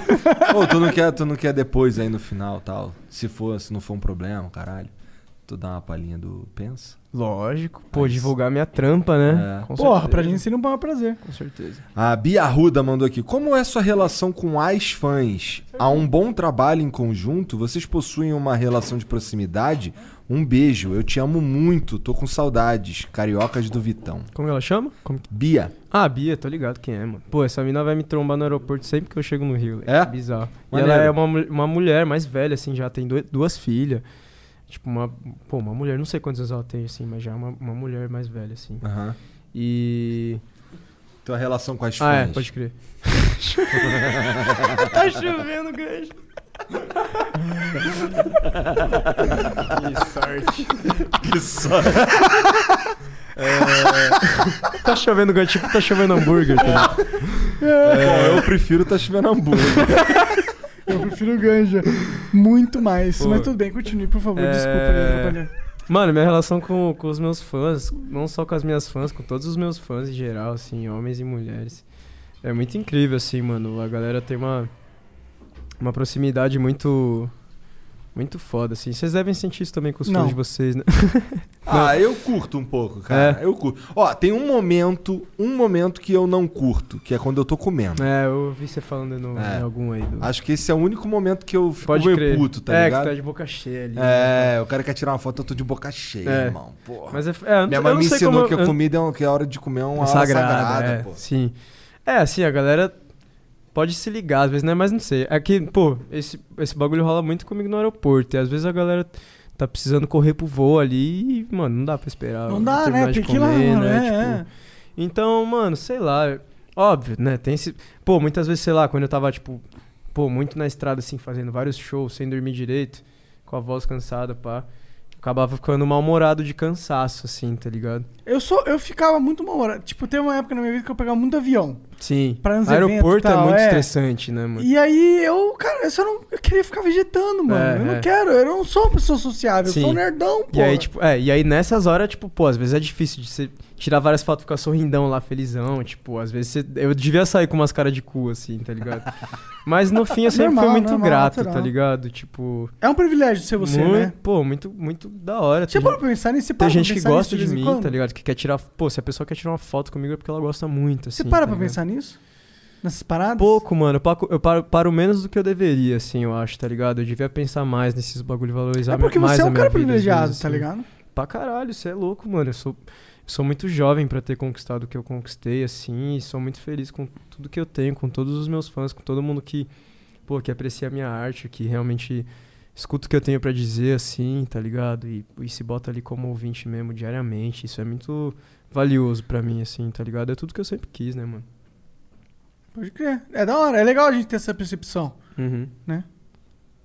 Ô, tu não quer, tu não quer depois aí no final tal? Se for, se não for um problema, caralho. Tu dá uma palhinha do Pensa.
Lógico, pô, divulgar minha trampa, né? Com
É. Porra,
certeza.
pra gente seria um maior prazer.
Com certeza.
A Bia Ruda mandou aqui. Como é sua relação com as fãs? Há um bom trabalho em conjunto? Vocês possuem uma relação de proximidade? Um beijo, eu te amo muito, tô com saudades. Cariocas do Vitão.
Como ela chama? Como que-
Bia.
Ah, Bia, tô ligado quem é, mano. Pô, essa mina vai me trombar no aeroporto sempre que eu chego no Rio.
É?
Bizarro.
Maneiro.
E ela é uma, mu- uma mulher mais velha, assim, já tem doi- duas filhas. Tipo, uma. Pô, uma mulher, não sei quantos anos ela tem, assim, mas já é uma, uma mulher mais velha, assim.
Aham.
E.
Tua relação com as
Ah, é,
fãs.
pode crer.
Tá chovendo, gancho.
Que sorte.
É... tá chovendo gancho, tipo, tá chovendo hambúrguer. Tá?
Bom, eu prefiro tá chovendo hambúrguer.
Eu prefiro ganja. Muito mais.
Pô.
Mas tudo bem, continue, por favor.
É.
Desculpa aí, atrapalhar.
Mano, minha relação com, com os meus fãs, não só com as minhas fãs, com todos os meus fãs em geral, assim, homens e mulheres. É muito incrível, assim, mano. A galera tem uma, uma proximidade muito. Muito foda, assim. Vocês devem sentir isso também com os
Não.
fãs de vocês, né?
Ah, eu curto um pouco, cara.
É.
Eu curto. Ó, tem um momento, um momento que eu não curto, que é quando eu tô comendo.
É, eu ouvi você falando no,
É.
em algum aí. Do...
Acho que esse é o único momento que eu fico
Pode
meio
crer.
puto, tá
é,
ligado?
que tá de boca cheia ali.
É, o cara quer tirar uma foto, eu tô de boca cheia,
É.
irmão. Porra.
Mas é, é, eu não-
Minha
eu
mãe
não
me
sei
ensinou
como eu-
que a
eu-
comida é, um- que a hora de comer é uma hora sagrada,
Sagrada, é,
pô.
Sim. É, assim, a galera pode se ligar, às vezes, né? Mas não sei. É que, pô, esse, esse bagulho rola muito comigo no aeroporto. E às vezes a galera tá precisando correr pro voo ali e, mano, não dá pra esperar.
Não dá, né?
terminar de tipo,
Tem que ir lá, mano,
né?
é, é.
Então, mano, sei lá. Óbvio, né? Tem esse. Pô, muitas vezes, sei lá, quando eu tava, tipo, pô, muito na estrada, assim, fazendo vários shows, sem dormir direito, com a voz cansada, pá. Acabava ficando mal-humorado de cansaço, assim, tá ligado?
Eu, sou, eu ficava muito mal hora. Tipo, teve uma época na minha vida que eu pegava muito avião.
Sim.
Pra nos eventos e
Aeroporto
tal,
é muito
é.
estressante, né, mano?
E aí eu, cara, eu só não. Eu queria ficar vegetando, mano.
É,
eu não
é.
quero, eu não sou uma pessoa sociável, eu sou um
Sim.
nerdão, pô.
E aí, tipo, é, e aí nessas horas, tipo, pô, às vezes é difícil de você tirar várias fotos e ficar sorrindão lá, felizão. Tipo, às vezes você- eu devia sair com umas caras de cu, assim, tá ligado? Mas no fim eu sempre
Normal,
fui muito
normal,
grato,
natural.
tá ligado? Tipo.
É um privilégio ser você,
muito,
né? Tipo,
Pô, muito, muito da hora.
Você
Tem
pode pensar nisso, você
Tem
para pra
gente que
pensar nisso
gosta de
vez em
mim,
quando?
tá ligado? Que quer tirar. Pô, se a pessoa quer tirar uma foto comigo é porque ela gosta muito.
Você
assim,
para
tá
pra
ligado?
pensar nisso? Nessas paradas?
Um Pouco, mano. Eu paco- Eu paro, paro menos do que eu deveria, assim, eu acho, tá ligado? Eu devia pensar mais nesses bagulho valorizar
É porque
mais
você é
a
um
minha
cara
vida, às vezes,
privilegiado, tá
assim.
ligado?
Pra caralho, você é louco, mano. Eu sou, eu sou muito jovem pra ter conquistado o que eu conquistei, assim, e sou muito feliz com tudo que eu tenho, com todos os meus fãs, com todo mundo que, pô, que aprecia a minha arte, que realmente escuta o que eu tenho pra dizer, assim, tá ligado? E, e se bota ali como ouvinte mesmo, diariamente. Isso é muito valioso pra mim, assim, tá ligado? É tudo que eu sempre quis, né, mano?
Pode crer. É da hora, é legal a gente ter essa percepção.
Uhum.
Né?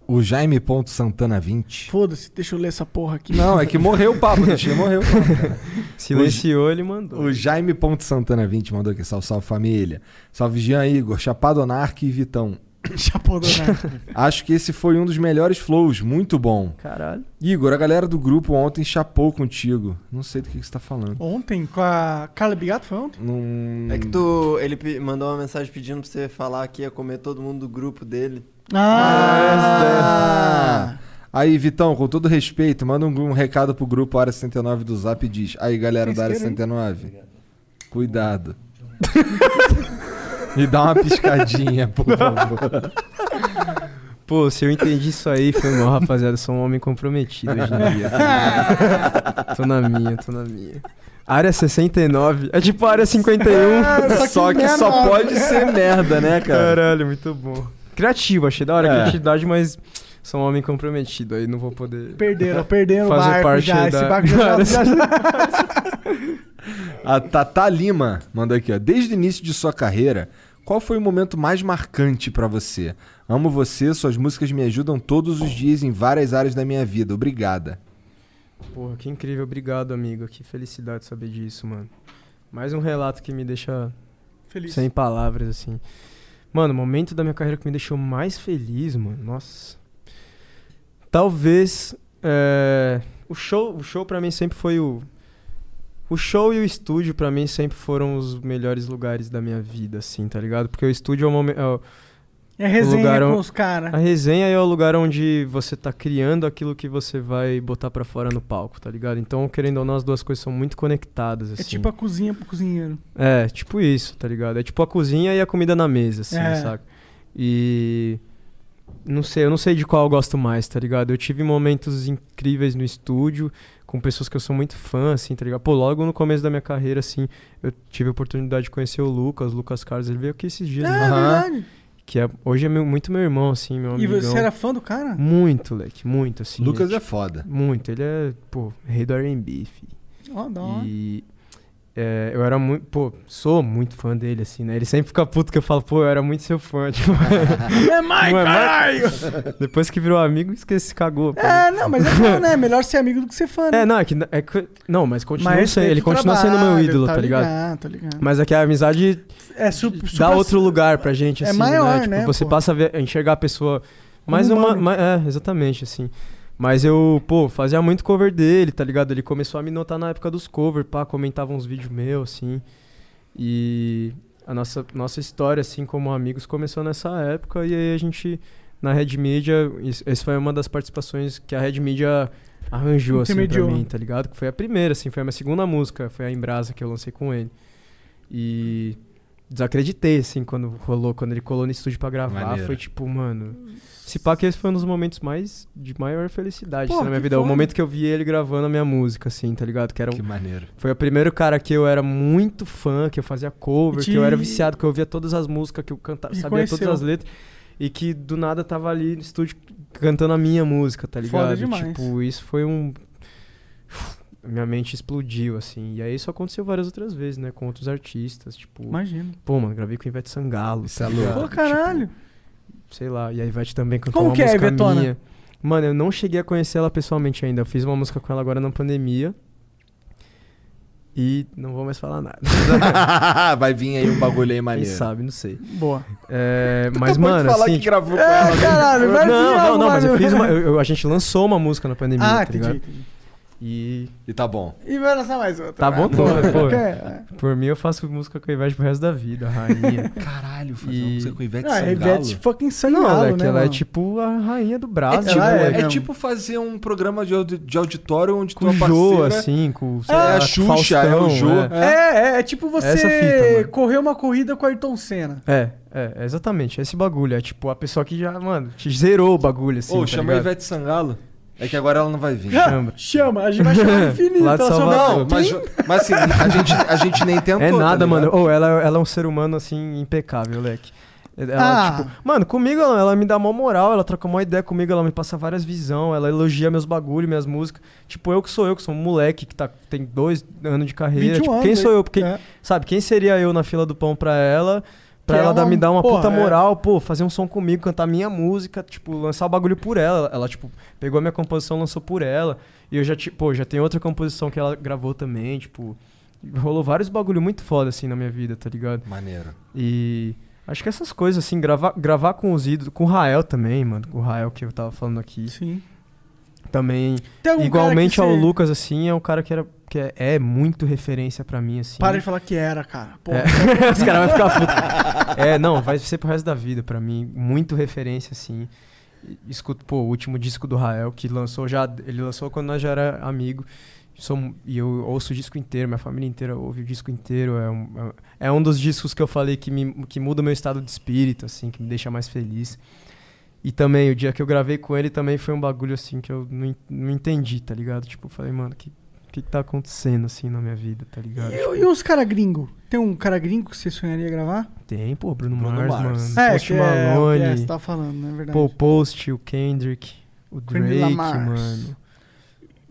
O Jaime Ponto Santana 20.
Foda-se, deixa eu ler essa porra aqui.
Não, é que morreu o
né?
papo, deixa morreu. o papo, cara.
Silenciou, ele mandou.
O Jaime Ponto Santana 20 mandou aqui, salve, salve família. Salve Jean Igor, Chapado Anarque e Vitão.
Chapou do
Acho que esse foi um dos melhores flows, muito bom.
Caralho.
Igor, a galera do grupo ontem chapou contigo. Não sei do que, que você tá falando.
Ontem, com a Carla Bigato, foi ontem?
Não...
É que tu. Ele pe- mandou uma mensagem pedindo pra você falar que ia comer todo mundo do grupo dele.
Ah! Aí, Vitão, com todo respeito, manda um, um recado pro grupo Área 69 do Zap e diz. Aí, galera da Área
Pisqueira, hein?
69, cuidado. Me dá uma piscadinha, por favor.
Pô, se eu entendi isso aí, foi mal, rapaziada. Eu sou um homem comprometido hoje em dia. tô na minha, tô na minha. Área 69. É tipo a área 51.
só que só pode ser merda, né, cara?
Caralho, muito bom. Criativo, achei da hora a
É.
criatividade, mas sou um homem comprometido, aí não vou poder.
Perderam, perderam o
é. fazer
barco
parte
já,
Da...
esse barco já- já-
A Tata Lima mandou aqui, ó. Desde o início de sua carreira, qual foi o momento mais marcante pra você? Amo você, suas músicas me ajudam todos os dias em várias áreas da minha vida. Obrigada.
Porra, que incrível. Obrigado, amigo. Que felicidade saber disso, mano. Mais um relato que me deixa
Feliz.
sem palavras, assim. Mano, o momento da minha carreira que me deixou mais feliz, mano. Nossa. Talvez. é, O show, o show para mim sempre foi o. O show e o estúdio pra mim sempre foram os melhores lugares da minha vida, assim, tá ligado? Porque o estúdio é o momento. É, o-
É
o
resenha
lugar um-
com
on-
os cara.
A resenha é o lugar onde você tá criando aquilo que você vai botar pra fora no palco, tá ligado? Então, querendo ou não, as duas coisas são muito conectadas, assim.
É tipo a cozinha pro cozinheiro.
É, tipo isso, tá ligado? É tipo a cozinha e a comida na mesa, assim,
É.
saca? E. Não sei, eu não sei de qual eu gosto mais, tá ligado? Eu tive momentos incríveis no estúdio, com pessoas que eu sou muito fã, assim, tá ligado? Pô, logo no começo da minha carreira, assim, eu tive a oportunidade de conhecer o Lucas, Lucas Carlos, ele veio aqui esses dias.
É,
né?
verdade.
Que é, hoje é meu- muito meu irmão, assim, meu
E
amigão.
você era fã do cara?
Muito, leque, muito, assim.
Lucas
ele,
é foda.
Muito, ele é, pô, rei do R&B, fi.
Ó, da hora.
E é, eu era muito, pô, sou muito fã dele, assim, né? Ele sempre fica puto que eu falo, pô, eu era muito seu fã, tipo...
É mais,
Não mais?
caralho!
Depois que virou amigo, esqueci, cagou. pô.
É, não, mas é bom, né? Melhor ser amigo do que ser fã, né?
É, não, é que, é que- não, mas continua
Mas
sendo,
respeito
ele
o
continua sendo meu
trabalho,
ídolo,
tá
tá ligado?
ligado, tá ligado.
Mas é que a amizade
É su-
dá
supra-
outro lugar pra gente,
é
assim,
maior,
Tipo,
né,
você passa a, ver- a enxergar a pessoa mais
Como um
uma,
humano.
mais- é, exatamente, assim. Mas eu, pô, fazia muito cover dele, tá ligado? Ele começou a me notar na época dos covers, pá, comentava uns vídeos meus, assim. E a nossa, nossa história, assim, como amigos, começou nessa época. E aí a gente, na Red Media, isso- essa foi uma das participações que a Red Media arranjou, assim, pra
Intermediou.
mim, tá ligado? Que foi a primeira, assim, foi a minha segunda música, foi a Embrasa que eu lancei com ele. E desacreditei, assim, quando rolou, quando ele colou no estúdio pra gravar.
Maneiro.
Foi tipo, mano. Se pá que esse foi um dos momentos mais de maior felicidade
Pô,
assim, na minha
que
vida. O
foda.
momento que eu vi ele gravando a minha música, assim, tá ligado? Que, era um-
Que maneiro.
Foi o primeiro cara que eu era muito fã, que eu fazia cover,
E
que eu
te-
era viciado, que eu ouvia todas as músicas, que eu cantava,
E
sabia
conheceu.
todas as letras. E que do nada tava ali no estúdio cantando a minha música, tá ligado?
Foda demais.
Tipo, isso foi um. Minha mente explodiu, assim. E aí isso aconteceu várias outras vezes, né? Com outros artistas, tipo.
Imagino.
Pô, mano, gravei com o Ivete Sangalo. tá Isso
é louco.
Pô, caralho.
sei lá. E a Ivete também cantou
Como
uma
que é a
música
Ivetona?
minha. Mano, eu não cheguei a conhecer ela pessoalmente ainda. Eu fiz uma música com ela agora na pandemia. E não vou mais falar nada.
Vai vir aí um bagulho aí maneiro.
Quem sabe, não sei.
Boa.
É, mas,
acabou de
mano,
falar
assim...
que gravou com É, ela. caralho, vai vir
Não, não,
algo
não, mas eu
maneiro.
fiz uma... eu- eu- a gente lançou uma música na pandemia,
um Ah,
tá
entendi,
ligado?
entendi.
E...
E tá bom.
E vai lançar mais outra.
Tá
vai.
bom, pô, pô.
É.
Por mim, eu faço música com a Ivete pro resto da vida, a rainha.
Caralho, fazer
E
uma música com Ivete
Ah, a Ivete fucking Sangalo,
Não,
né,
é que ela é
mano?
tipo a rainha do
É
Brasil.
tipo,
né?
é tipo fazer um programa de, audi- de auditório onde
com o
tua
Jô,
parceira...
assim, com sei
é
lá,
a Xuxa, é
Faustão,
o Jô.
É, é, é tipo você
Essa fita, mano.
correr uma corrida com o Ayrton Senna.
É, é, é exatamente. Esse bagulho. É tipo a pessoa que já, mano, te zerou o bagulho, assim.
Ô,
tá
chama a
ligado?
Ivete Sangalo. É que agora ela não vai vir.
Chama.
Chama, a gente vai chamar infinito.
Lá de
ela só vai-
Salvador.
Não, mas, mas assim, a gente, a gente nem tentou.
É nada,
tá
mano.
ligado?
Ou ela, ela é um ser humano, assim, impecável, leque. Ela,
Ah.
tipo, mano, comigo ela, ela me dá mó moral, ela troca mó ideia comigo, ela me passa várias visão, ela elogia meus bagulhos, minhas músicas. Tipo, eu que sou eu, que sou um moleque que tá, tem dois anos de carreira.
21
Tipo,
anos,
quem sou
né?
eu? Porque,
É.
sabe, quem seria eu na fila do pão pra ela? Pra
Que é
ela dar-
uma-
me dar uma
porra,
puta
é.
moral, pô, fazer um som comigo, cantar minha música, tipo, lançar o bagulho por ela. Ela, tipo, pegou a minha composição, lançou por ela. E eu já, tipo, pô, já tem outra composição que ela gravou também, tipo. Rolou vários bagulho muito foda, assim, na minha vida, tá ligado?
Maneiro.
E acho que essas coisas, assim, gravar, gravar com os ídolos, com o Rael também, mano, com o Rael que eu tava falando aqui.
Sim.
Também,
Tem algum
igualmente
É um cara
ao
que cê-
Lucas, assim, é um cara que, era, que é, é muito referência pra mim, assim.
Para de falar que era, cara. Pô,
É. Os caras vão ficar putos. É, não, vai ser pro resto da vida pra mim. Muito referência, assim. E- Escuto, pô, o último disco do Rael, que lançou já. Ele lançou quando nós já era amigo. Sou mu- e eu ouço o disco inteiro, minha família inteira ouve o disco inteiro. É um, é um dos discos que eu falei que, me, que muda o meu estado de espírito, assim, que me deixa mais feliz. E também, o dia que eu gravei com ele também foi um bagulho assim que eu não, en- não entendi, tá ligado? Tipo, eu falei, mano, que o que, que tá acontecendo assim na minha vida, tá ligado?
E, e uns cara gringo? Tem um cara gringo que você sonharia gravar?
Tem, pô, Bruno,
Bruno
Mars,
Mars.
mano.
É,
Post
que é-
Malone.
é, você tava falando, né? Verdade.
Pô, o Post, o Kendrick, o
Kendrick
Drake,
Lamar.
mano.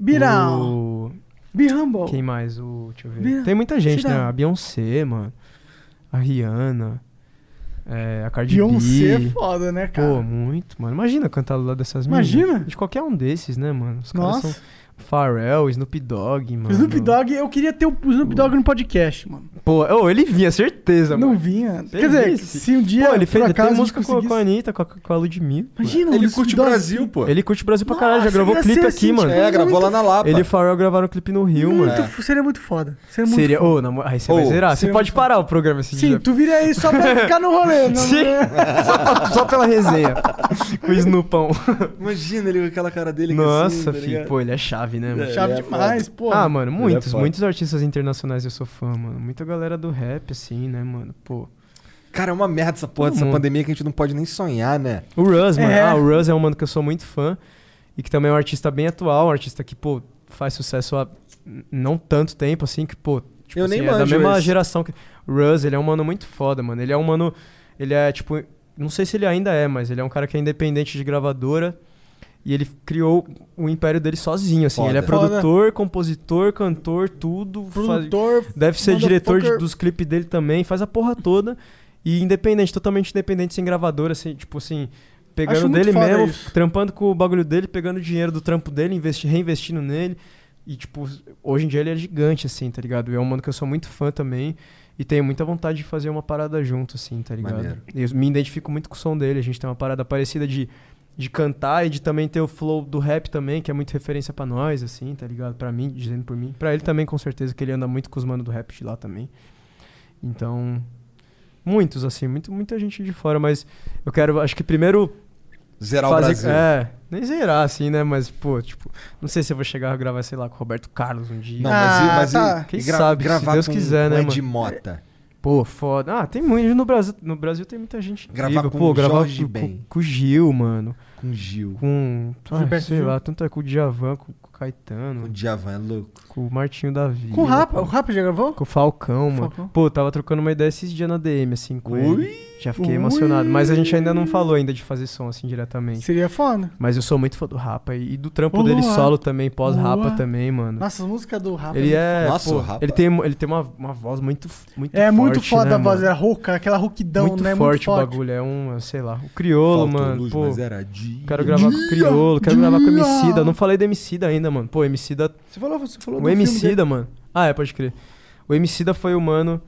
Be down.
O...
Be humble.
Quem mais? O... Deixa eu ver.
Be-
Tem muita gente,
Será?
né? A Beyoncé, mano. A Rihanna. é, a Cardi B.
Beyoncé é foda, né, cara?
Pô, muito, mano. Imagina cantar do lado dessas
Imagina?
De qualquer um desses, né, mano? Os caras
Nossa.
são Pharrell, Snoop Dogg, mano.
Snoop Dogg, eu queria ter o Snoop Dogg no podcast, mano.
Pô, oh, ele vinha, certeza,
Não
mano.
vinha.
é Você
Quer dizer,
visse?
se um dia.
Pô, ele
por
fez ele
acaso,
tem
a gente
música com, com a
conseguisse-
Anitta, com a, com a Ludmilla.
Imagina,
Ele
o
curte o
Snoop Dogg-
Brasil, pô.
Ele curte o Brasil pra caralho, já
Nossa,
gravou
ia
clipe
ser
aqui,
assim,
mano.
tipo, É, gravou muito- lá na
Lapa.
Ele e o Pharrell gravaram o clipe no Rio, mano.
Muito f- Seria muito foda. Seria muito
Seria.
foda.
Ô, na mo- aí você vai
Ô,
zerar. Você
seria
pode parar o programa esse
Sim,
dia.
tu vira aí só pra ficar no rolê. Não, né?
Sim. É, só, pra- só pela resenha. Com o Snoopão.
Imagina ele com aquela cara dele que
Nossa,
assim, tá
filho.
ligado?
Pô, ele é chave, né, mano?
É, Chave ele é demais, foda. pô.
Ah, mano,
Ele é
muitos,
foda.
muitos artistas internacionais eu sou fã, mano. Muita galera do rap, assim, né, mano? Pô.
Cara, é uma merda essa porra
Todo
dessa
mundo.
pandemia que a gente não pode nem sonhar, né?
O Russ, mano.
É.
Ah, o Russ é um mano que eu sou muito fã. E que também é um artista bem atual, um artista que, pô, faz sucesso há n- não tanto tempo, assim, que, pô, tipo,
Eu
assim,
nem
é da
manjo
mesma
esse.
geração que. O Russ, ele é um mano muito foda, mano. Ele é um mano. Ele é, tipo. Não sei se ele ainda é, mas ele é um cara que é independente de gravadora. E ele criou o império dele sozinho, assim.
Foda.
Ele é
Foda.
produtor, compositor, cantor, tudo. faz-
Produtor,
Deve ser diretor de-
motherfucker.
dos clipes dele também, faz a porra toda. E independente, totalmente independente, sem gravadora, assim, tipo assim, pegando
Acho muito
dele
foda
mesmo,
isso.
trampando com o bagulho dele, pegando o dinheiro do trampo dele, investi- reinvestindo nele. E, tipo, hoje em dia ele é gigante, assim, tá ligado? E é um mano que eu sou muito fã também. E tenho muita vontade de fazer uma parada junto, assim, tá ligado?
Maneiro.
Eu me identifico muito com o som dele. A gente tem uma parada parecida de, de cantar e de também ter o flow do rap também, que é muito referência pra nós, assim, tá ligado? Pra mim, dizendo por mim. Pra ele também, com certeza, que ele anda muito com os manos do rap de lá também. Então, muitos, assim, muito, muita gente de fora, mas eu quero, acho que primeiro.
Zerar o Brasil.
É, nem zerar, assim, né? Mas, pô, tipo, não sei se eu vou chegar a gravar, sei lá, com o Roberto Carlos um dia.
Não, mas e- Ah, mas e- tá.
quem
e gra-
sabe, se
gravar
Deus
com-
quiser,
com
né?
Ed
mano?
Mota?
Pô, foda. Ah, tem muito. No Brasil, no Brasil tem muita gente.
Gravar
incrível.
com
pô, gravar
Jorge
com,
Ben.
com, com o Gil, mano.
Com o Gil.
Com. ah,
Gilberto
sei
Gil.
lá, tanto é com o Djavan, com, com o Caetano.
Com o Djavan, é louco.
Com o Martinho Davi.
Com o Rapa. O Rapa já gravou?
Com o Falcão, mano.
Falcão.
Pô, tava trocando uma ideia esses dias na DM, assim, com
Ui!
ele. Já fiquei emocionado. Mas a gente ainda não falou ainda de fazer som, assim, diretamente.
Seria foda.
Mas eu sou muito fã do Rapa e e do trampo
Boa.
dele solo também, pós-Rapa
Boa.
também, mano.
Nossa, as músicas do Rapa.
ele
muito
é.
foda.
pô, Ele tem, ele tem uma, uma voz muito, f- muito
É muito
forte,
foda
né,
a voz,
mano?
era rouca, aquela rouquidão,
muito
né?
Forte
muito
o
forte.
bagulho, é um, sei lá, o criolo,
Faltou
mano.
luz,
pô,
mas é era dia.
Quero gravar com o
Dia,
criolo, quero gravar com o
dia.
Emicida. Eu Não falei do Emicida ainda, mano. Pô, o Emicida.
Você falou, você falou
O
do filme
Um Emicida,
dele.
mano. Ah, é, pode crer. O Emicida foi o mano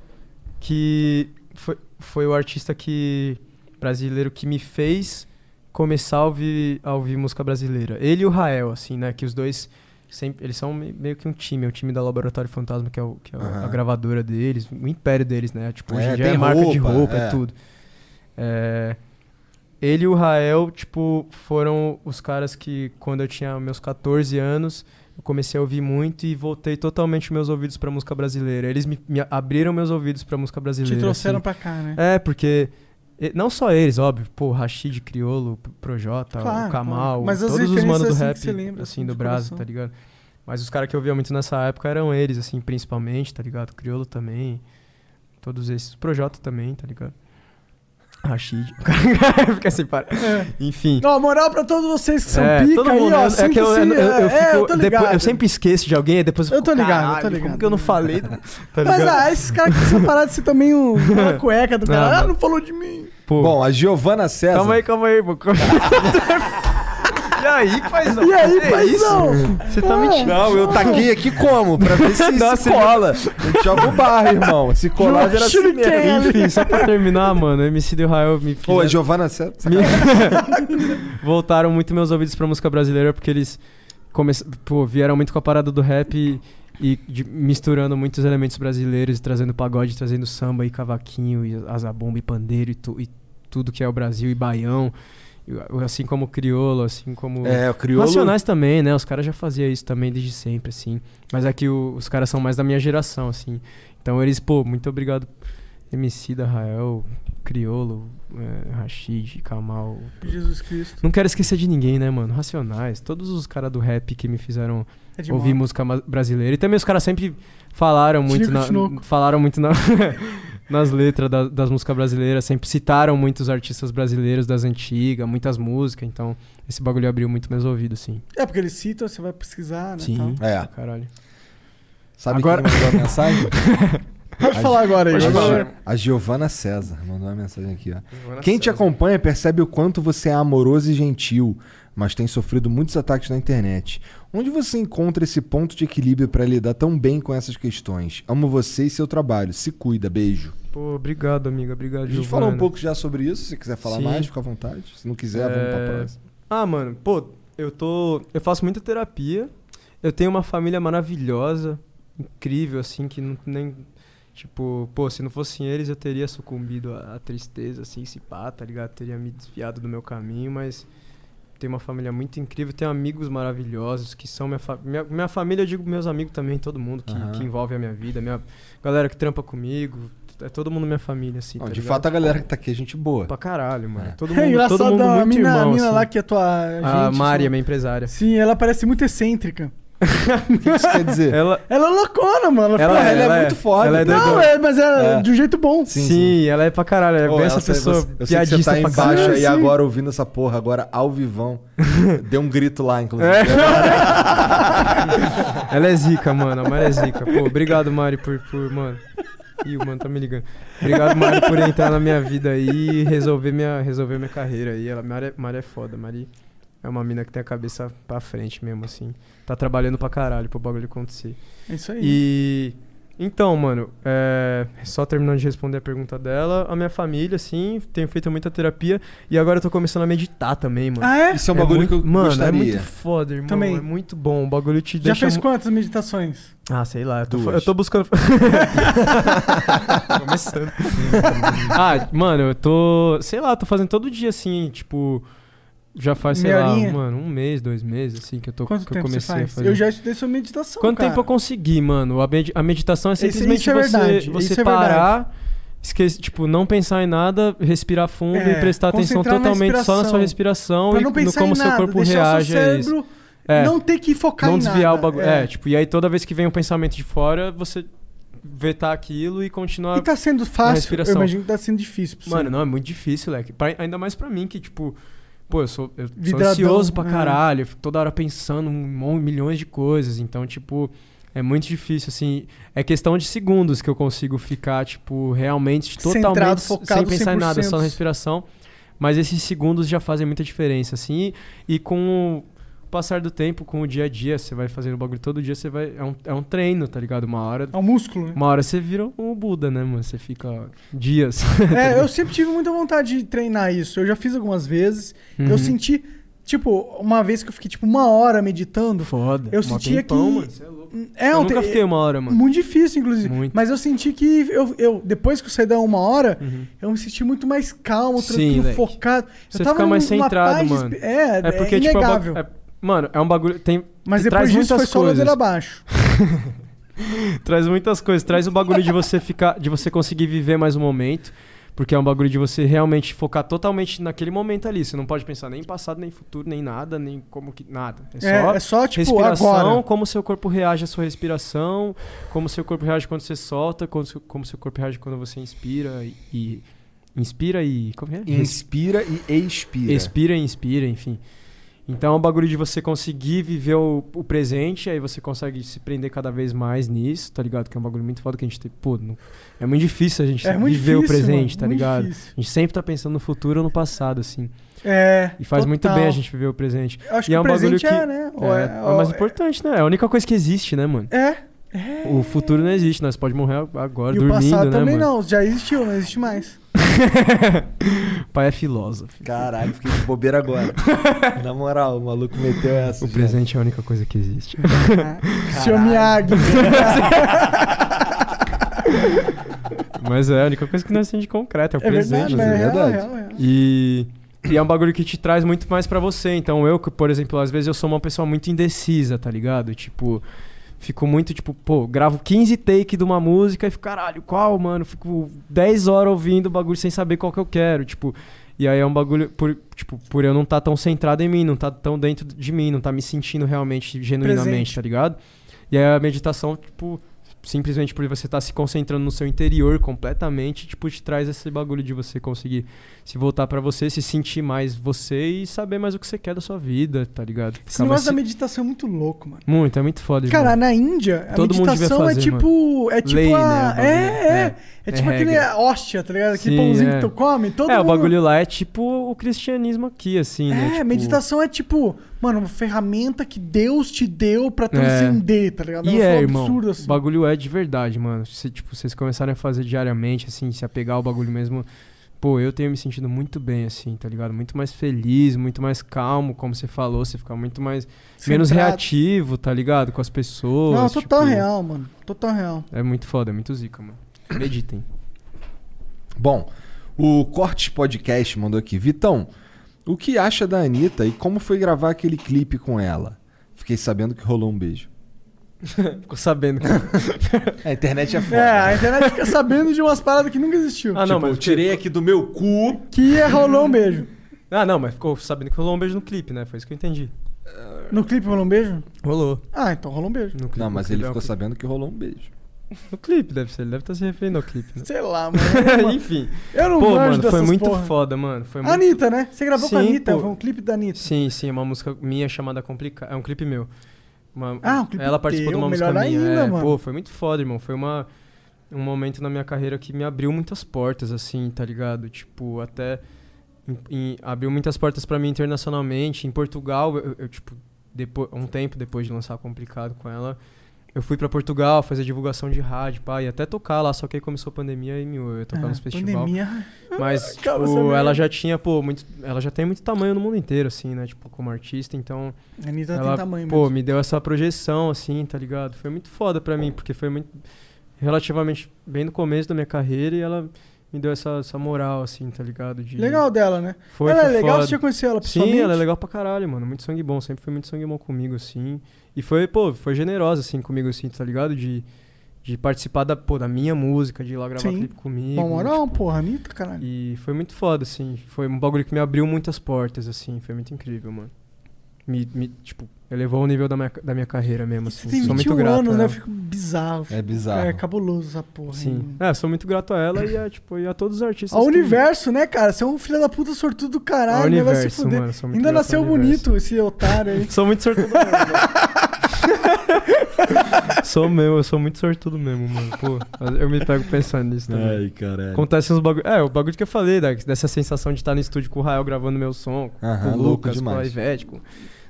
que foi, foi o artista que brasileiro que me fez começar a ouvir, a ouvir música brasileira. Ele e o Rael, assim, né, que os dois sempre, eles são me- meio que um time, é o time da Laboratório Fantasma, que é, o, que é o-
Aham.
a gravadora deles, o império deles, né? Tipo, hoje
É,
em dia é
tem
marca de
roupa,
roupa, é,
é.
tudo. É, ele e o Rael, tipo, foram os caras que, quando eu tinha meus 14 anos, eu comecei a ouvir muito e voltei totalmente meus ouvidos pra música brasileira. Eles me, me abriram meus ouvidos pra música brasileira.
trouxeram
assim.
pra cá, né?
É, porque. e- Não só eles, óbvio, pô, Rashid Criolo, P- Projota,
Claro,
o Kamal,
claro. Mas as
todos os
referências,
manos do
assim, que
rap,
você lembra,
assim,
assim,
do
de
Brasil,
coração.
tá ligado? Mas os caras que eu ouvia muito nessa época eram eles, assim, principalmente, tá ligado? Criolo também, todos esses. Projota também, tá ligado? Rashid. O cara fica sem parar.
É.
Enfim.
Não, moral pra todos vocês que são
É,
um pica
todo
aí,
mundo,
ó.
é, é que eu,
sinta-se,
eu, eu, eu
é,
fico-
eu tô
depois-
ligado.
eu sempre esqueço de alguém e depois eu
Eu
fico,
tô ligado, eu tô
"Caralho, Como
ligado."
que eu não falei? Tá
Mas
ligado?
ah, esses caras que são parados assim também um, uma cueca do
Não,
cara. Ah,
mano.
não falou de mim.
Bom, a Giovana César.
Calma aí, calma aí, irmão. E aí, paizão?
E aí,
Que é
paizão?
isso? Você tá
É.
mentindo.
Não, eu taquei aqui como? Pra ver se,
Não,
se
você-
cola. Eu joga o barro, irmão. Se colar, vira assim mesmo.
Enfim, só pra terminar, mano, o MC do Rael me fizeram...
Pô, a Giovana César.
Voltaram muito meus ouvidos pra música brasileira, porque eles come... Pô, vieram muito com a parada do rap e, e de- misturando muitos elementos brasileiros, e trazendo pagode, trazendo samba e cavaquinho, e azabomba e pandeiro, e, tu- e tudo que é o Brasil, e baião. e- Assim como o criolo, assim como.
É, o Criolo-
Racionais também, né? Os caras já faziam isso também desde sempre, é assim. Mas aqui o- os caras são mais da minha geração, assim. Então eles, pô, muito obrigado MC da Rael, Criolo, é, Rashid, Kamal.
Jesus Cristo.
Não quero esquecer de ninguém, né, mano? Racionais, todos os caras do rap que me fizeram
É de
ouvir
moda.
música ma- brasileira. E também os caras sempre falaram muito
Tico
na,
Tinoco.
falaram muito na- nas letras da- das músicas brasileiras, sempre citaram muitos artistas brasileiros das antigas, muitas músicas, então esse bagulho abriu muito meus ouvidos, sim.
É, porque eles citam, você vai pesquisar, né?
Sim.
tal.
É. Caralho.
Sabe
Agora-
quem mandou a mensagem?
Pode
A-
falar agora aí, É
A,
pode falar.
Gio- a Giovana César mandou uma mensagem aqui, ó.
Giovana
Quem te acompanha percebe o quanto você é amoroso e gentil, mas tem sofrido muitos ataques na internet. Onde você encontra esse ponto de equilíbrio pra lidar tão bem com essas questões? Amo você e seu trabalho. Se cuida, beijo.
Pô, obrigado, amiga, obrigado,
A gente
Giovana.
falou um pouco já sobre isso, se quiser falar
Sim.
mais, fica à vontade. Se não quiser, vamos pra
É,
próxima.
Ah, mano, pô, eu tô. Eu faço muita terapia. Eu tenho uma família maravilhosa, incrível, assim, que não nem. Tipo, pô, se não fossem eles, eu teria sucumbido à, à tristeza, assim, se pá, tá ligado? Teria me desviado do meu caminho, mas tem uma família muito incrível, tenho amigos maravilhosos que são minha, fa- minha, minha família, eu digo meus amigos também, todo mundo que,
Aham.
que envolve a minha vida, minha galera que trampa comigo, é todo mundo minha família, assim.
Não,
tá
de
ligado?
fato, a galera que tá aqui é gente boa.
Pra caralho, mano. Todo
é
mundo,
engraçado,
todo mundo
a
muito
mina,
irmão,
a mina
assim.
lá que é tua
A
gente,
Mari,
assim.
a minha empresária.
Sim, ela parece muito excêntrica.
O que
isso quer dizer?
Ela,
Ela é loucona, mano.
Ela
Porra,
é, ela é. Ela é
não,
doidona.
é, mas é,
É.
de um jeito bom.
Sim, ela é pra caralho. É
Ô,
bem essa
Elsa,
pessoa
você- eu sei que
piadista
você tá aí
pra
embaixo
caralho.
aí agora ouvindo essa porra, agora ao vivão. Deu um grito lá, inclusive.
É. Ela é zica, mano. A Mari é zica. Pô, obrigado, Mari, por. por mano. Ih, o mano tá me ligando. Obrigado, Mari, por entrar na minha vida aí e resolver minha, resolver minha carreira aí. Ela, Mari, é- Mari é foda. Mari é uma mina que tem a cabeça pra frente mesmo, assim. Tá trabalhando pra caralho pro bagulho acontecer.
É isso aí.
E. Então, mano, é, só terminando de responder a pergunta dela, a minha família, assim, tenho feito muita terapia e agora eu tô começando a meditar também, mano.
Ah, é? Isso é um bagulho
muito-
que eu
Mano,
gostaria.
é muito foda, irmão.
Também.
É muito bom. O bagulho te
Já
deixa. um-
fez
mu-
quantas meditações?
Ah, sei lá. Eu tô,
Duas.
eu tô buscando. Começando. ah, mano, eu tô. Sei lá, tô fazendo todo dia assim, tipo. Já faz, sei
Meia
lá,
horinha?
mano, um mês, dois meses, assim, que eu tô
Quanto
que eu
tempo você
comecei a
faz?
fazer.
Eu já estudei sobre meditação,
Quanto tempo eu
Então, cara.
consegui, mano? A, med- a meditação é
Esse-
simplesmente
isso é
você,
verdade,
você
isso é
parar, esquece, tipo, não pensar em nada, respirar fundo
É,
e prestar atenção
concentrar na
totalmente só na
respiração.
sua respiração
Pra
e
não
no
pensar
como
em
seu
nada,
corpo
deixar o seu
reage a isso. É.
cérebro não ter que focar
não
em nada,
desviar o bagulho.
é.
É. tipo, e aí toda vez que vem um pensamento de fora, você vetar aquilo e continuar.
E tá sendo
na
fácil, eu
respiração.
imagino que tá sendo difícil. pra você.
Mano, não, é muito difícil, leque. Pra- ainda mais pra mim, que, tipo, pô, eu sou, eu sou
Vidradão,
ansioso pra
é.
caralho, eu fico toda hora pensando um mon- milhões de coisas. Então, tipo, é muito difícil, assim. É questão de segundos que eu consigo ficar, tipo, realmente totalmente
Centrado,
s-
focado,
sem pensar em nada,
100%.
só na respiração. Mas esses segundos já fazem muita diferença, assim. E, e com o passar do tempo, com o dia a dia, você vai fazendo o bagulho todo dia, você vai. É um, é um treino, tá ligado? Uma hora. É
um músculo, né?
Uma hora você vira um Buda, né, mano? Você fica dias.
É, eu sempre tive muita vontade de treinar isso. Eu já fiz algumas vezes. Eu
Uhum.
senti, tipo, uma vez que eu fiquei, tipo, uma hora meditando.
Foda.
Eu
Mó
sentia
tempão,
que.
mano, cê é
É,
Eu
um te-
nunca fiquei uma hora, mano.
Muito difícil, inclusive. Mas eu senti que eu, eu- depois que eu saí da uma hora, eu me senti muito mais calmo,
Uhum. Sim,
tranquilo,
moleque.
focado. Eu
Você
tava
fica mais
numa
centrado,
paz de
mano.
espi- É, é,
porque, tipo, é um
inegável.
bagulho- é- mano, é um bagulho. Tem,
Mas depois
traz
disso
muitas
foi só
coisas.
ladeira abaixo.
traz muitas coisas. Traz o bagulho de você ficar. De você conseguir viver mais um momento. Porque é um bagulho de você realmente focar totalmente naquele momento ali. Você não pode pensar nem em passado, nem em futuro, nem nada, nem como que. Nada. É só,
É, é só, tipo,
respiração,
agora.
como seu corpo reage à sua respiração, como seu corpo reage quando você solta, como seu, como seu corpo reage quando você inspira e. e- inspira e. Como é?
Inspira e expira.
Expira e inspira, enfim. Então é um bagulho de você conseguir viver o, o presente, aí você consegue se prender cada vez mais nisso, tá ligado? Que é um bagulho muito foda que a gente tem. Pô, não- é muito difícil a gente
É muito
viver o
difícil,
presente,
mano,
tá
muito
ligado?
difícil.
A gente sempre tá pensando no futuro ou no passado, assim.
É,
E faz muito
total.
bem a gente viver o presente.
Eu acho
e
que
é
o
um bagulho
presente
que.
é, né? Ou
é,
é-
é
ou
mais
é-
importante, né? É a única coisa que existe, né, mano?
É.
O futuro não existe, nós pode morrer agora,
E o
dormindo,
passado
né,
também
mano?
não. Já existiu, não existe mais.
O pai é filósofo.
Caralho, fiquei de bobeira agora. Na moral, o maluco meteu essa.
O presente é a única coisa que existe.
Seu Miyagi. É
Mas é a única coisa que nós temos de concreto, é o
É verdade,
presente. né?
é real, Verdade. real, real.
E, e é um bagulho que te traz muito mais pra você. Então eu, que, por exemplo, às vezes eu sou uma pessoa muito indecisa, tá ligado? Tipo, Fico muito tipo, pô, gravo 15 take de uma música e fico, caralho, qual, mano? Fico 10 horas ouvindo o bagulho sem saber qual que eu quero, tipo. E aí é um bagulho, por, tipo, por eu não estar tá tão centrado em mim, não estar tá tão dentro de mim, não estar tá me sentindo realmente, genuinamente,
Presente.
tá ligado? E aí a meditação, tipo, simplesmente por você estar se concentrando no seu interior completamente, tipo, te traz esse bagulho de você conseguir se voltar pra você, se sentir mais você e saber mais o que você quer da sua vida, tá ligado? Ficar
Esse negócio
mais
da
se-
meditação é muito louco, mano.
Muito, é muito foda.
Cara,
irmão.
na Índia, a
Todo mundo devia
meditação é
fazer,
tipo.
mano.
É tipo
Lei,
a.
né, o
é,
bagulho.
é,
É.
É tipo
É
aquele
regra.
hóstia, tá ligado? Aquele
Sim,
pãozinho
é.
que tu come. Todo
é,
mundo...
o bagulho lá é tipo o cristianismo aqui, assim, né?
É,
Tipo,
meditação é tipo, mano, uma ferramenta que Deus te deu pra transcender, tá ligado?
E
um
é,
negócio
irmão.
absurdo
O
assim.
bagulho é de verdade, mano. Se, tipo, vocês começarem a fazer diariamente, assim, se apegar ao bagulho mesmo. Pô, eu tenho me sentido muito bem, assim, tá ligado? Muito mais feliz, muito mais calmo, como você falou. Você fica muito mais... Menos
Centrado.
reativo, tá ligado? Com as pessoas.
Não, total
tipo,
real, mano. Total real.
É muito foda, é muito zica, mano. Meditem.
Bom, o Cortes Podcast mandou aqui. Vitão, o que acha da Anitta e como foi gravar aquele clipe com ela? Fiquei sabendo que rolou um beijo.
Ficou sabendo.
a internet é foda.
É, a internet fica sabendo de umas paradas que nunca existiu.
Ah, não,
Tipo,
mas
eu tirei aqui do meu cu.
Que é, rolou um beijo.
Ah, não, mas ficou sabendo que rolou um beijo no clipe, né? Foi isso que eu entendi.
No clipe rolou um beijo?
Rolou.
Ah, então rolou um beijo.
No clipe,
Não, mas
no
ele ficou
clipe, no clipe.
sabendo que rolou um beijo.
No clipe, deve ser. Ele deve estar se referindo ao clipe, né?
Sei lá, mano.
Enfim.
Eu não
Pô,
manjo
mano, foi
dessas
muito
porra.
foda, mano. Foi muito...
Anitta, né? Você gravou com a
Sim,
Anitta,
pô.
foi um clipe da Anitta.
Sim, sim, é uma música minha chamada Complicada. É um clipe meu. Uma-
Ah, um clipe
Ela participou
teu,
de uma música
melhor
minha.
ainda,
é,
mano.
Pô, foi muito foda, irmão. Foi uma, um momento na minha carreira que me abriu muitas portas, assim, tá ligado? Tipo, até. em- em- abriu muitas portas pra mim internacionalmente. Em Portugal, eu, eu, tipo, depois, um tempo depois de lançar Complicado com ela, eu fui pra Portugal fazer divulgação de rádio, pá, e até tocar lá, só que aí começou a pandemia e meu, eu ia tocar
Ah,
nos festivais.
pandemia.
Mas,
Cara,
tipo,
você é
ela
meio-
já tinha, pô, muito. Ela já tem muito tamanho no mundo inteiro, assim, né? Tipo, como artista, então.
A Anitta tem
ela,
tamanho
Pô,
mesmo.
me deu essa projeção, assim, tá ligado? Foi muito foda pra mim, porque foi muito. Relativamente bem no começo da minha carreira e ela me deu essa, essa moral, assim, tá ligado? De...
Legal dela, né?
Foi,
ela
foi
é legal,
foda.
você já conheceu ela
Sim,
pessoalmente?
ela é legal pra caralho, mano. Muito sangue bom. Sempre foi muito sangue bom comigo, assim. E foi, pô, foi generosa, assim, comigo, assim, tá ligado? De, de participar da, pô, da minha música, de ir lá gravar
Sim.
clipe comigo.
Bom, moral,
tipo,
porra, Anitta, caralho.
e foi muito foda, assim. Foi um bagulho que me abriu muitas portas, assim. Foi muito incrível, mano. Me, me, tipo, elevou o nível da minha, da minha carreira mesmo,
Você
assim.
tem
sou
21
muito grato.
anos,
a
né? Eu
ela.
fico bizarro.
É bizarro.
É cabuloso essa porra.
Sim.
hein?
É, sou muito grato a ela e a, tipo, e a todos os artistas.
Ao
que-
universo, né, cara? Você é um filho da puta sortudo do caralho,
Ao
né? Vai se
É universo,
fuder.
mano, sou muito
Ainda
grato ao
nasceu
universo.
bonito esse otário aí.
Sou muito sortudo mesmo. mano. sou meu, eu sou muito sortudo mesmo, mano. Pô, eu me pego pensando nisso também.
Ai, caralho.
Acontece uns bagulho. É, o bagulho que eu falei, Dax, dessa sensação de estar no estúdio com o Rael gravando meu som, com
Aham,
o
louco
Lucas, com a
demais.
Ivete, com...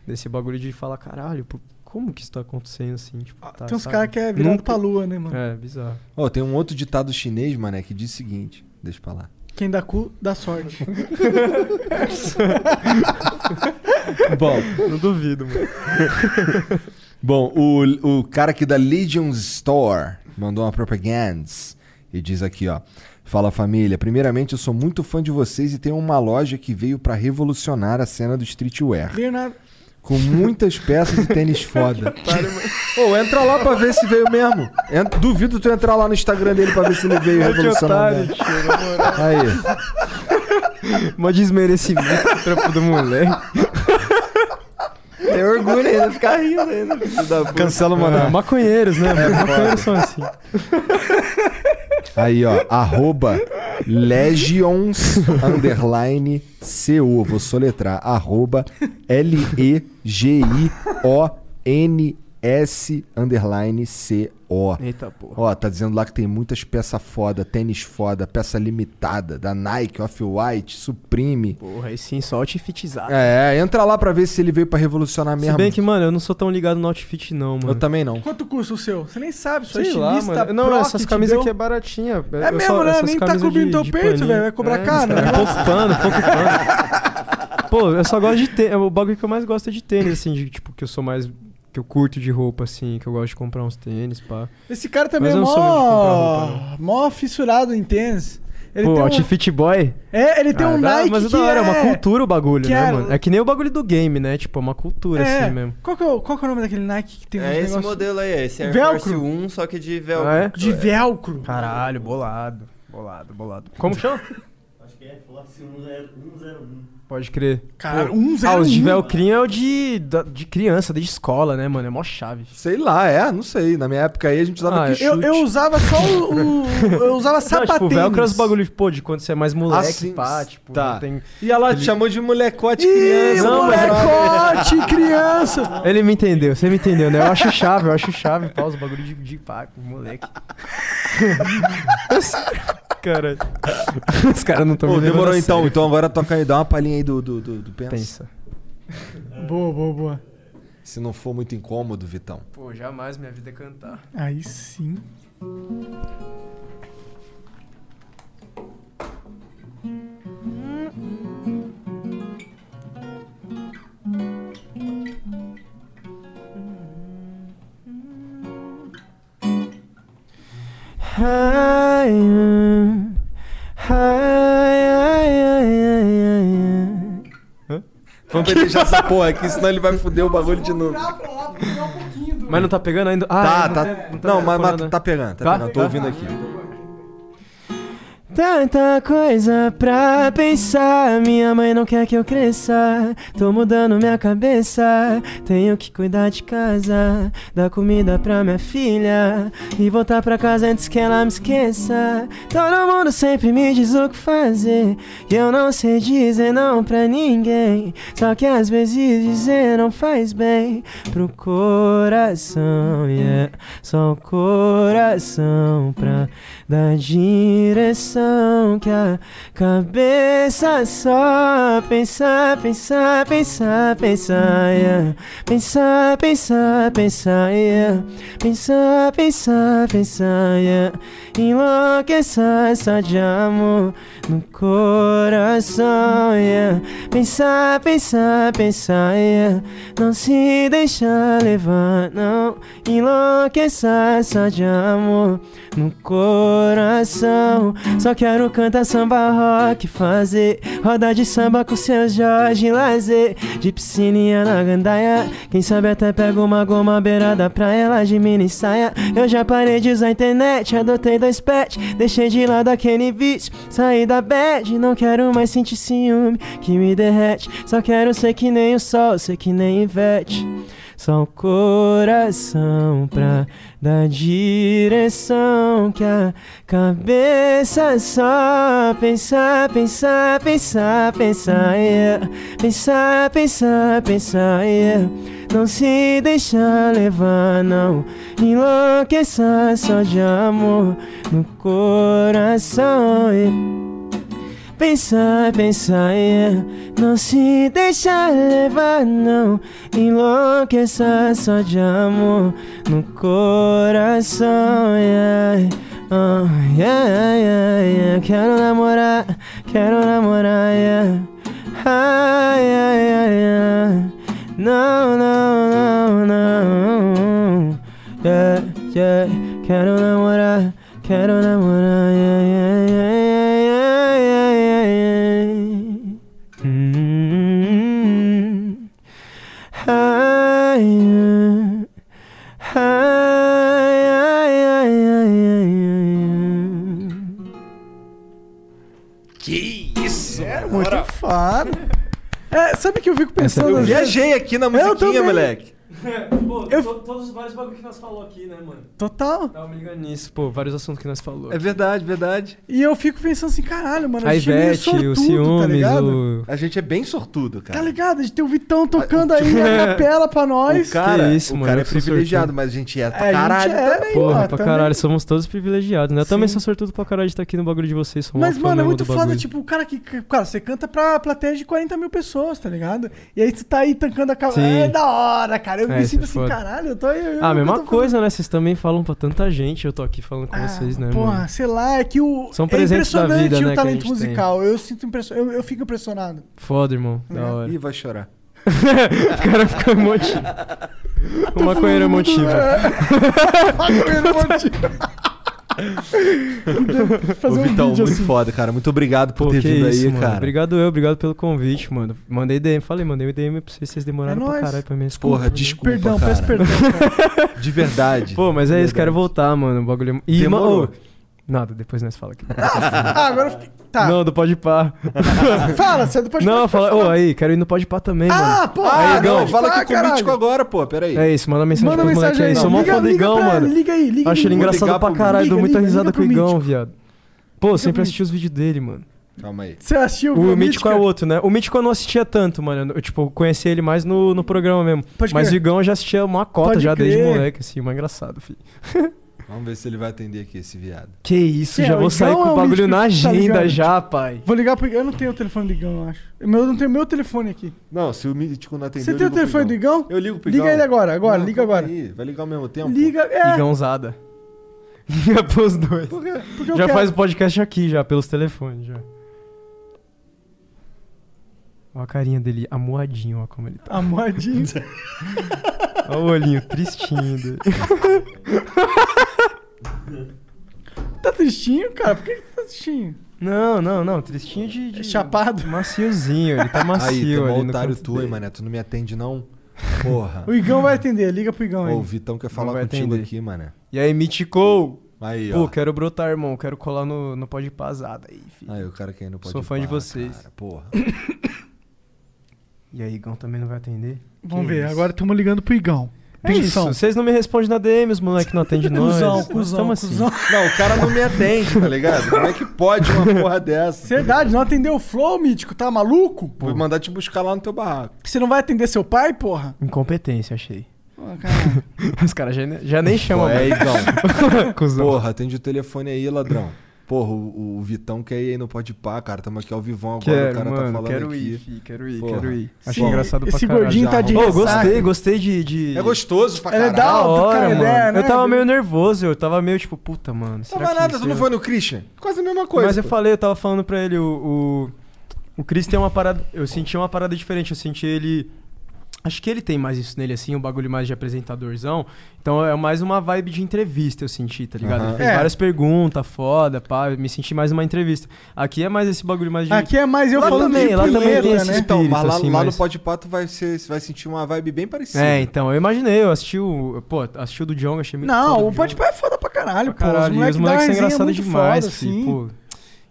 desse bagulho de falar, caralho, pô, como que isso tá acontecendo assim? Tipo, tá,
Tem uns
sabe?
caras que é virado
Nunca-
pra lua, né, mano?
É, bizarro.
Ó, tem um outro ditado chinês, mané, que diz o seguinte. Deixa pra lá.
Quem dá cu, dá sorte.
Bom,
Não duvido, mano.
Bom, o, o cara aqui da Legion Store mandou uma propaganda e diz aqui, ó. Fala família, primeiramente eu sou muito fã de vocês e tenho uma loja que veio pra revolucionar a cena do streetwear.
Bernardo.
Com muitas peças de tênis foda. Ô, entra lá pra ver se veio mesmo. Ent- Duvido tu entrar lá no Instagram dele pra ver se ele veio
Olha que
revolucionar.
otário,
mesmo.
tio, na moral.
Aí.
Mó desmerecimento do trampo do moleque.
Tem orgulho ainda, ficar rindo ainda. filho da puta.
Cancela o
Ah,
Mané.
maconheiros,
É
né? mano? maconheiros são assim.
Aí, ó, arroba Legions underline CO. Vou soletrar. Arroba L-E-G-I-O-N-S underline CO.
Eita porra.
Ó, tá dizendo lá que tem muitas peças foda, tênis foda, peça limitada, da Nike, Off-White, Supreme.
Porra, aí sim, só outfitizado.
É, entra lá pra ver se ele veio pra revolucionar mesmo.
Se bem que, mano, eu não sou tão ligado no outfit, não, mano.
Eu também não.
Quanto custa o seu? Você nem sabe, sua
Sei lá,
estilista
mano. Não,
pró
essas
que te
camisas
deu.
aqui é baratinha.
É mesmo, né? Nem tá cobrindo teu peito, velho. Vai
É,
cobrar caro, né?
Pouco pano, pouco pano. Pô, eu só gosto de tênis. O bagulho que eu mais gosto é de tênis, assim, de, tipo, que eu sou mais. Que eu curto de roupa, assim, que eu gosto de comprar uns tênis, pá.
Esse cara também é
Mas eu não sou muito de comprar roupa,
mó... mó fissurado em tênis. Ele
Pô,
tem um-
Outfit Boy?
É, ele tem
Ah,
um
dá-
Nike
Mas é da
que
hora, é uma
é-
cultura o bagulho,
que
né,
é-
mano? É que nem o bagulho do game, né? Tipo, é uma cultura,
É.
assim mesmo.
Qual que, é o, qual que é o nome daquele Nike que tem uns
É esse
negócios-
modelo aí, é esse Air Force
Velcro.
1, só que de velcro.
Ah, é?
De velcro.
Caralho, bolado. Bolado, bolado. Como chama?
Acho que é Force 101.
Pode crer.
Caralho,
Pô,
101.
Ah,
um-
os de velcrinho é o de, da- de criança, desde escola, né, mano? É mó chave.
Sei lá, é, não sei. Na minha época aí a gente usava que
eu, eu usava só o. o- eu
Não,
usava
tipo,
sapatênis.
velcro é os bagulhos, pô, de quando você é mais moleque,
Assim,
pá, tipo,
tá.
não tem...
E ela te chamou de molecote
Ih,
criança.
Não, mas-
molecote, criança!
Ele me entendeu, você me entendeu, né? Eu acho chave, eu acho chave, pá, os bagulhos de, de pá, com moleque. cara, os caras não estão
Pô,
me levando
demorou
a
então.
sério.
Então agora toca aí, dá uma palhinha aí do, do, do, do pensa.
Pensa.
Boa, boa, boa.
Se não for muito incômodo, Vitão.
Pô, jamais minha vida é cantar.
Aí sim.
Ai, ai, ai, ai, ai, ai.
Vamos deixar essa porra aqui, senão ele vai foder o bagulho de novo.
Mas não tá pegando ainda?
Tá,
Ah,
tá.
Não,
Não, mas- mas
telefonando.
né?
tá pegando, tá pegando, tô ouvindo aqui.
Tanta coisa pra pensar. Minha mãe não quer que eu cresça. Tô mudando minha cabeça. Tenho que cuidar de casa, dar comida pra minha filha e voltar pra casa antes que ela me esqueça. Todo mundo sempre me diz o que fazer. E eu não sei dizer não pra ninguém. Só que às vezes dizer não faz bem pro coração. Yeah. Só o coração pra dar direção que a cabeça só pensar, pensar, pensar, pensar, yeah. pensar, pensar, pensar, yeah. pensar, pensar, pensar, yeah. enlouquecer só de amor no coração, yeah. pensar, pensar, pensar, yeah. não se deixar levar, não enlouquecer só de amor no coração. Só quero cantar samba rock, fazer roda de samba com seu Jorge lazer. De piscininha na gandaia, quem sabe até pega uma goma à beira da praia, lá de mini saia. Eu já parei de usar a internet, adotei dois pets, deixei de lado aquele vício, saí da bad. Não quero mais sentir ciúme que me derrete. Só quero ser que nem o sol, ser que nem Ivete. Só o coração pra dar direção que a cabeça só pensar, pensar, pensar, pensar, yeah. pensar, pensar, pensar, yeah. não se deixar levar, não enlouquecer só de amor no coração. yeah. Pensar, pensar, yeah. não se deixar levar, não. Enlouqueça só de amor no coração, yeah. Oh, yeah, yeah, yeah. Quero namorar, quero namorar, yeah. Ah, yeah, yeah, yeah. Não, não, não, não. Yeah, yeah. Quero namorar, quero namorar, yeah, yeah, yeah, yeah, yeah, yeah, yeah, yeah. Mm. Ai, ai, ai, ai, ai, ai, ai.
Que isso,
É muito fado. É, sabe que eu fico pensando. assim?
Eu
às vezes-
viajei aqui na
Eu
musiquinha,
também.
moleque.
Pô,
Eu-
to- todos os vários bagulhos que nós falou aqui, né, mano?
Total.
Tava me ligando nisso, pô, vários assuntos que nós falou.
É verdade, verdade.
E eu fico pensando assim, caralho, mano,
A
gente é meio
Ivete, o
sortudo,
ciúmes,
tá ligado?
o...
A gente é bem sortudo,
Tá
cara.
ligado? A gente tem o Vitão tocando aí a capela pra nós.
O cara,
Que isso,
o
mano,
cara é
eu sou
privilegiado,
sortudo.
mas a gente é
É, a
pra
gente
caralho
é,
também.
Pô,
tá Porra, pra
também.
caralho, somos todos privilegiados, né? Eu também
Sim.
sou sortudo pra caralho de estar aqui no bagulho de vocês. sou mó
Mas,
fã
mano, é
mesmo
muito
do
foda,
bagulho.
tipo, cara, que, que- cara, você canta pra plateia de 40 mil pessoas, tá ligado? E aí tu tá aí tancando a cabeça.
Sim.
É da hora, cara. Eu
É,
me
isso
sinto
é
assim,
foda.
caralho, eu tô aí. eu-
Ah,
eu
mesma
tô Ah,
coisa, né? Vocês também falam pra tanta gente, eu tô aqui falando com vocês, né,
Porra,
mano?
sei lá, é que o.
São
é
presentes da
impressionante
vida, né,
o
que a
talento
gente tem.
musical. Eu sinto impressio- eu, eu fico impressionado.
Foda, irmão,
É,
da hora.
tá? Ih, vai chorar.
o cara ficou emotivo. O maconheiro emotivo.
É. Maconheiro emotivo. um
Ô, Vitão,
assim.
muito foda, cara. Muito obrigado por ter
que
vindo
isso,
aí,
mano.
cara.
Obrigado eu, obrigado pelo convite, mano. Mandei DM, falei, mandei DM pra vocês, vocês demoraram
É
pra
nóis.
caralho pra mim responder.
Porra, desculpa,
Perdão,
cara.
peço perdão.
De verdade.
Pô, mas é
De
isso, quero voltar, mano. O bagulho é... E,
Demorou.
mano, nada, depois nós fala aqui.
Ah, agora eu fiquei. Tá.
Não, do Pode Pá.
Fala, você é do Pode
Não, fala, ô, aí, quero ir no Pode Pá também, mano.
Ah, pô!
Ah,
Igão.
não, fala aqui com
caralho.
o Mítico agora, pô. Peraí.
É isso, manda mensagem
Manda
pro
mensagem
moleque aí.
aí,
Sou mó
liga-
fã do
liga
Igão,
pra-
mano.
liga aí, liga
Acho
aí.
ele
Vou
engraçado
ligar
pra
pro-
caralho,
liga,
dou muita
liga,
risada
liga
com o
pro
Igão,
Mítico.
viado. Pô, sempre
pro
assisti os vídeos dele, mano.
Calma aí.
Você assistiu
O
Igão
Mítico é
Mítico?
outro, né? O Mítico eu não assistia tanto, mano. Eu, tipo, conheci ele mais no, no programa mesmo.
Pode
Mas o
crer.
Igão eu já assistia uma cota
Pode
já desde
crer.
moleque, assim. Mas engraçado, filho.
Vamos ver se ele vai atender aqui, esse viado.
Que isso,
Quem é?
já
O
vou sair
Igão
com
é
o
o
bagulho
Mítico
na
que tá
agenda
ligado?
já, pai.
Vou ligar pro Igão. Eu não tenho o telefone do Igão, eu acho. Eu não tenho meu telefone aqui.
Não, se o Mítico não atender.
Você
eu
tem o
ligo pro
telefone do Igão?
Eu ligo pro Igão.
Liga ele agora, agora,
Não,
liga
calma
agora.
aí, Vai ligar ao mesmo tempo?
Liga, é.
Igãozada. Liga pros dois.
Porque eu
Já
quero.
faz o podcast aqui, já, pelos telefones, já. Olha a carinha dele, amuadinho, olha como ele tá.
A modinha.
Olha o olhinho tristinho dele.
tá tristinho, cara? Por que que tá tristinho?
Não, não, não. Tristinho de. de-
Chapado.
Maciozinho, ele tá
Aí, tem
macio
um
ali no
otário
canto
tu, hein,
dele.
mané. Tu não me atende, não? Porra.
O Igão vai atender, liga pro Igão
Ô,
aí.
o Vitão quer
Não
falar
vai
contigo
atender.
aqui, mané.
E aí, Mítico?
Aí,
Pô,
ó.
quero brotar, irmão. Quero colar no, no pó de pasada aí, filho.
Aí, o cara que ainda pode
Sou fã
ir
de
pra lá,
vocês.
cara, porra.
E aí, Igão também não vai atender?
Vamos
Que
ver,
isso?
agora estamos ligando pro Igão.
É isso,
Pinção.
vocês não me respondem na DM, os moleque não atendem nós.
Cusão,
Nós
cusão,
tamo assim.
cusão.
Não, o cara não me atende, tá ligado? Como é que pode uma porra dessa?
Verdade, não atendeu o Flow, Mítico, tá maluco?
Vou mandar te buscar lá no teu barraco.
Você não vai atender seu pai, porra?
Incompetência, achei.
Ah, caralho.
Os caras já, já nem chamam né?
Pô, é,
mais.
Igão.
Cusão.
Porra, atende o telefone aí, ladrão. Porra, o, o Vitão quer ir aí no Pode Pá, cara. Tamo aqui ao vivão agora, o
Quero,
cara tá
mano,
falando
quero
aqui.
ir, fi, quero ir,
Porra.
quero ir. Achei
Bom,
engraçado pra
esse
caralho.
gordinho
já
tá de
Ô,
arrumou.
ressaca.
gostei, gostei de... de...
É gostoso pra
Ela é
caralho.
da
Da hora,
cara,
mano.
ideia, né?
eu tava meio nervoso, eu tava meio tipo, puta, mano. será
Tava
que
nada,
isso é
tu não
eu-
foi no Christian? Quase a mesma coisa.
Mas eu
pô.
falei, eu tava falando pra ele, o. O, o Chris tem uma parada. Eu senti uma parada diferente, eu senti ele. Acho que ele tem mais isso nele, assim, um bagulho mais de apresentadorzão. Então é mais uma vibe de entrevista, eu senti, tá ligado? Ele
Aham.
fez
É.
várias perguntas, foda, pá, eu me senti mais uma entrevista. Aqui é mais esse bagulho mais de.
Aqui é mais eu
Lá
falando
também,
de
lá também
punheta,
tem esse
né?
Então, mas lá,
assim,
lá
mas-
no Pode Pá tu vai, ser, vai sentir uma vibe bem parecida.
É, então, eu imaginei, eu assisti o. Pô, assisti o do John, achei muito foda
Não, o
do
Pode
Djonga.
Pá é foda pra caralho,
Pra caralho,
pô.
e os moleques são engraçados demais,
assim.
fi, pô.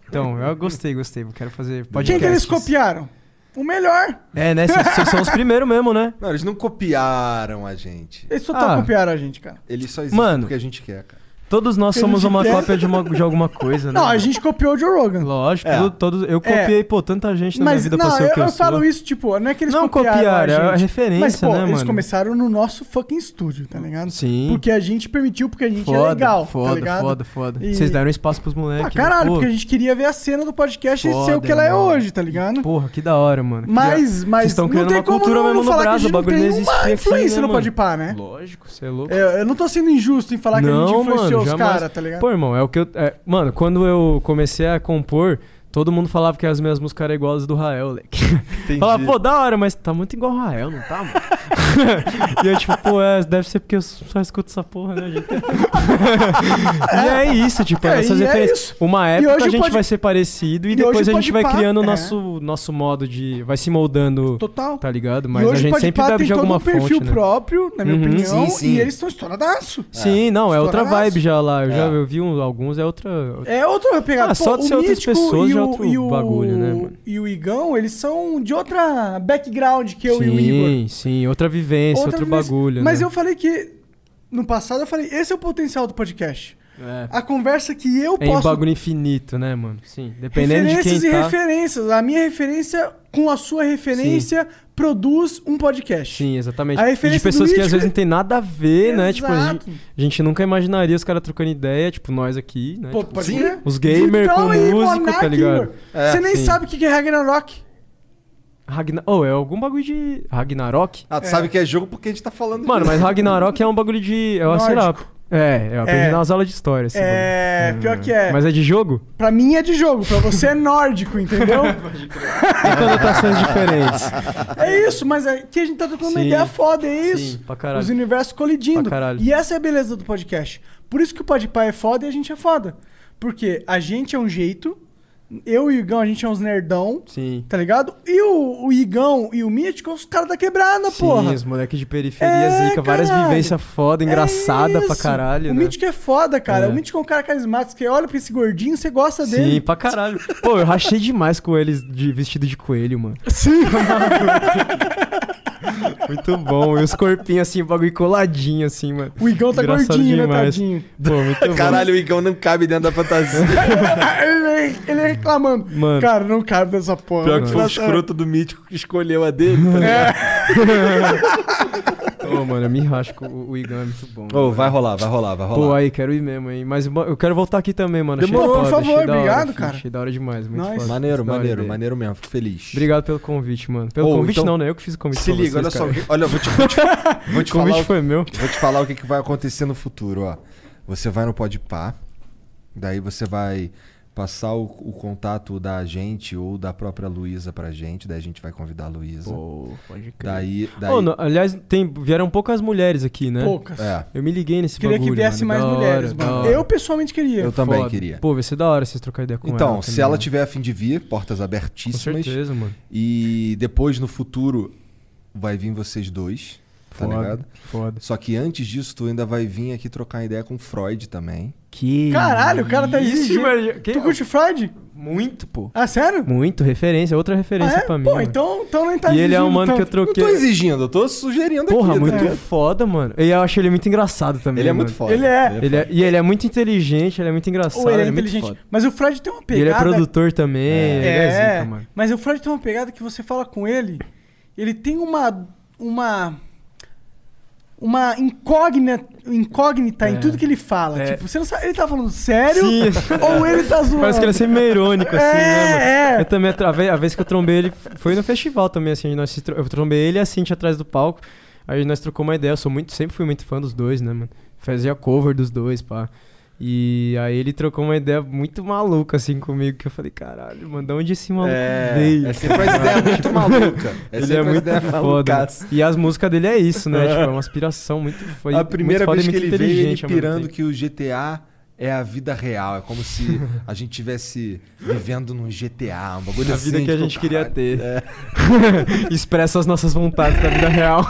Então, eu gostei, gostei. Eu quero fazer podcast.
Quem é que eles copiaram? O melhor.
É, né? Vocês vocês são os primeiros mesmo, né?
Não, eles não copiaram a gente.
Eles só tá
Ah.
copiaram a gente, cara.
Eles só existem
Mano.
porque a gente quer, cara.
Todos nós
Eles
somos uma
fizeram-
cópia de, uma- de alguma coisa, né?
Não, a gente copiou o Joe Rogan.
Lógico,
É.
todo- todos, eu
É.
copiei, pô, tanta gente na
Mas
minha vida
não,
pra ser
eu,
o que eu,
eu
sou.
falo isso, tipo, não é que eles
Não
copiaram,
copiaram, é
a gente.
referência,
Mas, pô,
né,
eles
mano?
começaram no nosso fucking estúdio, tá ligado?
Sim.
Porque a gente permitiu, porque a gente
foda,
é legal,
foda,
tá ligado?
foda, foda.
E-
Vocês deram espaço pros
Ah,
moleques.
caralho,
pô,
porque a gente queria ver a cena do podcast e ser
Foda,
o que ela é
irmão.
hoje, tá ligado?
Porra, que da hora, mano. Que da-
Mas, mas
Vocês tão
não
criando
tem
uma
como
cultura
não,
mesmo
não
no
falar que a
Brasil,
gente
o bagulho
tem
não existe
uma
aqui,
influência
né,
no
mano?
Podpah, né?
Lógico, você é louco.
É, Eu, não tô sendo injusto em falar que a gente influenciou os
jamais.
caras, tá ligado?
Pô, irmão, é o que eu. é, mano, quando eu comecei a compor, todo mundo falava que as minhas músicas eram iguais às do Rael, moleque. Falava, pô, da hora, mas tá muito igual o Rael, não tá, mano? e eu, tipo, pô, é, deve ser porque eu só escuto essa porra, né, gente? e é isso, tipo,
É,
essas
e é
referências.
isso.
Uma época
hoje
a gente
pode-
vai ser parecido e,
e
depois
hoje
a gente
pode
vai
pá,
criando o
é.
nosso, nosso modo de. Vai se moldando,
Total.
tá ligado?
e
Mas a
hoje
gente
pode
sempre
pá,
bebe
tem
de
todo
alguma
um perfil
fonte. né?
próprio, na minha
Uhum.
opinião,
Sim, sim.
e eles estão estouradaço.
Sim, não, é outra
Estouradaço.
vibe já lá. Eu já
É.
eu vi um- alguns, é outra.
É outra pegada.
Ah, só de ser outras
Mítico
pessoas
e
já é
o-
outro
e o-
bagulho, né, mano?
E o Igão, eles são de outra background que eu
sim,
e o Igor.
sim, outra vivência, é outro
vivência.
bagulho.
Mas
né?
eu falei que, no passado, eu falei, esse é o potencial do podcast.
É,
A conversa que eu
é um
posso
bagulho infinito, né, mano? Sim, dependendo de
referências
quem
e
tá.
referências. A minha referência com a sua referência produz um podcast.
Sim, exatamente.
A
E de
referência do
pessoas que às
Mítico
vezes
é-
não tem nada a ver, né? Tipo, a
Exato.
gente, a gente nunca imaginaria os caras trocando ideia, tipo, nós aqui, né?
Pô,
Tipo,
pode crer.
os gamer
Vitão
com
e
músico,
Monark,
tá ligado?
Igor. Você nem
sim.
sabe o que é Ragnarok.
Ragnar... Oh, é algum bagulho de Ragnarok?
Ah.
Ah, tu sabe que é jogo porque a gente tá falando
Mano,
disso.
mas Ragnarok é um bagulho de. Eu sei lá.
Nórdico.
É, eu aprendi
É.
nas aulas de história. esse
É,
bagulho.
pior que é.
Mas é de jogo?
Pra mim é de jogo, pra você é nórdico, entendeu?
Tem conotações diferentes.
É isso, mas aqui a gente tá trocando uma
Sim.
ideia foda, é isso.
pra caralho.
Os universos colidindo.
Pra caralho.
E essa é a beleza do podcast. Por isso que o Podpah é foda e a gente é foda. Porque a gente é um jeito, eu e o Igão, a gente é uns nerdão,
Sim.
tá ligado? E o, o Igão e o Mítico, os caras da quebrada,
Sim,
porra. É,
os moleques né, de periferia, zica, várias
caralho. É
vivências foda, engraçada pra
Isso.
caralho,
O
né?
Mítico é foda, cara.
É.
O Mítico é um cara carismático. Você olha pra esse gordinho, você gosta é dele.
Sim, pra caralho. Pô, eu rachei demais com eles de vestido de coelho, mano.
Sim,
Muito bom. E os corpinhos assim, o bagulho coladinho assim, mano.
O Igão tá
Engraçado
gordinho, né,
demais.
tadinho?
Pô, muito bom.
Caralho, o Igão não cabe dentro da fantasia.
ele, é, ele reclamando.
Mano.
Cara, não cabe nessa porra.
Pior que foi o
é-
Essa-
escroto do mítico que escolheu a dele.
É.
tá ligado?
Ô, mano, eu me racho com o, o Igão, é muito bom.
Ô, vai rolar, vai rolar, vai rolar.
Pô, aí, quero ir mesmo, hein? Mas bo- eu quero voltar aqui também, mano. Achei
Demorou,
foda,
por favor,
achei da hora,
obrigado,
filho,
cara.
Achei da hora demais, muito
Nice.
foda.
Maneiro,
é Da hora a
maneiro,
ideia.
maneiro mesmo. Fico feliz.
Obrigado pelo convite, mano. Pelo
Ô,
convite
então-
não, né? Eu que fiz o convite
Se
pra
liga,
vocês,
olha só.
cara.
Olha, vou te, vou te, vou te
O convite
falar. o-
foi meu.
Vou te falar o que, que vai acontecer no futuro, ó. Você vai no Podpah, daí você vai passar o, o contato da gente ou da própria Luísa pra gente, daí a gente vai convidar a Luísa.
pode crer.
Daí, daí...
Ô, no- aliás, tem, vieram poucas mulheres aqui, né?
Poucas.
É.
Eu me liguei nesse
Queria
bagulho,
que viesse
mano,
mais
da hora,
mulheres,
da
mano.
hora.
Eu pessoalmente queria.
Eu também
Foda.
queria.
Pô, vai ser da hora vocês trocar ideia com ela.
Então, se
também,
ela
né?
tiver a fim de vir, portas abertíssimas.
Com certeza, mano.
E depois, no futuro, vai vir vocês dois. Tá
Foda,
ligado?
Foda.
Só que antes disso, tu ainda vai vir aqui trocar ideia com o Freud também.
Que.
Caralho, o cara tá
Isso,
exigindo.
mano,
é?
que-
Tu curte Freud?
Muito, pô.
Ah, sério? Ah,
Muito, referência, outra referência pra mim.
Pô,
mano.
então, então nem tá
e ele é um
exigindo
mano que eu
tanto.
troquei.
exigindo, eu tô sugerindo né?
Porra,
tá
muito
ligado?
foda, mano. E eu acho ele muito engraçado também.
Ele é muito
mano.
foda. Ele é.
Ele é- E ele é muito inteligente, ele é muito engraçado.
Ou ele é
muito
inteligente.
foda.
Mas o Freud tem uma
E
pegada.
ele é produtor também. ele
É,
é zica, mano.
mas o Freud tem uma pegada que você fala com ele, ele tem uma uma uma incógnita, incógnita
É.
em tudo que ele fala.
É.
Tipo, você não sabe, ele tá falando sério
Sim.
ou ele tá zoando?
Parece que ele é sempre meio irônico, assim, né, mano?
É, é.
Eu também, atra- a vez, a vez que eu trombei ele, foi no festival também, assim, nós se tro- eu trombei ele e a Cintia atrás do palco, aí nós trocou uma ideia, eu sou muito, sempre fui muito fã dos dois, né, mano? Fazia cover dos dois, pá. E aí ele trocou uma ideia muito maluca, assim, comigo, que eu falei, caralho, mano, de onde esse maluco
É,
veio?
é sempre uma ideia muito maluca. É
ele
sempre
é
uma
muito
ideia
foda.
malucaça.
E as músicas dele é isso, né? tipo, é uma aspiração muito foi
a primeira
muito foda
vez
e
que
muito
ele veio, ele
inteligente ao mesmo
pirando
tempo.
que o GTA é a vida real. É como se a gente tivesse vivendo num GTA, um bagulho
A
assim.
vida que a
tipo,
gente queria
caralho. é.
ter. Expressa as nossas vontades da vida real.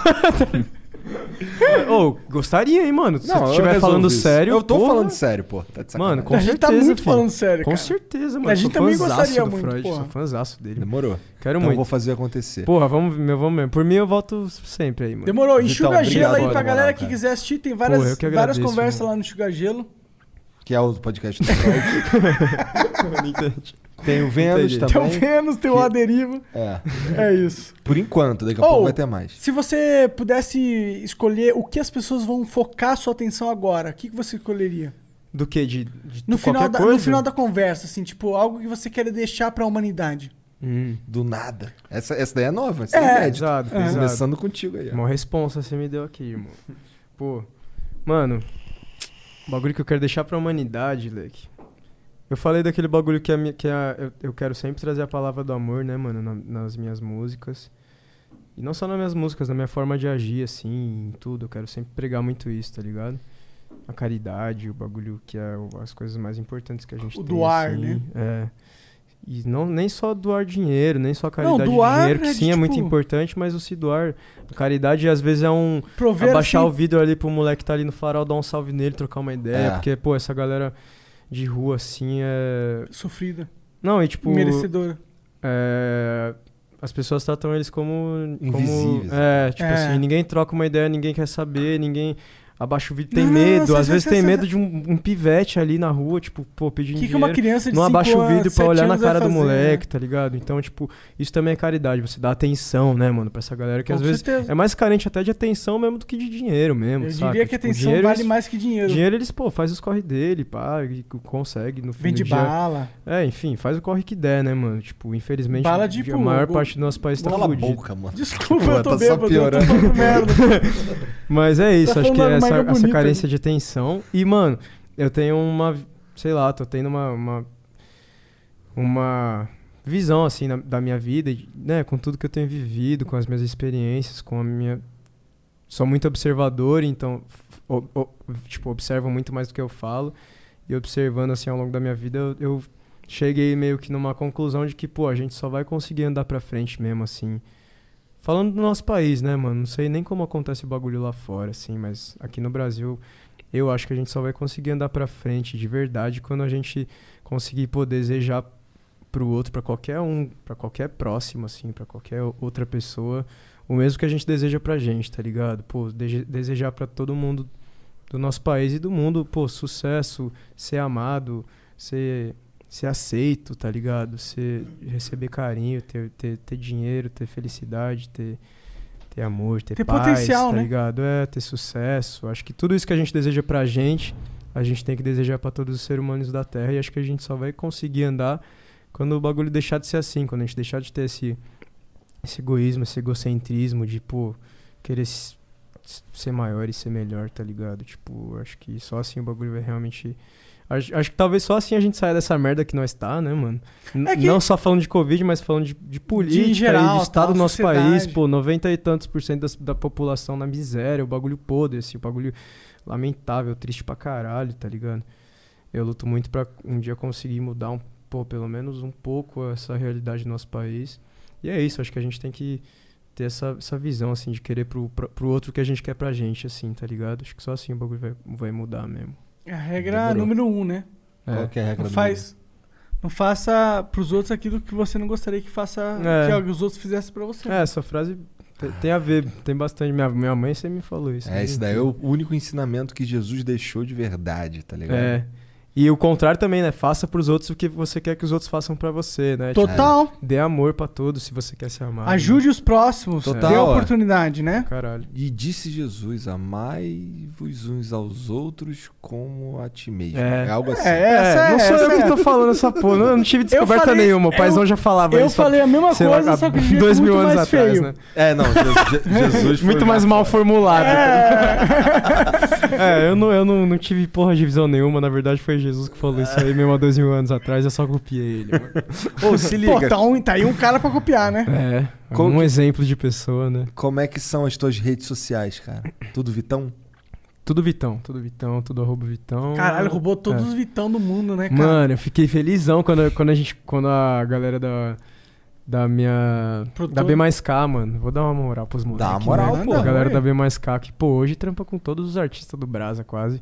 Ô, gostaria, hein, mano? Se
Não, eu
você estiver
resolvo
falando
isso.
sério.
Eu tô
porra.
falando sério, pô. Tá de sacanagem.
Mano, com
A gente
certeza.
tá muito
filho.
falando sério,
Com
cara.
certeza, mano.
A gente
Sou
também
fãzaço
gostaria
do
muito,
Freud,
porra.
Sou fãzaço dele.
Demorou. então
Quero
eu
muito.
vou fazer acontecer.
Porra, vamos, meu, vamos mesmo. Por mim eu volto sempre aí, mano.
Demorou,
Vitão,
enxuga gelo aí
obrigado,
pra
na
galera
moral,
que
cara.
quiser assistir, tem várias,
Porra, eu que
várias
agradeço,
conversas lá no Enxuga Gelo.
Que é o podcast do Freud. tem o Vênus
Entendi.
também.
Tem o Vênus, tem o A Deriva.
É.
É isso.
Por enquanto, daqui a
Ou,
pouco vai ter mais.
Se você pudesse escolher o que as pessoas vão focar sua atenção agora, o que, que você escolheria?
Do que? De, de
No final,
qualquer
da,
coisa?
no final da conversa, assim, tipo, algo que você quer deixar pra humanidade.
Do nada. Essa, essa daí é nova. Essa
É,
é, inédita.
Hum. Pesado, pesado.
Começando contigo aí. ó.
Mó responsa você me deu aqui, irmão. Pô, mano, o bagulho que eu quero deixar pra humanidade, Leque. Eu falei daquele bagulho que, a, minha- que a- eu, eu quero sempre trazer a palavra do amor, né, mano, na- nas minhas músicas. E não só nas minhas músicas, na minha forma de agir, assim, em tudo. Eu quero sempre pregar muito isso, tá ligado? A caridade, o bagulho que é o- as coisas mais importantes que a gente
O
tem.
doar,
assim,
né?
É. E não, nem só doar dinheiro, nem só a
doar
caridade de dinheiro, que
é de,
sim é muito
tipo-
importante, mas o se doar a Caridade às vezes é um.
Prover,
abaixar
assim-
o vidro ali pro moleque que tá ali no farol, dar um salve nele, trocar uma ideia.
É.
Porque, pô, essa galera de rua assim é.
Sofrida.
Não, e tipo.
Merecedora.
É... As pessoas tratam eles como. como-
Invisíveis,
É, tipo
É.
assim, ninguém troca uma ideia, ninguém quer saber, ninguém. Abaixa o vidro, tem
Não, não, não,
medo.
cê-
Às
cê-
vezes
cê-
tem
cê-
medo de um, um pivete ali na rua, tipo, pô, pedindo
Que que
dinheiro.
uma criança de
Não
cinco
abaixa o
anos,
vidro pra
sete
olhar na
anos vai
cara do
fazer, né?
moleque, tá ligado? Então, tipo, isso também é caridade. Você dá atenção, né, mano, pra essa galera que
Com
às vezes
certeza.
é mais carente até de atenção mesmo do que de dinheiro mesmo.
Eu
saca?
diria que
Tipo,
atenção
dinheiro
vale
eles-
mais que dinheiro.
Dinheiro eles, pô, faz os corre dele, pá, e c- consegue no fim
Vende
do dia.
bala.
É, enfim, faz o corre que der, né, mano? Tipo, infelizmente,
Bala,
a
tipo,
maior
go-
parte do nosso país tá
Cala a
fudido.
boca, mano.
Desculpa,
Pô,
eu tô
tá só
bêbado, eu tô
piorando.
falando merda.
Mas é isso,
Tá
acho que
falando
essa essa,
larga
essa
bonita,
carência
né?
de atenção. E, mano, eu tenho uma. Sei lá, tô tendo uma. Uma, uma visão, assim, na- da minha vida, e, né? Com tudo que eu tenho vivido, com as minhas experiências, com a minha. Sou muito observador, então, f- o- o- tipo, observo muito mais do que eu falo. E observando, assim, ao longo da minha vida, eu, eu cheguei meio que numa conclusão de que, pô, a gente só vai conseguir andar pra frente mesmo, assim. Falando do nosso país, né, mano? Não sei nem como acontece o bagulho lá fora, assim, mas aqui no Brasil eu acho que a gente só vai conseguir andar pra frente de verdade quando a gente conseguir pô, desejar pro outro, pra qualquer um, pra qualquer próximo, assim, pra qualquer outra pessoa, o mesmo que a gente deseja pra gente, tá ligado? Pô, dese- desejar pra todo mundo do nosso país e do mundo, pô, sucesso, ser amado, ser, ser aceito, tá ligado? Ser, receber carinho, ter, ter, ter dinheiro, ter felicidade, ter, ter amor, ter,
Ter
paz,
potencial,
tá
né?
ligado? É, ter sucesso. Acho que tudo isso que a gente deseja pra gente, a gente tem que desejar pra todos os seres humanos da Terra e acho que a gente só vai conseguir andar quando o bagulho deixar de ser assim, quando a gente deixar de ter esse, esse egoísmo, esse egocentrismo de, pô, querer s- s- ser maior e ser melhor, tá ligado? Tipo, acho que só assim o bagulho vai realmente. Acho, acho que talvez só assim a gente saia dessa merda que nós tá, né, mano? N-
É que-
Não só falando de Covid, mas falando de, de política e
geral,
de estado
tal,
do nosso país,
sociedade.
pô, 90 e tantos por cento das- da, população na miséria, o bagulho podre, assim, o bagulho lamentável, triste pra caralho, tá ligado? Eu luto muito pra um dia conseguir mudar um, pô, pelo menos um pouco essa realidade do nosso país. E é isso, acho que a gente tem que ter essa, essa visão, assim, de querer pro, pro, pro outro o que a gente quer pra gente, assim, tá ligado? Acho que só assim o bagulho vai, vai mudar mesmo.
É a regra
Demorou.
número um, né?
É. Qual que é a regra
não
número
faz, Não faça pros outros aquilo que você não gostaria que faça
É.
que os outros fizessem pra você.
É, essa frase te- tem a ver, tem bastante. Minha, minha mãe sempre me falou isso.
É,
né?
esse daí é o único ensinamento que Jesus deixou de verdade, tá ligado?
É. E o contrário também, né? Faça pros outros o que você quer que os outros façam pra você, né?
Total.
Tipo, dê amor pra todos se você quer ser amado.
Ajude os próximos,
Total,
dê
é.
ó.
oportunidade, né?
Caralho.
E disse Jesus: amai-vos uns aos outros como a ti mesmo. É,
É.
algo assim.
É, é,
É, não sou eu
essa
que
é.
tô falando essa porra. Não, eu não tive
Eu
descoberta
falei-
nenhuma. O paizão
eu-
já falava
eu
isso.
falei a mesma
sei
coisa,
há
só que de um jeito
Dois mil
muito
anos
mais
atrás,
feio.
né?
É, não, Je- Je- Jesus foi
Muito mais mal formulado.
É.
É, eu, não, eu não, não tive porra de visão nenhuma. Na verdade, foi Jesus que falou isso aí mesmo há dois mil anos atrás. Eu só copiei ele. mano.
Ô, se liga.
Pô, tá, um- tá aí um cara pra copiar, né?
É, um exemplo de pessoa, né?
Como é que são as tuas redes sociais, cara? Tudo Vitão?
Tudo Vitão, tudo Vitão, tudo arroba Vitão.
Caralho, roubou todos
É.
os Vitão do mundo, né, cara?
Mano, eu fiquei felizão quando, quando a gente. Quando a galera da. Da minha. Da
Produtora.
B mais K, mano. Vou dar uma moral pros moleques.
uma moral,
né?
pô.
A galera
Ué.
da B mais K, que, pô, hoje trampa com todos os artistas do Brasa, quase.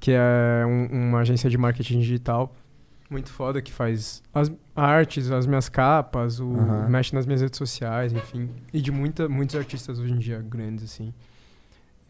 Que é um- uma agência de marketing digital. Muito foda que faz as artes, as minhas capas, o,
Aham.
mexe nas minhas redes sociais, enfim. E de muita, muitos artistas hoje em dia grandes, assim.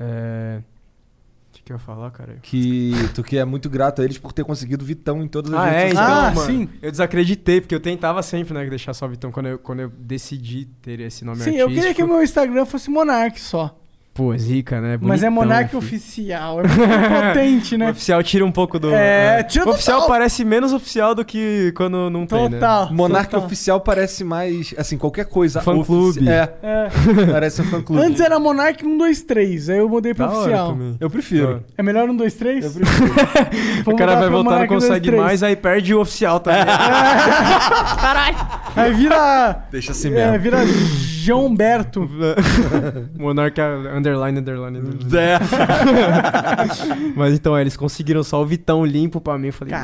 É. O que, que eu ia falar, cara?
Que tu que é muito grato a eles por ter conseguido Vitão em todas as
Ah, é,
redes
então,
sociais.
mano, Eu desacreditei, porque eu tentava sempre, né, deixar só Vitão quando eu, quando eu decidi ter esse nome
Sim, eu
artístico.
queria que o meu Instagram fosse Monark só.
Pô, zica, né?
mas é
Bonitão,
Monark
filho.
oficial. É muito potente,
O
né?
oficial tira um pouco do...
É,
né?
tira
O oficial
total.
parece menos oficial do que quando não tem, né?
Total.
Monarca
total.
oficial parece mais, assim, qualquer coisa.
Fã
ofici-
clube.
É,
É.
parece um fã clube.
Antes era Monark 123, aí eu mudei pra
Da hora
oficial.
também.
Eu prefiro.
Tá.
É melhor 123? Eu
O cara vai voltar,
um,
não consegue mais, aí perde o oficial também.
Caralho! Aí vira.
Deixa assim
É,
mesmo.
vira João Berto.
Monarca underline, underline, underline.
É.
Mas então, é, eles conseguiram só o Vitão limpo pra mim. Eu falei,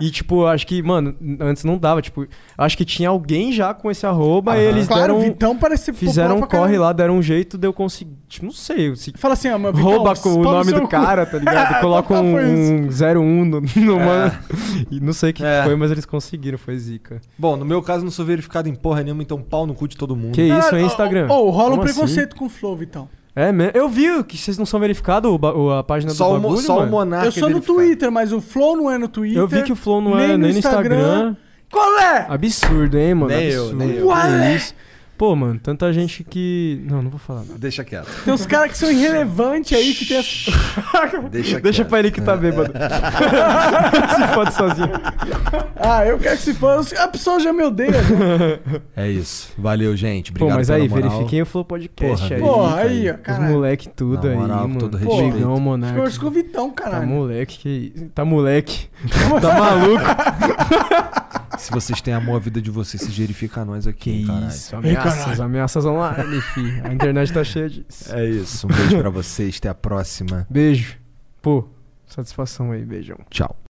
E, tipo, eu acho que, mano, antes não dava. Tipo, acho que tinha alguém já com esse arroba e eles
claro,
deram. um
Vitão parece
Fizeram um
popular pra
corre
caralho.
lá, deram um jeito de eu conseguir. Tipo, não sei. Se
Fala assim, ó, meu Vitão,
rouba co-
pau
o
no
nome
seu
do
cu.
cara, tá
É,
ligado? Coloca
total, foi isso.
um, um 01 no, no mano. E não sei o que que
É.
foi, mas eles conseguiram, foi zica.
Bom, no meu caso não sou verificado em porra nenhuma, então pau no cu de todo mundo.
Que isso,
Caralho,
hein, Instagram?
Ô, ô, rola um
Como assim?
preconceito com o Flow, Vitão.
É mesmo? Eu vi que vocês não são verificados o ba- o- a página
Só
é do
o mo-
bagulho,
só o
mano.
Monarca
eu sou
é
no
verificado.
Twitter, mas o Flow não é no Twitter.
Eu vi que o Flow não é nem no Instagram.
Qual é?
Absurdo, hein, mano?
Nem eu,
Absurdo.
nem eu.
Que
Ué!
isso? Pô, mano, tanta gente que. Não, não vou falar. Não.
Deixa quieto.
Tem uns caras que são irrelevantes aí, que tem as...
Deixa,
Deixa pra ele que tá bêbado. Se fode sozinho.
Ah, eu quero que se fosse. A pessoa já me odeia.
É isso. Valeu, gente.
Pô,
Obrigado
mas
pela
aí,
moral.
verifiquem o Flow Podcast
Porra,
aí.
Porra, aí, ó,
Os
caralho.
moleque tudo
Na
aí,
moral, com
mano.
todo
Pô,
respeito.
Digão,
Ficou
Monarca.
os convitão,
Tá
caralho.
moleque que... Tá moleque. tá maluco.
Se vocês têm amor à vida de vocês, se verifica nós aqui, hein, caralho.
Isso, ameaças, ameaças online, fi. A internet tá cheia disso.
É isso. Um beijo pra vocês. Até a próxima.
Beijo. Pô, satisfação aí, beijão.
Tchau.